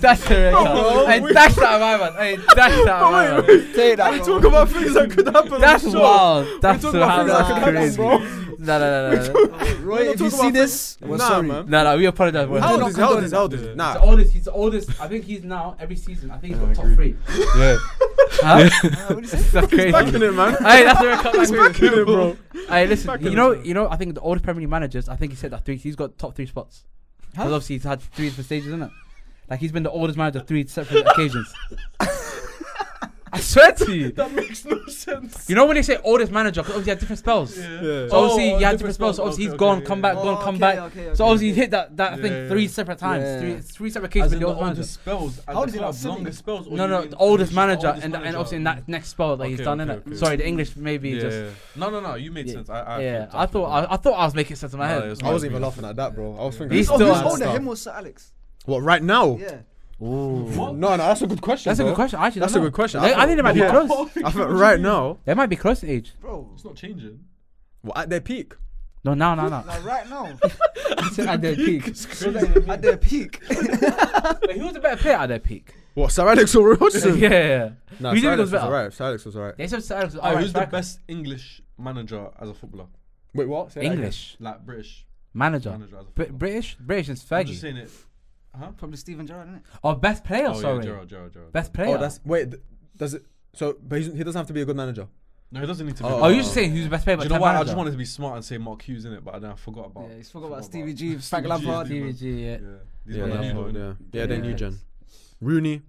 A: That's a red
B: Oh,
A: card. Hey, that's not my man. Hey, that's not my man.
C: Say that. bro.
B: Talk about things that could happen.
A: That's
B: I'm Oh, sure.
A: wild. That's
B: We're
A: so
B: talking about
A: how that's
B: things that could happen,
A: crazy.
B: bro.
A: No, no, no, no, no.
C: Roy,
B: We're not
C: if
B: talking
C: you see
B: about
C: this, we're
B: Nah,
C: sorry.
B: man.
A: No, no, we apologize. We're
B: How old
C: not
B: is he? How old
C: condoning
B: is he? How old
E: that.
B: is he?
E: Yeah.
A: He's
B: Nah.
A: the oldest. He's the oldest. I think he's now every season. I think he's got top three.
E: Yeah.
A: Huh?
C: Uh, what do you say?
A: that's crazy.
B: Back in it, man.
A: Hey, that's the red card. That's
B: Back in it, bro.
A: Hey, listen,
B: Back
A: you
B: in
A: know,
B: it, bro.
A: you know, I think the oldest Premier League managers, I think he said that three, he's got top three spots. Because obviously he's had (laughs) three different stages, isn't it? Like he's been the oldest manager three separate occasions. I swear to you.
E: that makes no sense.
A: You know when they say oldest manager, 'cause obviously he had different spells.
B: Yeah.
A: So obviously
E: Oh,
A: he had
E: different
A: different spells. So
E: spells.
A: obviously
E: Okay,
A: he's gone,
E: okay,
A: come
E: yeah,
A: back,
E: yeah.
C: Oh,
A: gone, come back. so obviously he hit that, that
E: Yeah,
A: thing
E: yeah,
A: three
E: yeah.
A: separate times.
C: Yeah.
A: Three, it's three separate
E: As
A: cases
E: in
A: with the
E: the
A: oldest manager.
E: oldest spells. as
C: How
E: the
C: did it
E: club,
C: not sing?
E: longest spells. or
A: No,
E: you
A: no,
E: mean
A: the oldest
E: oldest
A: manager, and,
E: oldest
A: and
E: manager?
A: obviously in that next spell that he's
E: Okay,
A: done.
E: okay,
A: innit?
E: okay.
A: Sorry, the English maybe
E: Yeah,
A: just.
E: yeah. No, no, no. You made
A: Yeah.
E: sense. I, I
A: Yeah,
E: flipped
A: I
E: off.
A: thought I, I thought I was making sense in my
E: No,
A: head.
E: it was
B: I wasn't
E: mad.
B: even laughing at that, bro. I was thinking.
A: He's
C: Oh,
A: still Oh.
C: who's
A: on
C: older, him or Sir Alex?
B: What right now?
C: Yeah.
B: No, no, that's a good question.
A: That's a
B: bro.
A: good question. I Actually,
B: That's
A: don't
B: a
A: know.
B: good question.
A: They- I think they might be
E: (laughs)
B: Yeah.
A: close.
B: (laughs) I think right now,
A: They might be close in age.
C: Bro.
E: It's not changing.
B: well, at their peak.
A: No, no, no,
E: (laughs)
A: no.
C: Like right now. (laughs)
A: It's (laughs) at their peak.
C: at their peak.
A: But he was a better player at their
E: (laughs)
A: peak.
B: What Sir Alex or (laughs) Wilson?
A: yeah, yeah.
B: Nah,
A: Who do you think
B: Sir
A: was
B: Alex was
A: better?
B: alright. Sir Alex was alright.
A: They said Sir Alex was
E: Alright,
A: alright
E: who's Oh, the
A: striker.
E: best English manager as a footballer?
B: Wait, what? Say that again.
A: English
E: Like British
A: manager?
E: manager as a
A: Br-
E: footballer.
A: British, British is
E: I'm just
A: Fergie.
E: saying it. Huh?
C: Probably Steven Gerrard, isn't it?
A: Oh, best player.
E: oh,
A: sorry,
E: yeah, Gerard, Gerard, Gerard.
A: best player.
B: Oh, that's wait. th- Does it? So, but he's, he doesn't have to be a good manager.
E: No, it doesn't need to be.
B: Oh,
A: Oh,
E: Gerard.
A: you're just saying who's the best player,
E: Do
A: but
E: you know
A: ten
E: what? I
A: manager.
E: just wanted to be smart and say Mark Hughes in it, but then I forgot about.
C: yeah, he's forgot about
E: forgot
C: Stevie
E: about-
C: G, Frank
E: Stevie G,
C: Lampard.
E: Stevie-
A: DVG, yeah.
E: Yeah, these
B: yeah,
E: men are
B: yeah,
E: new,
B: yeah.
E: innit?
B: yeah. they're
C: Yeah.
B: new gen. Rooney.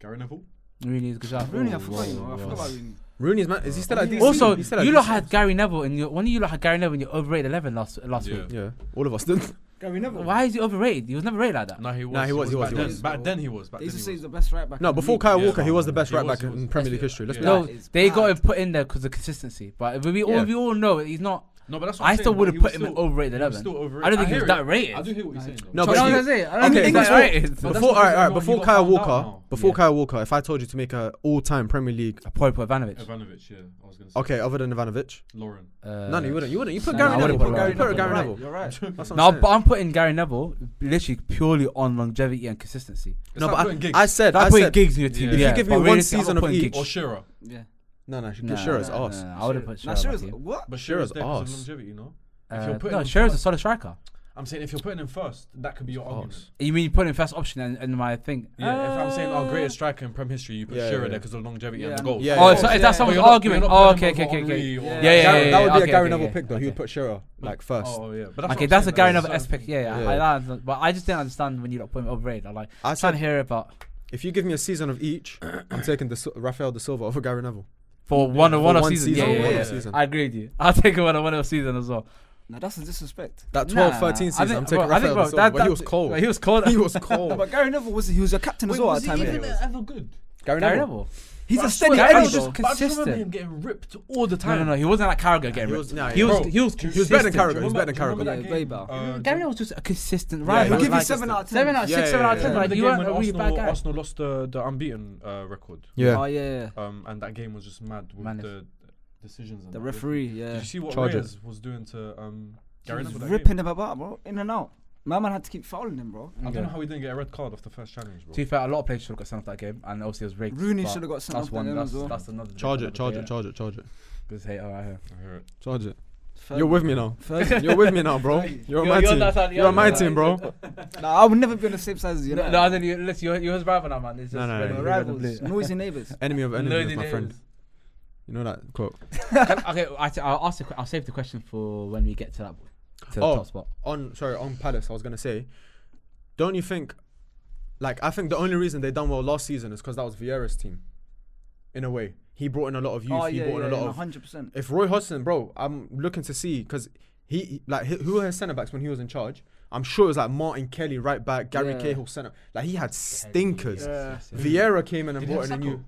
E: Gary Neville.
A: Rooney is a good shot.
C: Rooney, I forgot you. know, I
B: Whoa,
C: forgot
B: whoa.
C: about Rooney.
B: Rooney's man. Is he still at DC?
A: Also,
B: He's still at
A: you
B: DC.
A: lot had Gary Neville in your. When you lot had Gary Neville in your overrated eleven last last
E: Yeah.
A: week.
B: Yeah, all of us (laughs) did.
C: Gary Neville.
A: Why is he overrated? He was never rated like that.
E: No, he was.
B: Nah, he was, he was,
E: back
B: he
E: then-
C: was.
E: Back then he was. Back
C: They
E: then
C: used to
E: he
C: say he's
E: was.
C: the best right back.
B: No,
C: in the
B: before
C: league.
B: Kyle
E: Yeah,
B: Walker, he was the
E: no,
B: best
E: he
B: right
E: was,
B: back
E: he was.
B: in Premier League history. Let's be
A: No,
B: honest.
C: That is
A: they got him
C: bad.
A: put in there because of consistency. But we all
B: Yeah.
A: we all know he's not.
E: No, but that's. What
A: I
E: I'm
A: still
E: saying,
A: would have
E: he was
A: put him in
E: still-
A: overrated
E: he was
A: eleven.
E: still overrated.
A: I don't think he was
E: hear
A: that
E: it.
A: rated.
E: I do hear what you're saying. though.
B: No,
A: So
B: but
A: I was
B: you-
A: gonna say, I don't
B: okay,
A: think he's
B: that's
A: that
B: what-
A: rated.
E: But that's
B: Before,
E: what
B: all right, all
E: everyone
B: right. Before
E: you
B: Kyle
E: lot found out
B: Walker,
E: now.
B: before
A: Yeah.
B: Kyle Walker, if I told you to make a all-time Premier League,
A: Poor poor Ivanovic.
E: Ivanovic, yeah. I was gonna say.
B: okay, other than Ivanovic,
E: Lauren.
A: Uh,
B: no, no, you wouldn't. You wouldn't. You put
A: no,
B: Gary
A: I wouldn't
B: Neville.
A: put
B: bro.
A: Gary
B: You put
A: Neville.
B: Gary
A: You're
B: Neville.
C: You're right.
B: That's what
A: No,
B: I'm
A: but
B: saying.
A: I'm putting Gary Neville literally purely on longevity and consistency.
E: It's
B: No,
E: like
B: but
E: putting
B: I-
E: Giggs
B: I said, I
A: That's putting
B: said,
A: gigs in your team.
E: If you
A: yeah,
B: give
A: but
B: me one
A: realistically, I'm
B: season
A: not
B: of
A: putting
B: each-
A: Giggs.
E: or Shearer.
C: Yeah.
B: no, no,
A: Nah,
B: Shira's
A: nah,
B: ass.
A: nah, nah, I would have put
C: Now
A: Shearer.
C: Shearer's
A: back in.
C: what?
E: But
B: Shearer's
E: Shearer's there because
B: arse.
E: of longevity, you know. If
A: Uh,
E: you're putting
A: no,
E: him
A: Shearer's a
E: first-
A: solid striker.
E: I'm saying if you're putting him first, that could be your argument.
A: You mean you put him first option and, and my thing?
E: Yeah, if I'm saying our
A: Uh,
E: greatest striker in Prem history, you put
B: Yeah,
E: Shearer
B: yeah,
E: there
B: yeah.
E: because of longevity
C: Yeah.
E: and the goals.
B: Yeah,
A: Oh,
B: yeah,
A: so
B: yeah.
A: is that someone's
E: But you're not-
A: argument?
E: you're
A: Oh,
E: not
A: okay,
E: putting
A: okay,
E: him
A: okay,
E: over
A: okay.
E: Henry
A: Yeah,
E: or-
A: yeah, yeah, yeah,
B: Gary- that would be
A: okay,
B: a Gary
A: okay,
B: Neville
A: okay,
B: pick though. He would
A: okay.
B: put Shearer like first.
E: Oh yeah, but that's
A: Okay,
E: what
A: that's a
E: I'm saying,
A: Gary
E: there's
A: Neville
E: certain
A: S pick.
E: people.
A: Yeah,
B: Yeah.
A: I, I understand, but I just didn't understand when you like, put him overrated. I like
B: I
A: I'm trying
B: said
A: to hear about
B: If you give me a season of each, I'm taking the Rafael da Silva over Gary Neville.
A: for one or
B: For
A: one off
B: one
A: season.
B: season,
A: Yeah, yeah,
B: one
A: yeah.
B: off season.
A: I agree with you. I'll take a one or one off season as well.
C: No, that's a disrespect.
B: That
A: Nah,
B: 12 13
A: I
B: season,
A: think-
B: I'm taking
A: bro, I
B: Rafael
A: think,
B: da
A: bro,
B: Silva.
A: that-
B: but he was
A: that-
B: cold.
A: He was cold. (laughs)
B: He was
C: No,
B: cold.
C: but Gary Neville was he was your captain as well at the time. innit?
E: ever good?
B: Gary
A: Gary
B: Neville.
A: Neville.
C: He's
E: But I
C: a
E: swear
C: steady
E: to God,
A: Gary
C: edge
A: was
C: though.
A: just
E: But I just remember
A: consistent.
E: him getting ripped all the
A: No,
E: time.
A: no, no. He wasn't like Carragher getting
B: He
A: ripped.
B: was, nah,
A: He
B: yeah.
A: was,
E: Bro,
A: he was,
E: do you
A: he was
E: see
A: better than
B: him
A: Carragher.
B: Carragher? He was better than
E: Remember that
C: Carragher. Yeah,
E: game,
C: Weber.
E: uh,
A: Gary Neville was just a consistent
B: Yeah,
A: right.
B: he
C: He'll
B: was
C: give you
B: like
C: seven out of ten.
A: Seven out of
B: Yeah,
A: six, seven
B: yeah,
A: out of
B: yeah.
A: ten.
E: Remember
A: Like
E: the
A: you
E: game
A: weren't
E: when
A: a really
E: Arsenal,
A: bad guy.
E: Arsenal lost the, the unbeaten uh, record,
C: Oh
B: Yeah.
C: yeah,
E: um, and that game was just mad with
A: Madness.
E: the decisions. And
C: the
E: that.
C: referee.
E: Did
C: Yeah,
E: you see what
B: Charger.
E: Reyes was doing to um,
C: he
E: Gary
C: was
E: Neville? that game?
C: ripping him about, bro, in and out. My man had to keep fouling him, bro.
E: I
A: Yeah.
E: don't know how he didn't get a red card off the first challenge,
A: To
E: bro.
A: be fair, a lot of players should have got sent off that game, and obviously it was rigged.
C: Rooney
A: but
C: should have got sent
A: That's
C: off that
A: one.
C: game
A: That's,
C: as well.
A: that's another.
B: Charge it, charge it, charge it, charge it.
A: Because hey, alright here.
E: I hear it.
B: Charge it.
C: Fergie.
B: You're with me
C: (laughs)
B: now.
C: Fergie.
B: You're with me now, bro. You're on my
A: you're on
B: team.
A: that side,
B: You're on my
A: that side.
B: team, bro.
C: Nah, I would never be on the same side as you.
A: No, no, I don't. You, listen, you're, you're his rival now, man. It's
B: No,
A: just red
B: no, no.
A: and
C: We're
A: blue, red and
C: rivals,
A: blue.
C: noisy neighbours.
B: Enemy of enemy
A: Lonely
B: is my friend.
A: days.
B: You know that quote.
A: Can- Um, okay, I t- I'll ask. the que- I'll save the question for when we get to that. To the
B: Oh.
A: top spot.
B: on sorry on Palace, I was gonna say, don't you think? Like I think the only reason they done well last season is because that was Vieira's team, in a way. He brought in a lot of youth.
C: Oh
B: he
C: yeah,
B: brought in a lot of.
C: hundred percent.
B: If Roy Hodgson, bro, I'm looking to see because he he- like he- who were his centre backs when he was in charge. I'm sure it was like Martin Kelly right back, Gary
C: Yeah.
B: Cahill centre. Like he had stinkers. Vieira came in and
E: Did he
B: brought in
E: have
B: a
E: Sacco?
B: new.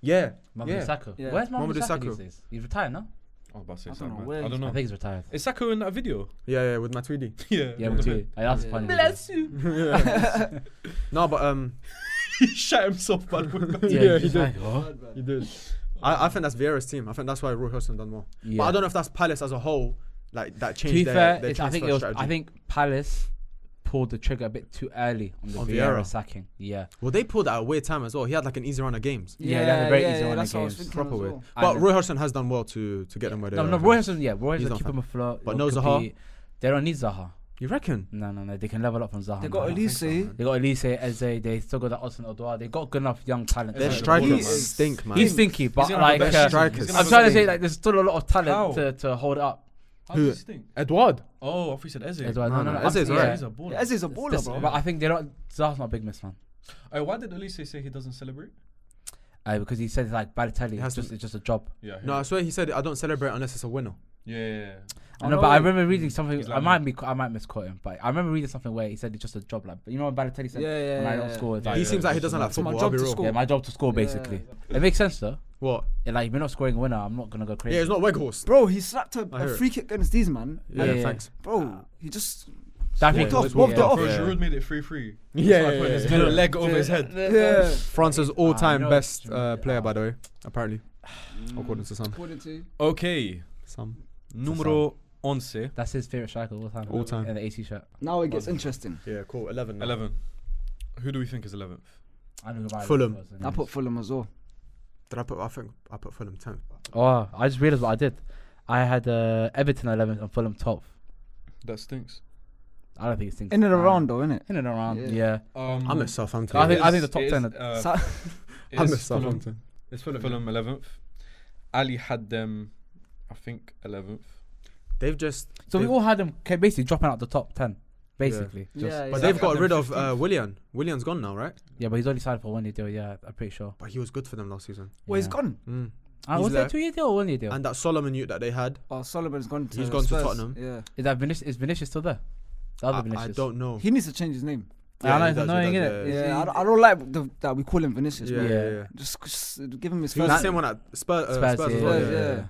B: Yeah,
A: Mamadou
B: yeah.
A: Sakho.
C: Yeah.
A: Where's Mamadou
B: Mamadou
A: Sakho
B: Sakho.
A: these days? He's retired, no?
E: I was about to
C: I
E: say
C: don't
E: something.
C: know
E: man.
C: where
E: I
C: he's-
E: don't
A: I
E: know.
A: think he's retired.
E: Is Sacco in that video?
B: yeah, yeah, with Matuidi.
E: yeah.
A: Yeah,
E: on
A: we
E: the
A: do.
E: bit.
A: Hey, That's funny.
D: you.
B: Yeah. no, but um,
E: (laughs) he shot himself by the way.
A: (laughs) Yeah,
B: Yeah,
A: he's
B: he
A: like, oh.
B: you did. I, I think that's Vieira's team. I think that's why Roy Hodgson done well.
A: Yeah.
B: But I don't know if that's Palace as a whole, like that
A: To
B: changed
A: be
B: their,
A: fair,
B: their
A: it's, I think
B: transfer
A: it was,
B: strategy.
A: I think Palace pulled the trigger a bit too early on the
B: On
A: Vieira,
B: Vieira.
A: sacking. Yeah.
B: well, they pulled at a weird time as well. He had like an easy round of games,
A: Yeah, they had a very easy one
C: that's what I was
A: against
C: thinking
B: proper
C: Mm, as
B: way.
C: well.
B: But
A: And-
B: Roy Hodgson has done well to to get them where they
A: No,
B: are.
A: no,
B: I think.
A: Roy Hodgson, yeah, Roy
B: He's
A: Hodgson
B: on
A: keep
B: fire.
A: him afloat.
B: But
A: they'll
B: no Zaha?
A: compete. They don't need Zaha.
B: You reckon?
A: No, no, no. They can level up from Zaha.
C: They
A: man.
C: got
B: I think so,
C: Elise.
B: man.
A: They got Elise, Eze, they still got that Austin Odua. They got good enough young talent.
B: Their
E: He's
A: there.
E: striker-
B: strikers
E: gonna-
B: stink, man.
A: He's stinky, but
E: gonna have
A: like,
E: the best
A: uh,
E: season.
B: strikers.
E: He's gonna
A: I'm
E: have
A: trying to
E: the
A: say
E: best-
A: like there's still a lot of
E: How?
A: talent to, to hold it up.
E: How does
B: Who?
E: he stink?
B: Edward.
E: Oh, I thought you said Eze.
A: As well.
B: No,
A: No,
B: no,
A: no, no.
B: Eze's
A: I'm-
B: alright.
A: yeah.
E: He's a baller.
C: Yeah, Eze is a
A: This-
C: baller, bro.
A: But I think they're not. Zaha's not a big miss, man.
E: Hey, why did Elise say he doesn't celebrate?
A: uh, because he said like Balotelli,
B: It
A: it's
B: has
A: just
B: to-
A: it's just a job.
E: Yeah. I hear
B: No, I
E: you.
B: swear he said I don't celebrate unless it's a winner.
E: Yeah, yeah, yeah.
A: I know, but I
C: wait.
A: remember reading something.
E: He's
A: I
E: like-
A: might be, I might misquote him, but I remember reading something where he said it's just a job. Like you know, when Balotelli said,
C: Yeah, yeah,
A: "When I
C: yeah,
A: don't
C: yeah.
A: score, it's
E: Yeah,
A: like,
B: he
E: yeah,
B: seems like he
E: it's
B: doesn't
E: my-
B: like
E: it's my
B: football. I'll
C: job
B: be
C: to
B: real.
C: score.
A: yeah, my job to score basically." It makes sense though.
B: What?
A: Yeah, like if you're not scoring a winner, I'm not gonna go crazy.
B: Yeah, it's not Weghorst.
C: Bro, he slapped a,
B: I hear
C: a
B: it.
C: free kick against these man.
B: Yeah,
A: Yeah.
B: thanks.
C: Bro, he just
A: That
B: Yeah,
A: thing-
B: it's
C: walked
A: Oh, yeah.
C: off.
E: Bro,
B: Yeah.
E: Giroud made it free free.
B: Yeah,
E: That's why I
B: yeah,
E: put
B: yeah,
E: his
A: (laughs)
B: yeah.
E: middle leg over his head.
C: yeah.
B: France's
A: I know
B: all-time best
A: it's
B: uh,
A: true.
B: player, by the way, apparently, Mm. according to some.
D: According to
F: Okay,
B: Some
F: número 11.
A: That's his favorite striker all time.
B: all time.
A: In the AC shirt.
C: Now it gets interesting.
B: Yeah, cool. Eleven.
F: 11. Who do we think is 11th?
A: I know who my
B: Fulham.
A: was,
C: I
A: anyways.
C: put Fulham as well.
B: Did I put? I think I put Fulham tenth.
A: Oh, I just realized what I did. I had uh, Everton 11th and Fulham 12th.
E: That stinks.
A: I don't think it's things.
C: In and
A: uh,
C: around though, innit?
A: In and around.
C: Yeah.
A: Yeah.
E: Um,
B: I'm at
A: No, I
B: Southampton.
A: think- I think the
E: it
A: top
E: is-
A: 10
E: it is,
C: Sa-
E: it
B: I'm
E: is
B: at
E: Fulham.
B: Southampton.
E: It's Fulham. Fulham 11th. Ali had them, I think, 11th.
B: They've just.
A: So we
B: they've-
A: all had them ca- basically dropping out the top 10, basically.
B: Just,
C: Yeah,
B: but
C: yeah.
B: they've got
E: Southampton
B: rid of uh, Willian. Willian's gone now, right?
A: Yeah, but he's only signed for one year deal. Yeah, I'm pretty sure.
B: But he was good for them last season.
C: Well, he's
A: Yeah.
C: gone.
B: Mm.
A: Ah,
B: He's
A: was it a
B: left.
A: two year deal or one year deal?
B: And that Solomon youth that they had,
C: Oh, Solomon's gone to
B: He's gone to
C: Spurs.
B: Tottenham.
C: Yeah.
A: is that Vinicius? Is Vinicius still there? The other
B: I, I
A: Vinicius.
B: don't know.
C: He needs to change his name.
A: I know
B: he
A: it's
B: does, he
A: annoying,
B: does,
A: innit?
B: yeah,
C: Yeah, I don't, I don't like the, that we call him Vinicius.
B: Yeah,
C: man.
B: yeah,
A: Yeah.
B: yeah.
C: Just, just give him his
B: He
C: first
B: was the same
C: name.
B: one at Spurs, uh,
A: Spurs,
B: Spurs
A: yeah,
B: as well.
C: yeah,
B: yeah,
C: yeah.
B: yeah.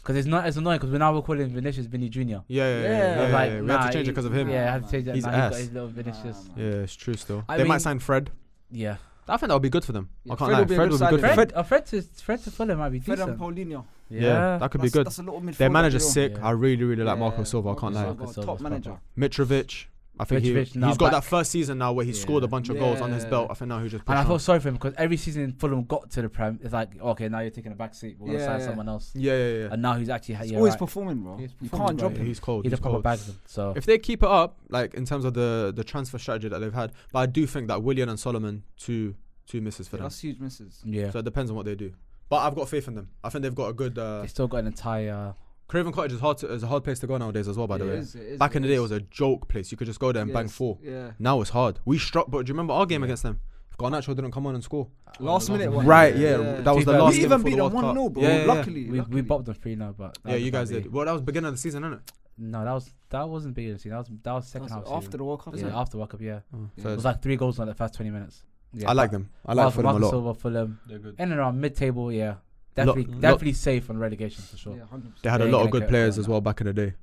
A: Because it's not as annoying because we're now we're calling Vinicius Vinny Junior.
B: Yeah, yeah, yeah. yeah,
C: Yeah.
B: yeah,
A: Like,
B: yeah. We had
A: nah,
B: to change it
A: he-
B: because of him.
A: Yeah, I had to change that.
B: He's
A: now he's got
B: ass.
A: his little Vinicius.
C: Nah, man.
B: Yeah, it's true still.
A: I
B: they
A: mean-
B: might sign Fred.
A: Yeah.
B: I think that would be good for them.
C: Yeah,
B: I can't
C: Fred
B: lie.
C: would be a
B: Fred
C: good
B: would be good for
C: signing.
B: them.
A: Fred, uh, Fred to Fred to Fulham might be
C: Fred and
A: decent.
C: Paulinho.
B: Yeah,
A: yeah.
B: that could be
C: That's,
B: good.
C: that's a little midfield.
B: Their manager's
A: you know.
B: sick.
A: Yeah.
B: I really, really like
C: Yeah,
B: Marco Silva. I can't lie.
A: Silva. Marco
C: top
A: Silva's
C: manager.
B: Mitrovic. I think he,
A: Mitrovic
B: he's
A: now
B: got that
A: back.
B: first season now where he scored
A: Yeah.
B: a bunch of goals on his
C: Yeah.
B: belt. I think now he just
A: And I
B: pushed on.
A: felt sorry for him because every season Fulham got to the Prem, it's like, okay, now you're taking a back seat. We're going to
C: Yeah,
A: sign
C: yeah.
A: someone else.
B: Yeah, yeah, yeah.
A: And now he's actually had.
C: He's
A: Yeah,
C: always
A: right.
C: performing, bro.
A: He's
C: you
A: performing,
C: can't drop
A: bro.
B: Yeah,
C: him.
B: he's cold.
A: He's a
B: He's
A: proper
B: cold.
A: bag them. So
B: If they keep it up, like in terms of the the transfer strategy that they've had, but I do think that William and Solomon two two misses for them.
C: That's huge misses.
A: yeah,
B: So it depends on what they do. But I've got faith in them. I think they've got a good. Uh,
A: they still got an entire. uh,
B: Craven Cottage is hard to, is a hard place to go nowadays as well. By the
C: It
B: way,
C: is, it is,
B: back in the day it
C: is.
B: was a joke place. You could just go there and bang
C: Yes,
B: four.
C: Yeah.
B: Now it's hard. We struck, but do you remember our game against them? Garnacho didn't come on and score.
C: Last minute one.
B: Right, yeah, that was
A: To
B: the
A: be fair,
B: last
C: we
B: game
C: even
B: before the
C: beat them
B: World Cup.
C: one 0 bro.
B: Yeah, yeah, yeah.
C: luckily,
A: We,
C: luckily.
A: we bopped them 3 now, but. that
B: yeah,
A: was
B: you guys
A: probably-
B: did. Well, that was beginning of the season, isn't it?
A: No, that was that wasn't beginning of the season. That was, that was
C: That
A: second
C: was
A: half.
C: after the World Cup.
A: season.
C: isn't
A: Yeah, after World Cup, Oh. yeah.
B: So
A: It was
B: it's-
A: like three goals in the first 20 minutes. Yeah,
B: I like
A: but
B: them. I like
A: Marco-
B: Fulham a
A: Marco
B: lot.
A: Silva, Fulham.
E: They're good.
A: In and around mid table, yeah. Definitely,
B: lot-
A: definitely safe on relegation for sure.
C: it? Yeah, 100%.
B: They had a
A: Yeah,
B: lot
A: yeah,
B: of good
A: okay,
B: players
A: fair
B: as well back in the day.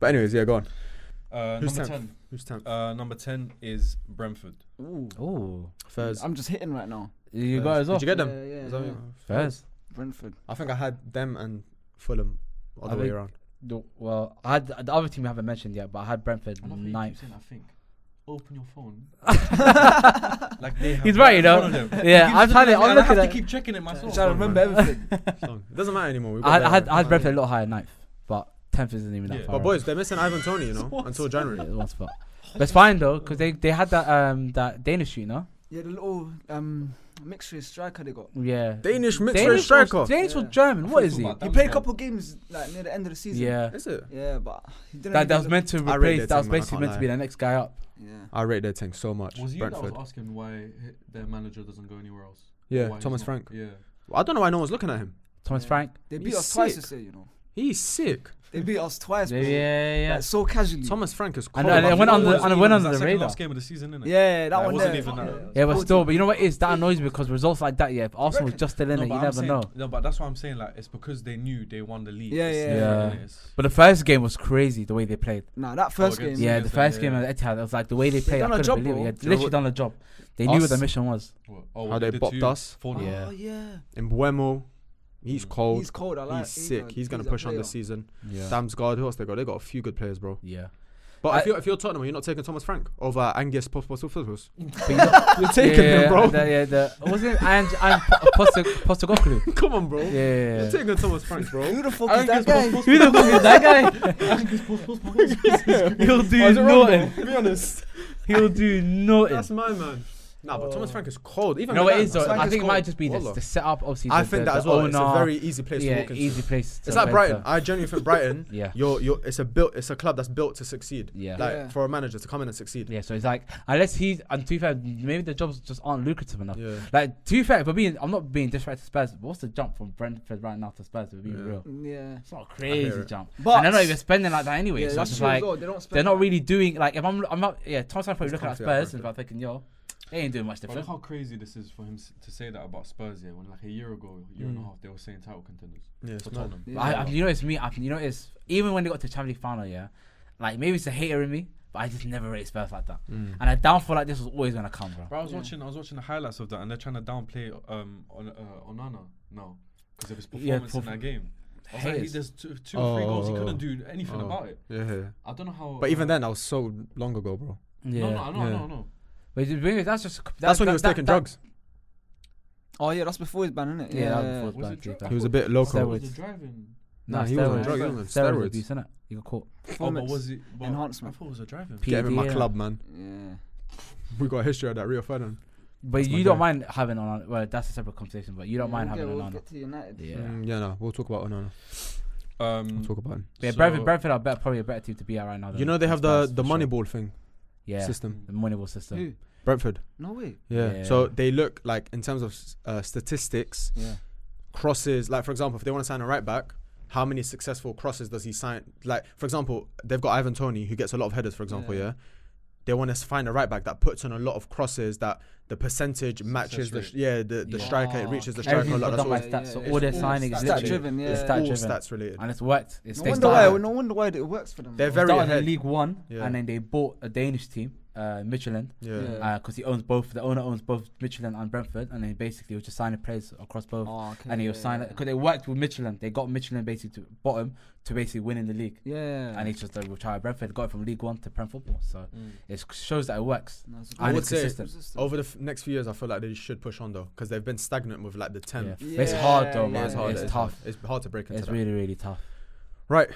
B: But anyways, yeah, go on.
E: Uh,
B: Who's
E: number 10.
B: tenth? Who's tenth?
E: Uh, number 10 is Brentford.
C: Ooh.
A: Oh,
B: Fez.
C: I'm just hitting right now.
A: you got it as well.
B: Did you get them?
C: Yeah, yeah,
B: Is that
C: yeah.
B: you?
A: Fez.
C: Brentford.
B: I think I had them and Fulham all the
A: I
B: way
A: think-
B: around.
A: No, Well, I had the other team we haven't mentioned yet, but I had Brentford ninth. (laughs)
E: I think. Open your phone. like
A: (laughs)
E: they have
A: He's right, you know.
E: one of them.
A: Yeah,
E: He
A: I'm
E: keeps
A: trying to- I'm
E: looking at it, and I
A: looking
E: have
A: at-
E: to keep checking it myself.
C: Trying to remember everything.
B: So, it doesn't matter anymore. We
A: I
B: got
A: had, I
B: there,
A: had, I had
B: right?
A: Brentford a lot higher ninth, but tenth isn't even that
E: Yeah.
A: far.
B: But
A: off.
B: boys, they're missing Ivan Tony,
A: (laughs)
B: you know, until
A: Yeah,
B: January.
A: it was far. But it's fine though, because they, they had that um that Danish you know.
C: yeah, the little um mixture striker they got.
A: Yeah.
B: Danish midfield
A: Danish
B: striker.
A: Was, Danish was
C: Yeah.
A: German. What
E: thought
A: is he?
E: about
C: He
E: That was
C: played a
E: bad.
C: couple games like near the end of the season.
A: Yeah.
B: Is it?
C: Yeah, but he didn't.
A: That, that
C: really
A: was meant to
B: I rate
A: replace.
B: their
A: That was
B: team, man, I
A: basically
B: can't
A: meant to be the next guy up.
C: look- Yeah.
B: I rate their team so much.
E: Was you
B: Brentford.
E: that was asking why hi- their manager doesn't go anywhere else?
B: Yeah,
E: Why he's
B: Thomas
E: not-
B: Frank.
E: Yeah.
B: I don't know why no one's looking at him.
A: Thomas
C: Yeah.
A: Frank.
C: They
B: He's
C: beat us twice
B: sick.
C: this year, you know.
B: He's sick.
C: They beat us twice.
A: Yeah,
C: Bro.
A: yeah, yeah. yeah.
C: Like, so casually.
B: Thomas Frank is
A: I
B: cold.
A: know, and it went
E: You know
A: under-
E: what?
A: and it went
E: It was
A: under
E: that
A: the
E: second
A: radar.
E: Last game of the season, innit?
C: yeah, that
E: Like, it
C: one
E: wasn't
C: there.
E: even
C: Fuck
E: that.
A: uh, yeah, but
C: Poor
A: still,
C: team.
A: but you know what it is that annoys me because results like that, yeah, if Arsenal was just still in it, you
E: but I'm
A: never
E: saying,
A: know.
E: No, but that's what I'm saying. Like, it's because they knew they won the league.
C: Yeah,
E: It's
C: yeah,
E: different,
A: yeah.
E: innit? It's-
A: But the first game was crazy the way they played.
C: Nah, that
B: Oh,
C: first game.
E: against
A: Yeah,
E: Yeah,
A: the
E: so,
A: first
E: yeah.
A: game at Etihad, it was like the way they played.
C: done
A: I
C: a
A: couldn't
C: job,
A: believe it.
C: bro.
A: Yeah,
C: Do
B: you know
A: literally
B: what-
A: done a job. They knew what the
B: Us-
A: mission was.
E: What? Oh,
B: How
E: what
B: they
E: did
B: bopped
E: do?
B: us.
E: 4-0.
A: Yeah.
C: Oh yeah.
B: Mbuemo, he's
E: Mm.
B: cold.
C: He's
B: He's,
C: cold. I like.
B: sick. He's gonna
C: a
B: push on
C: player.
B: this season.
A: Yeah.
B: Damsgaard, who else they got? They got a few good players, bro.
A: yeah.
B: But
A: I-
B: if you're if you're Tottenham, you're not taking Thomas Frank over Angus Postecoglou. (laughs)
A: But you know-
B: You're taking
A: yeah,
B: him, bro.
A: The, yeah, the, wasn't it? And, and Poste,
B: (laughs)
A: Postecoglou.
B: Come on, bro.
A: Yeah, yeah,
B: You're
A: yeah.
B: taking Thomas Frank, bro.
A: (laughs)
C: Who the fuck is that
E: Angus
C: guy?
A: Who the fuck is that guy? (laughs)
B: (laughs)
A: He'll do nothing.
E: Oh,
B: Be honest.
E: (laughs)
A: He'll do nothing. Oh.
B: That's my man. Nah, but Thomas Frank is cold. Even
A: No,
B: with
A: it
B: that,
A: is. Though.
B: Frank
A: I
B: is
A: think it
B: cold.
A: might just be this.
B: Wallah.
A: The setup, obviously.
B: I
A: the-
B: think
A: the-
B: that as
A: the
B: well. It's a
A: owner.
B: very easy place to
A: yeah,
B: walk into.
A: easy place. to
B: It's like
A: enter.
B: Brighton. I genuinely think Brighton.
A: (laughs) Yeah.
B: You're, you're, it's a built. It's a club that's built to succeed.
A: Yeah.
B: Like
C: Yeah.
B: for a manager to come in and succeed.
A: Yeah, so it's like unless he's and to be fair, maybe the jobs just aren't lucrative enough.
B: Yeah.
A: Like to be fair, but being I'm not being disrespectful to Spurs. But what's the jump from Brentford right now to Spurs? To be
B: Yeah.
A: real,
C: Yeah.
A: it's not a crazy
B: it.
A: jump.
C: But
A: and they're not even spending like that anyway.
C: Yeah,
A: so
C: that's
A: it's just
C: true as
A: like
C: well, They don't
A: they're
C: spend
A: not
C: that.
A: really doing like if I'm I'm not yeah. Thomas Frank probably looking at
B: comfy at
A: Spurs and about thinking yo, they ain't doing much
E: But look
A: different.
E: how crazy this is for him s- to say that about Spurs, yeah, when like a year ago, year and a
B: Mm.
E: half, they were saying title contenders.
B: Yeah. It's
E: For
B: mad.
E: Tottenham.
C: Yeah.
A: I, I've you noticed me. I've you noticed even when they got to Champions League final, yeah, like maybe it's a hater in me, but I just never rated Spurs like that.
B: Mm.
A: And a downfall like this was always gonna come, bro.
E: But I was
C: Yeah.
E: watching, I was watching the highlights of that, and they're trying to downplay um on uh, Onana now because of his
A: Yeah,
E: performance in
A: perf-
E: that game. I was like, he,
A: Haters.
E: there's two, two or three goals, he couldn't
B: Oh.
E: do anything
B: Oh.
E: about it.
B: Yeah. yeah.
E: I don't know how.
B: But even
E: uh,
B: then, that was so long ago, bro.
A: yeah.
E: no, no, I know, I
B: Yeah.
E: know, I know.
A: But the thing is, that's just that-
B: That's when
A: that-
B: he was
A: that-
B: taking
A: that-
B: drugs.
C: Oh yeah, that's before his ban, is it?
A: Yeah, that was before his
E: Was
A: ban,
E: it
A: to be
E: drug-
A: fair.
B: He was a bit local.
A: Steroids.
E: Was it driving?
A: No,
B: Nah,
A: steroids.
B: he was on drugs,
A: steroids.
B: he was on
A: steroids
B: steroids.
A: abuse, innit? You got caught.
E: Oh, but
C: Performance
E: was it but
C: enhancement.
E: I thought it was a driving.
A: P-
B: Get him in my
A: PDA.
B: club, man.
C: Yeah.
B: We got a history of that Rio Ferdinand.
A: But
B: That's my
A: you don't
B: guy.
A: mind having on. Well, that's a separate conversation. But you don't mind
C: Okay,
A: having
C: we'll
A: on.
C: get to United.
A: Yeah.
B: Mm, yeah, no, we'll talk about Onana.
E: Um,
B: We'll talk about him.
A: Yeah,
E: So-
A: Brentford, Brentford are better, probably a better team to be at right now.
B: You
A: than-
B: know they
A: than
B: have the
A: Spurs,
B: the
A: for sure.
B: Moneyball thing
A: Yeah,
B: system.
A: the Moneyball system.
C: Who?
B: Brentford.
C: No way.
B: Yeah.
A: Yeah.
B: So they look like in terms of s- uh, statistics,
C: Yeah.
B: crosses. Like for example, if they want to sign a right back, how many successful crosses does he sign? Like for example, they've got Ivan Tony who gets a lot of headers. For example, yeah.
C: Yeah.
B: They want to find a right back that puts on a lot of crosses that the percentage matches the
E: rate.
B: sh- yeah the, the
A: Yeah.
B: striker it
C: Ah,
B: reaches the
C: okay.
B: striker a
A: Everything's
B: lot.
A: got
B: That's
A: done by
B: all,
A: stats.
C: always-
A: So
C: yeah,
A: all their
B: it's all
A: signings is
B: stat
A: literally
C: driven,
A: it's
C: yeah.
B: all
A: stat driven,
B: stats related.
A: and it's worked. It's
C: No
A: they
C: wonder
A: started-
C: why. No wonder why it works for them.
B: They're
A: they
B: very
A: started
B: ahead.
A: in League One,
B: Yeah.
A: and then they bought a Danish team, uh, Michelin,
B: Yeah.
C: Yeah.
A: because he owns both. The owner owns both Michelin and Brentford, and then basically he was just signing players across both.
C: Oh, okay,
A: and he
C: yeah,
A: was signing
C: yeah.
A: because they worked with Michelin. They got Michelin basically to bottom to basically winning the league.
C: Yeah.
A: And it's just that retired Brentford got it from League One to Prem Football, so
E: mm,
A: it shows that it works.
C: No, it's
B: I
A: and
B: would
A: it's
B: say
A: consistent.
B: Over the f- next few years, I feel like they should push on though, because they've been stagnant with like the ten.
A: Yeah.
B: It
A: But It's hard though,
C: Yeah,
A: man.
B: is
A: It's,
B: hard, it is hard.
A: tough.
B: It's hard to break into
A: It's
B: that.
A: really, really tough.
B: right.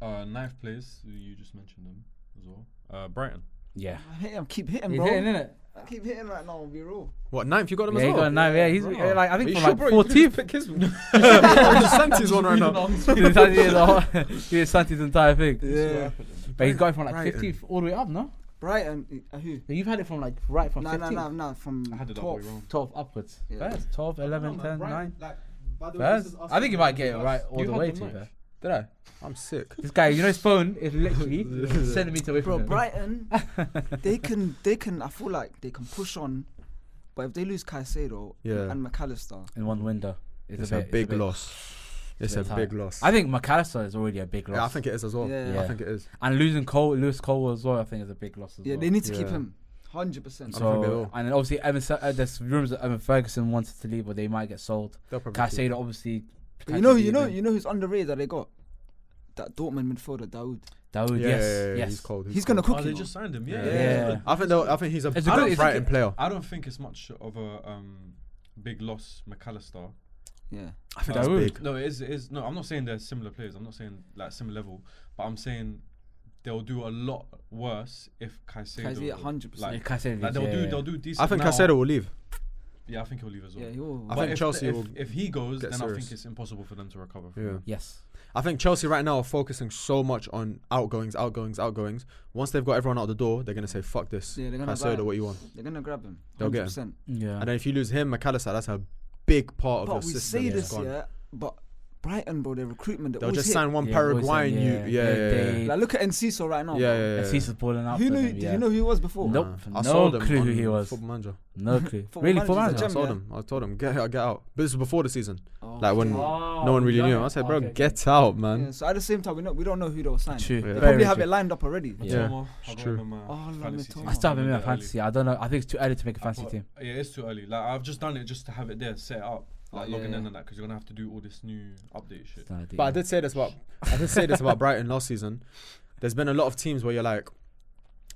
E: uh, ninth place. You just mentioned them as well.
F: Uh, Brighton.
A: Yeah.
C: I hit him. Keep hitting,
A: He's
C: bro.
A: hitting, innit?
C: I keep hitting right now. I'll be real.
B: What ninth? You got him
A: Yeah,
B: as
A: he
B: well.
A: got a
B: (laughs)
A: nine. Yeah, he's
B: Bro.
A: like I think
B: Are you
A: from
B: sure,
A: like
B: bro? You could've
A: fourteenth.
B: picked his one. Just Santi's one right now.
A: (laughs) he did Santi's entire thing.
C: Yeah.
A: But he's got it from like
B: Brighton.
A: fifteenth all the way up, no?
C: Brighton. uh, Who?
A: You've had it from like right from
C: No, no,
A: fifteenth.
C: no, no. From
E: (laughs) I had it that way
C: twelve.
E: wrong.
A: 12 upwards.
C: Yeah.
A: First, 12, 11, 10, 9. First.
B: First.
A: I think he might get it right all
E: You
A: the
E: had
A: way
E: the
A: to
E: ninth.
A: there.
B: Did I? I'm sick.
A: This guy, you know, his phone is
B: (laughs)
A: literally centimeters away
C: Bro,
A: from him.
C: Brighton. they can. They can. I feel like they can push on, but if they lose Caicedo
B: Yeah.
C: and McAllister,
A: In one window.
B: It's,
A: bit-
B: a, big
A: bit-
B: loss. It's
A: a
B: a
A: bit
B: big
A: tight.
B: loss.
A: I think McAllister is already a big loss.
B: Yeah, I think it is as well.
C: Yeah.
B: I
A: Yeah.
B: think it is.
A: and losing Cole, Lewis Cole as well, I think is a big loss as
C: yeah,
A: well.
C: they need to keep
B: Yeah.
C: him. Hundred percent.
B: I don't think they will.
A: So, and then obviously, Evan, Fer- uh, there's rumors that Evan Ferguson wanted to leave, but they might get sold.
B: They'll probably. keep-
A: Caicedo, obviously.
C: You know, you know, you know who's underrated that they got. That Dortmund midfielder, Daoud.
A: Dawood,
B: Yeah,
A: yes,
B: yeah, yeah,
A: yes.
B: He's cold.
C: He's gonna
B: cold.
C: cook
E: Oh, they
C: him.
E: just signed him. Yeah.
B: Yeah.
A: Yeah.
E: yeah.
B: I think they'll, I think he's a,
A: It's a
B: I
A: good-
B: don't
A: it's a
B: Brighton
A: good-
B: player.
E: I don't think it's much of a um, big loss, McAllister.
C: Yeah.
B: I think
A: that's
B: that's
A: Dawood.
B: big.
A: big.
E: No, it is. It is. No, I'm not saying they're similar players. I'm not saying like similar level. But I'm saying they'll do a lot worse if Caicedo.
C: Caicedo, 100%.
A: Yeah,
E: Like,
A: Caicedo,
E: like they'll
A: yeah,
E: do.
A: yeah.
E: They'll do decent.
B: I think
E: now.
B: Caicedo will leave.
E: Yeah, I think he'll leave as well.
C: Yeah, he will.
B: I think
E: if,
B: Chelsea
E: if,
B: will
E: if he goes,
B: get
E: then I
B: serious.
E: think it's impossible for them to recover. From
B: Yeah.
E: that.
A: Yes.
B: I think Chelsea right now are focusing so much on outgoings, outgoings, outgoings. Once they've got everyone out the door, they're gonna say fuck this.
C: Yeah, they're gonna buy
B: Caicedo,
C: him.
B: what you want?
C: They're gonna grab him.
B: They'll get him.
C: 100%.
A: Yeah.
B: And then if you lose him, McAllister, that's a big part of your
C: But we
B: system.
C: say
B: that's
C: this,
B: gone.
C: yeah, but Brighton, bro, their recruitment, they
B: They'll
C: always
B: just
C: hit.
B: sign one
A: Yeah, always
B: Paraguayan.
A: saying, yeah,
B: you, yeah, yeah,
A: yeah,
B: yeah,
A: they-
B: yeah.
C: Like, look at Enciso right now.
B: yeah,
C: bro.
B: yeah,
A: And
B: yeah.
A: Cecil's balling out.
C: Who
A: for
C: knew?
A: them,
C: Did
A: yeah.
C: you know who he was before?
A: Nope.
B: Nah.
A: No
B: I sold him
A: clue who
B: on
A: he was.
B: Football manager.
A: No
B: (laughs)
A: clue.
C: Football
A: really,
C: Manager's
A: for
C: a
B: I
A: manager.
C: gem.
B: sold
C: yeah.
B: him. I told him get out, get out. But this was before the season.
C: Oh,
B: Like when no one really
A: yeah.
B: knew. I said, bro,
A: Okay.
B: get out, man.
C: Yeah, so at the same time, we know we don't know who they'll sign.
A: True.
B: Yeah.
C: They
B: Very
C: probably have
A: true.
C: it lined up already.
A: Yeah.
B: Yeah.
E: Matoma,
B: it's
E: I got
B: true.
E: him in my
C: Oh,
E: fantasy team.
C: Lamitoma.
A: I still haven't made
E: got
A: a
E: him
A: fantasy. I don't know. I think it's too early to make a
E: I
A: fantasy
E: thought-
A: team.
E: Yeah, it's too early. Like I've just done it just to have it there, set it up, like
C: yeah,
E: logging in
C: yeah.
E: and that, because you're gonna have to do all this new update shit.
B: But I did say this about I did say this about Brighton last season. There's been a lot of teams where you're like,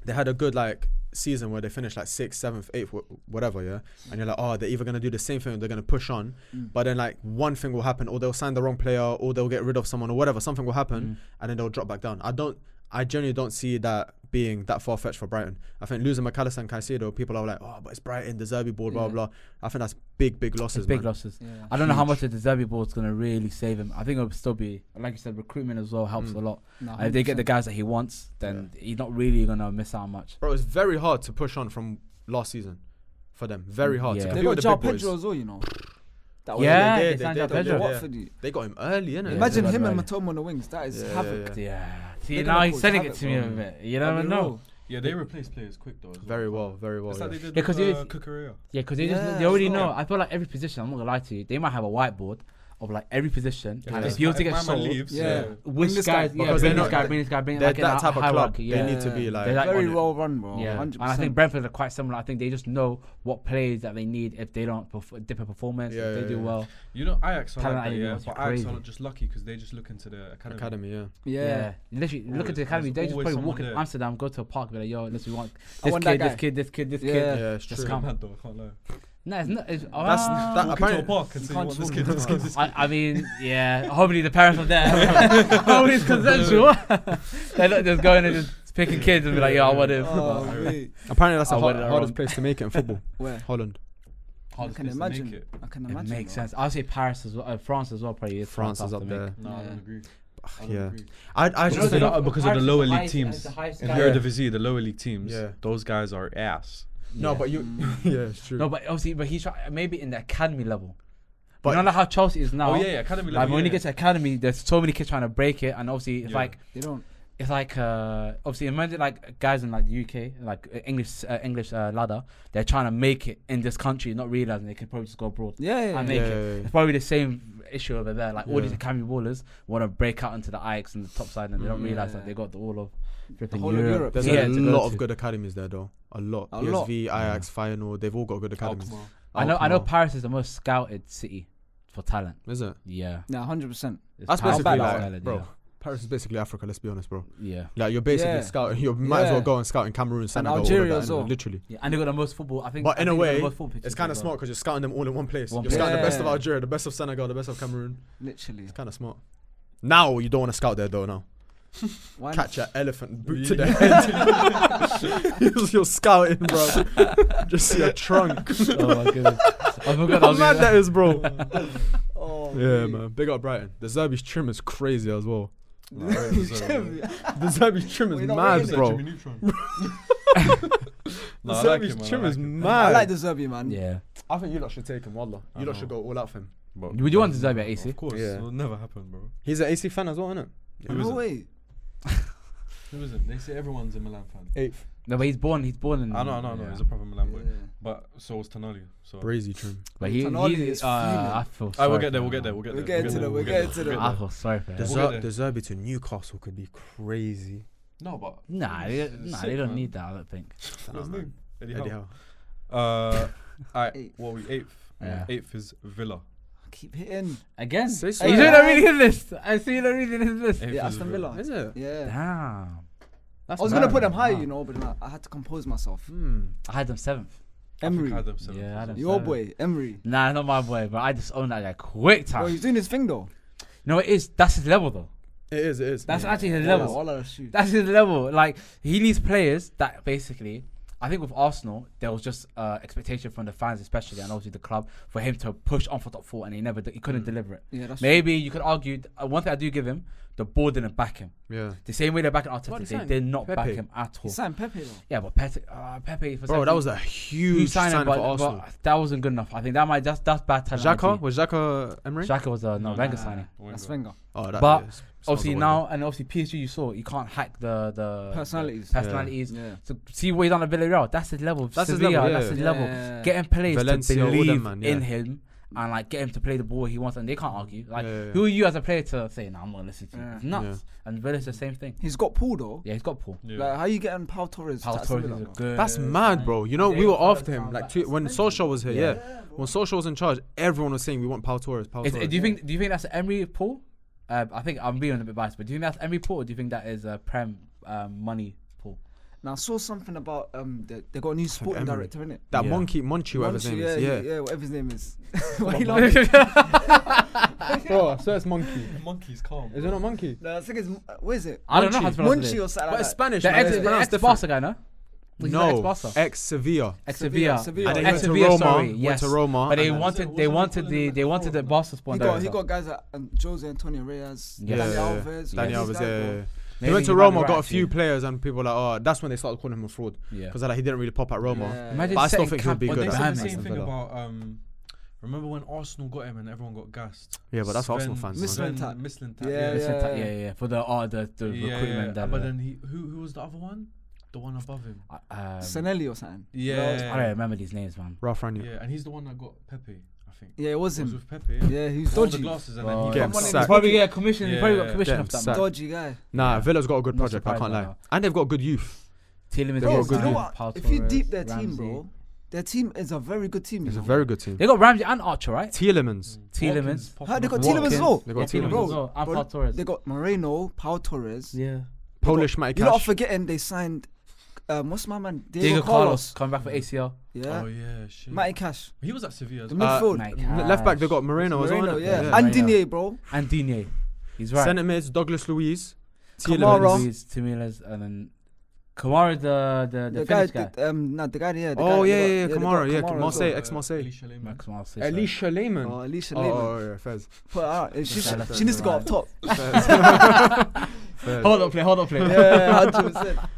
B: they had a good like season where they finished like sixth, seventh, eighth, wh- whatever, yeah. And you're like, oh, they're either gonna do the same thing, or they're gonna push on.
C: Mm.
B: But then like one thing will happen, or they'll sign the wrong player, or they'll get rid of someone, or whatever. Something will happen,
A: Mm.
B: and then they'll drop back down. I don't. I genuinely don't see that being that far fetched for Brighton. I think losing McAllister and Caicedo, people are like, oh, but it's Brighton, the Zerbi board, blah,
C: Yeah.
B: blah. I think that's big, big losses.
A: It's big
B: man.
A: losses.
C: Yeah.
A: I don't know how much
B: Huge.
A: the Deserbi board's gonna really save him. I think it'll still be like you said, recruitment as well helps
B: Mm.
A: a lot.
C: Nah,
A: And if they get the
C: 100%.
A: guys that he wants, then he's not really gonna miss out much.
B: Bro, it's very hard to push on from last season for them. Very hard.
A: Yeah.
B: To
A: They
C: They
B: compete
C: got
B: with the
C: Jao
B: big boys.
C: Pedro as well, you know. That
A: Yeah,
C: was-
A: they
B: did,
A: signed
B: did,
A: Jao
B: did,
A: Pedro.
B: yeah.
C: Watford, you-
B: They got him early, innit?
A: Yeah.
C: Imagine
A: Yeah.
C: him and
A: Yeah.
C: Matomo on the wings. That is
B: Yeah,
C: havoc.
B: yeah,
A: Yeah. See
C: They're
A: now
C: gonna
A: he's
C: cause
A: selling it
C: havoc,
A: to me a
B: bro.
A: bit. You
C: I'll
A: never
C: be
A: know.
C: real.
E: Yeah, they replace players quick though. as
B: Very well, very well.
F: It's
B: yeah.
F: like they did
A: Yeah,
F: with
A: 'cause you-
F: uh, Kukurea.
A: Yeah, because they
C: Yeah,
A: just they already
C: it's
A: know.
C: not-
A: I feel like every position. I'm not gonna lie to you. They might have a whiteboard of like every position,
B: Yeah.
A: and
B: Yeah.
A: if you're to
F: If
A: get
F: my man
A: sold,
F: leaves,
C: Yeah.
F: uh,
A: which
C: this guy-
A: guys? Yeah,
B: because
A: bring
B: they're
A: this
B: not-
A: guy, bring this guy, bring
B: They're
A: like in
B: that
A: a
B: type of club.
A: hierarchy.
B: They
A: Yeah.
B: need to be like.
A: They're like
B: on
C: Very
B: it.
C: well run, bro.
A: Yeah,
C: 100%.
A: and I think Brentford are quite similar. I think they just know what players that they need if they don't perf- dip in performance,
B: Yeah,
A: if they
B: yeah,
A: do
B: yeah.
A: well.
F: You know, Ajax are
A: Talent
F: like that,
A: ID
F: yeah,
A: was
F: but Ajax
A: crazy.
F: are not just lucky because they just look into the academy.
B: Academy, yeah.
C: Yeah.
A: Yeah, literally look
F: Always-
A: at the academy.
F: there's
A: They just
F: always
A: probably
F: someone
A: walk in
F: there.
A: Amsterdam, go to a park, be like, "Yo, let's we want this
C: want that
A: kid, this
C: guy."
A: kid, this kid, this
B: Yeah,
A: kid."
B: it's
A: Just
B: true.
A: come.
F: Mad though, I can't lie.
A: No, it's not. It's,
B: That's
A: Ah.
B: that
F: Walk into a
B: apparently.
F: park and say, you
C: can't
F: want
C: just
F: this kid, this kid, this kid. (laughs)
A: I, I mean, yeah. Hopefully the parents are there. (laughs) Hopefully
F: (laughs)
A: it's consensual. (laughs) They're not just going and just picking kids and be like, "Yo, I want him." (laughs)
C: Oh, mate.
B: Apparently, that's
A: I
B: the
A: went
B: hard,
A: around.
B: hardest place to make it in football.
C: Where?
B: (laughs) Holland,
C: I
F: Hardest
C: can
F: place to make
C: imagine.
F: it.
C: I can
A: it
C: imagine.
A: makes
C: bro.
A: sense. I'll say Paris as well. Uh, France as well. Probably is
B: France
A: tough
B: is
A: to
B: up
A: make.
B: there.
F: No, I
C: Yeah.
F: don't agree. I don't
B: Yeah,
F: agree.
B: I, I
F: Because
B: just
F: they're
B: think
F: not- because of the
A: Paris is
F: lower league
A: highest-
F: teams.
A: the highest
F: In
A: guy.
F: Eredivisie, the lower league teams,
B: Yeah.
F: those guys are ass.
B: no,
A: Yeah.
B: but you,
C: Mm.
A: (laughs)
B: (laughs) yeah, it's true.
A: No, but obviously, but he's try- maybe in the academy level. But
B: But-
A: you know like how Chelsea is now.
F: Oh yeah, yeah, academy
A: Like
F: level.
A: when you
F: yeah.
A: get to academy, there's so many kids trying to break it, and obviously it's
F: Yeah.
A: like
C: They don't.
A: it's like uh obviously imagine like guys in like the UK, like uh, English uh, English uh, ladder, they're trying to make it in this country, not realizing they could probably just go abroad.
C: Yeah, yeah.
A: I
C: yeah.
A: make
B: yeah,
A: it.
B: yeah, yeah.
A: It's probably the same issue over there. Like all these
B: Yeah.
A: academy ballers want to break out into the Ajax and the top side, and they don't
C: Mm,
A: realize
C: yeah.
A: that they got the all of flipping
C: whole of
A: Europe.
C: Europe.
B: There's
A: Yeah,
B: a
A: to go
B: lot
A: to.
B: of good academies there, though. A lot.
C: A lot.
B: PSV, Ajax, Feyenoord, they've all got good academies.
F: Alkmaar.
A: I know. I know.
B: Alkmaar.
A: Paris is the most scouted city for talent.
B: Is it?
A: Yeah,
C: Nah, hundred percent.
A: It's
B: That's
A: Paris
B: basically
A: is
B: like,
A: scouted,
B: bro. Paris is basically Africa. Let's be honest, bro.
A: Yeah. yeah.
B: Like you're basically
C: Yeah.
B: scouting. You might as well
C: Yeah.
B: go and scout in Cameroon, Senegal, all of
C: Algeria
B: that,
C: as
B: innit?
C: well.
B: Literally.
A: Yeah, and they got the most football. I think.
B: But
A: I
B: in a
A: think they got the
B: way,
A: most football pitches
B: It's kind of
A: as well.
B: smart because you're scouting them all in one place.
A: One
B: you're scouting the best of
C: place.
B: Algeria, the best of Senegal, the best of Cameroon.
C: Literally.
B: It's kind of smart. Now you don't want to scout there though. Now
C: Why not?
B: catch an elephant boot to the
A: (laughs)
B: head. (laughs)
C: (laughs)
B: you're, you're scouting, bro. (laughs) Just see a trunk.
A: oh my goodness. I forgot
B: How
A: that
B: mad that is, bro.
C: Oh,
B: yeah,
C: mate. (laughs)
B: man. Big up Brighton. The Zerbi's trim is crazy as well.
F: Nah, I don't deserve it.
B: The Zerbi's trim is
C: We're not
B: mad,
C: rating it,
B: bro.
F: Jimmy Neutron. (laughs) Nah,
B: The
F: I like
B: Zerbi's
F: him, man, I
B: trim
F: like
B: is
F: him.
B: mad.
C: I like the Zerbi man.
A: Yeah.
B: I think you lot should take him, Wallah.
F: I
B: You lot
F: know.
B: should go all out for him.
F: But
A: Would you want to Zambia AC?
F: Of course,
B: Yeah.
F: it'll never happen, bro.
B: He's an AC fan as well, isn't
F: Who
C: No
F: is it?
C: way.
F: Who is it? They say everyone's a Milan fan.
B: it? Eighth.
A: No, but he's born. He's born in.
F: I know, I know, I know.
A: yeah.
F: He's a proper Milan boy.
C: Yeah.
F: But so was Tonali. So
B: Brazy trim.
A: But he,
C: Tonali
A: he
C: is
A: uh, I feel.
F: I will
A: sorry
F: get there.
A: for
F: We'll
A: him.
F: get there. We'll get
C: We'll
F: there.
C: get to
F: there,
C: them, we'll get
F: there,
C: to them.
F: we'll
A: I
F: get
A: feel sorry for
B: The,
A: him.
F: Does-
B: Zer- the Zerbi to Newcastle could be crazy.
F: there. No, but
A: Nah, they,
F: it's
A: nah,
F: sick,
A: they don't
F: man.
A: need that. I don't think.
F: What's his
B: Nah, man.
F: name? Eddie
B: Eddie
F: Howe.
B: Howe.
F: Uh, alright.
C: Eighth.
F: What were we eighth?
A: Yeah.
F: Eighth is Villa.
C: Keep hitting.
A: Again.
B: Say so.
A: Hey, you
C: Yeah.
A: don't read his list. I see you don't read his list.
F: Eighth
C: Yeah,
F: is
C: Aston Villa.
B: Is it?
C: Yeah.
A: Damn.
C: I was gonna
A: mad.
C: put them high,
A: Nah.
C: you know, but nah, I had to compose myself.
B: Hmm.
A: I had them seventh.
F: I think
C: Emery,
F: I had them seventh
A: Yeah, I
F: as well.
A: had them
C: your
A: seventh.
C: boy, Emery.
A: Nah, not my boy, but I just own that guy quick
C: Bro,
A: time.
C: he's doing his thing though.
A: No, it is. That's his level though.
B: It is, it is.
A: That's
C: Yeah.
A: actually his
C: Wallah,
A: level.
C: wallah, Oh, shoot.
A: That's his level. Like he needs players that basically. I think with Arsenal, there was just uh, expectation from the fans, especially and obviously the club, for him to push on for top four, and he never, he
B: Mm.
A: couldn't deliver it.
C: Yeah, that's
A: Maybe you could argue th- uh, one thing I do give him: the board didn't back him.
B: yeah.
A: The same way they back
B: What,
A: Arteta,
B: he
A: they
B: signed
A: did not back
B: Pepe?
A: him at
C: He
A: all.
C: signed Pepe though.
A: Yeah, but Pepe, uh, Pepe for
B: Bro, that was a huge signing, for Arsenal.
A: that wasn't good enough. I think that might that's that's bad talent.
B: Xhaka? Was Xhaka Emery?
A: Xhaka was a no,
F: No,
A: Wenger
C: nah.
A: signing.
F: Wenger.
C: That's Wenger.
B: Oh, that
A: But,
B: yeah, it's- it's
A: Obviously
B: not
A: now, and obviously PSG, you saw you can't hack the the
C: Personalities.
A: the personalities.
C: Yeah.
A: So see what he's done at Villarreal. That's his level.
B: That's his
A: Sevilla,
B: level, yeah.
A: That's his level.
C: Yeah.
A: Getting players
B: Valencia,
A: to
B: all them
A: believe
B: man,
A: in
B: yeah.
A: him and like get him to play the ball he wants, and they can't argue. Like
B: Yeah, yeah, yeah.
A: who are you as a player to say, "No, I'm not gonna listen to you"?
C: Yeah.
A: It's nuts. And Villa's the same thing.
C: He's got pull though.
A: Yeah, he's got Paul.
F: Yeah.
C: Like, how you getting Paul Torres?
A: Paul
C: to
A: Torres is
C: Aston
A: a
C: Villa?
A: good.
B: That's mad, bro. You know,
A: They
B: we were
A: were trying to
B: after
A: sound
B: him. Like
A: like
B: two, when Solskjaer was here,
A: Yeah.
B: yeah. When Solskjaer was in charge, everyone was saying we want Paul Torres. Paul
A: Is,
B: Torres.
A: do you think? Do you think that's Emery Paul? Uh, I think I'm being a bit biased, but do you think that's Emery Paul, or do you think that is uh, Prem um, Money
C: (laughs)
A: Paul?
C: Now I saw something about um they, they got a new sporting
B: Emery.
C: director in it.
B: that
A: Yeah.
B: monkey, Monchi, whatever his name
C: yeah,
B: is. Yeah.
A: (laughs)
C: yeah, whatever his name is. Why you laughing?
A: Money.
B: Bro, I swear it's monkey.
E: Monkey's calm.
B: Is it not monkey?
C: No, I think it's uh, what is it?
A: I don't know how to
C: Munchie.
A: pronounce it.
C: Munchie or something.
B: But
C: like
B: it's
C: that.
B: Spanish.
A: The
B: man,
A: ex,
B: it's
A: the
B: pronounced
A: ex Barca guy, no? He's the
B: No,
A: ex-Barca.
B: ex Sevilla.
A: Ex
C: Sevilla,
A: Sevilla.
C: Sevilla.
B: And then
C: Ex-
B: he went to
A: Sevilla,
B: Roma.
A: sorry,
B: Went
A: yes.
B: to Roma.
A: But they
B: and-
A: wanted,
E: What's
A: they
E: the
A: wanted
E: full
A: the,
E: name?
A: they wanted the Barca
C: He
A: spawn.
C: got he got guys like um, Jose Antonio Reyes,
A: Yeah.
C: Dani
B: Yeah.
C: Alves,
B: Dani
C: all these
B: Alves,
C: guys,
B: yeah,
C: bro.
B: yeah, yeah. He went to Roma, got a few players, and people were like, oh, that's when they started calling him a fraud
A: Yeah.
B: because like he didn't really pop at Roma.
C: Yeah.
A: Imagine
B: But I still
A: setting
B: think he'll
A: camp
B: be
E: But
A: on
B: good
E: they
B: at
E: said
A: Behind
E: the
B: Aston
A: me.
E: same thing
B: Villa.
E: about um. Remember when Arsenal got him and everyone got gassed?
B: Yeah, but that's Arsenal fans, man.
C: Mislintat.
E: Sven- Mislintat,
C: Yeah,
A: Yeah, yeah,
E: yeah.
A: yeah, yeah. For the oh, the, the
E: yeah, yeah.
A: recruitment. da, da,
E: But
A: da.
E: then he, who who was the other one? The one above him.
A: um,
C: Sanelli or something.
E: Yeah,
A: I don't remember these names, man.
B: Ralph Ranier.
E: yeah, and he's the one that got Pepe, I think.
C: Yeah, it was
E: He was
C: him.
E: with Pepe.
C: Yeah, he was
E: All the
C: dodgy,
E: glasses and
A: Well,
E: then he
B: Get
E: got
B: him
E: one in-
A: He
B: sacked.
A: probably get a commission. He probably got
E: Yeah.
A: a commission
B: Get
A: off that.
B: sacked.
A: man.
C: dodgy guy.
B: Nah,
A: Yeah.
B: Villa's got a good
A: Not
B: project. I
A: surprised
B: can't
A: by
B: lie.
A: that.
B: And they've got good youth.
A: Tielemans,
B: Bro,
A: Ramsey,
B: good
C: you know
B: team.
C: what?
A: Paul
C: if you
A: Torres,
C: deep their team,
A: Ramsey.
C: bro, their team is a very good team. you
B: It's a
C: know.
B: very good team.
A: They got Ramsey and Archer, right?
B: Tielemans.
A: Tielemans.
C: Huh, they got
B: Watkins.
C: Tielemans as well.
B: They got
A: Yeah,
B: Tielemans.
A: Tielemans
C: Bro,
A: as well, and
C: bro,
A: Paul Torres.
C: They got Moreno, Paul Torres.
A: Yeah.
B: Polish
C: You lot are
B: Matikash.
C: forgetting they signed. Um, what's my man? Diego,
A: Diego Carlos
C: Carlos.
A: come back for ACL.
C: Yeah.
E: Oh yeah, shit. Uh,
C: Matty Cash.
E: He was at Sevilla. as
C: The
E: well.
C: midfield.
A: Mike
B: N- Left back,
A: Cash.
B: they got Moreno as well.
C: Moreno,
B: innit?
C: yeah.
A: Yeah.
C: And
A: Moreno.
C: Digne, bro.
A: and Digne. He's right.
B: Centre mids, Douglas Luiz.
C: Kamara.
B: Tielemans.
A: Luiz, Timiles, and then Kamara, the the, the,
C: The guy,
A: Finnish guy.
C: the- um, nah, the guy, yeah. The
B: Oh,
C: guy,
B: yeah,
C: they
B: yeah, yeah,
C: got- they
B: Kamara,
C: got
B: yeah,
C: Kamara as
B: Marseille,
C: well.
B: ex Marseille.
E: Elisha Lehmann.
A: Max Marcel.
B: Elisha Lehman.
C: Oh, Alicia
B: Oh,
C: Lehmann.
B: oh, yeah, Fez.
C: Put her out. She,
A: Yeah, left
C: she needs to go
A: and
C: up top.
B: Fez.
A: Hold up, play, hold up, play.
C: yeah, 100%.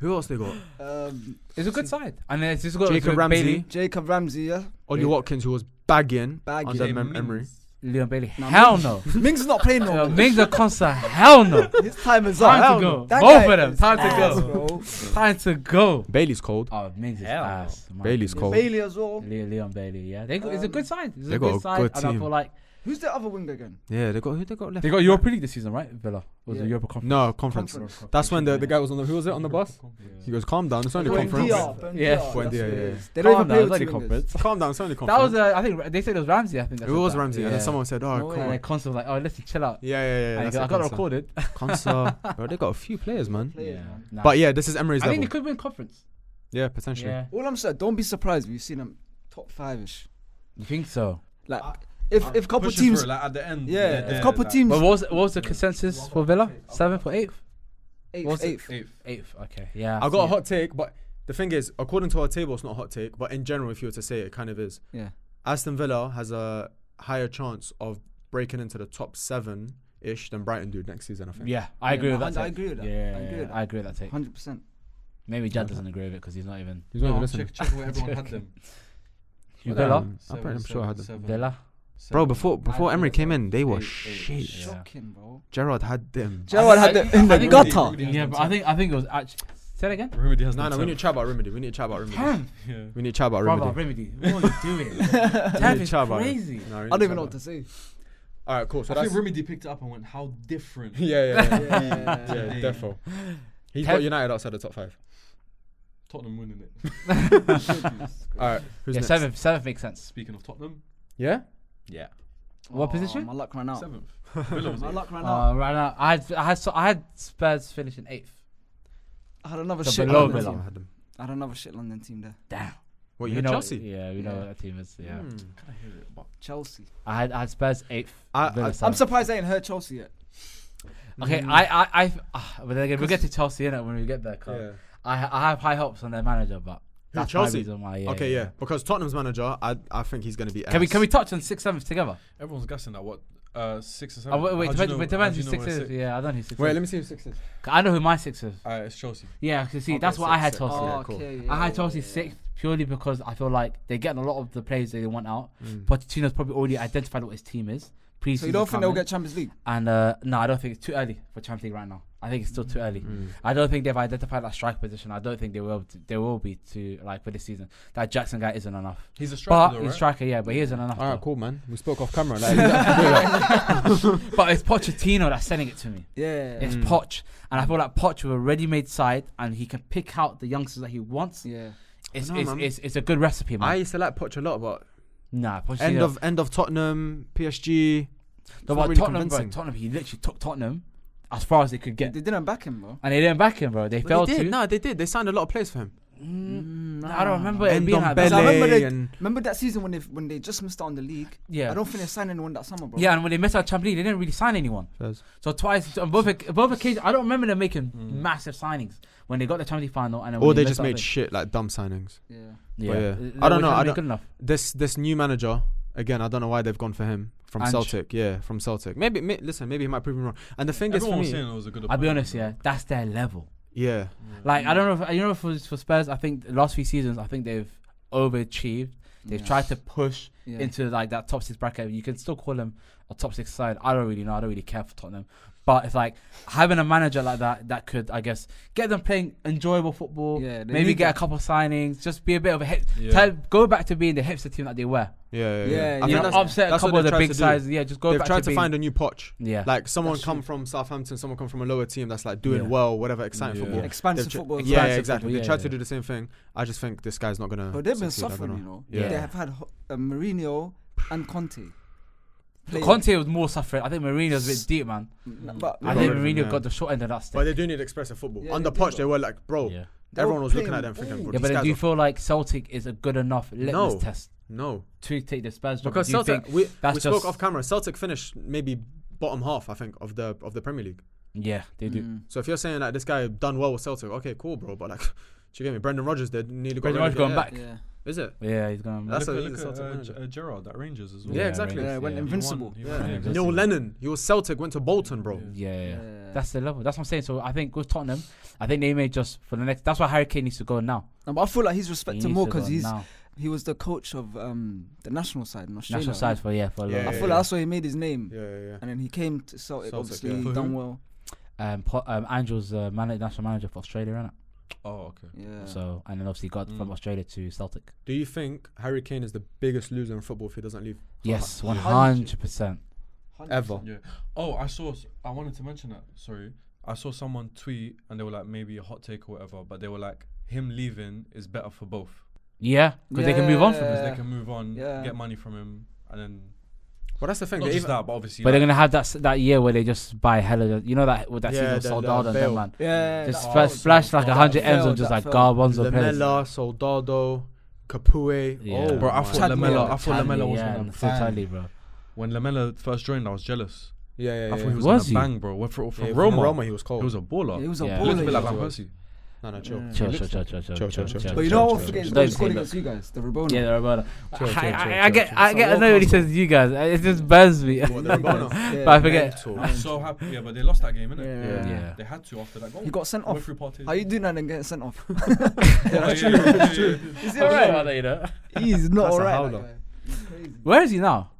B: Who else they got?
C: Um,
A: It's a good side. And then it's just got
B: Jacob
A: Jacob
B: Ramsey.
A: Bailey,
C: Jacob Ramsey, yeah.
B: Ollie
A: Yeah.
B: Watkins, who was bagging
C: Bagging.
B: under Mem- Emery.
A: Leon Bailey.
C: Nah,
A: Hell
C: Mings-
A: no.
C: Mings is not playing
A: (laughs)
C: no
A: Uh,
C: more.
A: Mings and Konsa, hell (laughs) no.
C: (laughs) His time is up.
A: Time to
B: hell
A: go.
B: no.
C: That
A: Both
C: guy
A: of them.
C: is
A: Time to
C: ass,
A: go.
C: bro.
A: Time to go.
B: Bailey's cold.
A: Oh, Mings is
D: Hell no.
A: ass. man.
B: Bailey's cold.
C: Bailey as well.
A: Le- Leon Bailey, yeah. They got, it's a
C: Um,
A: good side. It's
B: they
A: a
B: got
A: good
B: a
A: side.
B: good
A: and I
B: team.
A: feel like
C: Who's the other winger again?
B: Yeah, they got who they got left.
A: they got Europa League this season, right? Villa. Was
C: Yeah.
A: the Europa Conference.
B: No conference. That's when the, the guy was on the who was it on the bus? He goes, calm down, it's only
C: Buendia,
B: conference.
C: Buendia,
A: Yeah.
C: that's
B: Buendia,
C: what it
B: yeah, yeah.
C: is. They don't even
A: Calm down,
C: play with
A: it's only
C: two wingers.
A: conference.
B: Calm down, it's only
A: That
B: conference.
A: was, uh, I think, they said it was Ramsey, I think. that
B: it
A: said
B: was
A: that.
B: Ramsey, and then someone said, oh,
C: No
B: come
C: way.
A: And
B: on.
A: then Konsa was like, oh, listen, chill out.
B: Yeah, yeah, yeah.
A: And I
B: that's
A: go- I
B: it,
A: got it
B: Konsa.
A: recorded. (laughs)
B: Konsa. Bro, they got a few players, man.
C: Players,
A: Yeah.
C: man.
A: (laughs) Nah.
B: But yeah, this is Emery's
A: I think
B: level.
A: they could win conference.
B: Yeah, potentially.
A: Yeah.
C: All I'm saying, don't be surprised if you see them top five ish.
A: You think so?
C: Like,
A: Ah,
C: if if couple teams,
E: like, at the end.
C: yeah,
E: they're
C: if
E: there,
C: couple
E: like,
C: teams,
A: But what was, what was the consensus for Villa? Seventh or eighth?
C: eighth,
A: what's it-
C: eighth.
E: eighth.
A: Eighth, okay. Yeah.
B: I got a hot take, but the thing is, according to our table, it's not a hot take, but in general, if you were to say it, it kind of is.
C: Yeah.
B: Aston Villa has a higher chance of breaking into the top seven ish than Brighton do next season, I think.
A: Yeah, I agree
C: Yeah,
A: with that.
C: I
A: take.
C: agree with that.
A: Yeah,
C: I agree with that.
A: I agree with that take.
C: Hundred percent.
A: Maybe Jad doesn't agree with it because he's not even.
B: He's not even
E: No,
B: listening.
E: check, check where everyone had them.
B: But,
A: Villa,
B: um, I'm pretty- I'm sure I had them.
E: Seven,
A: Villa.
E: seven.
B: Bro, before before
E: Nine,
B: Emery came in, they were
E: eight, eight.
B: shit.
A: Yeah.
C: Shocking, bro.
B: Gerard had them.
C: Gerard had
A: I-
C: them in
A: I
C: the
A: think-
C: gutter.
E: Rudy has
A: Yeah,
E: them
A: but I
E: seven.
A: think I think it was actually. Say that again.
E: Remedy has
B: No,
E: them
B: no, we
E: seven.
B: need to chat about remedy. We need to chat about remedy.
A: Damn, (laughs)
E: Yeah.
B: We need to chat about
A: brother,
B: remedy.
A: remedy. What are you doing? Damn, is
B: Chaba. (laughs)
A: crazy. (laughs)
B: No, we need
C: I don't
B: to chat
C: even know
B: about-
C: what to say.
B: All right, cool. So
E: I think
B: that's
E: Remedy picked it up and went, how (laughs)
B: (laughs)
E: different.
B: yeah,
C: (laughs)
B: yeah, yeah,
C: Yeah.
B: yeah,
E: Yeah.
B: defo. He's
A: Tef-
B: got United outside the top five.
E: Tottenham winning it.
B: All right, who's
A: Yeah,
B: next?
A: seventh, seventh makes sense.
E: Speaking of Tottenham,
B: Yeah,
E: yeah,
A: What
C: Oh,
A: position?
C: My luck ran out.
E: (laughs) seventh. Villa was
C: My
E: eighth.
C: luck ran out.
A: Uh, right now, I had I had so I had Spurs finishing eighth.
C: I had another
A: the
C: shit.
A: below
C: London
A: Villa.
C: team.
B: I had them.
C: I had another shit London team there.
B: What
A: We
B: you had
A: know,
B: Chelsea?
A: Yeah, we know
C: Yeah.
A: what that team is. Yeah,
B: Hmm.
E: I hear it, but
C: Chelsea.
A: I had I had Spurs eighth.
B: I-
A: Villa
B: I- I'm
A: seventh.
C: I'm surprised they ain't heard Chelsea yet.
A: Okay,
B: Mm.
A: I, I, I, ah, but then again, we'll get to Chelsea in it when we get there. 'cause
B: Yeah.
A: I, ha- I have high hopes on their manager, but
B: Who,
A: that's
B: Chelsea?
A: my reason why. Yeah,
B: okay, yeah. Because Tottenham's manager, I I think he's gonna be.
A: Can we
B: ass.
A: can we touch on six sevens together?
E: everyone's guessing that what uh, six or
A: Oh, wait,
E: seven.
A: wait,
E: How do you
A: depends,
E: know-
A: wait,
E: how
A: depends who
E: do you know
A: six
E: we're
A: is. Yeah, I don't know who six
B: Wait,
A: is.
B: let me see who six is.
A: I know who my six is.
E: Uh, it's Chelsea.
A: Yeah, 'cause see,
B: Okay,
A: that's what
B: six,
A: I had
B: six.
A: Chelsea.
B: yeah,
C: Oh,
B: cool.
C: okay.
A: I
C: yeah,
A: had Chelsea
C: yeah, yeah.
A: sixth purely because I feel like they're getting a lot of the players they want out.
B: Mm.
A: Pochettino's probably already identified what his team is. Pre-season
C: So you don't think they'll
A: coming.
C: get Champions League?
A: And uh, no, I don't think it's too early for Champions League right now. I think it's still too early.
B: Mm.
A: I don't think they've identified that strike position. I don't think they will. They will be to like for this season. That Jackson guy isn't enough.
E: He's a
A: But
E: striker, though,
A: he's
E: right?
A: striker, yeah, but he isn't enough.
B: All right,
A: though.
B: cool, man. We spoke off camera. (laughs) Like, yeah. (laughs)
A: (laughs) But it's Pochettino that's sending it to me.
C: Yeah.
A: It's
B: Mm.
A: Poch, and I feel like Poch with a ready-made side, and he can pick out the youngsters that he wants.
C: Yeah.
A: It's
B: know,
A: it's,
B: man.
A: it's, it's a good recipe, man.
B: I used to like Poch a lot, but uh,
A: nah, Pochettino.
B: end of end of Tottenham, PSG. It's
A: no,
B: not
A: but
B: really
A: Tottenham, bro,
B: convincing.
A: Tottenham. He literally took Tottenham as far as they could get,
C: They didn't back him, bro.
A: and they didn't back him, bro. They
B: But
A: failed
B: they did.
A: to.
B: No, they did. They signed a lot of players for him.
A: Mm,
C: Nah.
A: I don't remember it
B: And
A: being like that.
C: I remember they-
B: and
C: Remember that season when they when they just missed out on the league?
A: Yeah.
C: I don't think they signed anyone that summer, bro.
A: Yeah, and when they missed out Champions League, they didn't really sign anyone. So twice, on both oc- both occasions, I don't remember them making massive signings when they got the Champions League final. And then
B: Hmm. or
A: when
B: they
A: missed
B: just
A: out
B: made
A: the-
B: shit like dumb signings.
C: Yeah.
A: Yeah,
B: yeah.
A: Uh,
B: I don't
A: which
B: know,
A: one
B: I
A: ain't
B: don't-
A: Good enough.
B: This this new manager again. I don't know why they've gone for him from
A: Ange.
B: Celtic. Yeah, from Celtic. Maybe may, listen. Maybe he might prove me wrong. And the thing
F: Everyone was
B: is for me,
F: saying it was a good
A: I'll be
F: appointment,
A: honest,
F: though.
A: yeah, that's their level.
B: yeah,
A: Like I don't know, if, you know, if it was for Spurs, I think the last few seasons, I think they've overachieved. They've
C: Yeah.
A: tried to push
C: Yeah.
A: into like that top six bracket. You can still call them a top six side. I don't really know. I don't really care for Tottenham, but it's like having a manager like that that could, I guess, get them playing enjoyable football.
C: Yeah, they
A: maybe
C: need
A: get
C: that.
A: a couple signings. Just be a bit of a hip.
F: Yeah.
A: Tell, go back to being the hipster team that they were.
B: yeah, yeah.
C: Yeah,
B: yeah.
C: you
B: I think
A: You know,
B: that's-
A: upset a
B: that's what
A: couple of the
B: they've tried
A: big
B: to do.
A: sides. Yeah, just go
B: They've
A: back
B: tried to,
A: being,
B: find a new poch.
A: Yeah,
B: Like someone
C: That's
B: come
C: true.
B: from Southampton, someone come from a lower team that's like doing
A: Yeah.
B: well, whatever, exciting
F: Yeah.
B: football.
C: Expansive
B: They've tr-
C: football.
B: yeah,
A: Expansive
B: exactly.
A: football,
B: they tried
A: yeah,
B: to do the same thing. I just think this guy's not gonna.
C: But they've been
B: succeed, I don't
C: suffering,
B: know.
C: you know.
B: Yeah.
C: They have had Ho- uh, Mourinho and Conte. Playing-
A: Conte was more suffering. I think Mourinho's a bit deep, man.
C: N- Mm, But
A: I
B: got
A: think
B: rid of him,
A: Mourinho
B: yeah.
A: got the short end of that stick.
B: But they do need expressive football.
C: Yeah,
B: Under
C: they do.
B: Poch, they were like, bro.
A: yeah,
C: They were
B: Everyone was looking at
C: playing
B: them thinking,
C: ball.
B: bro,
A: yeah
B: these
A: but I
B: guys
A: do
B: are-
A: feel like Celtic is a good enough litmus
B: No.
A: test
B: no.
A: to take the Spurs job.
B: Because
A: Do you
B: Celtic,
A: think
B: we,
A: that's
B: we spoke
A: just-
B: off camera. Celtic finished maybe bottom half, I think, of the of the Premier League.
A: Yeah, they do.
C: Mm.
B: So if you're saying like this guy done well with Celtic, okay, cool, bro. But like, (laughs) do you get me? Brendan Rodgers did nearly
A: Brendan
B: got
A: Rodgers going
B: relegated.
A: back.
C: Yeah.
B: Yeah. Is it?
A: Yeah, he's going.
B: That's
F: look
B: a-
F: at,
B: he's
F: look
B: a
F: at
B: Celtic
F: uh, G-
B: manager.
F: uh, Gerard at Rangers as well.
B: Yeah, exactly.
A: Rangers,
C: Yeah, went
F: He
A: yeah.
F: won-
C: invincible.
F: he
B: Yeah.
F: won
A: Yeah,
F: it.
A: that's
B: Neil
A: it.
B: Lennon, he was Celtic, went to Bolton, bro.
A: Yeah, yeah, yeah.
C: Yeah.
A: That's the level. That's what I'm saying. So I think with Tottenham, I think they may just for the next. That's why Harry Kane needs to go now.
C: No, but I feel like he's
A: He
C: respected
A: needs
C: more
A: to
C: because
A: go
C: he's
A: now.
C: he was the coach of um the national side in Australia.
A: national side for yeah for a
B: Yeah,
C: I
A: long.
C: feel like that's where he made his name,
B: Yeah, yeah, yeah.
C: and then he came to Celtic.
B: Celtic,
C: obviously,
B: yeah.
C: he
F: For
C: done
F: who?
C: well.
A: Um, po- um, Angel's uh, man- national manager for Australia, innit?
F: Oh, okay.
C: Yeah.
A: So and then obviously got from
F: Mm.
A: Australia to Celtic.
B: Do you think Harry Kane is the biggest loser in football if he doesn't leave?
A: Yes, one hundred
C: 100%.
A: percent.
B: Ever.
F: Yeah. Oh, I saw. s- I wanted to mention that. Sorry, I saw someone tweet and they were like maybe a hot take or whatever, but they were like him leaving is better for both
A: Yeah, because they can move on from
F: because
A: this.
F: they
C: Yeah.
F: can move on,
C: Yeah.
F: get money from him, and then
B: Well, that's the thing.
F: not
B: they
F: just
B: even-
F: that, but obviously.
A: But they're
F: like,
A: gonna have that s- that year where they just buy hella. You know that with that
B: Yeah,
A: season of
B: the- the
A: Soldado and them
B: Bale.
A: man.
C: yeah.
A: Just
F: that
A: first
F: was-
A: flash like
F: that
A: hundred M's
C: failed,
A: on just
C: that
A: like
C: failed.
A: Garbanzo players.
B: Lamella, Soldado, Capoue.
A: Yeah.
B: Oh,
A: Bro,
F: I
B: my-
F: thought
C: Chad
F: Lamella.
C: Moore,
F: I thought Lamella was on
A: yeah,
F: a
A: and Totally,
F: bang.
A: bro.
F: When Lamella first joined, I was jealous.
B: Yeah, yeah, yeah.
F: I thought he was,
A: Was
F: on a
A: he?
F: bang, bro. Went for,
B: Yeah,
F: from
B: from
F: Roma.
B: Roma, he was cold.
F: He was a baller.
C: He was a
A: Yeah.
F: He looked a
C: baller.
F: bit
C: yeah.
F: like Van Persie.
B: no, no, chill.
C: Yeah.
A: Chill,
F: He
A: chill,
F: looks
A: chill, chill, chill,
B: Chill,
A: chill,
B: chill, chill,
A: chill.
C: But you know what
A: chill,
C: I forget is
A: chill.
C: the
A: Don't say
C: scored
A: that.
C: against you guys, the Rabona.
A: Yeah, the Rabona. I, I, I
B: Chill, chill, chill, chill,
A: get,
B: chill.
A: I get. I know what he says to you guys. It just burns me.
B: (laughs) What, the Rabona?
A: but I forget.
B: Mental.
F: I'm so happy. Yeah, but they lost that game, innit?
C: Yeah.
A: Yeah.
F: They had to after that goal.
C: He got sent
F: Went (laughs)
C: off.
F: through Partey.
C: How you doing that and getting sent off? (laughs)
F: Yeah, that's true. That's true.
C: Is he
A: I'm sorry about
C: alright?
A: that, you know.
C: He's not
B: That's a
C: alright.
B: howler.
C: that guy. He's crazy.
A: Where is he now?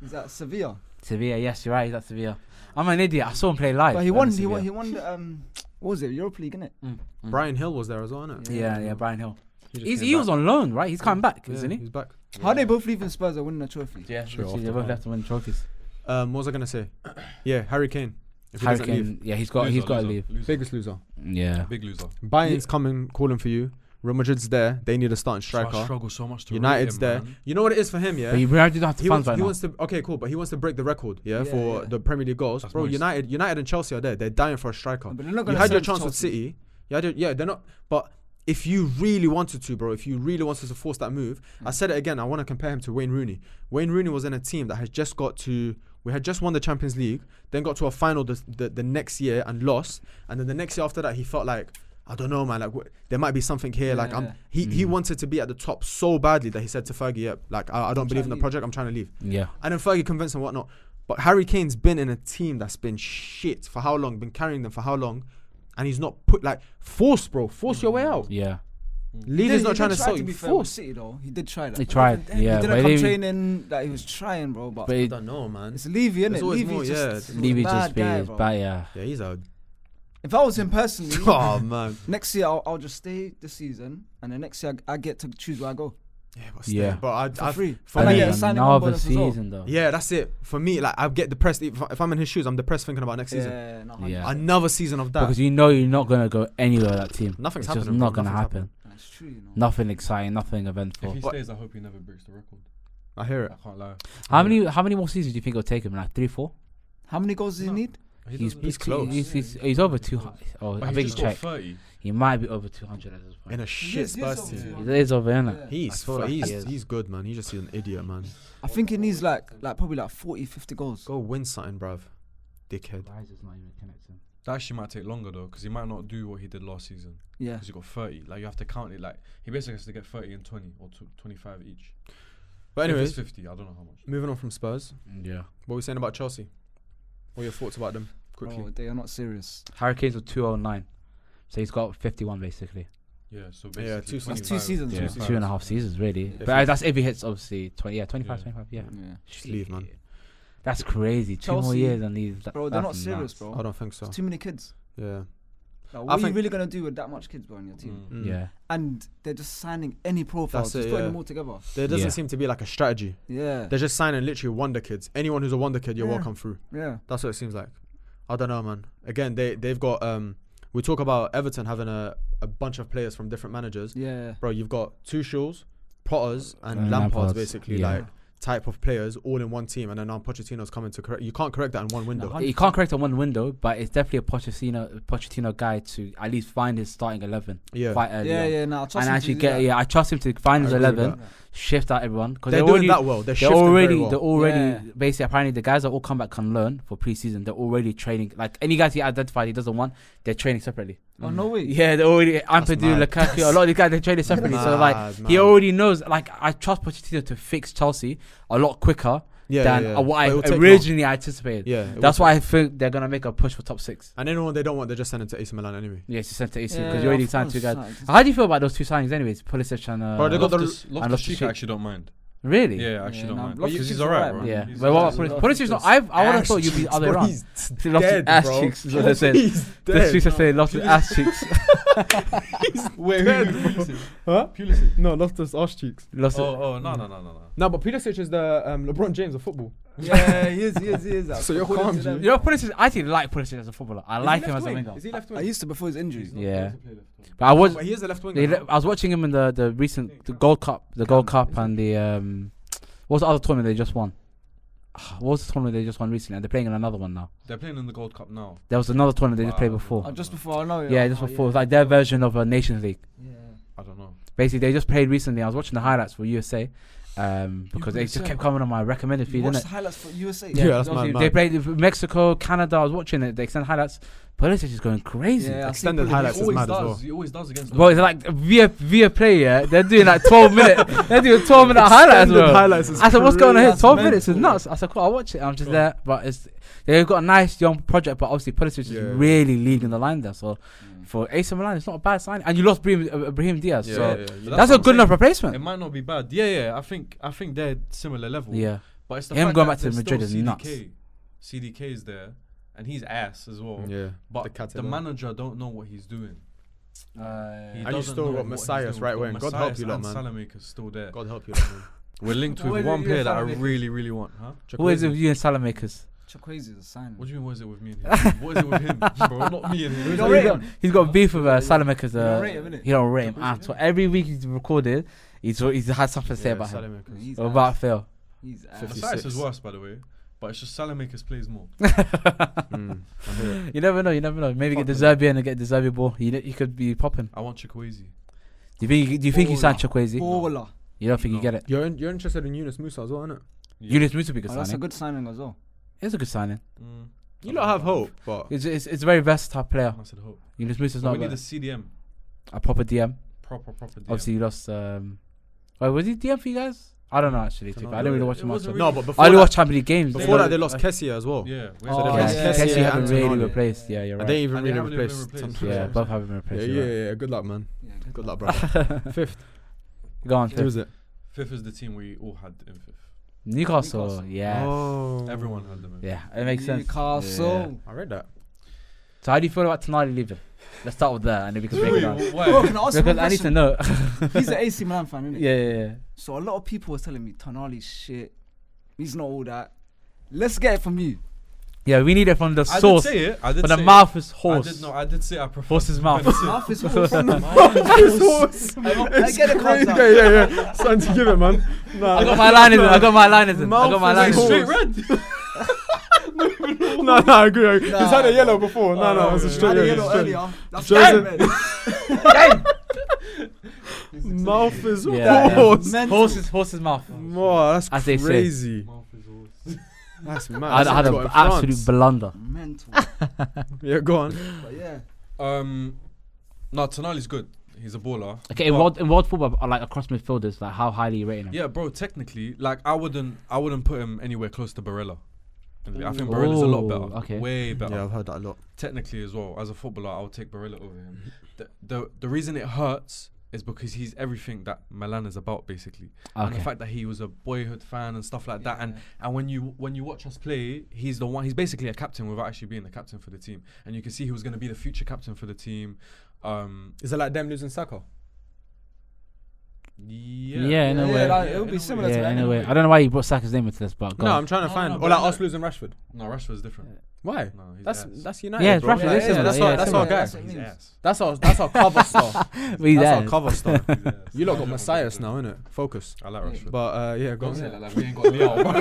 C: He's at Sevilla.
A: Sevilla. Yes, you're right. He's at Sevilla. I'm an idiot. I saw him play live.
C: But he
A: at
C: won. He
A: Sevilla.
C: won. He won. The, um, what was it? Europa League, innit?
A: Mm, mm.
B: Brian Hill was there as well, innit?
A: Yeah, yeah. Brian Hill.
B: just
A: He's,
B: came
A: he was
B: back.
A: on loan, right? He's coming back,
B: Yeah,
A: isn't he?
B: He's back.
C: How they both leaving Spurs and winning a trophy?
A: Yeah,
B: Sure,
A: literally,
B: off
A: they
B: the
A: both
B: bat.
A: left to win trophies.
B: Um, what was I gonna say? Yeah, Harry Kane. If he
A: Harry
B: doesn't leave.
A: Kane, yeah, he's got, he's
F: Loser,
A: got to
F: loser,
A: leave.
F: loser.
B: biggest loser.
A: Yeah,
F: Big loser.
B: Bayern's coming, calling for you. Real Madrid's there. They need a starting
F: So I
B: striker.
F: struggle so much to rate
B: United's
F: him,
B: there.
F: man.
B: You know what it is for him, yeah.
A: but you really don't have to
B: he
A: fund
B: wants,
A: right
B: he
A: now.
B: wants to okay cool but he wants to break the record yeah,
C: Yeah,
B: for
C: yeah.
B: the Premier League goals
F: That's
B: bro
F: nice.
B: United United and Chelsea are there they're dying for a striker
C: But they're not
B: you
C: gonna
B: had your
C: sell
B: chance with
C: Chelsea.
B: City you had your, yeah they're not but if you really wanted to bro if you really wanted to force that move I
C: Mm.
B: said it again I want to compare him to Wayne Rooney Wayne Rooney was in a team that has just got to we had just won the Champions League then got to a final the, the, the next year and lost and then the next year after that he felt like I don't know, man. Like, wh- there might be something here. Like,
C: Yeah.
B: I'm. He, he wanted to be at the top so badly that he said to Fergie, "Yep, like, I, I don't believe in the
C: leave.
B: project. I'm trying to leave."
A: Yeah,
B: and then Fergie convinced and whatnot. But Harry Kane's been in a team that's been shit for how long? Been carrying them for how long? And he's not put like force, bro. Force your way out.
A: yeah.
C: He
B: Leader's
C: did-
B: not
C: he
B: trying
C: did
B: to
C: try
B: sell you.
C: be fair with
B: Force.
C: City though. He did try that.
A: He tried. Yeah,
C: he
A: but
C: didn't come
A: he-
C: training. That he was trying, bro. But
A: But it,
B: I don't know, man.
C: it's Levy, innit?
B: There's always
C: Levy
B: more, yeah.
C: just,
A: Levy
C: bad
A: just be
C: guy,
A: his
C: bro.
A: bad, yeah.
B: Yeah, he's out.
C: If I was him personally,
B: (laughs) Oh man.
C: next year I'll, I'll just stay this season, and the next year I, I get to choose where I go
B: Yeah, but,
A: Yeah.
B: still, but
C: for
B: I, I,
C: free.
B: for
C: and
B: me-
C: I get a
B: it's
C: signing
A: another
C: bonus as well.
A: season though.
B: yeah, that's it. For me, like I get depressed. If, if I'm in his shoes, I'm depressed thinking about next season.
C: Yeah, no,
A: Yeah.
B: Another season of that.
A: Because you know you're not gonna go anywhere with that team.
B: Nothing's
A: it's just
B: happening,
A: not
B: bro.
A: gonna
B: Nothing's
A: happen.
B: happening.
C: that's true. You know.
A: Nothing exciting. Nothing
F: If
A: eventful.
F: he
B: But-
F: stays, I hope he never breaks the record.
B: I hear
F: I
B: it.
F: can't lie.
A: How many? How many more seasons do you think it'll take him? Like three, four?
C: How many goals does he
F: No.
C: need?
E: He
A: He's,
E: doesn't-
A: he's
B: he's close.
A: He's, he's, he's over two hundred. Oh,
E: But
A: I
E: he's
A: think
E: just
A: he's
E: got
A: checked.
E: 30.
A: He might be over two hundred at this
B: in
A: point.
B: a shit
G: Yes,
B: spurs
G: yes,
B: team.
G: obviously.
A: It is over, isn't it?
B: He's
A: I feel like
B: he's
A: he is.
B: he's good, man. He's just an idiot, man.
C: I think it needs like like probably like 40, 50 goals.
B: Go win something, bruv. Dickhead.
A: Why is this not even connecting?
E: That actually might take longer though, because he might not do what he did last season.
C: Yeah.
E: Because he got 30. Like you have to count it. Like he basically has to get 30 and 20 or tw 25 each.
B: But
E: If it's
B: anyways,
E: 50. I don't know how much.
B: moving on from Spurs.
A: Yeah.
B: What are we saying about Chelsea? What are your thoughts about them? Quickly.
C: Bro, they are not serious.
A: Hurricanes were two oh nine, so he's got fifty one basically.
E: Yeah. So basically,
B: Yeah, two
C: That's
B: seasons.
C: two
E: 25.
C: seasons.
A: Yeah.
C: Yeah.
A: Two and a half seasons really.
B: If
A: But
B: he-
A: that's if he hits obviously twenty. Yeah, 25,
E: Yeah.
A: 25, Yeah.
C: yeah.
B: Just leave, man.
A: That's crazy. Two more
C: Chelsea-
A: years and leave. That,
C: Bro, they're not
A: that's
C: serious,
A: nuts.
C: bro.
B: I don't think so.
C: It's too many kids.
B: Yeah.
C: Like,
B: I
C: what are you
B: think-
C: really gonna do with that much kids bro on your team?
E: Mm.
B: Mm.
A: Yeah.
C: And they're just signing any profile,
B: That's
C: just
B: it,
C: putting
B: yeah.
C: them all together.
B: There doesn't
A: Yeah.
B: seem to be like a strategy.
C: Yeah,
B: They're just signing literally wonder kids. Anyone who's a wonder kid, you're
C: Yeah.
B: welcome through.
C: yeah.
B: That's what it seems like. I don't know, man. Again, they they've got um. We talk about Everton having a, a bunch of players from different managers.
C: Yeah.
B: Bro, you've got two Shuls, Potters, and,
A: And
B: Lampards,
A: Lampards,
B: basically
A: yeah.
B: like type of players all in one team, and then now Pochettino's coming to correct. You can't correct that in one window.
C: No,
A: You can't correct on one window, but it's definitely a Pochettino, Pochettino guy to at least find his starting eleven
B: yeah,
A: quite
C: Yeah,
A: early
C: yeah,
A: on.
C: yeah. Now
A: and actually get yeah, I trust him to find
B: I
A: his
B: agree with
A: eleven, shift out everyone because
B: they're
A: they're,
B: doing
A: already
B: that well. They're,
A: they're
B: shifting
A: already
B: very well.
A: they're already
C: Yeah.
A: basically apparently the guys that all come back can learn for preseason. They're already training like any guys he identified he doesn't want. They're training separately.
C: Oh no way.
A: (laughs) Yeah, they're already Ampadu,
B: mad.
A: Lukaku. A lot of these guys they're training separately. so like
B: Mad,
A: he
B: man.
A: already knows. Like I trust Pochettino to fix Chelsea a lot quicker
B: yeah,
A: than
B: yeah, yeah.
A: uh, what I
B: But it will take
A: originally anticipated.
B: long. Yeah, it
A: That's
B: will
A: why I think they're gonna make a push for top six.
B: take- And anyone they don't want, they're just sending to AC Milan anyway.
A: Yeah, to send to AC because
C: Yeah,
A: you already
C: of
A: signed two
C: course,
A: guys. (laughs)
C: like,
A: How do you feel about those two signings, anyways? Pulisic and uh,
B: Bro, they got the-
E: Loftus,
A: I love
E: Loftus
A: the
E: Cheek,
A: shape.
E: I actually don't mind.
A: really.
E: Yeah, I actually
C: Yeah,
E: don't
C: no,
E: mind.
C: Loftus
E: Because he's
C: Cheek's
E: alright,
C: alright,
E: bro.
C: man.
A: Yeah,
E: He's
A: but what
E: alright.
A: about
B: Loftus-
A: Pulisic? Pulisic's not. I I would have thought you'd be the other way around.
B: He's
A: Loftus
B: dead,
A: ass
B: bro.
A: cheeks. Is what they said.
B: He's
A: That's
B: dead.
A: what they say. Loftus ass
B: (laughs)
A: cheeks. (laughs)
H: Wait, who?
B: Huh?
H: Pulisic.
B: No, Loftus arse cheeks.
A: Loftus.
E: Oh, oh, no, no, no, no, no.
B: No, but Pulisic is the um, LeBron James of football.
C: yeah, he is, he is, he is.
B: (laughs)
C: like,
B: So you're
C: according
B: calm,
C: to them-
A: You know, Pulisic. I actually like Pulisic as a footballer. I like him as a winger.
B: he left
C: I used to before his injury.
E: He's not-
A: Yeah.
E: he doesn't play left wing.
A: But I was.
B: But he is a left winger.
A: They,
B: no?
A: I was watching him in the, the recent the Gold Cup, the Gold Cup, and the um, what's the other tournament they just won? Ah, What was the tournament they just won recently? And they're playing in another one now.
E: They're playing in the Gold Cup now.
A: There was another tournament they just played
E: Wow.
A: before.
C: Oh, just before I know. oh,
A: yeah,
B: oh,
A: just before. It was like their version of a Nations League.
E: I don't know.
A: Basically, they just played recently. I was watching the highlights for USA, um, because they just
E: USA.
A: kept coming on my recommended feed,
C: You watched
A: didn't
C: the highlights for USA.
B: Yeah, that's
A: Obviously,
B: mad,
A: They
B: mad.
A: played with Mexico, Canada. I was watching it. They extended highlights. Pulisic is going crazy.
C: Yeah, I see
B: Extended
C: Pulisic.
B: highlights
E: He
B: is
E: always
B: mad as
E: does.
B: well.
E: He always does against.
A: Bro, it's like via via play. Yeah, they're doing like
B: (laughs)
A: 12 minute. They're doing 12 minute highlights.
B: Extended
A: Bro.
B: highlights is
A: I said, what's going on here?
C: That's
A: 12 minutes is
C: mental.
A: nuts. I said, cool, I'll watch it. I'm just
E: Bro.
A: there. But it's they've got a nice young project, but obviously Pulisic
B: Yeah.
A: is really leading the line there. So for AC Milan, it's not a bad sign. And you lost Brahim, uh, Brahim Diaz.
B: Yeah,
A: so
B: yeah, yeah.
A: that's, a
E: what I'm
A: good enough
E: saying. It
A: replacement.
E: might not be bad. Yeah, yeah. I think I think they're similar level.
A: Yeah.
E: But it's the
A: Him
E: fact
A: going
E: that
A: back to
E: there's
A: Madrid
E: still
A: is nuts.
E: CDK. CDK is there, and he's ass as well.
B: Yeah,
E: But
B: cat
E: the,
B: is on.
E: manager don't know what he's doing. He
B: And you
E: doesn't
B: still
E: know
B: got
E: what he's
B: Messias
E: doing. We've
B: right
E: got
B: wing. God help you lot,
E: Messias
B: man.
E: and Salamaker's still there.
B: God
A: (laughs)
B: help you. man.
E: We're linked with
C: Wait, wait,
E: one
C: wait,
E: player
C: you're
E: that I
C: Salamaker.
E: really, really want. Huh?
A: Who is it with you and Salamakers?
C: Chukwueze is a sign.
E: What do you mean? What is it with me and him? what is it
A: (laughs)
E: with him, bro? Not me and him.
C: don't rate
A: got,
C: him.
A: he's got beef with uh, Salamakers.
C: don't
A: Uh,
C: rate him, innit?
A: he don't rate him at all. Ah, Every week he's recorded, he's, he's had something to say
B: Yeah,
A: about him.
B: Salamaker.
C: He's
A: About
C: ass.
A: Phil.
C: He's ass.
B: Fifty-
E: Messias is
B: 56.
E: worse, by the way. But it's just Salamakers plays more.
B: Mm, I hear
A: (laughs)
B: it.
A: You never know, you never know. Maybe
B: Fuck
A: get the
B: with
A: Serbian and get the Serbian ball. You, know, you could be popping.
E: I want Chukwueze.
A: Do you think do you think you signed
C: Baller.
A: Chukwueze?
C: Baller.
A: You don't think you
E: No.
A: get it?
B: You're in, you're interested in Yunus Musa as well, isn't it?
E: Yeah.
A: Yunus Musa would be a good
C: Oh, that's a
A: signing.
C: good signing as well.
A: it's a good signing.
E: Mm.
B: You lot have hope, but
A: It's, it's, it's a very versatile player.
E: I said hope.
A: Yunus Musa's
E: But
A: not
E: we need a
A: a,
E: CDM.
A: a proper DM.
E: Proper, proper DM.
A: Obviously, you lost. Um, wait, was he DM for you guys? I don't know actually. To be
B: Dunno,
A: fair. I didn't really
E: it-
A: watch
E: it
A: him much.
E: wasn't
A: of-
B: no. But before
A: I only
B: that,
A: watched Champions League games.
B: before
A: So-
B: that they lost Kessie as well.
E: Yeah. where's
C: Oh,
E: the
B: they
A: Yeah,
B: lost
C: yes.
A: yeah,
C: Kessie
A: Kessie
B: and
A: haven't really
B: Antonio.
A: replaced. Yeah, you're
B: And they
A: right.
B: even
E: And they
B: really
E: haven't even
B: replaced.
E: replaced.
B: Tom-
A: Yeah, both haven't been replaced.
B: Yeah,
A: you're
B: yeah,
A: right.
B: yeah. Good luck, man.
C: Yeah,
B: Good luck, bro.
A: (laughs)
B: Fifth.
A: Go on,
B: Who
A: Phil.
B: was it?
E: Fifth is the team we all had in fifth.
A: Newcastle.
C: Newcastle.
A: Yeah,
B: Oh.
E: Everyone had them in
A: yeah, it makes sense. Yeah.
C: Newcastle.
B: I read that.
A: So how do you feel about Tonali leaving? Let's start with that, and then we can break it
E: Wait,
A: down.
C: Bro,
E: why?
C: can I ask you
A: Because
C: one
A: I need to
C: question?
E: (laughs)
A: know.
C: (laughs) He's an AC Milan fan, isn't he?
A: yeah, yeah, yeah.
C: So a lot of people were telling me Tonali's shit. He's not all that. Let's get it
A: (laughs)
C: from you.
A: Yeah, we need it from the
E: I did
A: source.
E: say it. I did
A: But the
E: say it.
A: mouth is
E: I
A: horse.
E: did, no, I did say I prefer. (laughs)
A: Horse's mouth.
C: Mouth is
A: (laughs)
C: horse. I
B: (laughs) It's
C: get it,
B: crazy.
C: Kamsa.
B: Yeah, yeah, yeah. It's Time to give it, man. Nah. (laughs)
A: I got my line in. I got my line in. I got my (laughs)
B: Mouth
A: line
B: is
A: in.
B: horse.
E: red.
B: no, no, I agree. I agree. He's had
C: Nah.
B: a yellow before. No, no, it's a straight.
C: Had a
B: yellow,
C: yellow
B: straight.
C: earlier. That's
B: Joseph-
C: bad, man.
B: Mouth is (laughs)
A: Yeah, yeah.
B: horse.
C: Mental.
A: Horse's horse's mouth.
B: Wow, that's
A: As they say.
B: crazy. That's mad.
A: I, I had
B: That's
A: an
B: got in
A: absolute
B: France.
A: blunder.
C: Mental.
B: yeah, go on.
C: But yeah.
E: Um, no, Tonali's good. He's a baller.
A: Okay, in
E: But-
A: world in world football, uh, like across midfielders, like how highly you rating him?
E: Yeah, bro. Technically, like I wouldn't, I wouldn't put him anywhere close to Barella. I think Barella's a lot
A: Ooh,
E: better.
A: okay.
E: Way better.
B: Yeah, I've heard that a lot.
E: Technically as well, as a footballer, I'll take Barella over him. The, the the reason it hurts is because he's everything that Milan is about, basically. And the
A: Okay.
E: fact that he was a boyhood fan and stuff like that, and and when you when you watch us play, he's the one. He's basically a captain without actually being the captain for the team, and you can see he was going to be the future captain for the team. Um,
B: Is it like them losing Saka?
E: yeah,
A: Yeah, in a
C: Yeah,
A: way.
C: like, it
E: in
C: would
E: a
C: be
E: way.
C: similar to
A: Yeah,
C: that.
A: anyway, I don't know why you brought Saka's name into this, but go.
B: No,
A: on.
B: I'm trying to
E: No,
B: find.
E: no,
B: or
E: but
B: like
E: no.
B: us losing Rashford.
E: No, Rashford's different.
B: Why?
E: No, he's
B: That's
E: ass.
B: that's United.
A: Yeah, it's
B: bro.
A: Rashford, isn't it?
B: that's
A: Yeah,
B: our
A: yeah,
B: that's
A: yeah.
B: our guy.
C: That's what it
E: He's
C: means.
E: ass.
B: That's our that's our
A: (laughs)
B: cover star.
A: We
B: That's
A: (laughs)
B: our
A: there.
B: cover star.
E: He's
B: You lot
E: ass.
B: got
E: Nigel Van
B: Messias
E: Dijk.
B: now, innit? Focus.
E: I like Rashford.
B: But uh, yeah, go
E: Don't
B: on.
E: say it like that, we ain't got Leo, bro.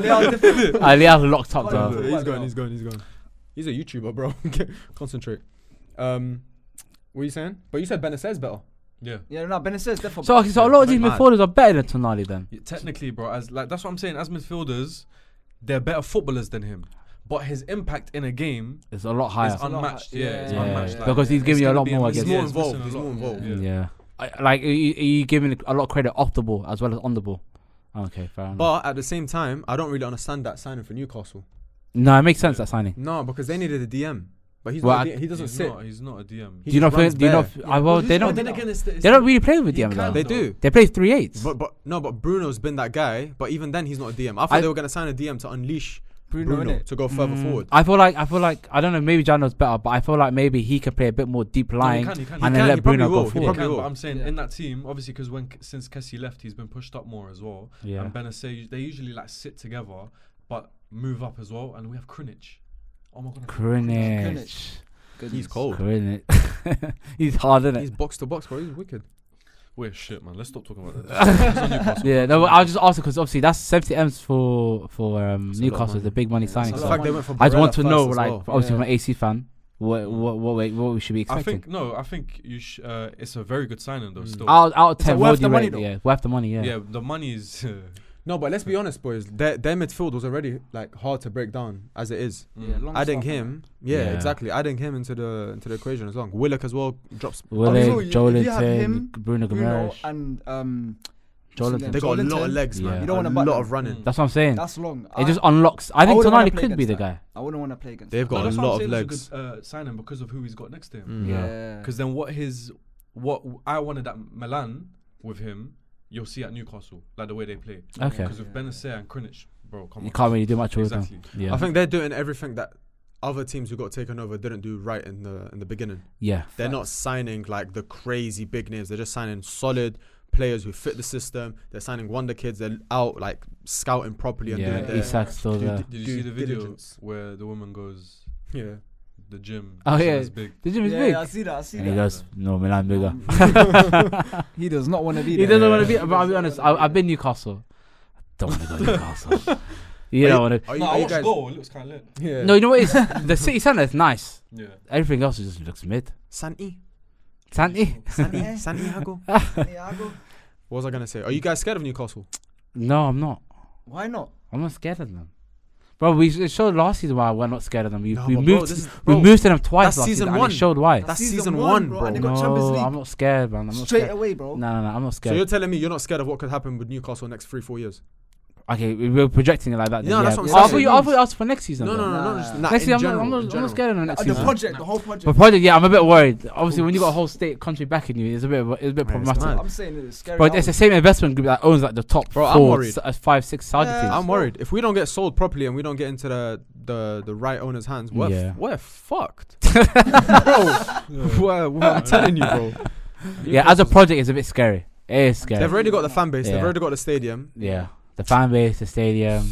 C: Oh, Leo, Leo,
A: (laughs)
C: different.
A: Uh, Leao's locked up
C: Hold
A: though.
C: on.
B: he's gone. He's gone. He's gone. He's a YouTuber, bro. Concentrate. Um, what are you saying? But you said Benitez better.
E: Yeah.
C: Yeah, no, Benitez different.
A: So, okay, so a lot of these
B: Mad.
A: midfielders are better than Tonali then.
E: Yeah, Technically, bro, as like that's what I'm saying. As midfielders, they're better footballers than him, but his impact in a game
A: It's a lot
E: is
A: higher.
E: unmatched. Yeah, it's
A: Yeah,
E: unmatched.
A: yeah. Because he's
E: it's
A: giving you a
E: gonna
A: lot
E: be
A: more, I
E: mess-
A: guess.
E: yeah,
B: He's more
E: missing a
B: involved, he's
E: lot.
B: more involved.
E: Yeah.
A: Yeah. I, like, are you, are you giving a lot of credit off the ball as well as on the ball? Okay, fair enough.
B: But at the same time, I don't really understand that signing for Newcastle.
A: no, it makes sense that signing.
B: No, because they needed a DM, but he's
A: Well,
B: not a
A: I-
B: DM. he doesn't
E: He's
B: sit.
E: not- he's not a DM.
B: He
A: do you
B: just
A: not? Feel,
B: runs
A: do you not?
B: bare.
A: f- I well, they don't.
E: But then again, it's the- it's
A: They
E: the-
A: don't really play with
E: He
A: DM though.
E: can,
B: They
A: They,
E: though.
B: do,
A: play three eights.
B: but but no, but Bruno's been that guy. But even then, he's not a DM. I thought
A: I-
B: they were gonna sign a DM to unleash
C: Bruno,
B: Bruno,
C: innit?
B: to go further
A: Mm,
B: forward.
A: I feel like I feel like I don't know. Maybe Jano's better, but I feel like maybe he can play a bit more deep
E: No,
A: lying
E: he can, he can,
A: and
E: he
A: then
B: can,
A: let
B: he probably
A: Bruno
B: will,
A: go
B: he
E: can,
A: forward.
B: probably will.
E: But I'm saying
C: Yeah.
E: in that team, obviously, because when since Kessie left, he's been pushed up more as well.
A: Yeah.
E: And Benacer, they usually like sit together, but move up as well. And we have Krunic. Oh my god,
A: Krunic,
B: He's cold.
A: Krunic, (laughs) he's hard, isn't
B: He's
A: it?
B: box to box, bro. He's wicked.
E: We're shit, man. Let's stop talking about
A: (laughs)
E: that.
A: Yeah, no, I was just asking because obviously that's 70 m's for for um,
B: That's a lot of
A: Newcastle,
B: money.
A: the big money
C: Yeah,
A: signing.
C: that's
B: In
C: a lot
A: So
C: of
B: fact, they went for
A: I just want
B: Barella
A: to
B: first
A: know,
B: as
A: like,
B: well.
A: obviously
C: Yeah.
A: from an AC fan, what what what we, what we should be
E: I
A: expecting.
E: think no. I think you. Sh- uh, it's a very good signing though.
B: Mm.
E: Still,
A: out out of
C: Is it
A: ten,
C: worth
A: what would
C: the
A: you
C: money
A: rate?
C: though?
A: Yeah, worth the money. Yeah.
E: yeah. the money is. (laughs)
B: No, but let's be honest, boys. Their their midfield was already like hard to break down as it is.
C: Yeah, long
B: Adding
C: stuff, man.
B: him, yeah,
A: Yeah.
B: exactly. Adding him into the into the equation as well. Willock as well drops.
A: Will
C: Obviously, if
A: it,
C: you have him,
A: Jolinton, Bruno
C: Bruno
A: Gomes.
C: and um,
A: Jolinton.
B: They got a lot of
C: Jolinton.
B: legs, man.
A: Yeah.
B: You
A: You
C: don't
B: don't
C: wanna
B: a
C: butt
B: lot
C: them.
B: of running.
A: That's what I'm saying.
C: That's long.
A: It
C: I,
A: just unlocks. I
C: I
A: think
C: wouldn't wanna
A: Tonali
C: play
A: could be the
C: against
A: guy.
C: I wouldn't want to play against.
B: They've
E: But
B: got a
E: that's
B: lot
E: what
B: of
E: I'm saying
B: legs.
E: it's a good uh, signing because of who he's got next to him.
B: Mm.
A: Yeah.
C: yeah.
E: Because then what his what w- I wanted at Milan with him, you'll see at Newcastle, like the way they play.
A: Okay.
E: Because with Benacer and Krinic, bro, come
A: You
E: on.
A: can't really do much with
E: Exactly.
A: him. Yeah.
B: I think they're doing everything that other teams who got taken over didn't do right in the in the beginning.
A: yeah.
B: They're not signing like the crazy big names. They're just signing solid players who fit the system. They're signing wonder kids. They're out like scouting properly and
A: Yeah.
B: doing their
A: Isak's still
B: due
C: (laughs)
A: there.
B: di-
E: Did you
B: due
E: see the video
B: diligence.
E: where the woman goes
B: Yeah.
E: the gym?
A: Oh,
E: so
A: yeah.
E: that's big.
A: The gym is
C: yeah,
A: big.
C: I see that. I see
A: And he
C: that.
A: goes, no, Milan bigger.
C: (laughs)
A: (laughs)
C: He does not want to be
A: He
C: there.
A: doesn't want to be.
C: He
A: But I'll be
C: doesn't
A: honest. I,
C: wanna
A: I've
C: be
A: been Newcastle. I don't want to go to (laughs) Newcastle. You don't want
B: Are
E: No,
B: are
E: I watched
B: guys-
E: goal. It looks kind of lit.
B: Yeah.
A: to. No, you know what? It's (laughs) the city centre is nice.
E: Yeah.
A: Everything else just looks mid.
B: Santi.
A: Santi?
B: Santi. Santiago.
C: there. Santiago?
B: What was I gonna say? Are you guys scared of Newcastle?
A: No, I'm not.
C: Why not?
A: I'm not scared of them. Bro, we s- it showed last season why we're not scared of them. We,
B: No,
A: we
B: but
A: moved
B: bro, this
A: to,
B: is-
A: we
B: bro,
A: moved to them twice
B: that's
A: last
B: season
A: season.
B: one.
A: And it showed why.
B: That's
C: season
B: season
C: one,
B: one,
C: bro,
B: bro.
C: and they got Champions
A: no,
C: League.
A: I'm not scared, man. I'm not
C: Straight
A: scared.
C: away, bro.
A: No, no, no. I'm not
B: So you're
A: scared.
B: telling me you're not scared of what could happen with Newcastle next three, four years?
A: okay, we were projecting it like that. Then,
B: No,
A: yeah. Oh,
B: that's what I'm
A: I
B: saying.
A: thought you, I thought you asked for next season.
B: No, no,
A: though.
B: no,
C: Nah.
B: not just nah,
A: Next
B: in
A: season, I'm,
B: general,
A: not, I'm,
B: in
A: not, I'm
B: general.
A: not scared of the next
C: Uh, the
A: season.
C: project, the whole project.
A: But project, yeah, I'm a bit worried. Obviously, when you got a whole state country backing you, it's a bit, it's a bit
B: Yeah, it's
A: problematic.
B: mad.
C: I'm saying it's scary.
A: But it's the same investment group that owns like the top
B: Bro, I'm
A: four,
B: worried.
A: s- uh, five, six Saudi
C: Yeah,
A: teams.
B: I'm worried. If we don't get sold properly and we don't get into the the, the right owner's hands, we're, f-
A: Yeah.
B: we're fucked.
A: (laughs)
B: (laughs) bro, we're, we're-
E: (laughs)
B: I'm telling you, bro.
A: yeah, as a project, it's a bit scary. It is scary.
B: They've already got the fan base.
A: Yeah.
B: They've already got the stadium.
A: yeah, the fan base, the stadium.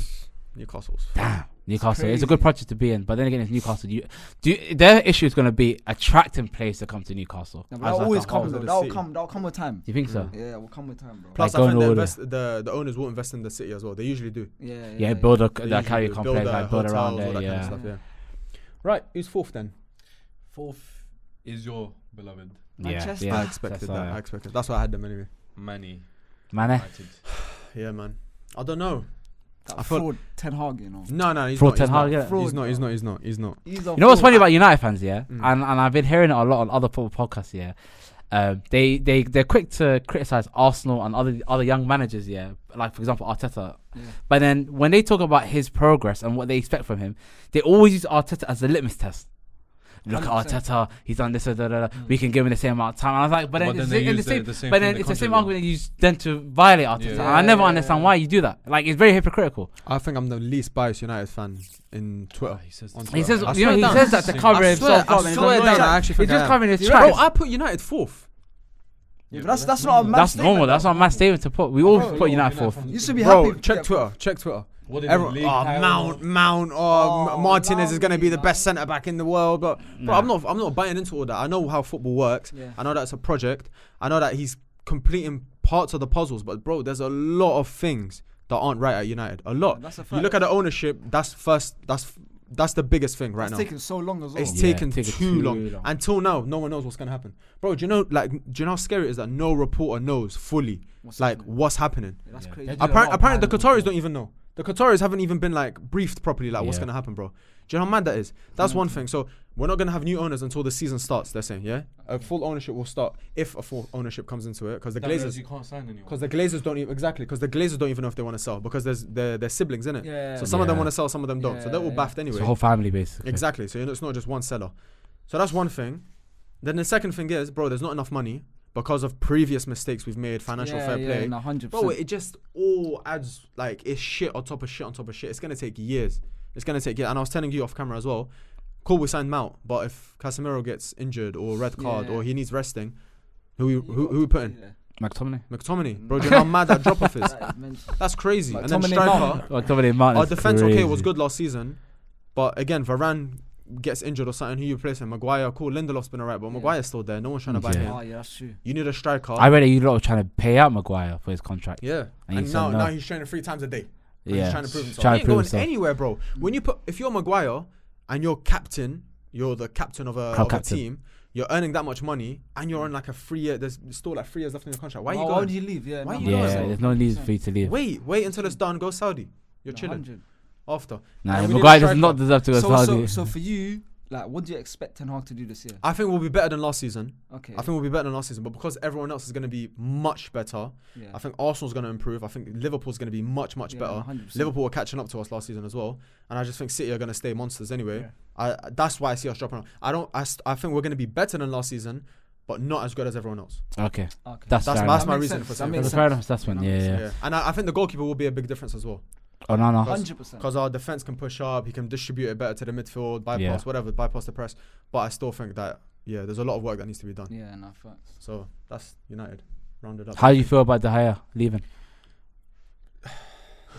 B: Newcastle's.
A: Damn, Newcastle. It's, a good project to be in, but then again, it's Newcastle. You, do you, their issue is going to be attracting players to come to Newcastle.
C: No, but
A: as
C: that'll
A: like
C: always
A: a
C: come.
A: whole.
C: Though.
B: the
C: That'll
B: city.
C: come. That'll come with time.
A: You think
B: Mm.
A: so?
C: Yeah, it will come with time, bro.
B: Plus,
A: Like
B: I think
A: Gondor
B: the,
A: order.
B: invest, the the owners will invest in the city as well. They usually do.
C: yeah, yeah.
A: Yeah, build a
B: They
A: that
B: usually
A: carry
B: do.
A: complex,
B: uh,
A: like build around
B: hotels, all
A: it.
B: that kind of
A: Yeah,
B: stuff, Right, who's fourth then?
F: Fourth is your beloved
A: yeah,
C: Manchester.
A: yeah.
B: I
A: That's,
B: expected that.
A: uh,
B: I expected. That's why I had them anyway.
F: Manny
A: Mane,
F: United.
B: Yeah, man. I don't know.
C: That
B: I thought-
C: fraud Ten Hag, you know.
B: No, no, he's
A: Fraud
B: not.
A: Ten
B: He's not.
A: Hag, yeah.
B: he's not. He's not. He's not. He's not.
C: He's a
A: You know what's
C: fraud.
A: funny about United fans, yeah,
B: Mm.
A: and and I've been hearing it a lot on other football podcasts, yeah. Um, they they they're quick to criticize Arsenal and other other young managers, yeah. Like for example, Arteta.
C: Yeah.
A: But then when they talk about his progress and what they expect from him, they always use Arteta as the litmus test. Look at
C: 100%.
A: Arteta, he's done this, da, da, da, da.
C: Mm.
A: we can give him the same amount of time. And I was like, but then, it's,
F: they
A: in the
F: use same
A: same, but
F: thing
A: then
F: they
A: it's the same
F: contribute.
A: argument you use then to violate Arteta.
F: Yeah.
A: And I never
C: Yeah,
A: understand
C: yeah.
A: why you do that. Like it's very hypocritical.
B: I think I'm the least biased United fan in
F: Ah,
B: Twitter.
F: he says
B: On
F: this.
A: He
B: Bro,
A: says,
B: I
A: you know,
B: swear
A: he
B: down.
A: says that to
F: I
A: cover
C: swear-
A: himself.
C: I
A: up, and it's
C: swear
A: annoying.
C: down, I
B: actually
A: He's
B: think I
A: just
B: am.
A: covering his
B: Bro,
A: tracks.
B: I put United fourth.
C: Yeah, but that's that's not a man
A: That's
C: statement,
A: normal. That's not my statement to put. We all
C: Bro,
A: put
F: you
A: United
F: know,
A: fourth.
F: from-
C: You should be
B: Bro,
C: happy.
B: check Twitter. Check Twitter.
F: What did
B: Everyone,
F: the
B: oh,
F: league title-
B: Mount, Mount, oh,
C: Oh,
B: M- Martinez is
C: Mount
B: going to be the
C: Lee,
B: best centre back in the world. But, but
A: Nah.
B: I'm not, I'm not buying into all that. I know how football works.
C: Yeah.
B: I know that's a project. I know that he's completing parts of the puzzles. But bro, there's a lot of things that aren't right at United. A lot.
C: That's a fact.
B: You look at the ownership. That's first. That's that's the biggest thing right
C: It's
B: now.
C: taking so long as well.
B: It's
A: Yeah,
B: taken
A: it's taken
B: too,
A: too
B: long.
A: long.
B: Until now, no one knows what's gonna happen, bro. Do you know, like, do you know how scary it is that no reporter knows fully,
C: What's
B: like,
C: happening?
B: what's happening?
C: Yeah, Oh, that's
A: Yeah.
C: crazy.
A: They do
B: Apparent, apparently, the Qataris don't even know. The Qataris haven't even been like briefed properly, like what's
A: Yeah.
B: gonna happen, bro. Do you know how mad that is? That's one thing. So we're not gonna have new owners until the season starts. They're saying, yeah, a full ownership will start if a full ownership comes into it, because the
F: That means
B: Glazers,
F: You can't sign anyone.
B: because the Glazers don't even exactly, because the Glazers don't even know if they want to sell because there's they're, they're siblings in it.
C: Yeah.
B: So some of them
A: Yeah.
B: want to sell, some of them don't. so they're all
C: Yeah,
B: baffed
A: It's
B: anyway.
A: a whole family basically.
B: Exactly. So you know, it's not just one seller. So that's one thing. Then the second thing is, bro, there's not enough money because of previous mistakes we've made, financial
C: yeah,
B: fair
C: yeah,
B: play.
C: no, 100%.
B: Bro, it just all adds like it's shit on top of shit on top of shit. It's gonna take years. It's gonna take years. And I was telling you off camera as well. Cool, we signed Mount, but if Casemiro gets injured or red card
C: Yeah.
B: or he needs resting, who we, who who we put in?
C: Yeah.
A: McTominay.
B: McTominay. Bro, do you know how mad that drop off
C: (laughs)
B: is?
C: That is mental.
B: That's crazy. and then
C: McTominay,
B: striker,
C: Mount.
A: McTominay Martin.
B: our defense okay was good last season, but again Varane gets injured or something. Who you replace him? Maguire. Cool, Lindelof's been alright, but
C: Yeah.
B: Maguire's still there. No one's trying to buy
A: Yeah.
B: him.
C: Oh yeah, that's true.
B: You need a striker.
A: I read that you lot were trying to pay out Maguire for his contract.
B: yeah,
A: And
B: and,
A: he said
B: now
A: no.
B: now he's training three times a day. And
A: Yeah.
B: he's trying to prove himself.
A: Trying
B: he
A: to
B: ain't
A: prove
B: going
A: himself.
B: anywhere, bro. When you put, if you're Maguire and you're captain, you're the captain of a,
A: Club
B: of a
A: captain.
B: team. You're earning that much money, and you're on like a three year. There's still like three years left in your contract. Why are you
C: Why- Why
B: going?
C: would you leave? Yeah.
B: Why
C: no,
B: you
A: Yeah,
B: guys are-
A: there's no need for you to leave.
B: wait, wait until it's done. Go Saudi. You're chilling
C: 100.
B: after.
A: Nah,
B: And we need a
A: Maguire does
B: striker.
A: not deserve to go
C: So,
A: to
C: so,
A: Saudi.
C: so for you, like, what do you expect Ten Hag to do this year?
B: I think we'll be better than last season.
C: Okay.
B: I think we'll be better than last season, but because everyone else is going to be much better,
C: Yeah.
B: I think Arsenal's going to improve. I think Liverpool's going to be much, much
C: Yeah,
B: better.
C: 100%.
B: Liverpool were catching up to us last season as well, and I just think City are going to stay monsters anyway.
C: Yeah.
B: I that's why I see us dropping. Off. I don't. I, st- I think we're going to be better than last season, but not as good as everyone else.
A: okay.
C: Okay.
A: That's
B: That's
A: fair
B: my-
A: enough.
B: that's my
C: That makes
B: reason
C: sense.
B: for
C: That
B: saying
C: makes
A: That's
B: that.
A: fair
C: sense.
A: enough. That's one.
C: That
A: Yeah,
C: makes
A: yeah.
C: sense.
B: Yeah, and I, I think the goalkeeper will be a big difference as well
A: Oh no, no.
B: Because-
C: Hundred percent.
B: because our defense can push up. He can distribute it better to the midfield, bypass
A: Yeah.
B: whatever, bypass the press. But I still think that yeah, there's a lot of work that needs to be done.
C: Yeah, no facts.
B: So that's United rounded up.
A: How do you feel about De Gea leaving?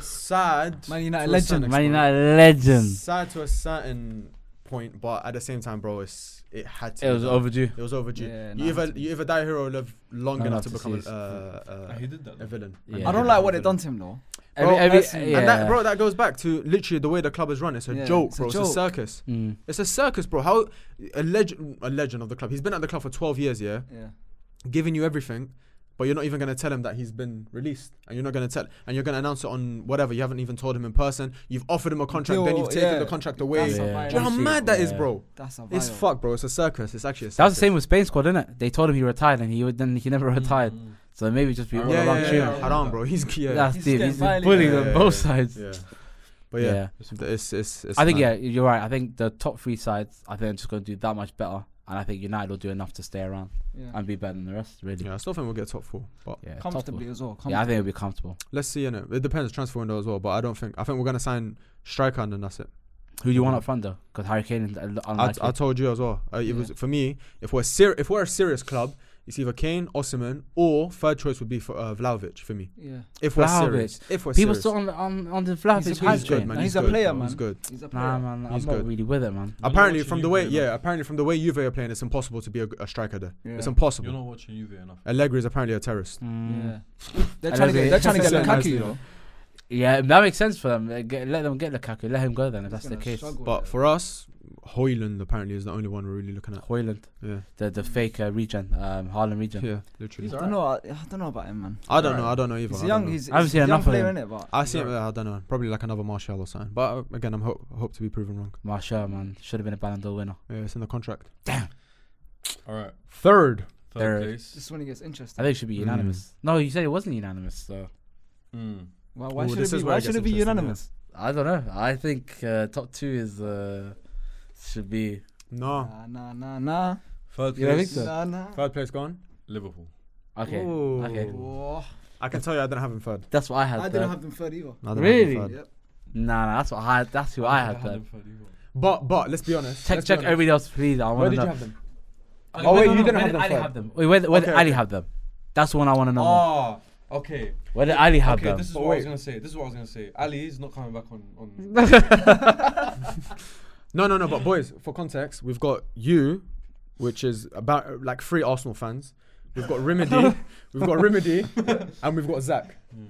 B: Sad.
C: Man United
B: to a certain
C: legend.
A: Man
B: extent.
A: United legend.
B: Sad to a certain point, but at the same time, bro, it's it had to.
A: It
B: be
A: was
B: done.
A: overdue.
B: It was overdue.
C: Yeah,
B: you
C: nah,
B: either
C: had to
B: you either die a hero or live long
A: Long
B: enough
A: enough
B: to
A: to
B: become
A: see
B: a, uh,
F: Ah,
B: uh,
F: he did that.
B: a
F: though.
B: villain.
A: Yeah.
B: And
C: I
B: he
C: don't
B: became
C: like
B: a
C: what they've
B: villain.
C: done to him though.
A: Every, every,
C: personally-
A: yeah.
B: And that, bro, that goes back to literally the way the club is run. It's a
C: Yeah,
B: joke,
C: it's a
B: bro. It's a
C: joke.
B: circus.
A: Mm.
B: It's a circus, bro. How a legend, a legend of the club. He's been at the club for 12 years, yeah,
C: Yeah.
B: giving you everything, but you're not even gonna tell him that he's been released, and you're not gonna tell, and you're gonna announce it on whatever. You haven't even told him in person. You've offered him a contract, then
C: Yo,
B: you've taken
C: yeah.
B: the contract away.
C: That's
A: Yeah.
B: Do you
C: a
B: know
C: violation.
B: how
A: Honestly,
B: mad that is,
A: yeah.
B: bro?
C: That's a
B: It's
C: violation.
B: fuck, bro. It's a circus. It's actually a circus.
A: That was the same with Spain squad, didn't it? They told him he retired, and he would, then he never retired.
F: Mm.
A: So maybe just be all
F: Yeah,
B: Yeah,
A: along
B: yeah, yeah,
A: tune.
B: yeah. Haram, bro. He's yeah.
A: That's
C: He's
A: deep.
C: getting
A: He's
C: violent.
A: bullying on
B: Yeah,
A: both
B: yeah,
A: sides.
B: yeah. But yeah,
A: yeah.
B: th- It's, it's, it's
A: I think yeah,
B: mad.
A: you're right. I think the top three sides, I think are just going to do that much better, and I think United will do enough to stay around
C: Yeah.
A: and be better than the rest. Really,
B: Yeah, I still think we'll get top four, but
A: yeah, top
C: Comfortably
A: four.
C: as well.
A: Yeah, I think
C: comfortably.
A: it'll be comfortable.
B: let's see. You know, it depends transfer window as well. But I don't think I think we're gonna sign striker and then that's it.
A: Who do you want up front though? Because Harry Kane is
B: I,
A: unlikely.
B: I told you as well. Uh, it
C: Yeah.
B: was for me. If we're ser- if we're a serious club It's either Kane, Osman, or third choice would be for uh, Vlahovic for me.
C: Yeah.
B: If we're
A: Vlahovic.
B: serious, if we're
A: People
B: serious,
A: still on the on, on the Vlahovic
C: He's a
A: hype
B: he's good,
A: train.
B: man.
C: He's
B: He's
C: a
B: good.
C: player,
B: He's
C: man.
B: good.
C: He's a player.
A: Nah, man, I'm
B: He's
A: not
B: good.
A: really with it, man.
E: not
B: apparently,
E: watching
B: from the
E: Juve
B: way
E: enough.
B: yeah, apparently from the way Juve are playing, it's impossible to be a, a striker there.
C: Yeah.
B: It's impossible.
E: You're not watching Juve enough.
B: Allegri is apparently a terrorist.
A: Mm.
C: Yeah. They're trying to get. They're trying to get
B: Yeah.
C: Lukaku. you know.
A: Yeah. that makes sense for them. Uh, get- let them get Lukaku. Let him go then, if that's the
C: gonna
A: case.
C: struggle
B: But
C: there.
B: for us, Hoyland apparently is the only one we're really looking at.
A: Hoyland,
B: Yeah,
A: the the fake uh, region, um, Harlem region.
B: yeah, literally.
E: He's
C: I don't know. I, I don't know about him, man.
B: I don't know. I don't know either.
C: He's
B: I don't
C: young.
B: know.
C: He's, he's
A: I haven't
C: a
A: seen
C: young
A: enough of
C: player
A: him.
C: in it, but
B: I see. him- I don't know. Probably like another Martial or something. But uh, again, I'm hope hope to be proven wrong.
A: Martial, man, should have been a Ballon d'Or winner.
B: Yeah, it's in the contract.
E: All right,
B: Third.
E: third
A: Third.
C: this
E: place.
C: is when he gets
A: I
C: interesting.
A: think it should be
B: Mm.
A: unanimous. No, you said it wasn't unanimous, so
E: Mm.
C: Why, why
B: Ooh,
C: should
B: this
C: it
B: is
C: be?
B: where
C: Why
B: it
C: should
B: gets
C: it be
B: interesting, yeah.
C: unanimous?
A: I don't know. I think uh, top two is uh, should be.
B: No.
C: Nah, nah, nah, nah.
E: Third
A: You don't
E: place.
A: think so?
C: Nah, nah.
B: Third place gone.
E: Liverpool.
A: Okay,
B: Ooh.
A: okay,
C: Whoa.
B: I can tell you, I didn't have him third.
A: that's what I had.
C: I
A: third.
C: didn't have them third either.
B: I didn't
A: Really?
B: Have him third.
C: Yep.
A: nah, nah, that's what I. That's who I had.
E: them
A: Third.
E: third either.
B: But but let's be honest.
A: Check
B: let's
A: check
B: be honest.
A: everybody else, please. I
B: Where
A: want
B: did
A: to
B: you
A: know.
B: have them?
A: Oh,
B: wait,
A: no,
B: you
A: no,
B: didn't
A: where
B: have
A: did
B: them
A: Ali
B: third.
A: have them. Wait, where, where did
B: Okay,
A: Ali
B: okay.
A: have them? That's the one I want to know. more.
E: Ah, okay.
A: Where did Ali have
E: Okay,
A: them?
E: this is
B: But
E: what I was
B: Oh, wait.
E: gonna say. This is what I was gonna say. Ali is not coming back on.
B: (laughs)
E: on
B: No no no. But boys, for context, we've got you, which is about uh, like three Arsenal fans. We've got (laughs) Remedy. we've got Remedy, and we've got Zach.
A: Hmm.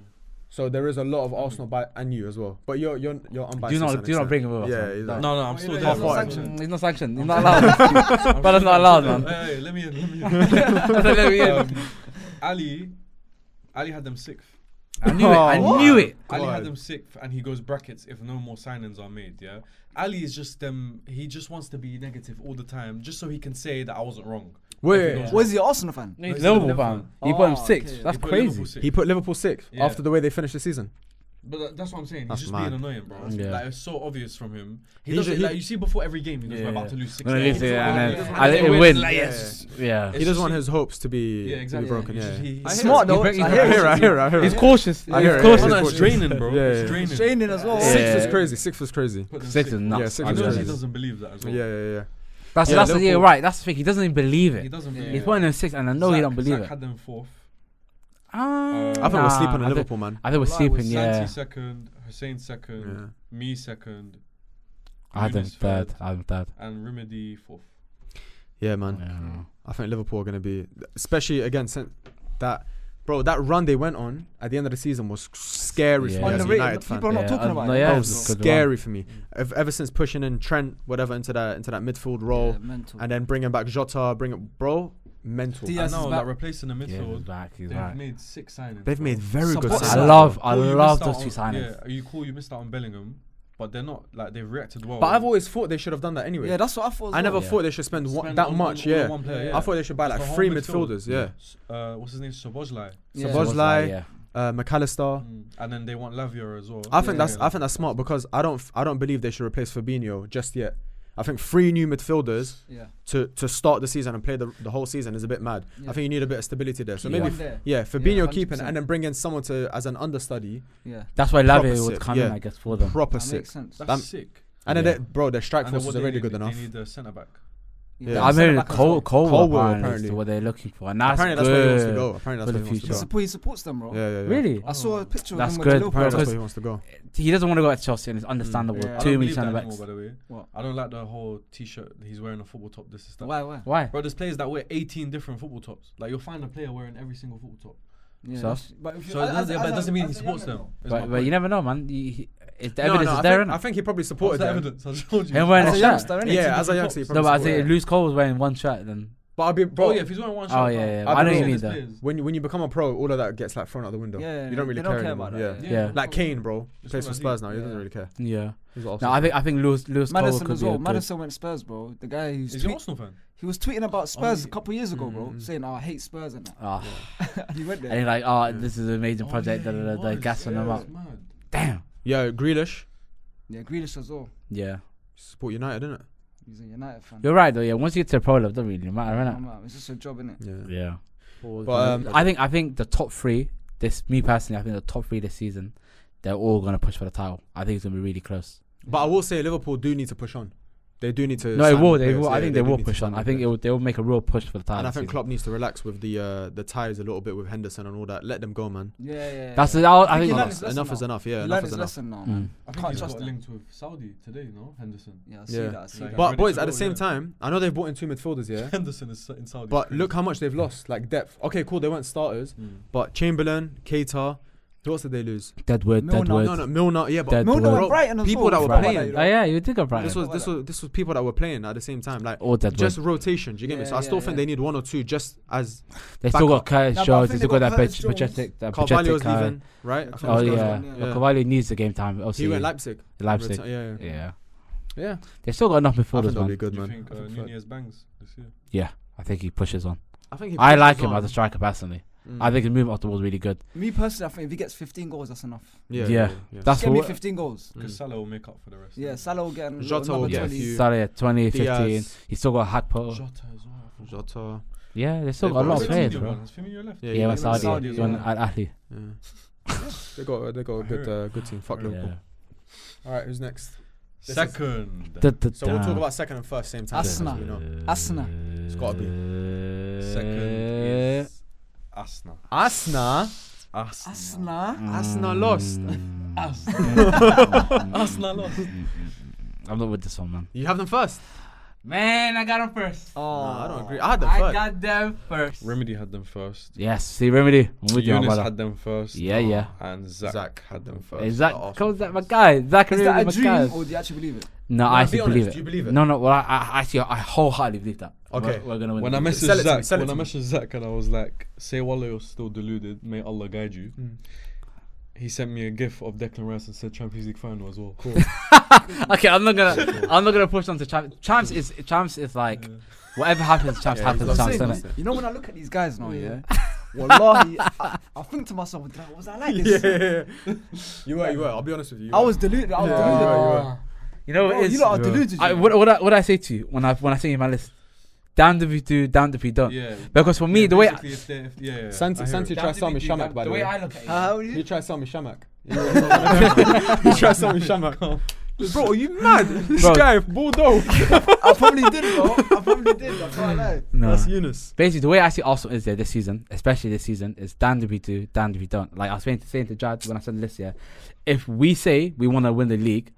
B: So there is a lot of Arsenal by and you as well. But you're you're you're unbiased.
A: do
B: to some
A: not do not
B: extent.
A: bring him with us.
B: Yeah,
A: man.
B: he's
A: No.
B: like-
E: no, no, I'm
C: Oh,
E: still
C: yeah,
E: there.
C: yeah,
E: I'm
B: halfway.
E: still
C: sanctioned.
E: there.
A: Mm, He's not sanctioned. He's not allowed. (laughs) But that's
E: I'm still
A: not
E: there.
A: allowed, man.
E: Hey, hey, let me in. Let me in.
A: Let me in.
B: (laughs)
E: Um, Ali, Ali had them sixth.
A: I knew it. I
B: What?
A: knew it.
E: Ali had
B: God.
E: them sixth, and he goes brackets if no more signings are made. Yeah, Ali is just them. He just wants to be negative all the time, just so he can say that I wasn't wrong.
B: Wait,
E: Yeah.
C: Was he an Arsenal fan?
A: He's
E: he's
A: Liverpool
E: Liverpool.
A: fan. He put him
C: Oh,
A: six.
C: okay.
A: That's
E: He put
A: crazy.
E: Liverpool sixth.
B: he put Liverpool sixth
E: Yeah.
B: after the way they finished the season.
E: But that, that's what I'm saying. He's
B: That's
E: just
B: mad.
E: being annoying, bro.
A: Yeah.
E: Like it's so obvious from him. He,
B: He
E: does
B: ju-
E: it,
B: he-
E: like you see before every game. He goes, "We're about to lose six.
A: Gonna lose it, and then-
E: Yeah.
A: and
E: They
A: it
E: win,
A: win.
E: like,
A: Yeah.
E: yes.
A: Yeah.
B: He
E: It's
B: doesn't
E: just-
B: want his hopes to be,
E: Yeah,
B: to be
E: exactly.
B: broken.
E: It's
B: Yeah,
E: just- he- he's-
B: I
C: Smart
B: hear
C: though.
B: it. I (laughs) hear, I hear, it, I hear, it, I hear.
A: He's
B: it.
A: cautious.
B: I hear
A: He's
B: it.
E: Oh,
A: cautious.
E: no, it's draining, bro.
B: Yeah, yeah,
E: It's
B: yeah.
E: draining.
C: Shane in as well.
A: Yeah.
B: Six was crazy. Six was crazy.
E: Put them
A: Six
E: sixth.
A: is nuts.
B: Yeah, six
E: I
B: was
E: know
B: crazy.
E: he doesn't believe that as well.
B: Yeah, yeah, yeah.
A: That's
B: Yeah,
A: that's the, yeah,
B: Liverpool-
A: right. That's the thing. He doesn't even believe it.
E: He doesn't believe.
A: He's
E: it.
A: putting him six, and I know he
E: Zach-
A: don't believe
E: Zach
A: it.
E: had them fourth.
A: Ah,
E: I
B: I think
A: nah,
B: we're sleeping
A: I
B: on
A: think-
B: Liverpool, man.
A: I think we're
C: Well, I
A: sleeping.
C: was
A: Yeah,
E: Santi second, Hussein second,
B: Yeah.
E: me second,
A: I had them
E: Yunus
A: third. I had them third.
E: and Remedy fourth.
B: Yeah, man.
A: Yeah.
B: I think Liverpool are going to be, especially again, since that, bro, that run they went on at the end of the season was scary for
A: Yeah.
B: me as a
C: Underrated.
B: United fan.
C: People are not
A: Yeah,
C: talking about
A: no,
C: it.
A: yeah,
B: that
A: it
B: was
A: was a good
B: scary for me. Ev- ever since pushing in Trent, whatever, into that into that midfield role,
C: Yeah, mental.
B: and then bringing back Jota, bring it, bro, mental.
C: Diaz-
E: I
C: Yes,
E: know,
C: he's
E: like
C: back.
E: replacing the
A: Yeah, he's
E: midfield.
A: back. He's
E: They've
A: back.
E: made six signings.
B: They've
E: bro.
B: made very good
C: Support-
B: signings.
A: I love, I
E: Cool, you
A: love
E: missed out
A: those
E: on-
A: two signings.
E: Yeah, you cool. You missed out on Bellingham, but they're not like they've reacted well.
B: But I've always thought they should have done that anyway.
C: yeah, that's what I thought. as
B: I never
C: well.
A: Yeah.
B: thought they should spend, one,
E: Spend
B: that
E: on one-
B: much.
E: all on
B: yeah.
E: one player,
B: I thought they should buy
E: It's
B: like
E: the whole
B: three
E: midfield.
B: midfilders. Yeah,
E: S- Uh, what's his name? Sobozlai.
C: Yeah.
B: Szoboszlai,
A: Szoboszlai,
B: Szoboszlai,
A: yeah.
B: Uh, McAllister.
E: Mm. And then they want Lavia as well.
B: I think
E: Yeah.
B: that's I think that's smart because I don't f- I don't believe they should replace Fabinho just yet. I think three new midfielders
C: Yeah.
B: to, to start the season and play the, the whole season is a bit mad.
C: Yeah.
B: I think you need a bit of stability there. So
C: Keep
B: maybe
C: one there.
B: yeah, Fabinho keeping
C: 100%.
B: and then bring in someone to as an understudy,
C: Yeah.
A: That's why
B: Proper
A: Lavia would
B: sick,
A: come in,
B: yeah.
A: I guess, for them.
B: proper
C: That
B: six.
C: makes sense.
E: That's
B: That-
E: sick.
B: And then
A: Yeah.
B: they, bro, their strike
E: And then
B: force
E: what
B: is
E: they
B: already
E: need,
B: good enough.
E: They need a centre back.
B: Yeah.
A: I'm
C: Centre
A: hearing
C: back as
A: Cole,
C: well.
A: Cole,
B: Colwell,
A: apparently.
B: apparently.
A: is what they're looking for, and that's
B: apparently that's where he wants to
A: good.
B: go.
A: for
B: Apparently that's
A: the
B: where he
C: He
B: wants to
A: future.
B: go.
C: support- he supports them, bro.
B: Yeah, yeah, yeah.
A: Really,
C: I saw a picture
A: That's
C: of him
A: good.
C: with
B: Apparently
C: Liverpool.
B: that's
A: Because-
B: where he wants to go.
A: he doesn't want to go at Chelsea, and it's understandable.
C: Yeah.
A: Too
E: I don't
A: many
E: believe that
A: centre
E: anymore,
A: backs.
E: by the way.
C: What?
E: I don't like the whole T-shirt he's wearing a football top. This is that.
C: Why? Why?
A: Why?
E: Bro, there's players that wear 18 different football tops. Like you'll find a player wearing every single football top.
C: Yeah.
A: So?
C: that's- But if you-
E: So it
C: as-
E: doesn't,
C: as-
E: but it
C: as-
E: doesn't mean he
C: as a
E: supports
C: young
E: them.
C: man,
E: Is
A: But,
E: my
A: but
E: point.
A: you never know, man. You, he, if the
B: No,
A: evidence
B: no,
A: is
B: I
A: there,
B: think,
A: innit?
B: I think he probably
E: What's
B: supported
E: the
B: them.
E: evidence? I told you.
A: Him wearing a
C: As a
A: shirt.
C: youngster, innit?
B: Yeah, as a youngster, he
A: No,
B: probably
A: but I say
B: supported them.
A: Lewis Cole was wearing one shirt then.
B: But I'll be bro.
E: Oh yeah, if he's wearing one shirt.
A: Oh,
E: bro.
A: yeah, yeah.
B: I
A: I, know
B: know
A: what you
B: what
A: mean
E: This
A: though.
E: players.
B: When you, when you become a pro, all of that gets like thrown out the window.
C: Yeah, yeah,
B: you don't really
C: they don't
B: care,
C: care
B: anymore.
C: about
B: yeah.
C: that,
A: Yeah.
B: Like Kane, bro,
E: That's
B: plays
E: what
B: for
E: I
B: Spurs
E: do.
B: now. He doesn't
C: Yeah.
B: really care.
A: Yeah.
B: He's an
A: No,
B: Arsenal
A: I think I think Lewis Lewis Cole
C: Madison
A: could
C: as
A: be a
C: well.
A: good-
C: Madison went Spurs, bro. The guy who's
E: Is he an
C: tweet-
E: Arsenal fan?
C: he was tweeting about Spurs a
E: yeah.
C: couple years ago, bro,
B: Mm.
C: saying, "Oh, I hate Spurs," and that.
A: Ah,
C: he went
A: and
C: there.
A: you're like, oh, this is an amazing
E: Oh,
A: project.
E: yeah,
A: da, da, da,
E: he
A: da,
E: was.
A: gassing them
E: Yeah,
A: up.
E: it's mad.
A: Damn.
B: fan. Yeah, Grealish
C: Yeah, Grealish as well.
A: Yeah.
B: support United, innit?
C: He's a United fan.
A: You're right though. Yeah. Once you get to the pro level, it doesn't really matter,
C: Nah,
A: innit?
C: man, It's just a job, innit?
B: Yeah.
A: Yeah.
B: But, um,
A: I think I think the top three. This me personally, I think the top three this season, they're all gonna push for the title. I think it's gonna be really close.
B: But I will say Liverpool do need to push on. They do need to.
A: No, it
B: sign
A: will.
B: the
A: They
B: players,
A: will. I
B: yeah,
A: think
B: they
A: they
B: do
A: will
B: need to
A: push
B: sign
A: on.
B: the
A: I think it
B: players.
A: will, they will make a real push for the title.
B: And I think
A: soon.
B: Klopp needs to relax with the uh, the ties a little bit with Henderson and all that. Let them go, man.
C: Yeah, yeah. yeah.
A: that's it. I, I
C: He
A: think.
C: learned his
B: Enough,
C: lesson
B: enough
C: now.
B: is enough. Yeah,
C: He
B: enough
C: learned
B: is
C: his
B: enough.
C: lesson now.
A: Mm.
E: I
C: Can't
E: think he's
C: trust
E: got
C: them.
E: linked with Saudi today, no? Henderson.
C: Yeah, I see
B: Yeah.
C: that. I see
E: Like,
C: that.
B: But
E: ready
B: boys,
E: to
B: at the
E: go,
B: same
E: yeah.
B: time, I know they've bought in two
A: (laughs)
B: midfielders, yeah.
F: Henderson is in Saudi.
B: But look how much they've lost, like depth. Okay, cool. They weren't starters, but Chamberlain, Keita. Who else did they lose?
A: Deadwood.
C: Milner,
A: Deadwood.
B: No, no, Milner. Yeah, but
A: Dead
C: Milner
A: Bro,
C: and Brighton as
B: people
C: well.
B: that were
C: Forgot
A: Brighton.
C: about
B: playing.
A: Oh,
C: you know.
A: yeah, you did go Brighton.
B: this was this was this was people that were playing at the same time, like
A: Or Deadwood.
B: just rotation. Do you get me?
C: Yeah,
B: So I
C: yeah,
B: still think
C: yeah.
B: they need one or two, just as
A: they still got
D: No,
A: Curtis
D: but I
A: Jones.
D: think
A: They
D: they
A: still got
D: got
A: that
D: Curtis
A: bench. Pachetic. That
B: Carvalho's
A: Pachetic. uh,
B: leaving, right? I think
A: Oh
B: it's
A: yeah,
B: Carvalho.
A: yeah.
D: yeah.
A: Well, Cavalli needs the game time. Obviously,
B: he went Leipzig.
A: Leipzig.
B: Reti- yeah, yeah,
A: Yeah,
B: yeah.
A: they still got enough
B: I think
A: midfielders,
B: that'll be
A: man.
B: good,
E: Do you
B: man.
E: think
B: I
E: uh,
B: think so.
E: Nunez bangs this year?
A: I think he pushes on.
B: I think he
A: I
B: pushes
A: like him
B: on.
A: as a striker personally.
B: Mm.
A: I think his movement off the ball is really good.
C: Me personally, I think if he gets 15 goals, that's enough.
B: yeah,
A: yeah.
B: yeah, yeah.
A: That's
C: Just get me
A: what.
C: 15 goals.
E: Because
B: Mm.
E: Salah will make up for the rest.
C: Yeah, Salah will get an-
B: Jota
C: another
B: will get a
C: 20.
B: few.
A: Salah, yeah, 20, 15.
B: Diaz,
A: He's still got Hakpo.
E: Jota as well. I forgot.
B: Jota.
A: Yeah, they still
B: They've
A: got a
B: got
A: lot of
B: Firmino
A: players,
E: Firmino
A: bro.
E: runs. Firmino left.
B: Yeah,
A: Yeah,
B: yeah,
A: with Saudi,
E: Saudi as
A: he went
E: well.
A: Al Ahly.
B: Yeah. (laughs) they got they got a
E: I
B: good
E: heard.
B: uh, good team. Fuck
E: Yeah.
B: Liverpool.
A: Yeah.
B: All right, who's next? This is-
E: Second.
A: Da- da-
B: So we'll
A: da.
B: talk about second and first same time.
C: Arsenal.
B: You know.
C: Arsenal.
A: It's
B: gotta be.
A: Uh,
E: Second is Asna.
B: Asna,
E: Asna.
C: Asna.
B: Arsenal lost.
A: Mm.
E: Asna lost.
A: I'm not with this one, man.
B: you have them first.
A: Man, I got them first.
C: Oh,
B: Nah, I don't agree. I had them
A: (laughs)
B: first.
A: got them first.
E: Remedy had them first.
A: Yes, see, Remedy. I'm with you, my
E: Yunus
A: brother.
E: had them first.
A: Yeah, yeah.
E: And Zach,
B: Zach
E: had them first.
A: Is that
B: Arsenal
A: comes that my
B: fans.
A: guy? Zach
C: Is that a
A: Remedy, my
C: dream or
A: guy.
C: do you actually believe it?
A: No, I actually
B: be honest,
A: believe it.
B: do you believe it?
A: No, no. Well, I, I actually, I wholeheartedly believe that.
B: Okay.
A: We're, we're gonna win.
E: When I
A: the league.
B: Sell it to me,
E: messaged
B: sell it
E: Zach, when I
B: to me.
E: messaged Zach and I was like, say while you're still deluded, may Allah guide you.
B: Mm.
E: He sent me a gif of Declan Rice and said Champions League final as well.
A: (laughs)
E: Cool.
A: okay, I'm not
B: (laughs)
A: gonna, I'm not gonna push on to champs. Champs is, champs is like, whatever happens, champs
B: Yeah, he's
A: happens,
B: lost
A: champs.
B: it,
A: Isn't
B: lost
A: it?
B: it.
C: You know when I look at these guys now, yeah, wallahi, I, I think to myself, "Did I- was I like this?
B: Yeah. you were, you were. I'll be honest with you. you
C: I
B: were.
C: was deluded. I was
B: Yeah, you
C: deluded.
B: were, you were.
A: You know,
C: Bro,
A: it is.
C: you lot are
B: you are.
C: deluded.
A: I,
C: you know.
A: what, what, I, what I say to you when I when I say in my list, damned if you do, damned if you don't.
E: yeah.
A: Because for me,
E: Yeah,
A: the way
E: basically if they- if- yeah, yeah, yeah.
B: Santi,
E: I hear
B: Santi
E: it.
B: tried Sami Shamak, by the way. Uh,
A: look at
C: How are
B: He
C: you,
B: tried
A: (laughs)
B: Sami Shamak.
E: (laughs)
B: He tried Sami Shamak. Bro, are you mad? This
A: Bro.
B: guy, Bordeaux.
C: (laughs) I probably did, bro. I probably did. I can't lie.
A: no.
B: That's Yunus.
A: Basically, the way I see Arsenal is there this season, especially this season, is damned if we do, damned if we don't. Like I was saying to, saying to Jad when I said this year, if we say we want to win the league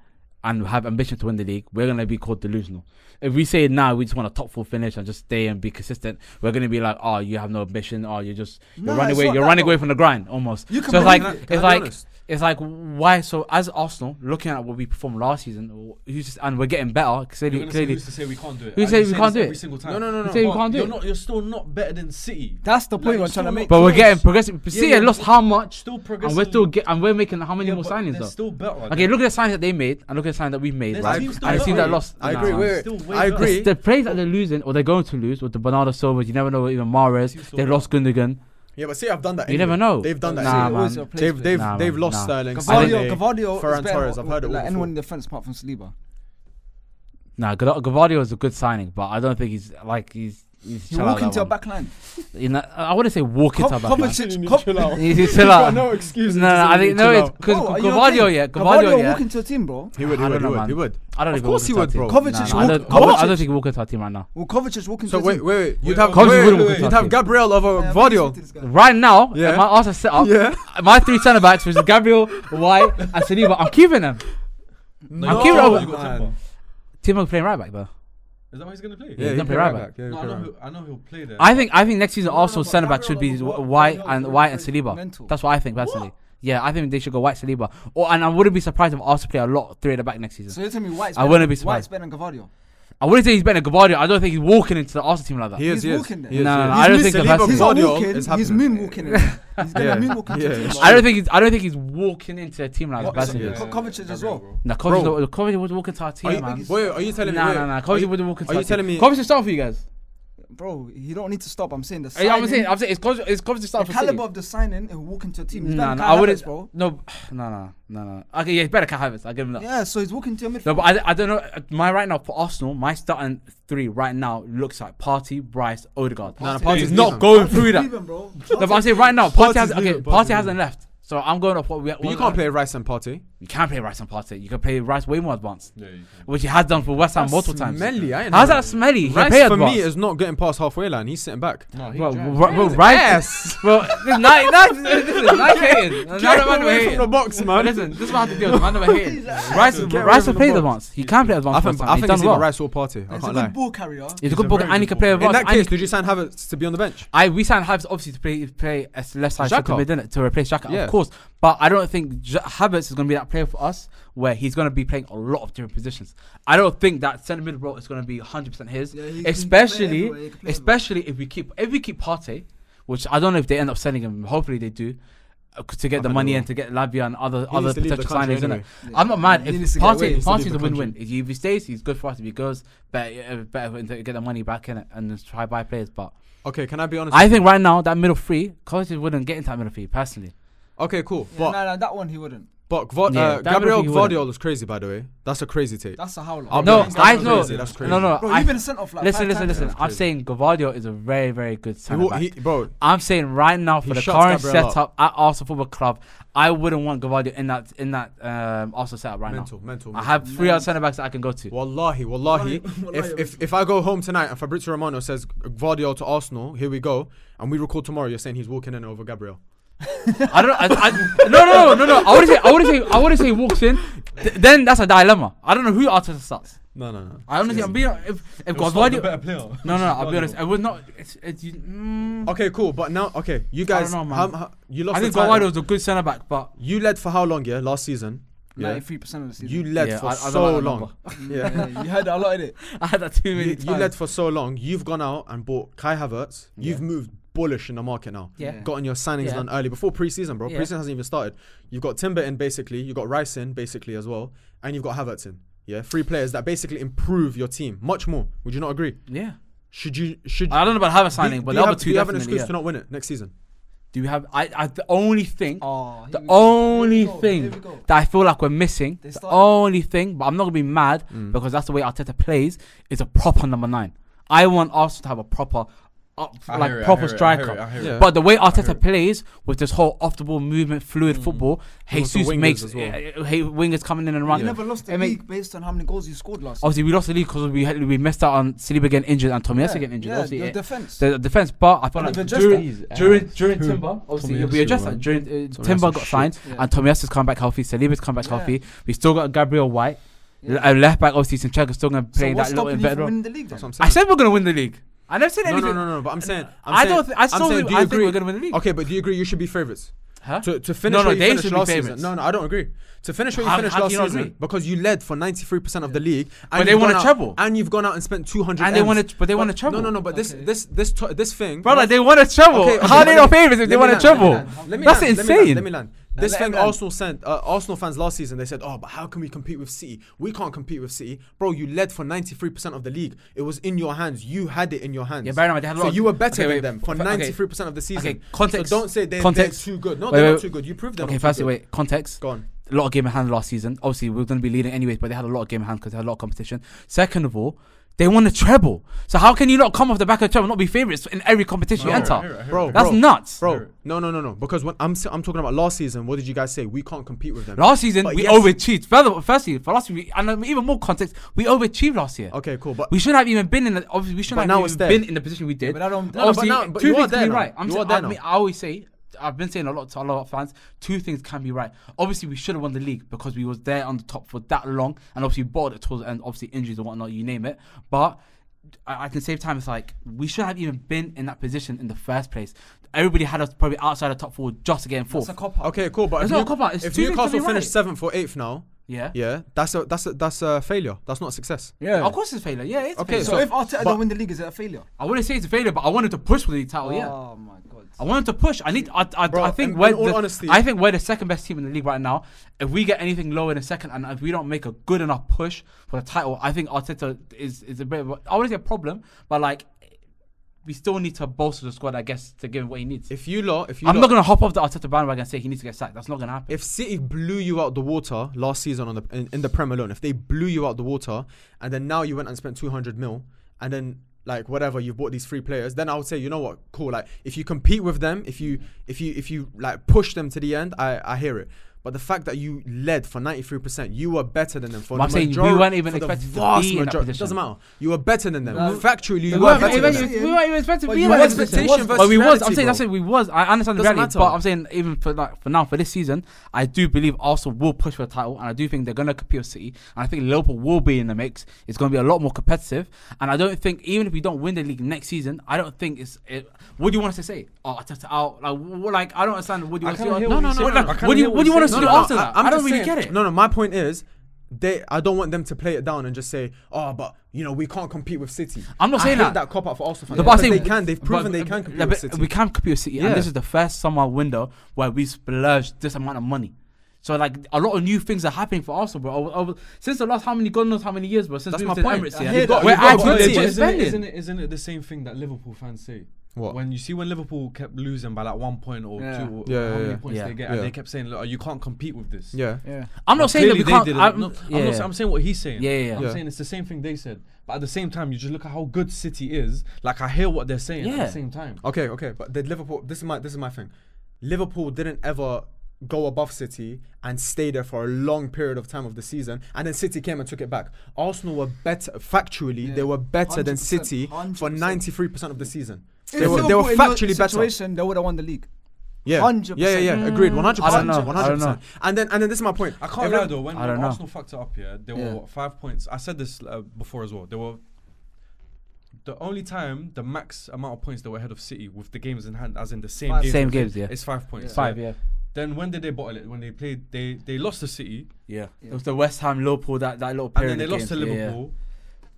A: and have ambition to win the league, we're gonna be called delusional. If we say now we just want a top four finish and just stay and be consistent, we're gonna be like, oh, you have no ambition, oh, you're just you're
C: Nah,
A: running
C: it's
A: away,
C: not
A: you're
C: that,
A: running
C: bro.
A: away from the grind almost.
C: You
A: So it's like
C: believe it.
B: Can I
A: it's
B: be
A: like
B: honest?
A: it's like why? So as Arsenal, looking at what we performed last season, who's just and we're getting better.
E: You're
A: Clearly,
E: gonna say
A: clearly,
E: who's to say we can't do it?
A: Who
E: I
A: said
E: just
A: we
E: say
A: can't
E: this
A: do it?
E: Every single time.
B: No, no, no,
A: You
B: no.
A: say we
E: But
A: can't do
E: you're
A: it.
E: Not, you're still not better than City.
C: That's the point
E: Like,
C: I'm trying to
E: still
C: make.
A: but we're
E: close.
A: getting progressive. See,
E: yeah,
A: I lost how much,
E: Still
A: and
E: progressing.
A: we're still get, and we're making how many
E: Yeah,
A: more
E: but
A: signings
E: they're
A: though?
E: Still better.
A: Okay, look at the signings that they made and look at the signings that we've made,
E: There's
A: right? And
E: teams still
A: the team
E: better.
A: that lost.
B: I
A: Nah,
B: agree.
A: man.
B: wait, wait.
E: Still way
B: I
E: better.
A: It's
B: agree.
A: The players that they're losing or they're going to lose with the Bernardo Silva, you never know, even Mares,
E: Teams still
A: they lost Gundogan.
B: Yeah, but see, I've done that.
A: You
B: anyway.
A: never know.
B: They've done that.
A: Nah,
B: anyway.
A: man.
B: They've they've
A: Nah,
B: they've
A: man,
B: lost
A: nah.
B: Sterling.
C: Gavardio,
B: Sunday,
C: Gavardio,
B: Ferran
C: is better
B: Torres. I've heard it all
C: like anyone
B: before.
C: in defense apart from Saliba.
A: Nah, Gav- Gavardio is a good signing, but I don't think he's like he's. he's
C: He
A: chill out
C: walk
A: that
C: into a
A: one.
C: back line.
A: You know, I wouldn't say walk into a back. line.
C: Kovacic, Kov-
E: (laughs)
A: He's he's chill out.
B: No excuses.
A: No, no, I think no. It's because
C: Bro, are you
A: Gavardio,
C: okay?
A: yeah, Gavardio,
C: will
A: yeah.
C: walk into a team, bro.
B: He would.
A: I
B: He
A: don't
B: would. He
A: know,
B: would.
A: man.
B: He would.
A: I don't
B: Of
A: even
B: course
A: walk
B: he
A: into our team.
B: would, bro.
C: Kovacic
A: Nah, nah, I,
C: walk-
A: don't, I wou- I
C: Kovacic-
A: don't think he walk into our team right now.
C: Will Kovacic walk into
B: So
C: a
B: wait,
C: team?
B: wait, wait. You'd
E: Wait,
B: have
E: Kovacic
A: wouldn't
B: wait,
A: walk
B: wait,
A: into
B: You'd
A: our
B: have Gabriel over
C: Yeah,
B: Vardio.
C: this guy.
A: Right now,
B: Yeah.
A: yeah. my Arsenal set up,
B: Yeah.
A: my three centre backs, which is Gabriel, White, and Saliba, I'm keeping them.
E: No,
A: keeping
E: you
A: up
E: got
A: with-
E: Timber.
A: Timo playing right back though.
E: Is that why he's gonna play?
A: Yeah, he's
B: he can
A: gonna play right back.
B: Yeah, he
E: No, I
B: can
E: know.
B: right
E: Who, I know he'll play there.
A: I think I think next season
C: No, no,
A: Arsenal
C: but
A: centre back should
C: Gabriel
A: be
C: will walk-
A: White
C: Gabriel
A: and
C: will
A: White and
C: play
A: Saliba.
C: mental.
A: That's what I think personally. Yeah, I think they should go White Saliba. Or and I wouldn't be surprised if Arsenal play a lot three at the back next season.
C: So you're telling me White's
A: I
C: better-
A: wouldn't be
C: White's
A: surprised.
C: better than Gavardio?
A: I wouldn't say he's better than Gavardio. I don't think he's walking into the Arsenal team like that.
B: He is.
C: He's
B: He is.
C: walking there.
B: He is,
A: No,
B: he
A: no,
B: is.
A: no, I don't think
B: He's
A: so.
B: missing
A: That's-
C: He's
B: Saliba.
C: not
B: Guardiola
C: walking.
B: is
C: He's
B: happening.
C: moonwalking. it. He's gonna
B: Yeah.
C: moonwalk into a
B: Yeah.
C: team.
A: I don't think he's, I don't think he's walking into a team like
C: What-
A: that.
C: That's
A: personally.
C: it. Kovacic as well.
A: No,
B: Bro.
A: Kovacic Kovacic would walk into our team,
B: Are you,
A: man.
B: wait, are you telling me?
A: Nah,
B: wait,
A: nah, nah.
B: are
A: Kovacic
B: you-
A: wouldn't walk into
B: are you
A: our
B: telling
A: team.
B: me-
A: Kovacic start for you guys?
C: Bro, he don't need to stop. I'm saying the
A: Yeah, I'm
C: signing-
A: saying, I'm saying, it's Kovacic, it's Kovacic start
C: the
A: for
C: caliber
A: City.
C: of the signing and walk into a team. He's
A: Nah,
C: better than
A: nah,
C: Kai
A: I wouldn't.
C: Havertz, bro.
A: No, (sighs) no, no, no, no. Okay, yeah, he's better than Kai Havertz. I give him that.
C: Yeah, so he's walking to your midfield.
A: No, but I, I don't know. uh, My right now for Arsenal, my starting three right now looks like Party, Bryce, Odegaard.
B: Nah, nah,
A: Partey's
B: Partey's
A: not
B: leaving.
A: going through that.
C: Leave him, bro.
A: No, but I'm saying right now, Party
B: Partey's
A: has okay,
B: leaving, Partey's
A: Party
B: leaving.
A: hasn't left, so I'm going off what we.
B: But you can't play Rice and Party.
A: You can play Rice and Partey. You can play Rice way more advanced,
E: Yeah, you can.
A: which he has done for West Ham multiple times.
B: Smelly, I ain't
A: How's
B: know.
A: that smelly? He can play
B: Rice for
A: advanced.
B: me is not getting past halfway line. He's sitting back.
E: No, he
A: Well,
E: drives.
A: well, well, Rice. Well, (laughs) this is not, not, this is not hating. Not
B: Get
A: a man
B: away
A: hating.
B: from the box, man.
A: Listen, this is what I have to deal with. Man, over here. Rice,
B: Get away
A: Rice will
B: from the
A: play
B: box.
A: advance. He can play advance.
B: I think, I
A: He's
B: think it's
A: done
B: either
A: well.
B: Rice or Partey. I
D: He's a
B: can't
D: good
B: lie.
D: ball carrier.
A: He's a
F: He's
A: good
F: a
A: booker
F: very
A: and he
F: good
A: can play
B: In
A: advance.
B: that
A: and he
B: case, did you sign Havertz to be on the bench?
A: I we signed Havertz obviously to play play as left side
B: Xhaka.
A: centre mid innit, to replace Xhaka,
B: Yeah.
A: of course. But I don't think J- Havertz is going to be that player for us where he's going to be playing a lot of different positions. I don't think that centre mid role is going to be 100% his,
D: Yeah, he can play
A: especially
D: everywhere, he can play everywhere.
A: especially if we keep if we keep Partey, which I don't know if they end up selling him. Hopefully they do. uh, To
B: I
A: get the
B: think
A: money
B: they
A: and to get Lavia and other
B: He
A: other
B: needs to leave the
A: potential
B: country
A: signings, innit?
B: anyway.
D: Yeah.
A: I'm not mad.
D: He
A: If
D: needs to get away, he
A: Partey,
D: needs to leave
A: Partey's
B: the
A: a win-win. If he if he stays, he's good for us. If he goes, better, uh, better to get the money back in it and just try buy players. But
B: Okay, can I be honest?
A: I think right now that middle three, Kovacic wouldn't get into that middle three personally.
B: Okay, cool.
D: Yeah,
B: But
D: no, no, that one he wouldn't.
B: but Gvo-
A: Yeah,
B: uh,
A: that would
B: Gabriel
A: be wouldn't.
B: Guardiola is crazy, by the way. That's a crazy take.
D: That's a howler.
B: I'll be
A: No,
B: honest, that's
A: I
B: crazy,
A: know.
B: That's crazy.
A: No, no.
D: Bro,
A: I,
D: you've been sent off like
A: listen,
D: five
A: listen,
D: times.
A: listen.
B: That's
A: I'm
B: crazy.
A: saying Gavardio is a very, very good
B: He
A: centre
B: wa-
A: back.
B: he- bro,
A: I'm saying right now
B: He
A: for the
B: shuts
A: current
B: Gabriel up.
A: setup at Arsenal Football Club, I wouldn't want Gavardio in that in that um, Arsenal setup right
B: mental, mental.
A: now. I
B: mental.
A: have three other centre backs that I can go to. (laughs)
B: Wallahi, wallahi.
D: Wallahi,
B: if, if
D: wallahi.
B: if I go home tonight and Fabrizio Romano says Guardiola to Arsenal, here we go, and we record tomorrow, you're saying he's walking in over Gabriel.
A: I don't. I, I, no, no, no, no, no. I wouldn't say. I wouldn't say. I wouldn't say he walks in. Th- then that's a dilemma. I don't know who Arteta starts.
B: No, no, no.
A: I honestly, I'm being if if
E: He'll start the
A: Gavardio.
E: better player.
A: No, no, I'll be
E: Guardiola.
A: honest. I would not. It's, it's, you- mm,
B: Okay, cool. But now, okay, you
A: don't
B: guys,
A: know, man.
B: how- how- you lost.
A: I think
B: the title.
A: Gavardio was a good centre back, but
B: You led for how long? Yeah, last season. Yeah.
D: Ninety-three percent of the
B: You
D: season.
B: led
A: Yeah,
B: for
A: I- I don't
B: so
A: like that
B: long.
A: number.
B: Yeah.
D: yeah, (laughs) you heard that a lot in it.
A: I had that too
B: You,
A: many
B: you
A: times.
B: led for so long. You've gone out and bought Kai Havertz. You've
A: Yeah.
B: moved bullish in the market now.
A: Yeah.
B: Gotten your signings
A: Yeah.
B: done early before preseason, bro.
A: Yeah.
B: Preseason hasn't even started. You've got Timber in basically. You've got Rice in basically as well, and you've got Havertz in. Yeah, three players that basically improve your team much more. Would you not agree?
A: Yeah.
B: Should you? Should
A: I don't know about Havertz signing,
B: do,
A: but
B: do
A: the
B: you
A: other
B: have,
A: two
B: do you have an
A: definitely.
B: excuse
A: yeah.
B: to not win it next season?
A: Do you have? I, I the only thing,
D: Oh, here
A: the
D: we go.
A: only
D: Here we go,
A: thing
D: here we go.
A: that I feel like we're missing,
D: They
A: the
D: started-
A: only thing, but I'm not gonna be mad because that's the way Arteta plays. Is a proper number nine. I want Arsenal to have a proper, up,
E: I
A: like
E: hear it, I
A: proper
E: hear it, I
A: striker.
E: hear it, I hear it.
B: Yeah.
A: But the way
E: hear
A: Arteta
E: it.
A: plays with this whole off the ball movement, fluid football,
B: He wants the
A: Jesus
B: wingers
A: makes
B: as well.
A: eh, eh, hey, wingers coming in and
D: You
A: running.
D: never lost the
A: I mean- Oh,
D: league based on how many goals you scored last.
A: Obviously, we lost the league because we had, we messed out on Saliba getting injured and Tomiyasu
D: yeah,
A: getting injured.
D: Yeah,
A: obviously,
D: your
A: it-
D: defense.
A: the defense, but I felt
D: And
A: like
D: they've addressed
A: during,
E: He's
A: during
E: ass.
A: during
E: Who?
A: Timber, obviously
E: Tomiyasu,
A: we addressed
E: man.
A: that. During uh, Timber got
E: shit.
A: signed,
D: Yeah.
A: and Tomiyasu's come back healthy. Saliba's come back
D: Yeah.
A: healthy. We still got Gabriel White,
D: Yeah.
A: L- uh, left back. Obviously, Sinchaka's still going to
D: so
A: play
D: what's
A: that little
D: stopping you from
A: inverted.
D: winning the league? Then?
B: That's what I'm saying.
A: I said we're going to win the league. I never said
B: no,
A: anything.
B: no, no, no, no. But I'm saying, I'm
A: I
B: saying,
A: don't. Th- I still.
B: saying,
A: think-
B: do you
A: I
B: agree?
A: think we're going to win the league.
B: (laughs) Okay, but do you agree you should be favorites?
A: Huh?
B: To, to finish
A: no,
B: what you
A: they
B: finished
A: should be
B: last season.
A: favourites.
B: No, no, I don't agree. To finish what you
A: How-
B: finished
A: how can
B: last
A: you not
B: season
A: agree?
B: because you led for 93% of the league.
A: But they
B: you've
A: won
B: gone
A: a
B: out-
A: treble.
B: And you've gone out and spent 200
A: And they
B: M's.
A: won a- but they won a treble.
B: No, no, no, but this
D: Okay.
B: this this to- this thing.
A: Brother, they won a treble.
B: Okay, okay,
A: How are they
B: let
A: not
B: me-
A: favourites if they
B: let
A: won
B: me
A: a
B: land,
A: treble?
B: let me land, let me
A: That's
B: land, let me land,
A: insane.
B: Let me land.
D: Now
B: This
D: let
B: thing
D: him land.
B: Arsenal sent uh, Arsenal fans last season they said, "Oh, but how can we compete with City? We can't compete with City." Bro, you led for 93% of the league. It was in your hands. You had it in your hands.
A: Yeah, bear in mind they had a
B: so
A: lot of-
B: you were better
A: Okay, wait,
B: than them for
A: f- okay.
B: 93% of the season.
A: Okay, context.
B: So don't say they,
A: Context.
B: they're too good. No,
A: Wait,
B: they're
A: wait,
B: not too good. You proved them.
A: Okay, firstly, wait. Context.
B: Go on.
A: a lot of game in hand last season. Obviously, we are going to be leading anyways, but they had a lot of game in hand because they had a lot of competition. Second of all, they won the treble. So how can you not come off the back of the treble and not be favourites in every competition you
E: I hear it, I
A: enter?
E: hear it, I hear it.
B: Bro,
A: That's nuts.
B: Bro, no, no, no, no. Because when I'm s- I'm talking about last season, what did you guys say? We can't compete with them.
A: Last season,
B: But
A: we
B: yes-
A: overachieved. Further, firstly, for last year, we, and um, even more context, we overachieved last year.
B: Okay, cool. But
A: We shouldn't have even been in the, obviously, we
B: But
A: shouldn't
B: now
A: have
B: it's
A: even
B: there.
A: been in the position we did.
D: but I don't.
B: No, no,
A: obviously,
B: but now- but
A: two
B: you are
A: things
B: there
A: can be
B: now.
A: right. I'm
B: You
A: saying,
B: are there
A: I, mean,
B: now.
A: I always say, I've been saying a lot to a lot of fans. Two things can be right. Obviously, we should have won the league because we was there on the top for that long, and obviously bought it towards and obviously injuries and whatnot, you name it. But I, I can save time. It's like we should have even been in that position in the first place. Everybody had us probably outside the top four just to get in
D: That's
A: fourth.
D: a cop out.
B: okay, cool. But
A: It's
B: if,
A: not a
B: New-
A: cop-out, it's
B: if
A: two things to
B: Newcastle
A: be
B: finished
A: right.
B: seventh or eighth now,
A: yeah.
B: yeah, that's a that's a that's a failure. That's not success.
D: Yeah.
A: Of course, it's a failure. Yeah, it's
B: Okay,
A: a failure.
D: So,
B: So-
D: if Arteta
B: but-
D: don't win the league, is it a failure?
A: I wouldn't say it's a failure, but I wanted to push for the title.
D: oh
A: yeah.
D: my god.
A: I wanted to push. I need. I. I,
B: Bro,
A: I think
B: in-
A: we're.
B: in all
A: the,
B: honesty-
A: I think we're the second best team in the league right now. If we get anything lower in a second, and if we don't make a good enough push for the title, I think Arteta is is a bit. Of a, I wouldn't say a problem, but like, we still need to bolster the squad, I guess, to give him what he needs.
B: If you lot, if you
A: I'm
B: lot,
A: not gonna hop off the Arteta bandwagon and say he needs to get sacked. That's not gonna happen.
B: if City blew you out the water last season on the in, in the Prem alone, if they blew you out the water, and then now you went and spent 200 mil, and then like whatever you've bought these three players, then I would say you know what, cool. Like if you compete with them, if you if you if you like push them to the end, I I hear it. But the fact that you led for 93%, you were better than them for
A: But I'm
B: the
A: saying we
B: majority-
A: weren't even
B: for the
A: expected to
B: vast
A: be in that
B: majority-
A: position.
B: Doesn't matter. You were better than them.
C: No.
B: Factually, you
C: No,
B: were
C: we
B: better
C: weren't
B: than
C: even-
B: them.
A: we weren't even expected to
C: But
A: be
C: you
A: in
C: were
A: that
C: expected-
A: position.
B: Expectation
A: But
B: versus
A: we was.
B: reality,
A: I'm saying that's
B: bro.
A: it. We was. I understand the
B: Doesn't
A: reality,
B: matter.
A: but I'm saying even for like for now for this season, I do believe Arsenal will push for a title, and I do think they're going to compete with City, and I think Liverpool will be in the mix. It's going to be a lot more competitive, and I don't think even if we don't win the league next season, I don't think it's. It, what do you want us to say? Oh, Arteta out. Like, wh- like I don't understand. What do you want us to do?
I: kinda hear
A: No,
I: what
A: no,
I: you're
A: no.
I: saying.
A: like,
I: I kinda
A: What do
I: hear
A: you
I: what
A: What do you
I: you're
A: want us
I: saying.
A: to do
I: No, no,
A: after that? I
B: just
A: don't really
B: saying-
A: get it.
B: No, no. My point is, they. I don't want them to play it down and just say, "Oh, but you know we can't compete with City."
A: I'm not
B: I
A: saying
B: hate
A: that.
B: that cop out for Arsenal
A: No,
B: fans.
A: but I'm
B: because
A: saying-
B: they can. They've
A: But-
B: proven they can
A: but-
B: compete
A: yeah,
B: with
A: but uh,
B: City.
A: We can compete with City, and
B: Yeah.
A: this is the first summer window where we splurged this amount of money. So like a lot of new things are happening for Arsenal, bro. Over- over- since the last how many, God knows how many years, bro. Since
B: That's
A: we
B: my
A: went to
B: point.
A: Emirates,
B: I
A: yeah,
B: hear
A: we've
B: that.
A: got- we're
B: You've got
A: actually
B: budget.
A: budget
B: Isn't it-
I: isn't,
A: spending.
I: it, isn't, it, isn't it the same thing that Liverpool fans say?
B: What?
I: When you see when Liverpool kept losing by like one point or
C: Yeah.
I: two, or
B: Yeah,
I: how
B: yeah,
I: many
B: yeah.
I: points
A: Yeah.
I: they get,
B: Yeah.
I: and they kept saying, "Look, you can't compete with this."
B: Yeah.
C: Yeah.
A: I'm not saying that
I: Clearly
A: we
I: they
A: can't.
I: didn't.
A: I'm,
I: No, I'm not
A: yeah.
I: saying- I'm saying what he's saying.
A: Yeah, yeah,
I: I'm
A: yeah.
I: saying it's the same thing they said, but at the same time, you just look at how good City is. Like I hear what they're saying at
A: Yeah.
I: the same time.
B: Okay, okay, but did Liverpool? This is my this is my thing. Liverpool didn't ever go above City and stay there for a long period of time of the season, and then City came and took it back. Arsenal were better factually; they
C: Yeah.
B: were better than
C: 100%,
B: City for
C: 100%.
B: ninety three percent of the season.
C: If
B: They were, they were
C: Liverpool in your
B: factually better.
C: Situation, they would have won the league.
B: Yeah.
C: 100%.
B: yeah, yeah, yeah. Agreed. One hundred
A: I don't
B: percent. Mm.
A: know,
B: One
A: I
B: hundred
A: don't know.
B: percent. And then, and then this is my point.
E: I can't
B: Every-
E: lie though. When,
A: I
E: when
A: don't know.
E: Arsenal fucked it up, yeah, they
C: Yeah.
I: Yeah.
E: were what, five points. I said this uh, before as well. They were the only time the max amount of points they were ahead of City with the games in hand, as in the same
C: Five.
E: games.
A: Same
E: with them,
A: games, yeah.
E: It's five points.
A: Five, yeah,
E: Then when did they bottle it? When they played, they they lost to City
A: yeah. It was the West Ham Liverpool that that little
E: and
A: period.
E: then they
A: of
E: lost to
A: games, yeah, yeah.
E: Liverpool.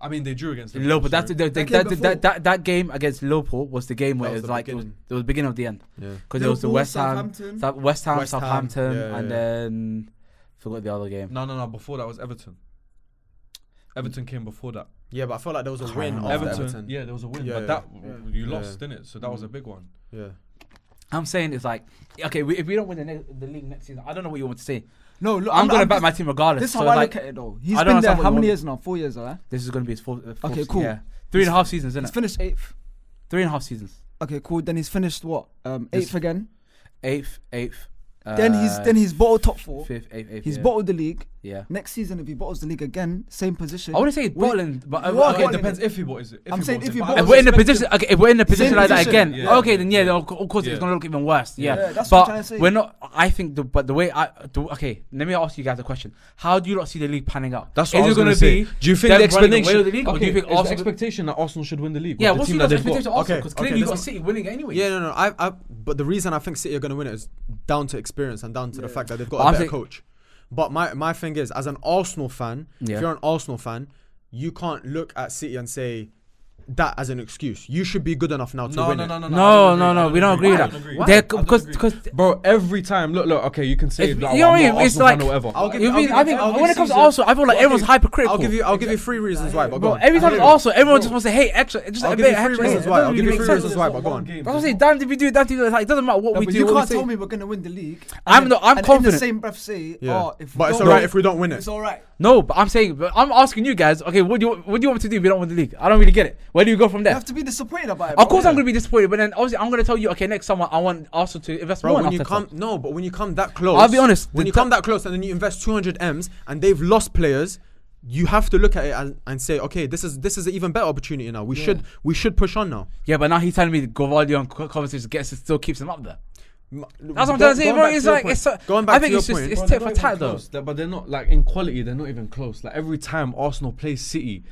E: I mean, they drew against Liverpool.
A: Liverpool. That's the,
E: sorry.
A: the,
C: That game
A: that,
C: before.
A: that, that that game against Liverpool was the game where
B: That
A: it
B: was
A: was
B: the
A: like it was,
B: beginning.
A: it was the beginning of the end
B: Yeah.
A: because it was the
C: Liverpool,
A: West Ham,
C: Southampton.
A: South, West Ham,
B: West Ham,
A: Southampton,
B: yeah,
A: and
B: yeah.
A: then forgot the other game.
E: no, no, no. Before that was Everton. Everton came before that.
B: Yeah, but I felt like there was a
A: Can't
B: win
A: remember.
B: after
E: Everton,
B: Everton.
E: yeah, there was a win,
B: Yeah,
E: but
B: yeah.
E: that you
B: Yeah.
E: lost, didn't it? So that was
A: Mm.
E: a big one.
B: Yeah.
A: I'm saying it's like, okay, we, if we don't win the, ne- the league next season, I don't know what you want to say.
C: No, look,
A: I'm, gonna back
C: just-
A: my team regardless.
C: This is
A: so
C: how I
A: like,
C: look at it though. He's
A: I don't
C: been there
A: understand what
C: how
A: you
C: many
A: want-
C: years now? Four years, alright?
A: this is gonna be his fourth. Uh, fourth
C: Okay,
A: se-
C: cool.
A: Yeah. Three and a half seasons,
C: He's
A: isn't it?
C: finished eighth.
A: Three and a half seasons.
C: Okay, cool. Then he's finished what? Um,
A: This-
C: eighth again.
A: Eighth, eighth.
C: Then he's
A: uh,
C: then he's bottled top four.
A: fifth, eighth, eighth.
C: He's
A: yeah.
C: bottled the league.
A: Yeah.
C: Next season, if he bottles the league again, same position.
A: I wouldn't say
C: We-
A: bottling, but uh, okay,
C: You are
E: Okay, it
C: bottling
A: the-
E: depends if he bought is it.
C: I'm saying
E: bought
C: if
E: it,
C: he
E: but
C: bought
E: I
A: if
C: was
A: we're in a
C: expected-
A: position, okay, if we're in a position like that
C: position,
A: again,
E: yeah.
A: okay, then yeah,
E: Yeah.
A: of co- of course
E: Yeah.
A: it's gonna look even worse. Yeah,
C: Yeah, that's
A: but
C: what I'm trying to say.
A: we're not. I think the but the way I do, okay, let me ask you guys a question: How do you not see the league panning out?
E: That's
A: Is
E: what I
A: it
E: was gonna,
A: gonna
E: say.
A: be
E: Do you think
A: them
E: the
A: running away
E: explanation?
A: with the league, or do you think
I: is the
A: Arsenal-
I: expectation that Arsenal should win the league?
A: Yeah,
I: with
A: what's
I: the team that
A: your
I: they've
A: expectation
I: got?
A: of Arsenal?
B: Okay,
A: Because
B: okay,
A: clearly you've
B: this
A: got
B: is-
A: City winning anyway.
B: Yeah, no, no. I, I, but the reason I think City are going to win it is down to experience and down to the fact that they've got
A: But
B: a
A: I'm
B: better
A: saying-
B: coach. But my, my thing is, as an Arsenal fan,
A: Yeah.
B: if you're an Arsenal fan, you can't look at City and say that as an excuse. You should be good enough now to
E: No,
B: win
E: no,
B: it.
E: no, no,
A: No,
E: no.
A: no, no, we don't agree with
E: I
A: that.
E: don't agree.
A: They're
E: I don't
A: because
E: agree.
A: because
E: Bro, every time, look, look, okay, you can say
A: If-
E: that.
A: you know
E: I'm
A: what I
E: not
A: mean? It's
E: Arsenal fan
A: like-
E: or whatever.
B: I'll give
A: you
B: you- I'll
A: mean,
B: give
A: I
B: you-
A: think
B: I'll give
A: when it
B: you
A: comes to
B: season-
A: Arsenal, I feel like
B: I'll
A: everyone's
B: give you-
A: hypercritical.
B: I'll give you. I'll give you three reasons why. But go
A: Bro,
B: on.
A: every time
B: I'll
A: it's
B: give you-
A: Arsenal, everyone just wants to hate extra, just
B: I'll
A: a
B: give
A: bit
B: you three
A: extra.
B: reasons
A: It
B: why.
A: doesn't
B: I'll give
A: really
B: you
A: make
B: three
A: sense.
B: reasons why. But go on.
E: That's
A: That's what I'm saying. Damn, if we do, damn, if we do. Like, it doesn't matter what
C: No,
A: we
C: but
A: do.
C: you
A: what we
C: can't
A: say.
C: tell me we're gonna win the league. and
A: I'm
C: then-
A: not- I'm
C: and In
A: confident.
C: the same breath, say,
B: Yeah.
C: "Oh, if we
B: But it's
C: don't
B: alright
C: win,
B: if we don't win
C: It's
B: it.
C: all right.
A: No, but I'm saying, but I'm asking you guys. Okay, what do you what do you want me to do if we don't win the league? I don't really get it. Where do you go from
C: You
A: there?
C: have to be disappointed about it.
A: Of course,
C: bro.
A: I'm gonna be disappointed, but then obviously I'm gonna tell you, okay, next summer I want Arsenal to invest
B: Bro,
A: more. in
B: when you
A: Arteta.
B: come, no, but when you come that close,
A: I'll be honest,
B: When
A: the
B: you
A: t-
B: come that close and then you invest 200 m's and they've lost players, you have to look at it and, and say, okay, this is this is an even better opportunity now. We should we should push on now.
A: yeah, but now he's telling me that Gavardio and Kovacic gets still keeps him up there.
B: M-
A: That's what I'm trying
B: go-
A: to say,
B: going
A: bro.
B: back
A: It's
B: your
A: like
B: point-
A: it's. So,
B: going
A: I
B: back
A: think
B: to your
A: it's just
B: point.
A: it's
E: Bro,
A: tit
E: they're
A: for
E: not even
A: tat though.
E: close. They're- but they're not like in quality. They're not even close. Like every time Arsenal plays City,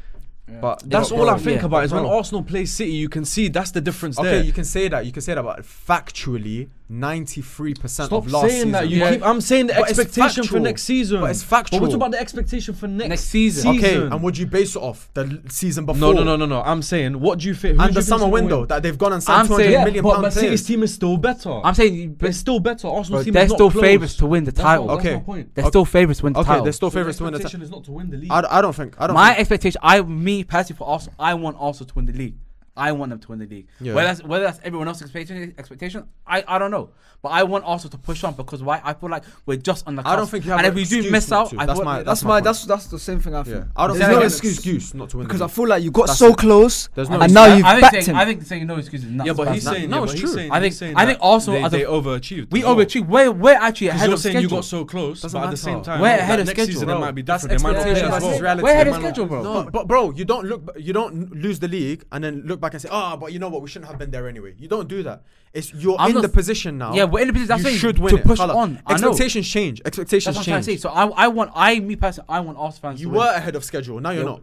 B: but
E: that's
B: bro,
E: all I
B: bro,
E: think
A: yeah,
E: about. Is when
B: bro.
E: Arsenal plays City, you can see that's the difference
B: Okay,
E: there.
B: you can say that. You can say that, but factually, 93 percent
E: Stop
B: of last
E: saying
B: season.
E: that. You
A: Yeah.
E: keep. I'm saying the
B: But it's
E: expectation for
B: factual.
E: next season.
B: But it's
E: But what
B: factual.
E: about the expectation for next,
A: Next season.
B: okay, and would you base it off the l- season before?
E: no, no, no, no, no. I'm saying, what do you think? who
B: And the
E: do you think's
B: summer
E: gonna win?
B: window that they've gone
A: I'm
B: and signed 200
A: saying-
B: million
A: Yeah,
E: but,
B: pound
E: but City's
B: players.
E: team is still better.
A: I'm saying,
E: they're
A: but,
E: still better. Arsenal's
A: but
E: team
A: they're
E: is not
A: still
E: close.
A: favourites to win the
E: That's what-
A: title.
E: that's
B: Okay.
E: my point.
A: They're still favourites to win the
B: Okay,
A: title.
B: they're still
E: So the
B: favourites to win the
E: expectation
B: title.
E: is not to win the league.
B: I, I don't think. I don't
A: My
B: think.
A: expectation, I, me personally for Arsenal, I want Arsenal to win the league. I want them to win the league.
B: Yeah.
A: Whether that's whether that's everyone else's expectation, expectation, I, I don't know. But I want Arsenal to push on because why? I feel like we're just on the.
B: I don't
A: cusp.
B: think you have
A: And
B: an
A: if we do
B: excuse
A: miss
B: not
A: out,
B: to.
A: I
B: That's
A: feel-
B: my-
C: That's
B: my
C: my.
B: point.
C: That's that's the same thing I think.
B: Yeah, I don't
C: There's
B: think
C: no
B: there's an
C: excuse.
B: excuse not to win. the
C: Because I
B: league.
C: feel like you got
B: That's
C: so
B: it.
C: close,
B: There's no
C: and
B: excuse.
C: now
A: I-
C: you've
A: I think
C: backed
A: saying,
C: him.
A: I think saying no excuses. Nuts,
E: Yeah, but
A: man.
E: he's
B: not-
E: saying
B: no,
E: yeah,
B: it's
E: but
B: true.
E: He's saying,
A: I think-
E: he's saying
A: I think
E: that
A: also
E: they,
A: as a-
E: they overachieved.
A: we
E: No.
A: overachieved. We're we're actually
E: Because
A: ahead
E: you're
A: of
E: saying
A: schedule.
E: you got so close,
B: Doesn't
E: but at the
B: matter.
E: same time,
A: We're
E: that
A: ahead of
E: next Season,
A: schedule.
E: it might be
B: That's
E: different. They might not play
B: expectation.
E: as
B: That's
E: well.
B: reality.
A: we're ahead of
E: They might not-
A: schedule, bro.
B: No, but bro, you don't look. ba- You don't lose the league and then look back and say, "Ah, but you know what? We shouldn't have been there anyway." You don't do that. It's you're
A: I'm
B: in
A: not-
B: the position now.
A: Yeah, we're in the position. That's
B: you
A: what I'm
B: should
A: saying,
B: win
A: to
B: it.
A: push
B: Colour.
A: on. I know.
B: Expectations change. Expectations
A: That's what I'm trying to say.
B: change.
A: So I, I want, I, me personally, I want Arsenal fans.
B: you
A: to win.
B: were ahead of schedule. Now you're
A: Yeah.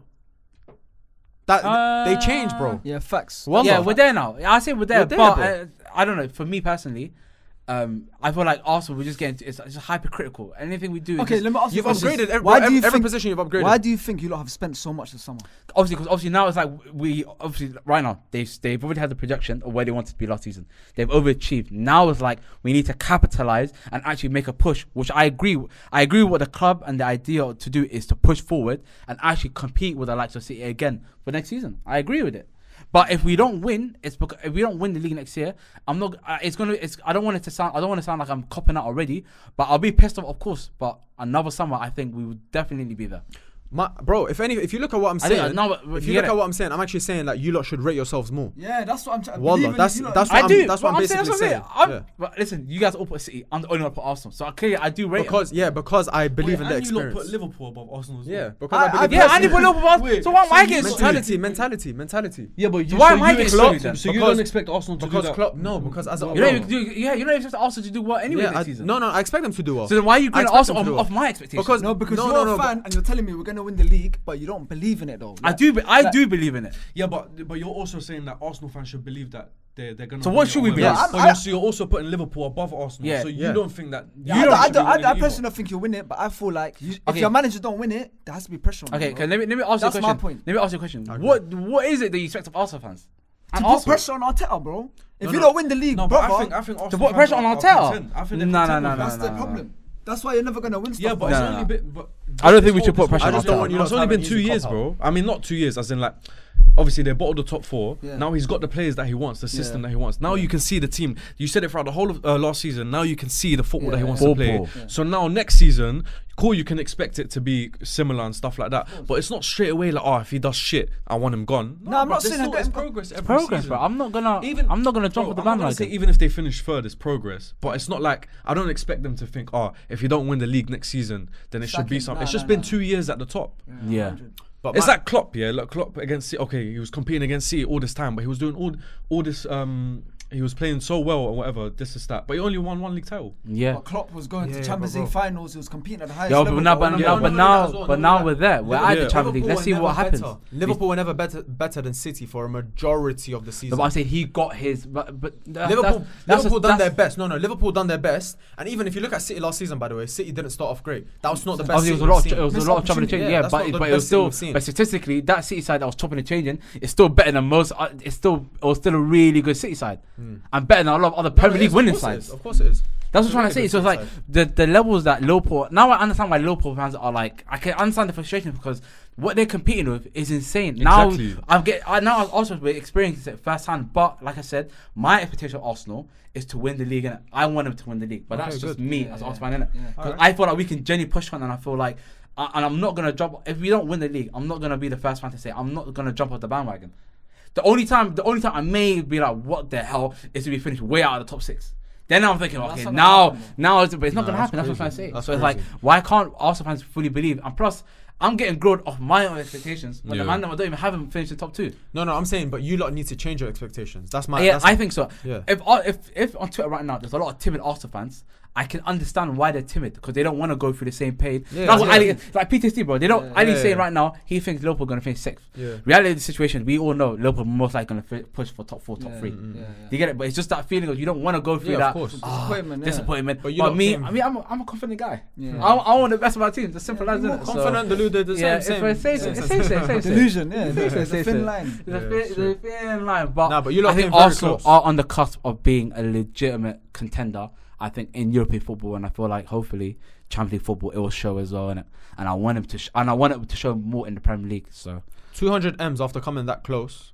B: not. That they
A: Uh,
B: changed, bro.
C: Yeah, facts.
B: Wallah.
A: yeah, we're there now. I say we're there,
B: We're there,
A: but
B: bro.
A: uh, I, don't know. For me personally, um, I feel like Arsenal we're just getting to, it's just hypercritical. Anything we do, is
C: Okay,
A: just,
C: let me ask you
B: You've
C: a question.
B: upgraded. Every,
C: Why
B: every,
C: do you
B: every
C: think?
B: position you've upgraded.
C: Why do you think you lot have spent so much this summer?
A: obviously because obviously now it's like we obviously right now they've they've already had the projection of where they wanted to be last season. They've overachieved. Now it's like we need to capitalize and actually make a push, which I agree. w- I agree with what the club and the idea to do is to push forward and actually compete with the likes of City again for next season. I agree with it. But if we don't win, it's because if we don't win the league next year, I'm not. Uh, it's gonna. It's. I don't want it to sound. I don't want to sound like I'm copping out already. But I'll be pissed off, of course. But another summer, I think we would definitely be there.
B: My, bro, if any, if you look at what I'm
A: I think-
B: saying,
A: no, but- but
B: if
A: you
B: you
A: get it.
B: look at what I'm saying, I'm actually saying that you lot should rate yourselves more.
C: Yeah, that's what I'm trying.
B: Wallah, that's- that's
A: I
B: what
A: do.
B: I'm- that's
A: but
B: what I'm
A: saying.
B: basically
A: that's what I'm saying.
B: saying.
A: I'm- But listen, you guys all put City. I'm the only one put Arsenal. So clearly, I do rate.
B: Because yeah, because I believe
E: Wait,
B: in the
E: and you lot
B: experience.
E: put Liverpool above Arsenal as well.
B: yeah, because
C: I-
B: I,
C: I
B: believe
A: him. yeah, I
B: in
A: didn't put
B: (laughs)
A: Liverpool. above Arsenal. So why am I getting screwed?
B: mentality, mentality, mentality.
E: Yeah, but you,
A: why am I
E: so you
A: getting
E: expect-
A: screwed then?
E: So you
B: Because-
E: don't expect Arsenal to do
B: Because
E: that?
B: Klopp, no, because as a
A: You don't even do. Yeah, you don't expect Arsenal to do well anyway
B: yeah,
A: this
B: I-
A: season.
B: no, no, I expect them to do well.
A: So then why are you going
B: expect
A: Arsenal
B: them
A: off,
B: to do
A: off
B: well.
A: my expectations?
B: because
C: No, because
B: no,
C: you're
B: no, no,
C: a fan and you're telling me we're gonna win the league, but you don't believe in it though.
A: I
C: Like-
A: do. Be, I do believe in it.
E: Yeah, but but you're also saying that Arsenal fans should believe that they're they're gonna.
A: So
E: win
A: what
E: it
A: should
E: or
A: we be?
E: whatever.
A: Yeah,
C: I'm-
E: But
C: I-
E: you're, so you're also putting Liverpool above Arsenal.
A: Yeah.
E: so you
B: Yeah.
E: don't think that.
A: Yeah,
E: you
A: I
C: I,
A: don't think
C: don't, I,
E: should be
C: don't, I,
E: winning
C: I
E: either.
C: personally don't think you'll win it, but I feel like you, if
A: Okay.
C: your manager don't win it, there has to be pressure on
A: Okay,
C: him. bro.
A: okay. Let me let me ask you a
C: That's
A: question.
C: my point.
A: Let me ask you a question.
B: agree.
A: What what is it that you expect of Arsenal fans?
C: to
A: And
C: put
A: Arsenal.
C: pressure on Arteta, bro. If
B: No,
C: you
B: no.
C: don't win the league,
E: No, but
C: brother,
E: I think I think Arsenal
A: To put
E: fans
A: pressure on
E: are- are
A: Arteta.
E: content. I think
A: No, no,
E: they're
A: no,
E: content
A: no,
E: with
A: no.
C: that's the
A: no, no.
C: problem. That's why you're never gonna win.
E: Yeah,
C: stuff, bro.
E: but it's
A: No, no,
E: only
A: no.
E: been. But
A: I don't think
E: this
A: we should
E: whole
A: put pressure
B: I
A: on
B: just don't
A: Arteta.
B: want you
E: No,
B: lot
E: it's
B: to
E: only
B: have
E: been
B: an
E: two
B: easy
E: years,
B: cop-out.
E: bro. I mean, not two years. As in, like, obviously they bottled the top four.
C: Yeah.
E: Now he's got the players that he wants, the system that he wants. Now you can see the team. You said it throughout the whole of uh, last season. Now you can see the football that he
C: Yeah.
E: wants
A: Ball,
E: to play.
A: ball.
E: So now next season, cool, you can expect it to be similar and stuff like that. But it's not straight away like, oh, if he does shit, I want him gone.
C: No, I'm
E: bro,
C: not
E: there's
C: saying I
E: still-
C: get
E: it's
C: him gone.
E: progress. Every
A: Progress,
E: season.
A: bro. I'm not gonna.
E: Even
A: I'm not gonna jump
E: bro,
A: off the
E: I'm not gonna
A: bandwagon.
E: say even if they finish third, it's progress. But it's not like I don't expect them to think, oh, if you don't win the league next season, then it
C: Sack
E: should be
C: him.
E: something.
C: Nah,
E: it's just
C: nah,
E: been
C: nah.
E: two years at the top.
A: Yeah.
B: But
E: It's
B: my-
E: like Klopp, yeah. Like Klopp against City. Okay, he was competing against City all this time, but he was doing all all this. Um, he was playing so well or whatever. This is that, but he only won one league title.
A: Yeah.
C: But Klopp was going
B: Yeah,
C: to Champions
B: but
C: League
B: bro.
C: finals. He was competing at the highest
A: Yo,
C: level.
A: but now, but
B: no,
A: now,
B: no,
A: but
B: no,
A: now,
B: no, no,
A: but
B: no,
A: now
B: no.
A: we're there. We're at the
E: Yeah.
A: Champions League.
B: Liverpool
A: Let's
B: were
A: see
B: never
A: what happens.
B: better. Liverpool were never better better than City for a majority of the season.
A: No, but I said he got his. But, but that-
B: Liverpool,
A: that's- that's
B: Liverpool
A: just-
B: done their
A: that's-
B: best. No, no, Liverpool done their best. And even if you look at City last season, by the way, City didn't start off great. That was not the best.
A: Obviously,
B: City
A: it was a
B: we've
A: lot. Of, it was
B: seen.
A: a lot of chopping and
B: opportunity.
A: changing.
B: Yeah,
A: Yeah,
B: that's
A: but,
B: not the
A: but it
B: best
A: was
B: thing
A: still.
B: we've seen.
A: But statistically, that City side that was chopping and changing is still better than most. Uh, it's still, it was still a really good City side, and better than a lot of other Premier
B: Hmm. It
A: League
B: is,
A: winning
B: of course it is,
A: sides.
B: Of course it is.
A: That's what
B: It's
A: I'm
B: a
A: trying to say.
B: really
A: So it's
B: good
A: like the the levels that Liverpool. Now I understand why Liverpool fans are like. I can understand the frustration because what they're competing with is insane.
E: Exactly.
A: Now I'm get. I now I've also been experiencing it firsthand. But like I said, my expectation of Arsenal is to win the league, and I want them to win the league. But that's just me as an Arsenal fan, innit? Because I feel like we can genuinely push on, and I feel like. I- And I'm not gonna jump if we don't win the league. I'm not gonna be the first fan to say I'm not gonna jump off the bandwagon. The only time, the only time I may be like, "What the hell?" is to be finished way out of the top six. Then I'm thinking, okay,
C: not
A: now,
C: gonna happen,
A: now, it's, but it's not
B: Nah,
A: gonna
B: that's
A: happen. That's what I'm trying to
B: crazy.
A: say.
B: That's
A: so it's
B: crazy.
A: like, why can't Arsenal fans fully believe? And plus, I'm getting grilled off my own expectations when the
E: Yeah.
A: man that I don't even have him finish the top two.
B: No, no, I'm saying, but you lot need to change your expectations. That's my.
A: yeah,
B: Ah, that's
A: I think so.
B: Yeah.
A: If I- if if on Twitter right now, there's a lot of timid Arsenal fans. I can understand why they're timid because they don't want to go through the same pain.
B: Yeah,
A: That's what
B: yeah.
A: Ali, like PTSD, bro. They don't.
C: Yeah.
A: Ali's
B: Yeah,
A: saying
B: yeah.
A: right now he thinks Liverpool going to finish sixth.
B: Yeah.
A: Reality of the situation, we all know Liverpool most likely going to f- push for top four, top
C: Yeah,
A: three.
C: mm, yeah, yeah.
A: You get it, but it's just that feeling of you don't want to go through
B: Yeah, of
A: that
B: course.
A: disappointment.
C: Disappointment, yeah.
A: Disappointment. But,
B: But you lot
A: me,
B: came-
A: I mean, I'm a, I'm a confident guy.
C: Yeah.
A: I, I want the best of my team. It's simple as
C: you're
A: that.
C: more
A: So-
B: Confident, deluded, the
A: yeah,
B: same, same.
A: it's very-
B: same,
A: it's
B: same.
A: very- it's very-
B: (laughs)
C: Delusion, yeah.
A: It's
C: It's
A: very-
C: a
A: it's
C: thin
A: very-
C: line.
A: There's
B: Yeah,
A: a, thin,
B: it's
A: there's a thin line, but
B: Nah, but you lot
A: I think
B: came very
A: Arsenal
B: close.
A: are on the cusp of being a legitimate contender. I think in European football, and I feel like hopefully Champions League football it will show as well, innit? and I want him to sh- and I want it to show more in the Premier League. So
B: 200 m's after coming that close.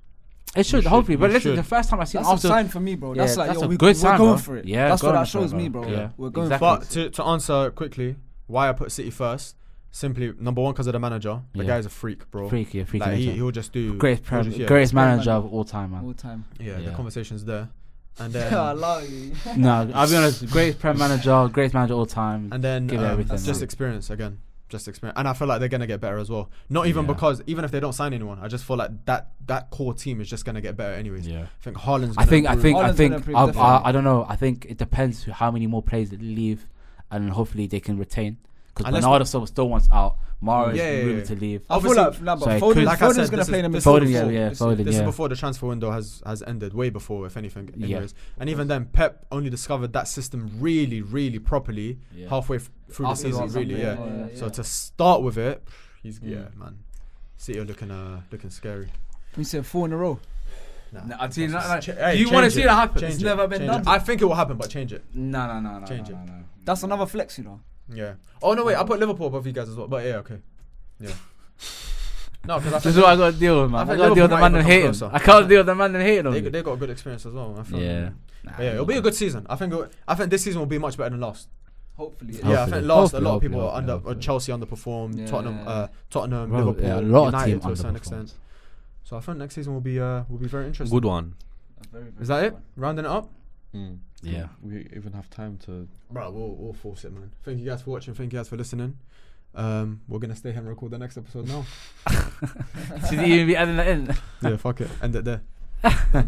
A: It should,
E: should,
A: hopefully. But
E: we
A: listen,
E: should.
A: the first time I seen
D: That's a
A: Arsenal,
D: sign for me, bro.
A: Yeah,
D: that's like
A: that's
D: yo,
A: a
D: we,
A: good
D: we're
A: sign,
D: going
A: bro.
D: for it.
A: Yeah,
D: that's what
A: going
D: that
A: for it,
D: shows me,
A: bro.
D: bro.
A: Yeah.
D: we're going
A: Exactly.
D: for
B: But
D: it.
B: to, to answer quickly, why I put City first, simply number one because of the manager. The
A: Yeah.
B: guy's a freak, bro.
A: freaky, freaky.
B: Like, he,
A: nature.
B: he'll just do.
A: greatest,
B: he'll
A: prem-
B: just- yeah.
A: greatest
D: Yeah, man.
A: manager of all time, man.
B: (laughs)
D: all time.
B: Yeah, the
A: Yeah.
B: conversation's there,
A: (laughs)
B: and
D: Yeah, (laughs) I
B: then
D: love you.
A: no, I'll be honest. Greatest prem manager, greatest manager of all time.
B: and then
A: Give it
B: um,
A: everything,
B: just
A: man.
B: experience again, just experience. And I feel like they're gonna get better as well. Not even
A: Yeah.
B: because even if they don't sign anyone, I just feel like that that core team is just gonna get better anyways.
A: Yeah.
B: I think Haaland's.
A: I
B: gonna
A: think, I
B: improve.
A: think, I
D: Haaland's
A: think,
D: gonna improve,
A: I, I,
D: definitely.
A: I don't know. I think it depends who- how many more players that leave, and hopefully they can retain. Because
B: Unless-
A: Bernardo still, still wants out. Mara is
B: Yeah, yeah,
A: rumored
B: yeah.
A: to leave.
D: I feel
B: Obviously-
D: like nah, but
A: so it
D: Foden-
A: could-
B: Like I
D: Foden's
B: said,
D: gonna
B: this
D: play
B: is-
D: in the
B: this
A: Foden,
D: midfield.
A: yeah,
D: before.
A: yeah,
B: this,
A: Foden,
B: is, this
A: yeah.
B: is before the transfer window has has ended, way before, if anything.
A: Yeah.
B: Anyways, and even then, Pep only discovered that system really, really properly
A: Yeah.
B: halfway f- through
A: After
B: the
A: the
B: season.
A: season,
B: Really,
A: yeah,
B: yeah.
D: yeah,
B: So
D: yeah.
B: to start with it, he's
A: Mm.
B: yeah, man. City are looking uh looking scary.
D: We said four in a row.
A: No, I tell you, not like-
B: Ch- hey,
A: you wanna
B: change
A: see
B: it.
A: that happen?
B: Change
A: It's
B: it.
A: never been
B: Change
A: done.
B: it. I think it will happen, but change it.
A: No, no, no, no.
B: Change
A: no,
B: it.
A: no, no.
D: That's another flex, you know.
B: Yeah. Oh no, wait. I put Liverpool above you guys as well. But yeah, okay.
A: (laughs)
B: Yeah. no, because I
A: This is
B: think
A: what I got to deal with, man. I,
B: I think
A: got to deal with the
B: Liverpool
A: man
B: might
A: and
B: even
A: hate
B: come
A: him.
B: closer.
A: I can't deal with the man and hate him.
B: they, they got a good experience as well. I feel.
A: Yeah.
B: But yeah, it'll be a good season. I think. It, I think this season will be much better than last.
D: Hopefully,
B: Yeah, I
A: Hopefully.
B: think last a
A: Hopefully,
B: lot of
A: hopefully,
B: people are
A: hopefully,
B: under
A: hopefully.
B: Chelsea underperformed,
D: Yeah.
B: Tottenham, uh, Tottenham,
A: Bro,
B: Liverpool,
A: yeah, a lot of
B: United
A: team
B: to a certain
A: underperformed.
B: extent. So I think next season will be uh, will be very interesting.
F: Good one.
B: Is that it? Rounding it up.
E: Mm.
A: Yeah. (laughs)
E: We even have time to.
B: Bro, we'll, we'll force it, man. Thank you guys for watching. Thank you guys for listening. Um, we're gonna stay here and record the
A: (laughs)
B: next episode now.
A: Should he even be adding that in?
B: yeah, fuck it. End it there.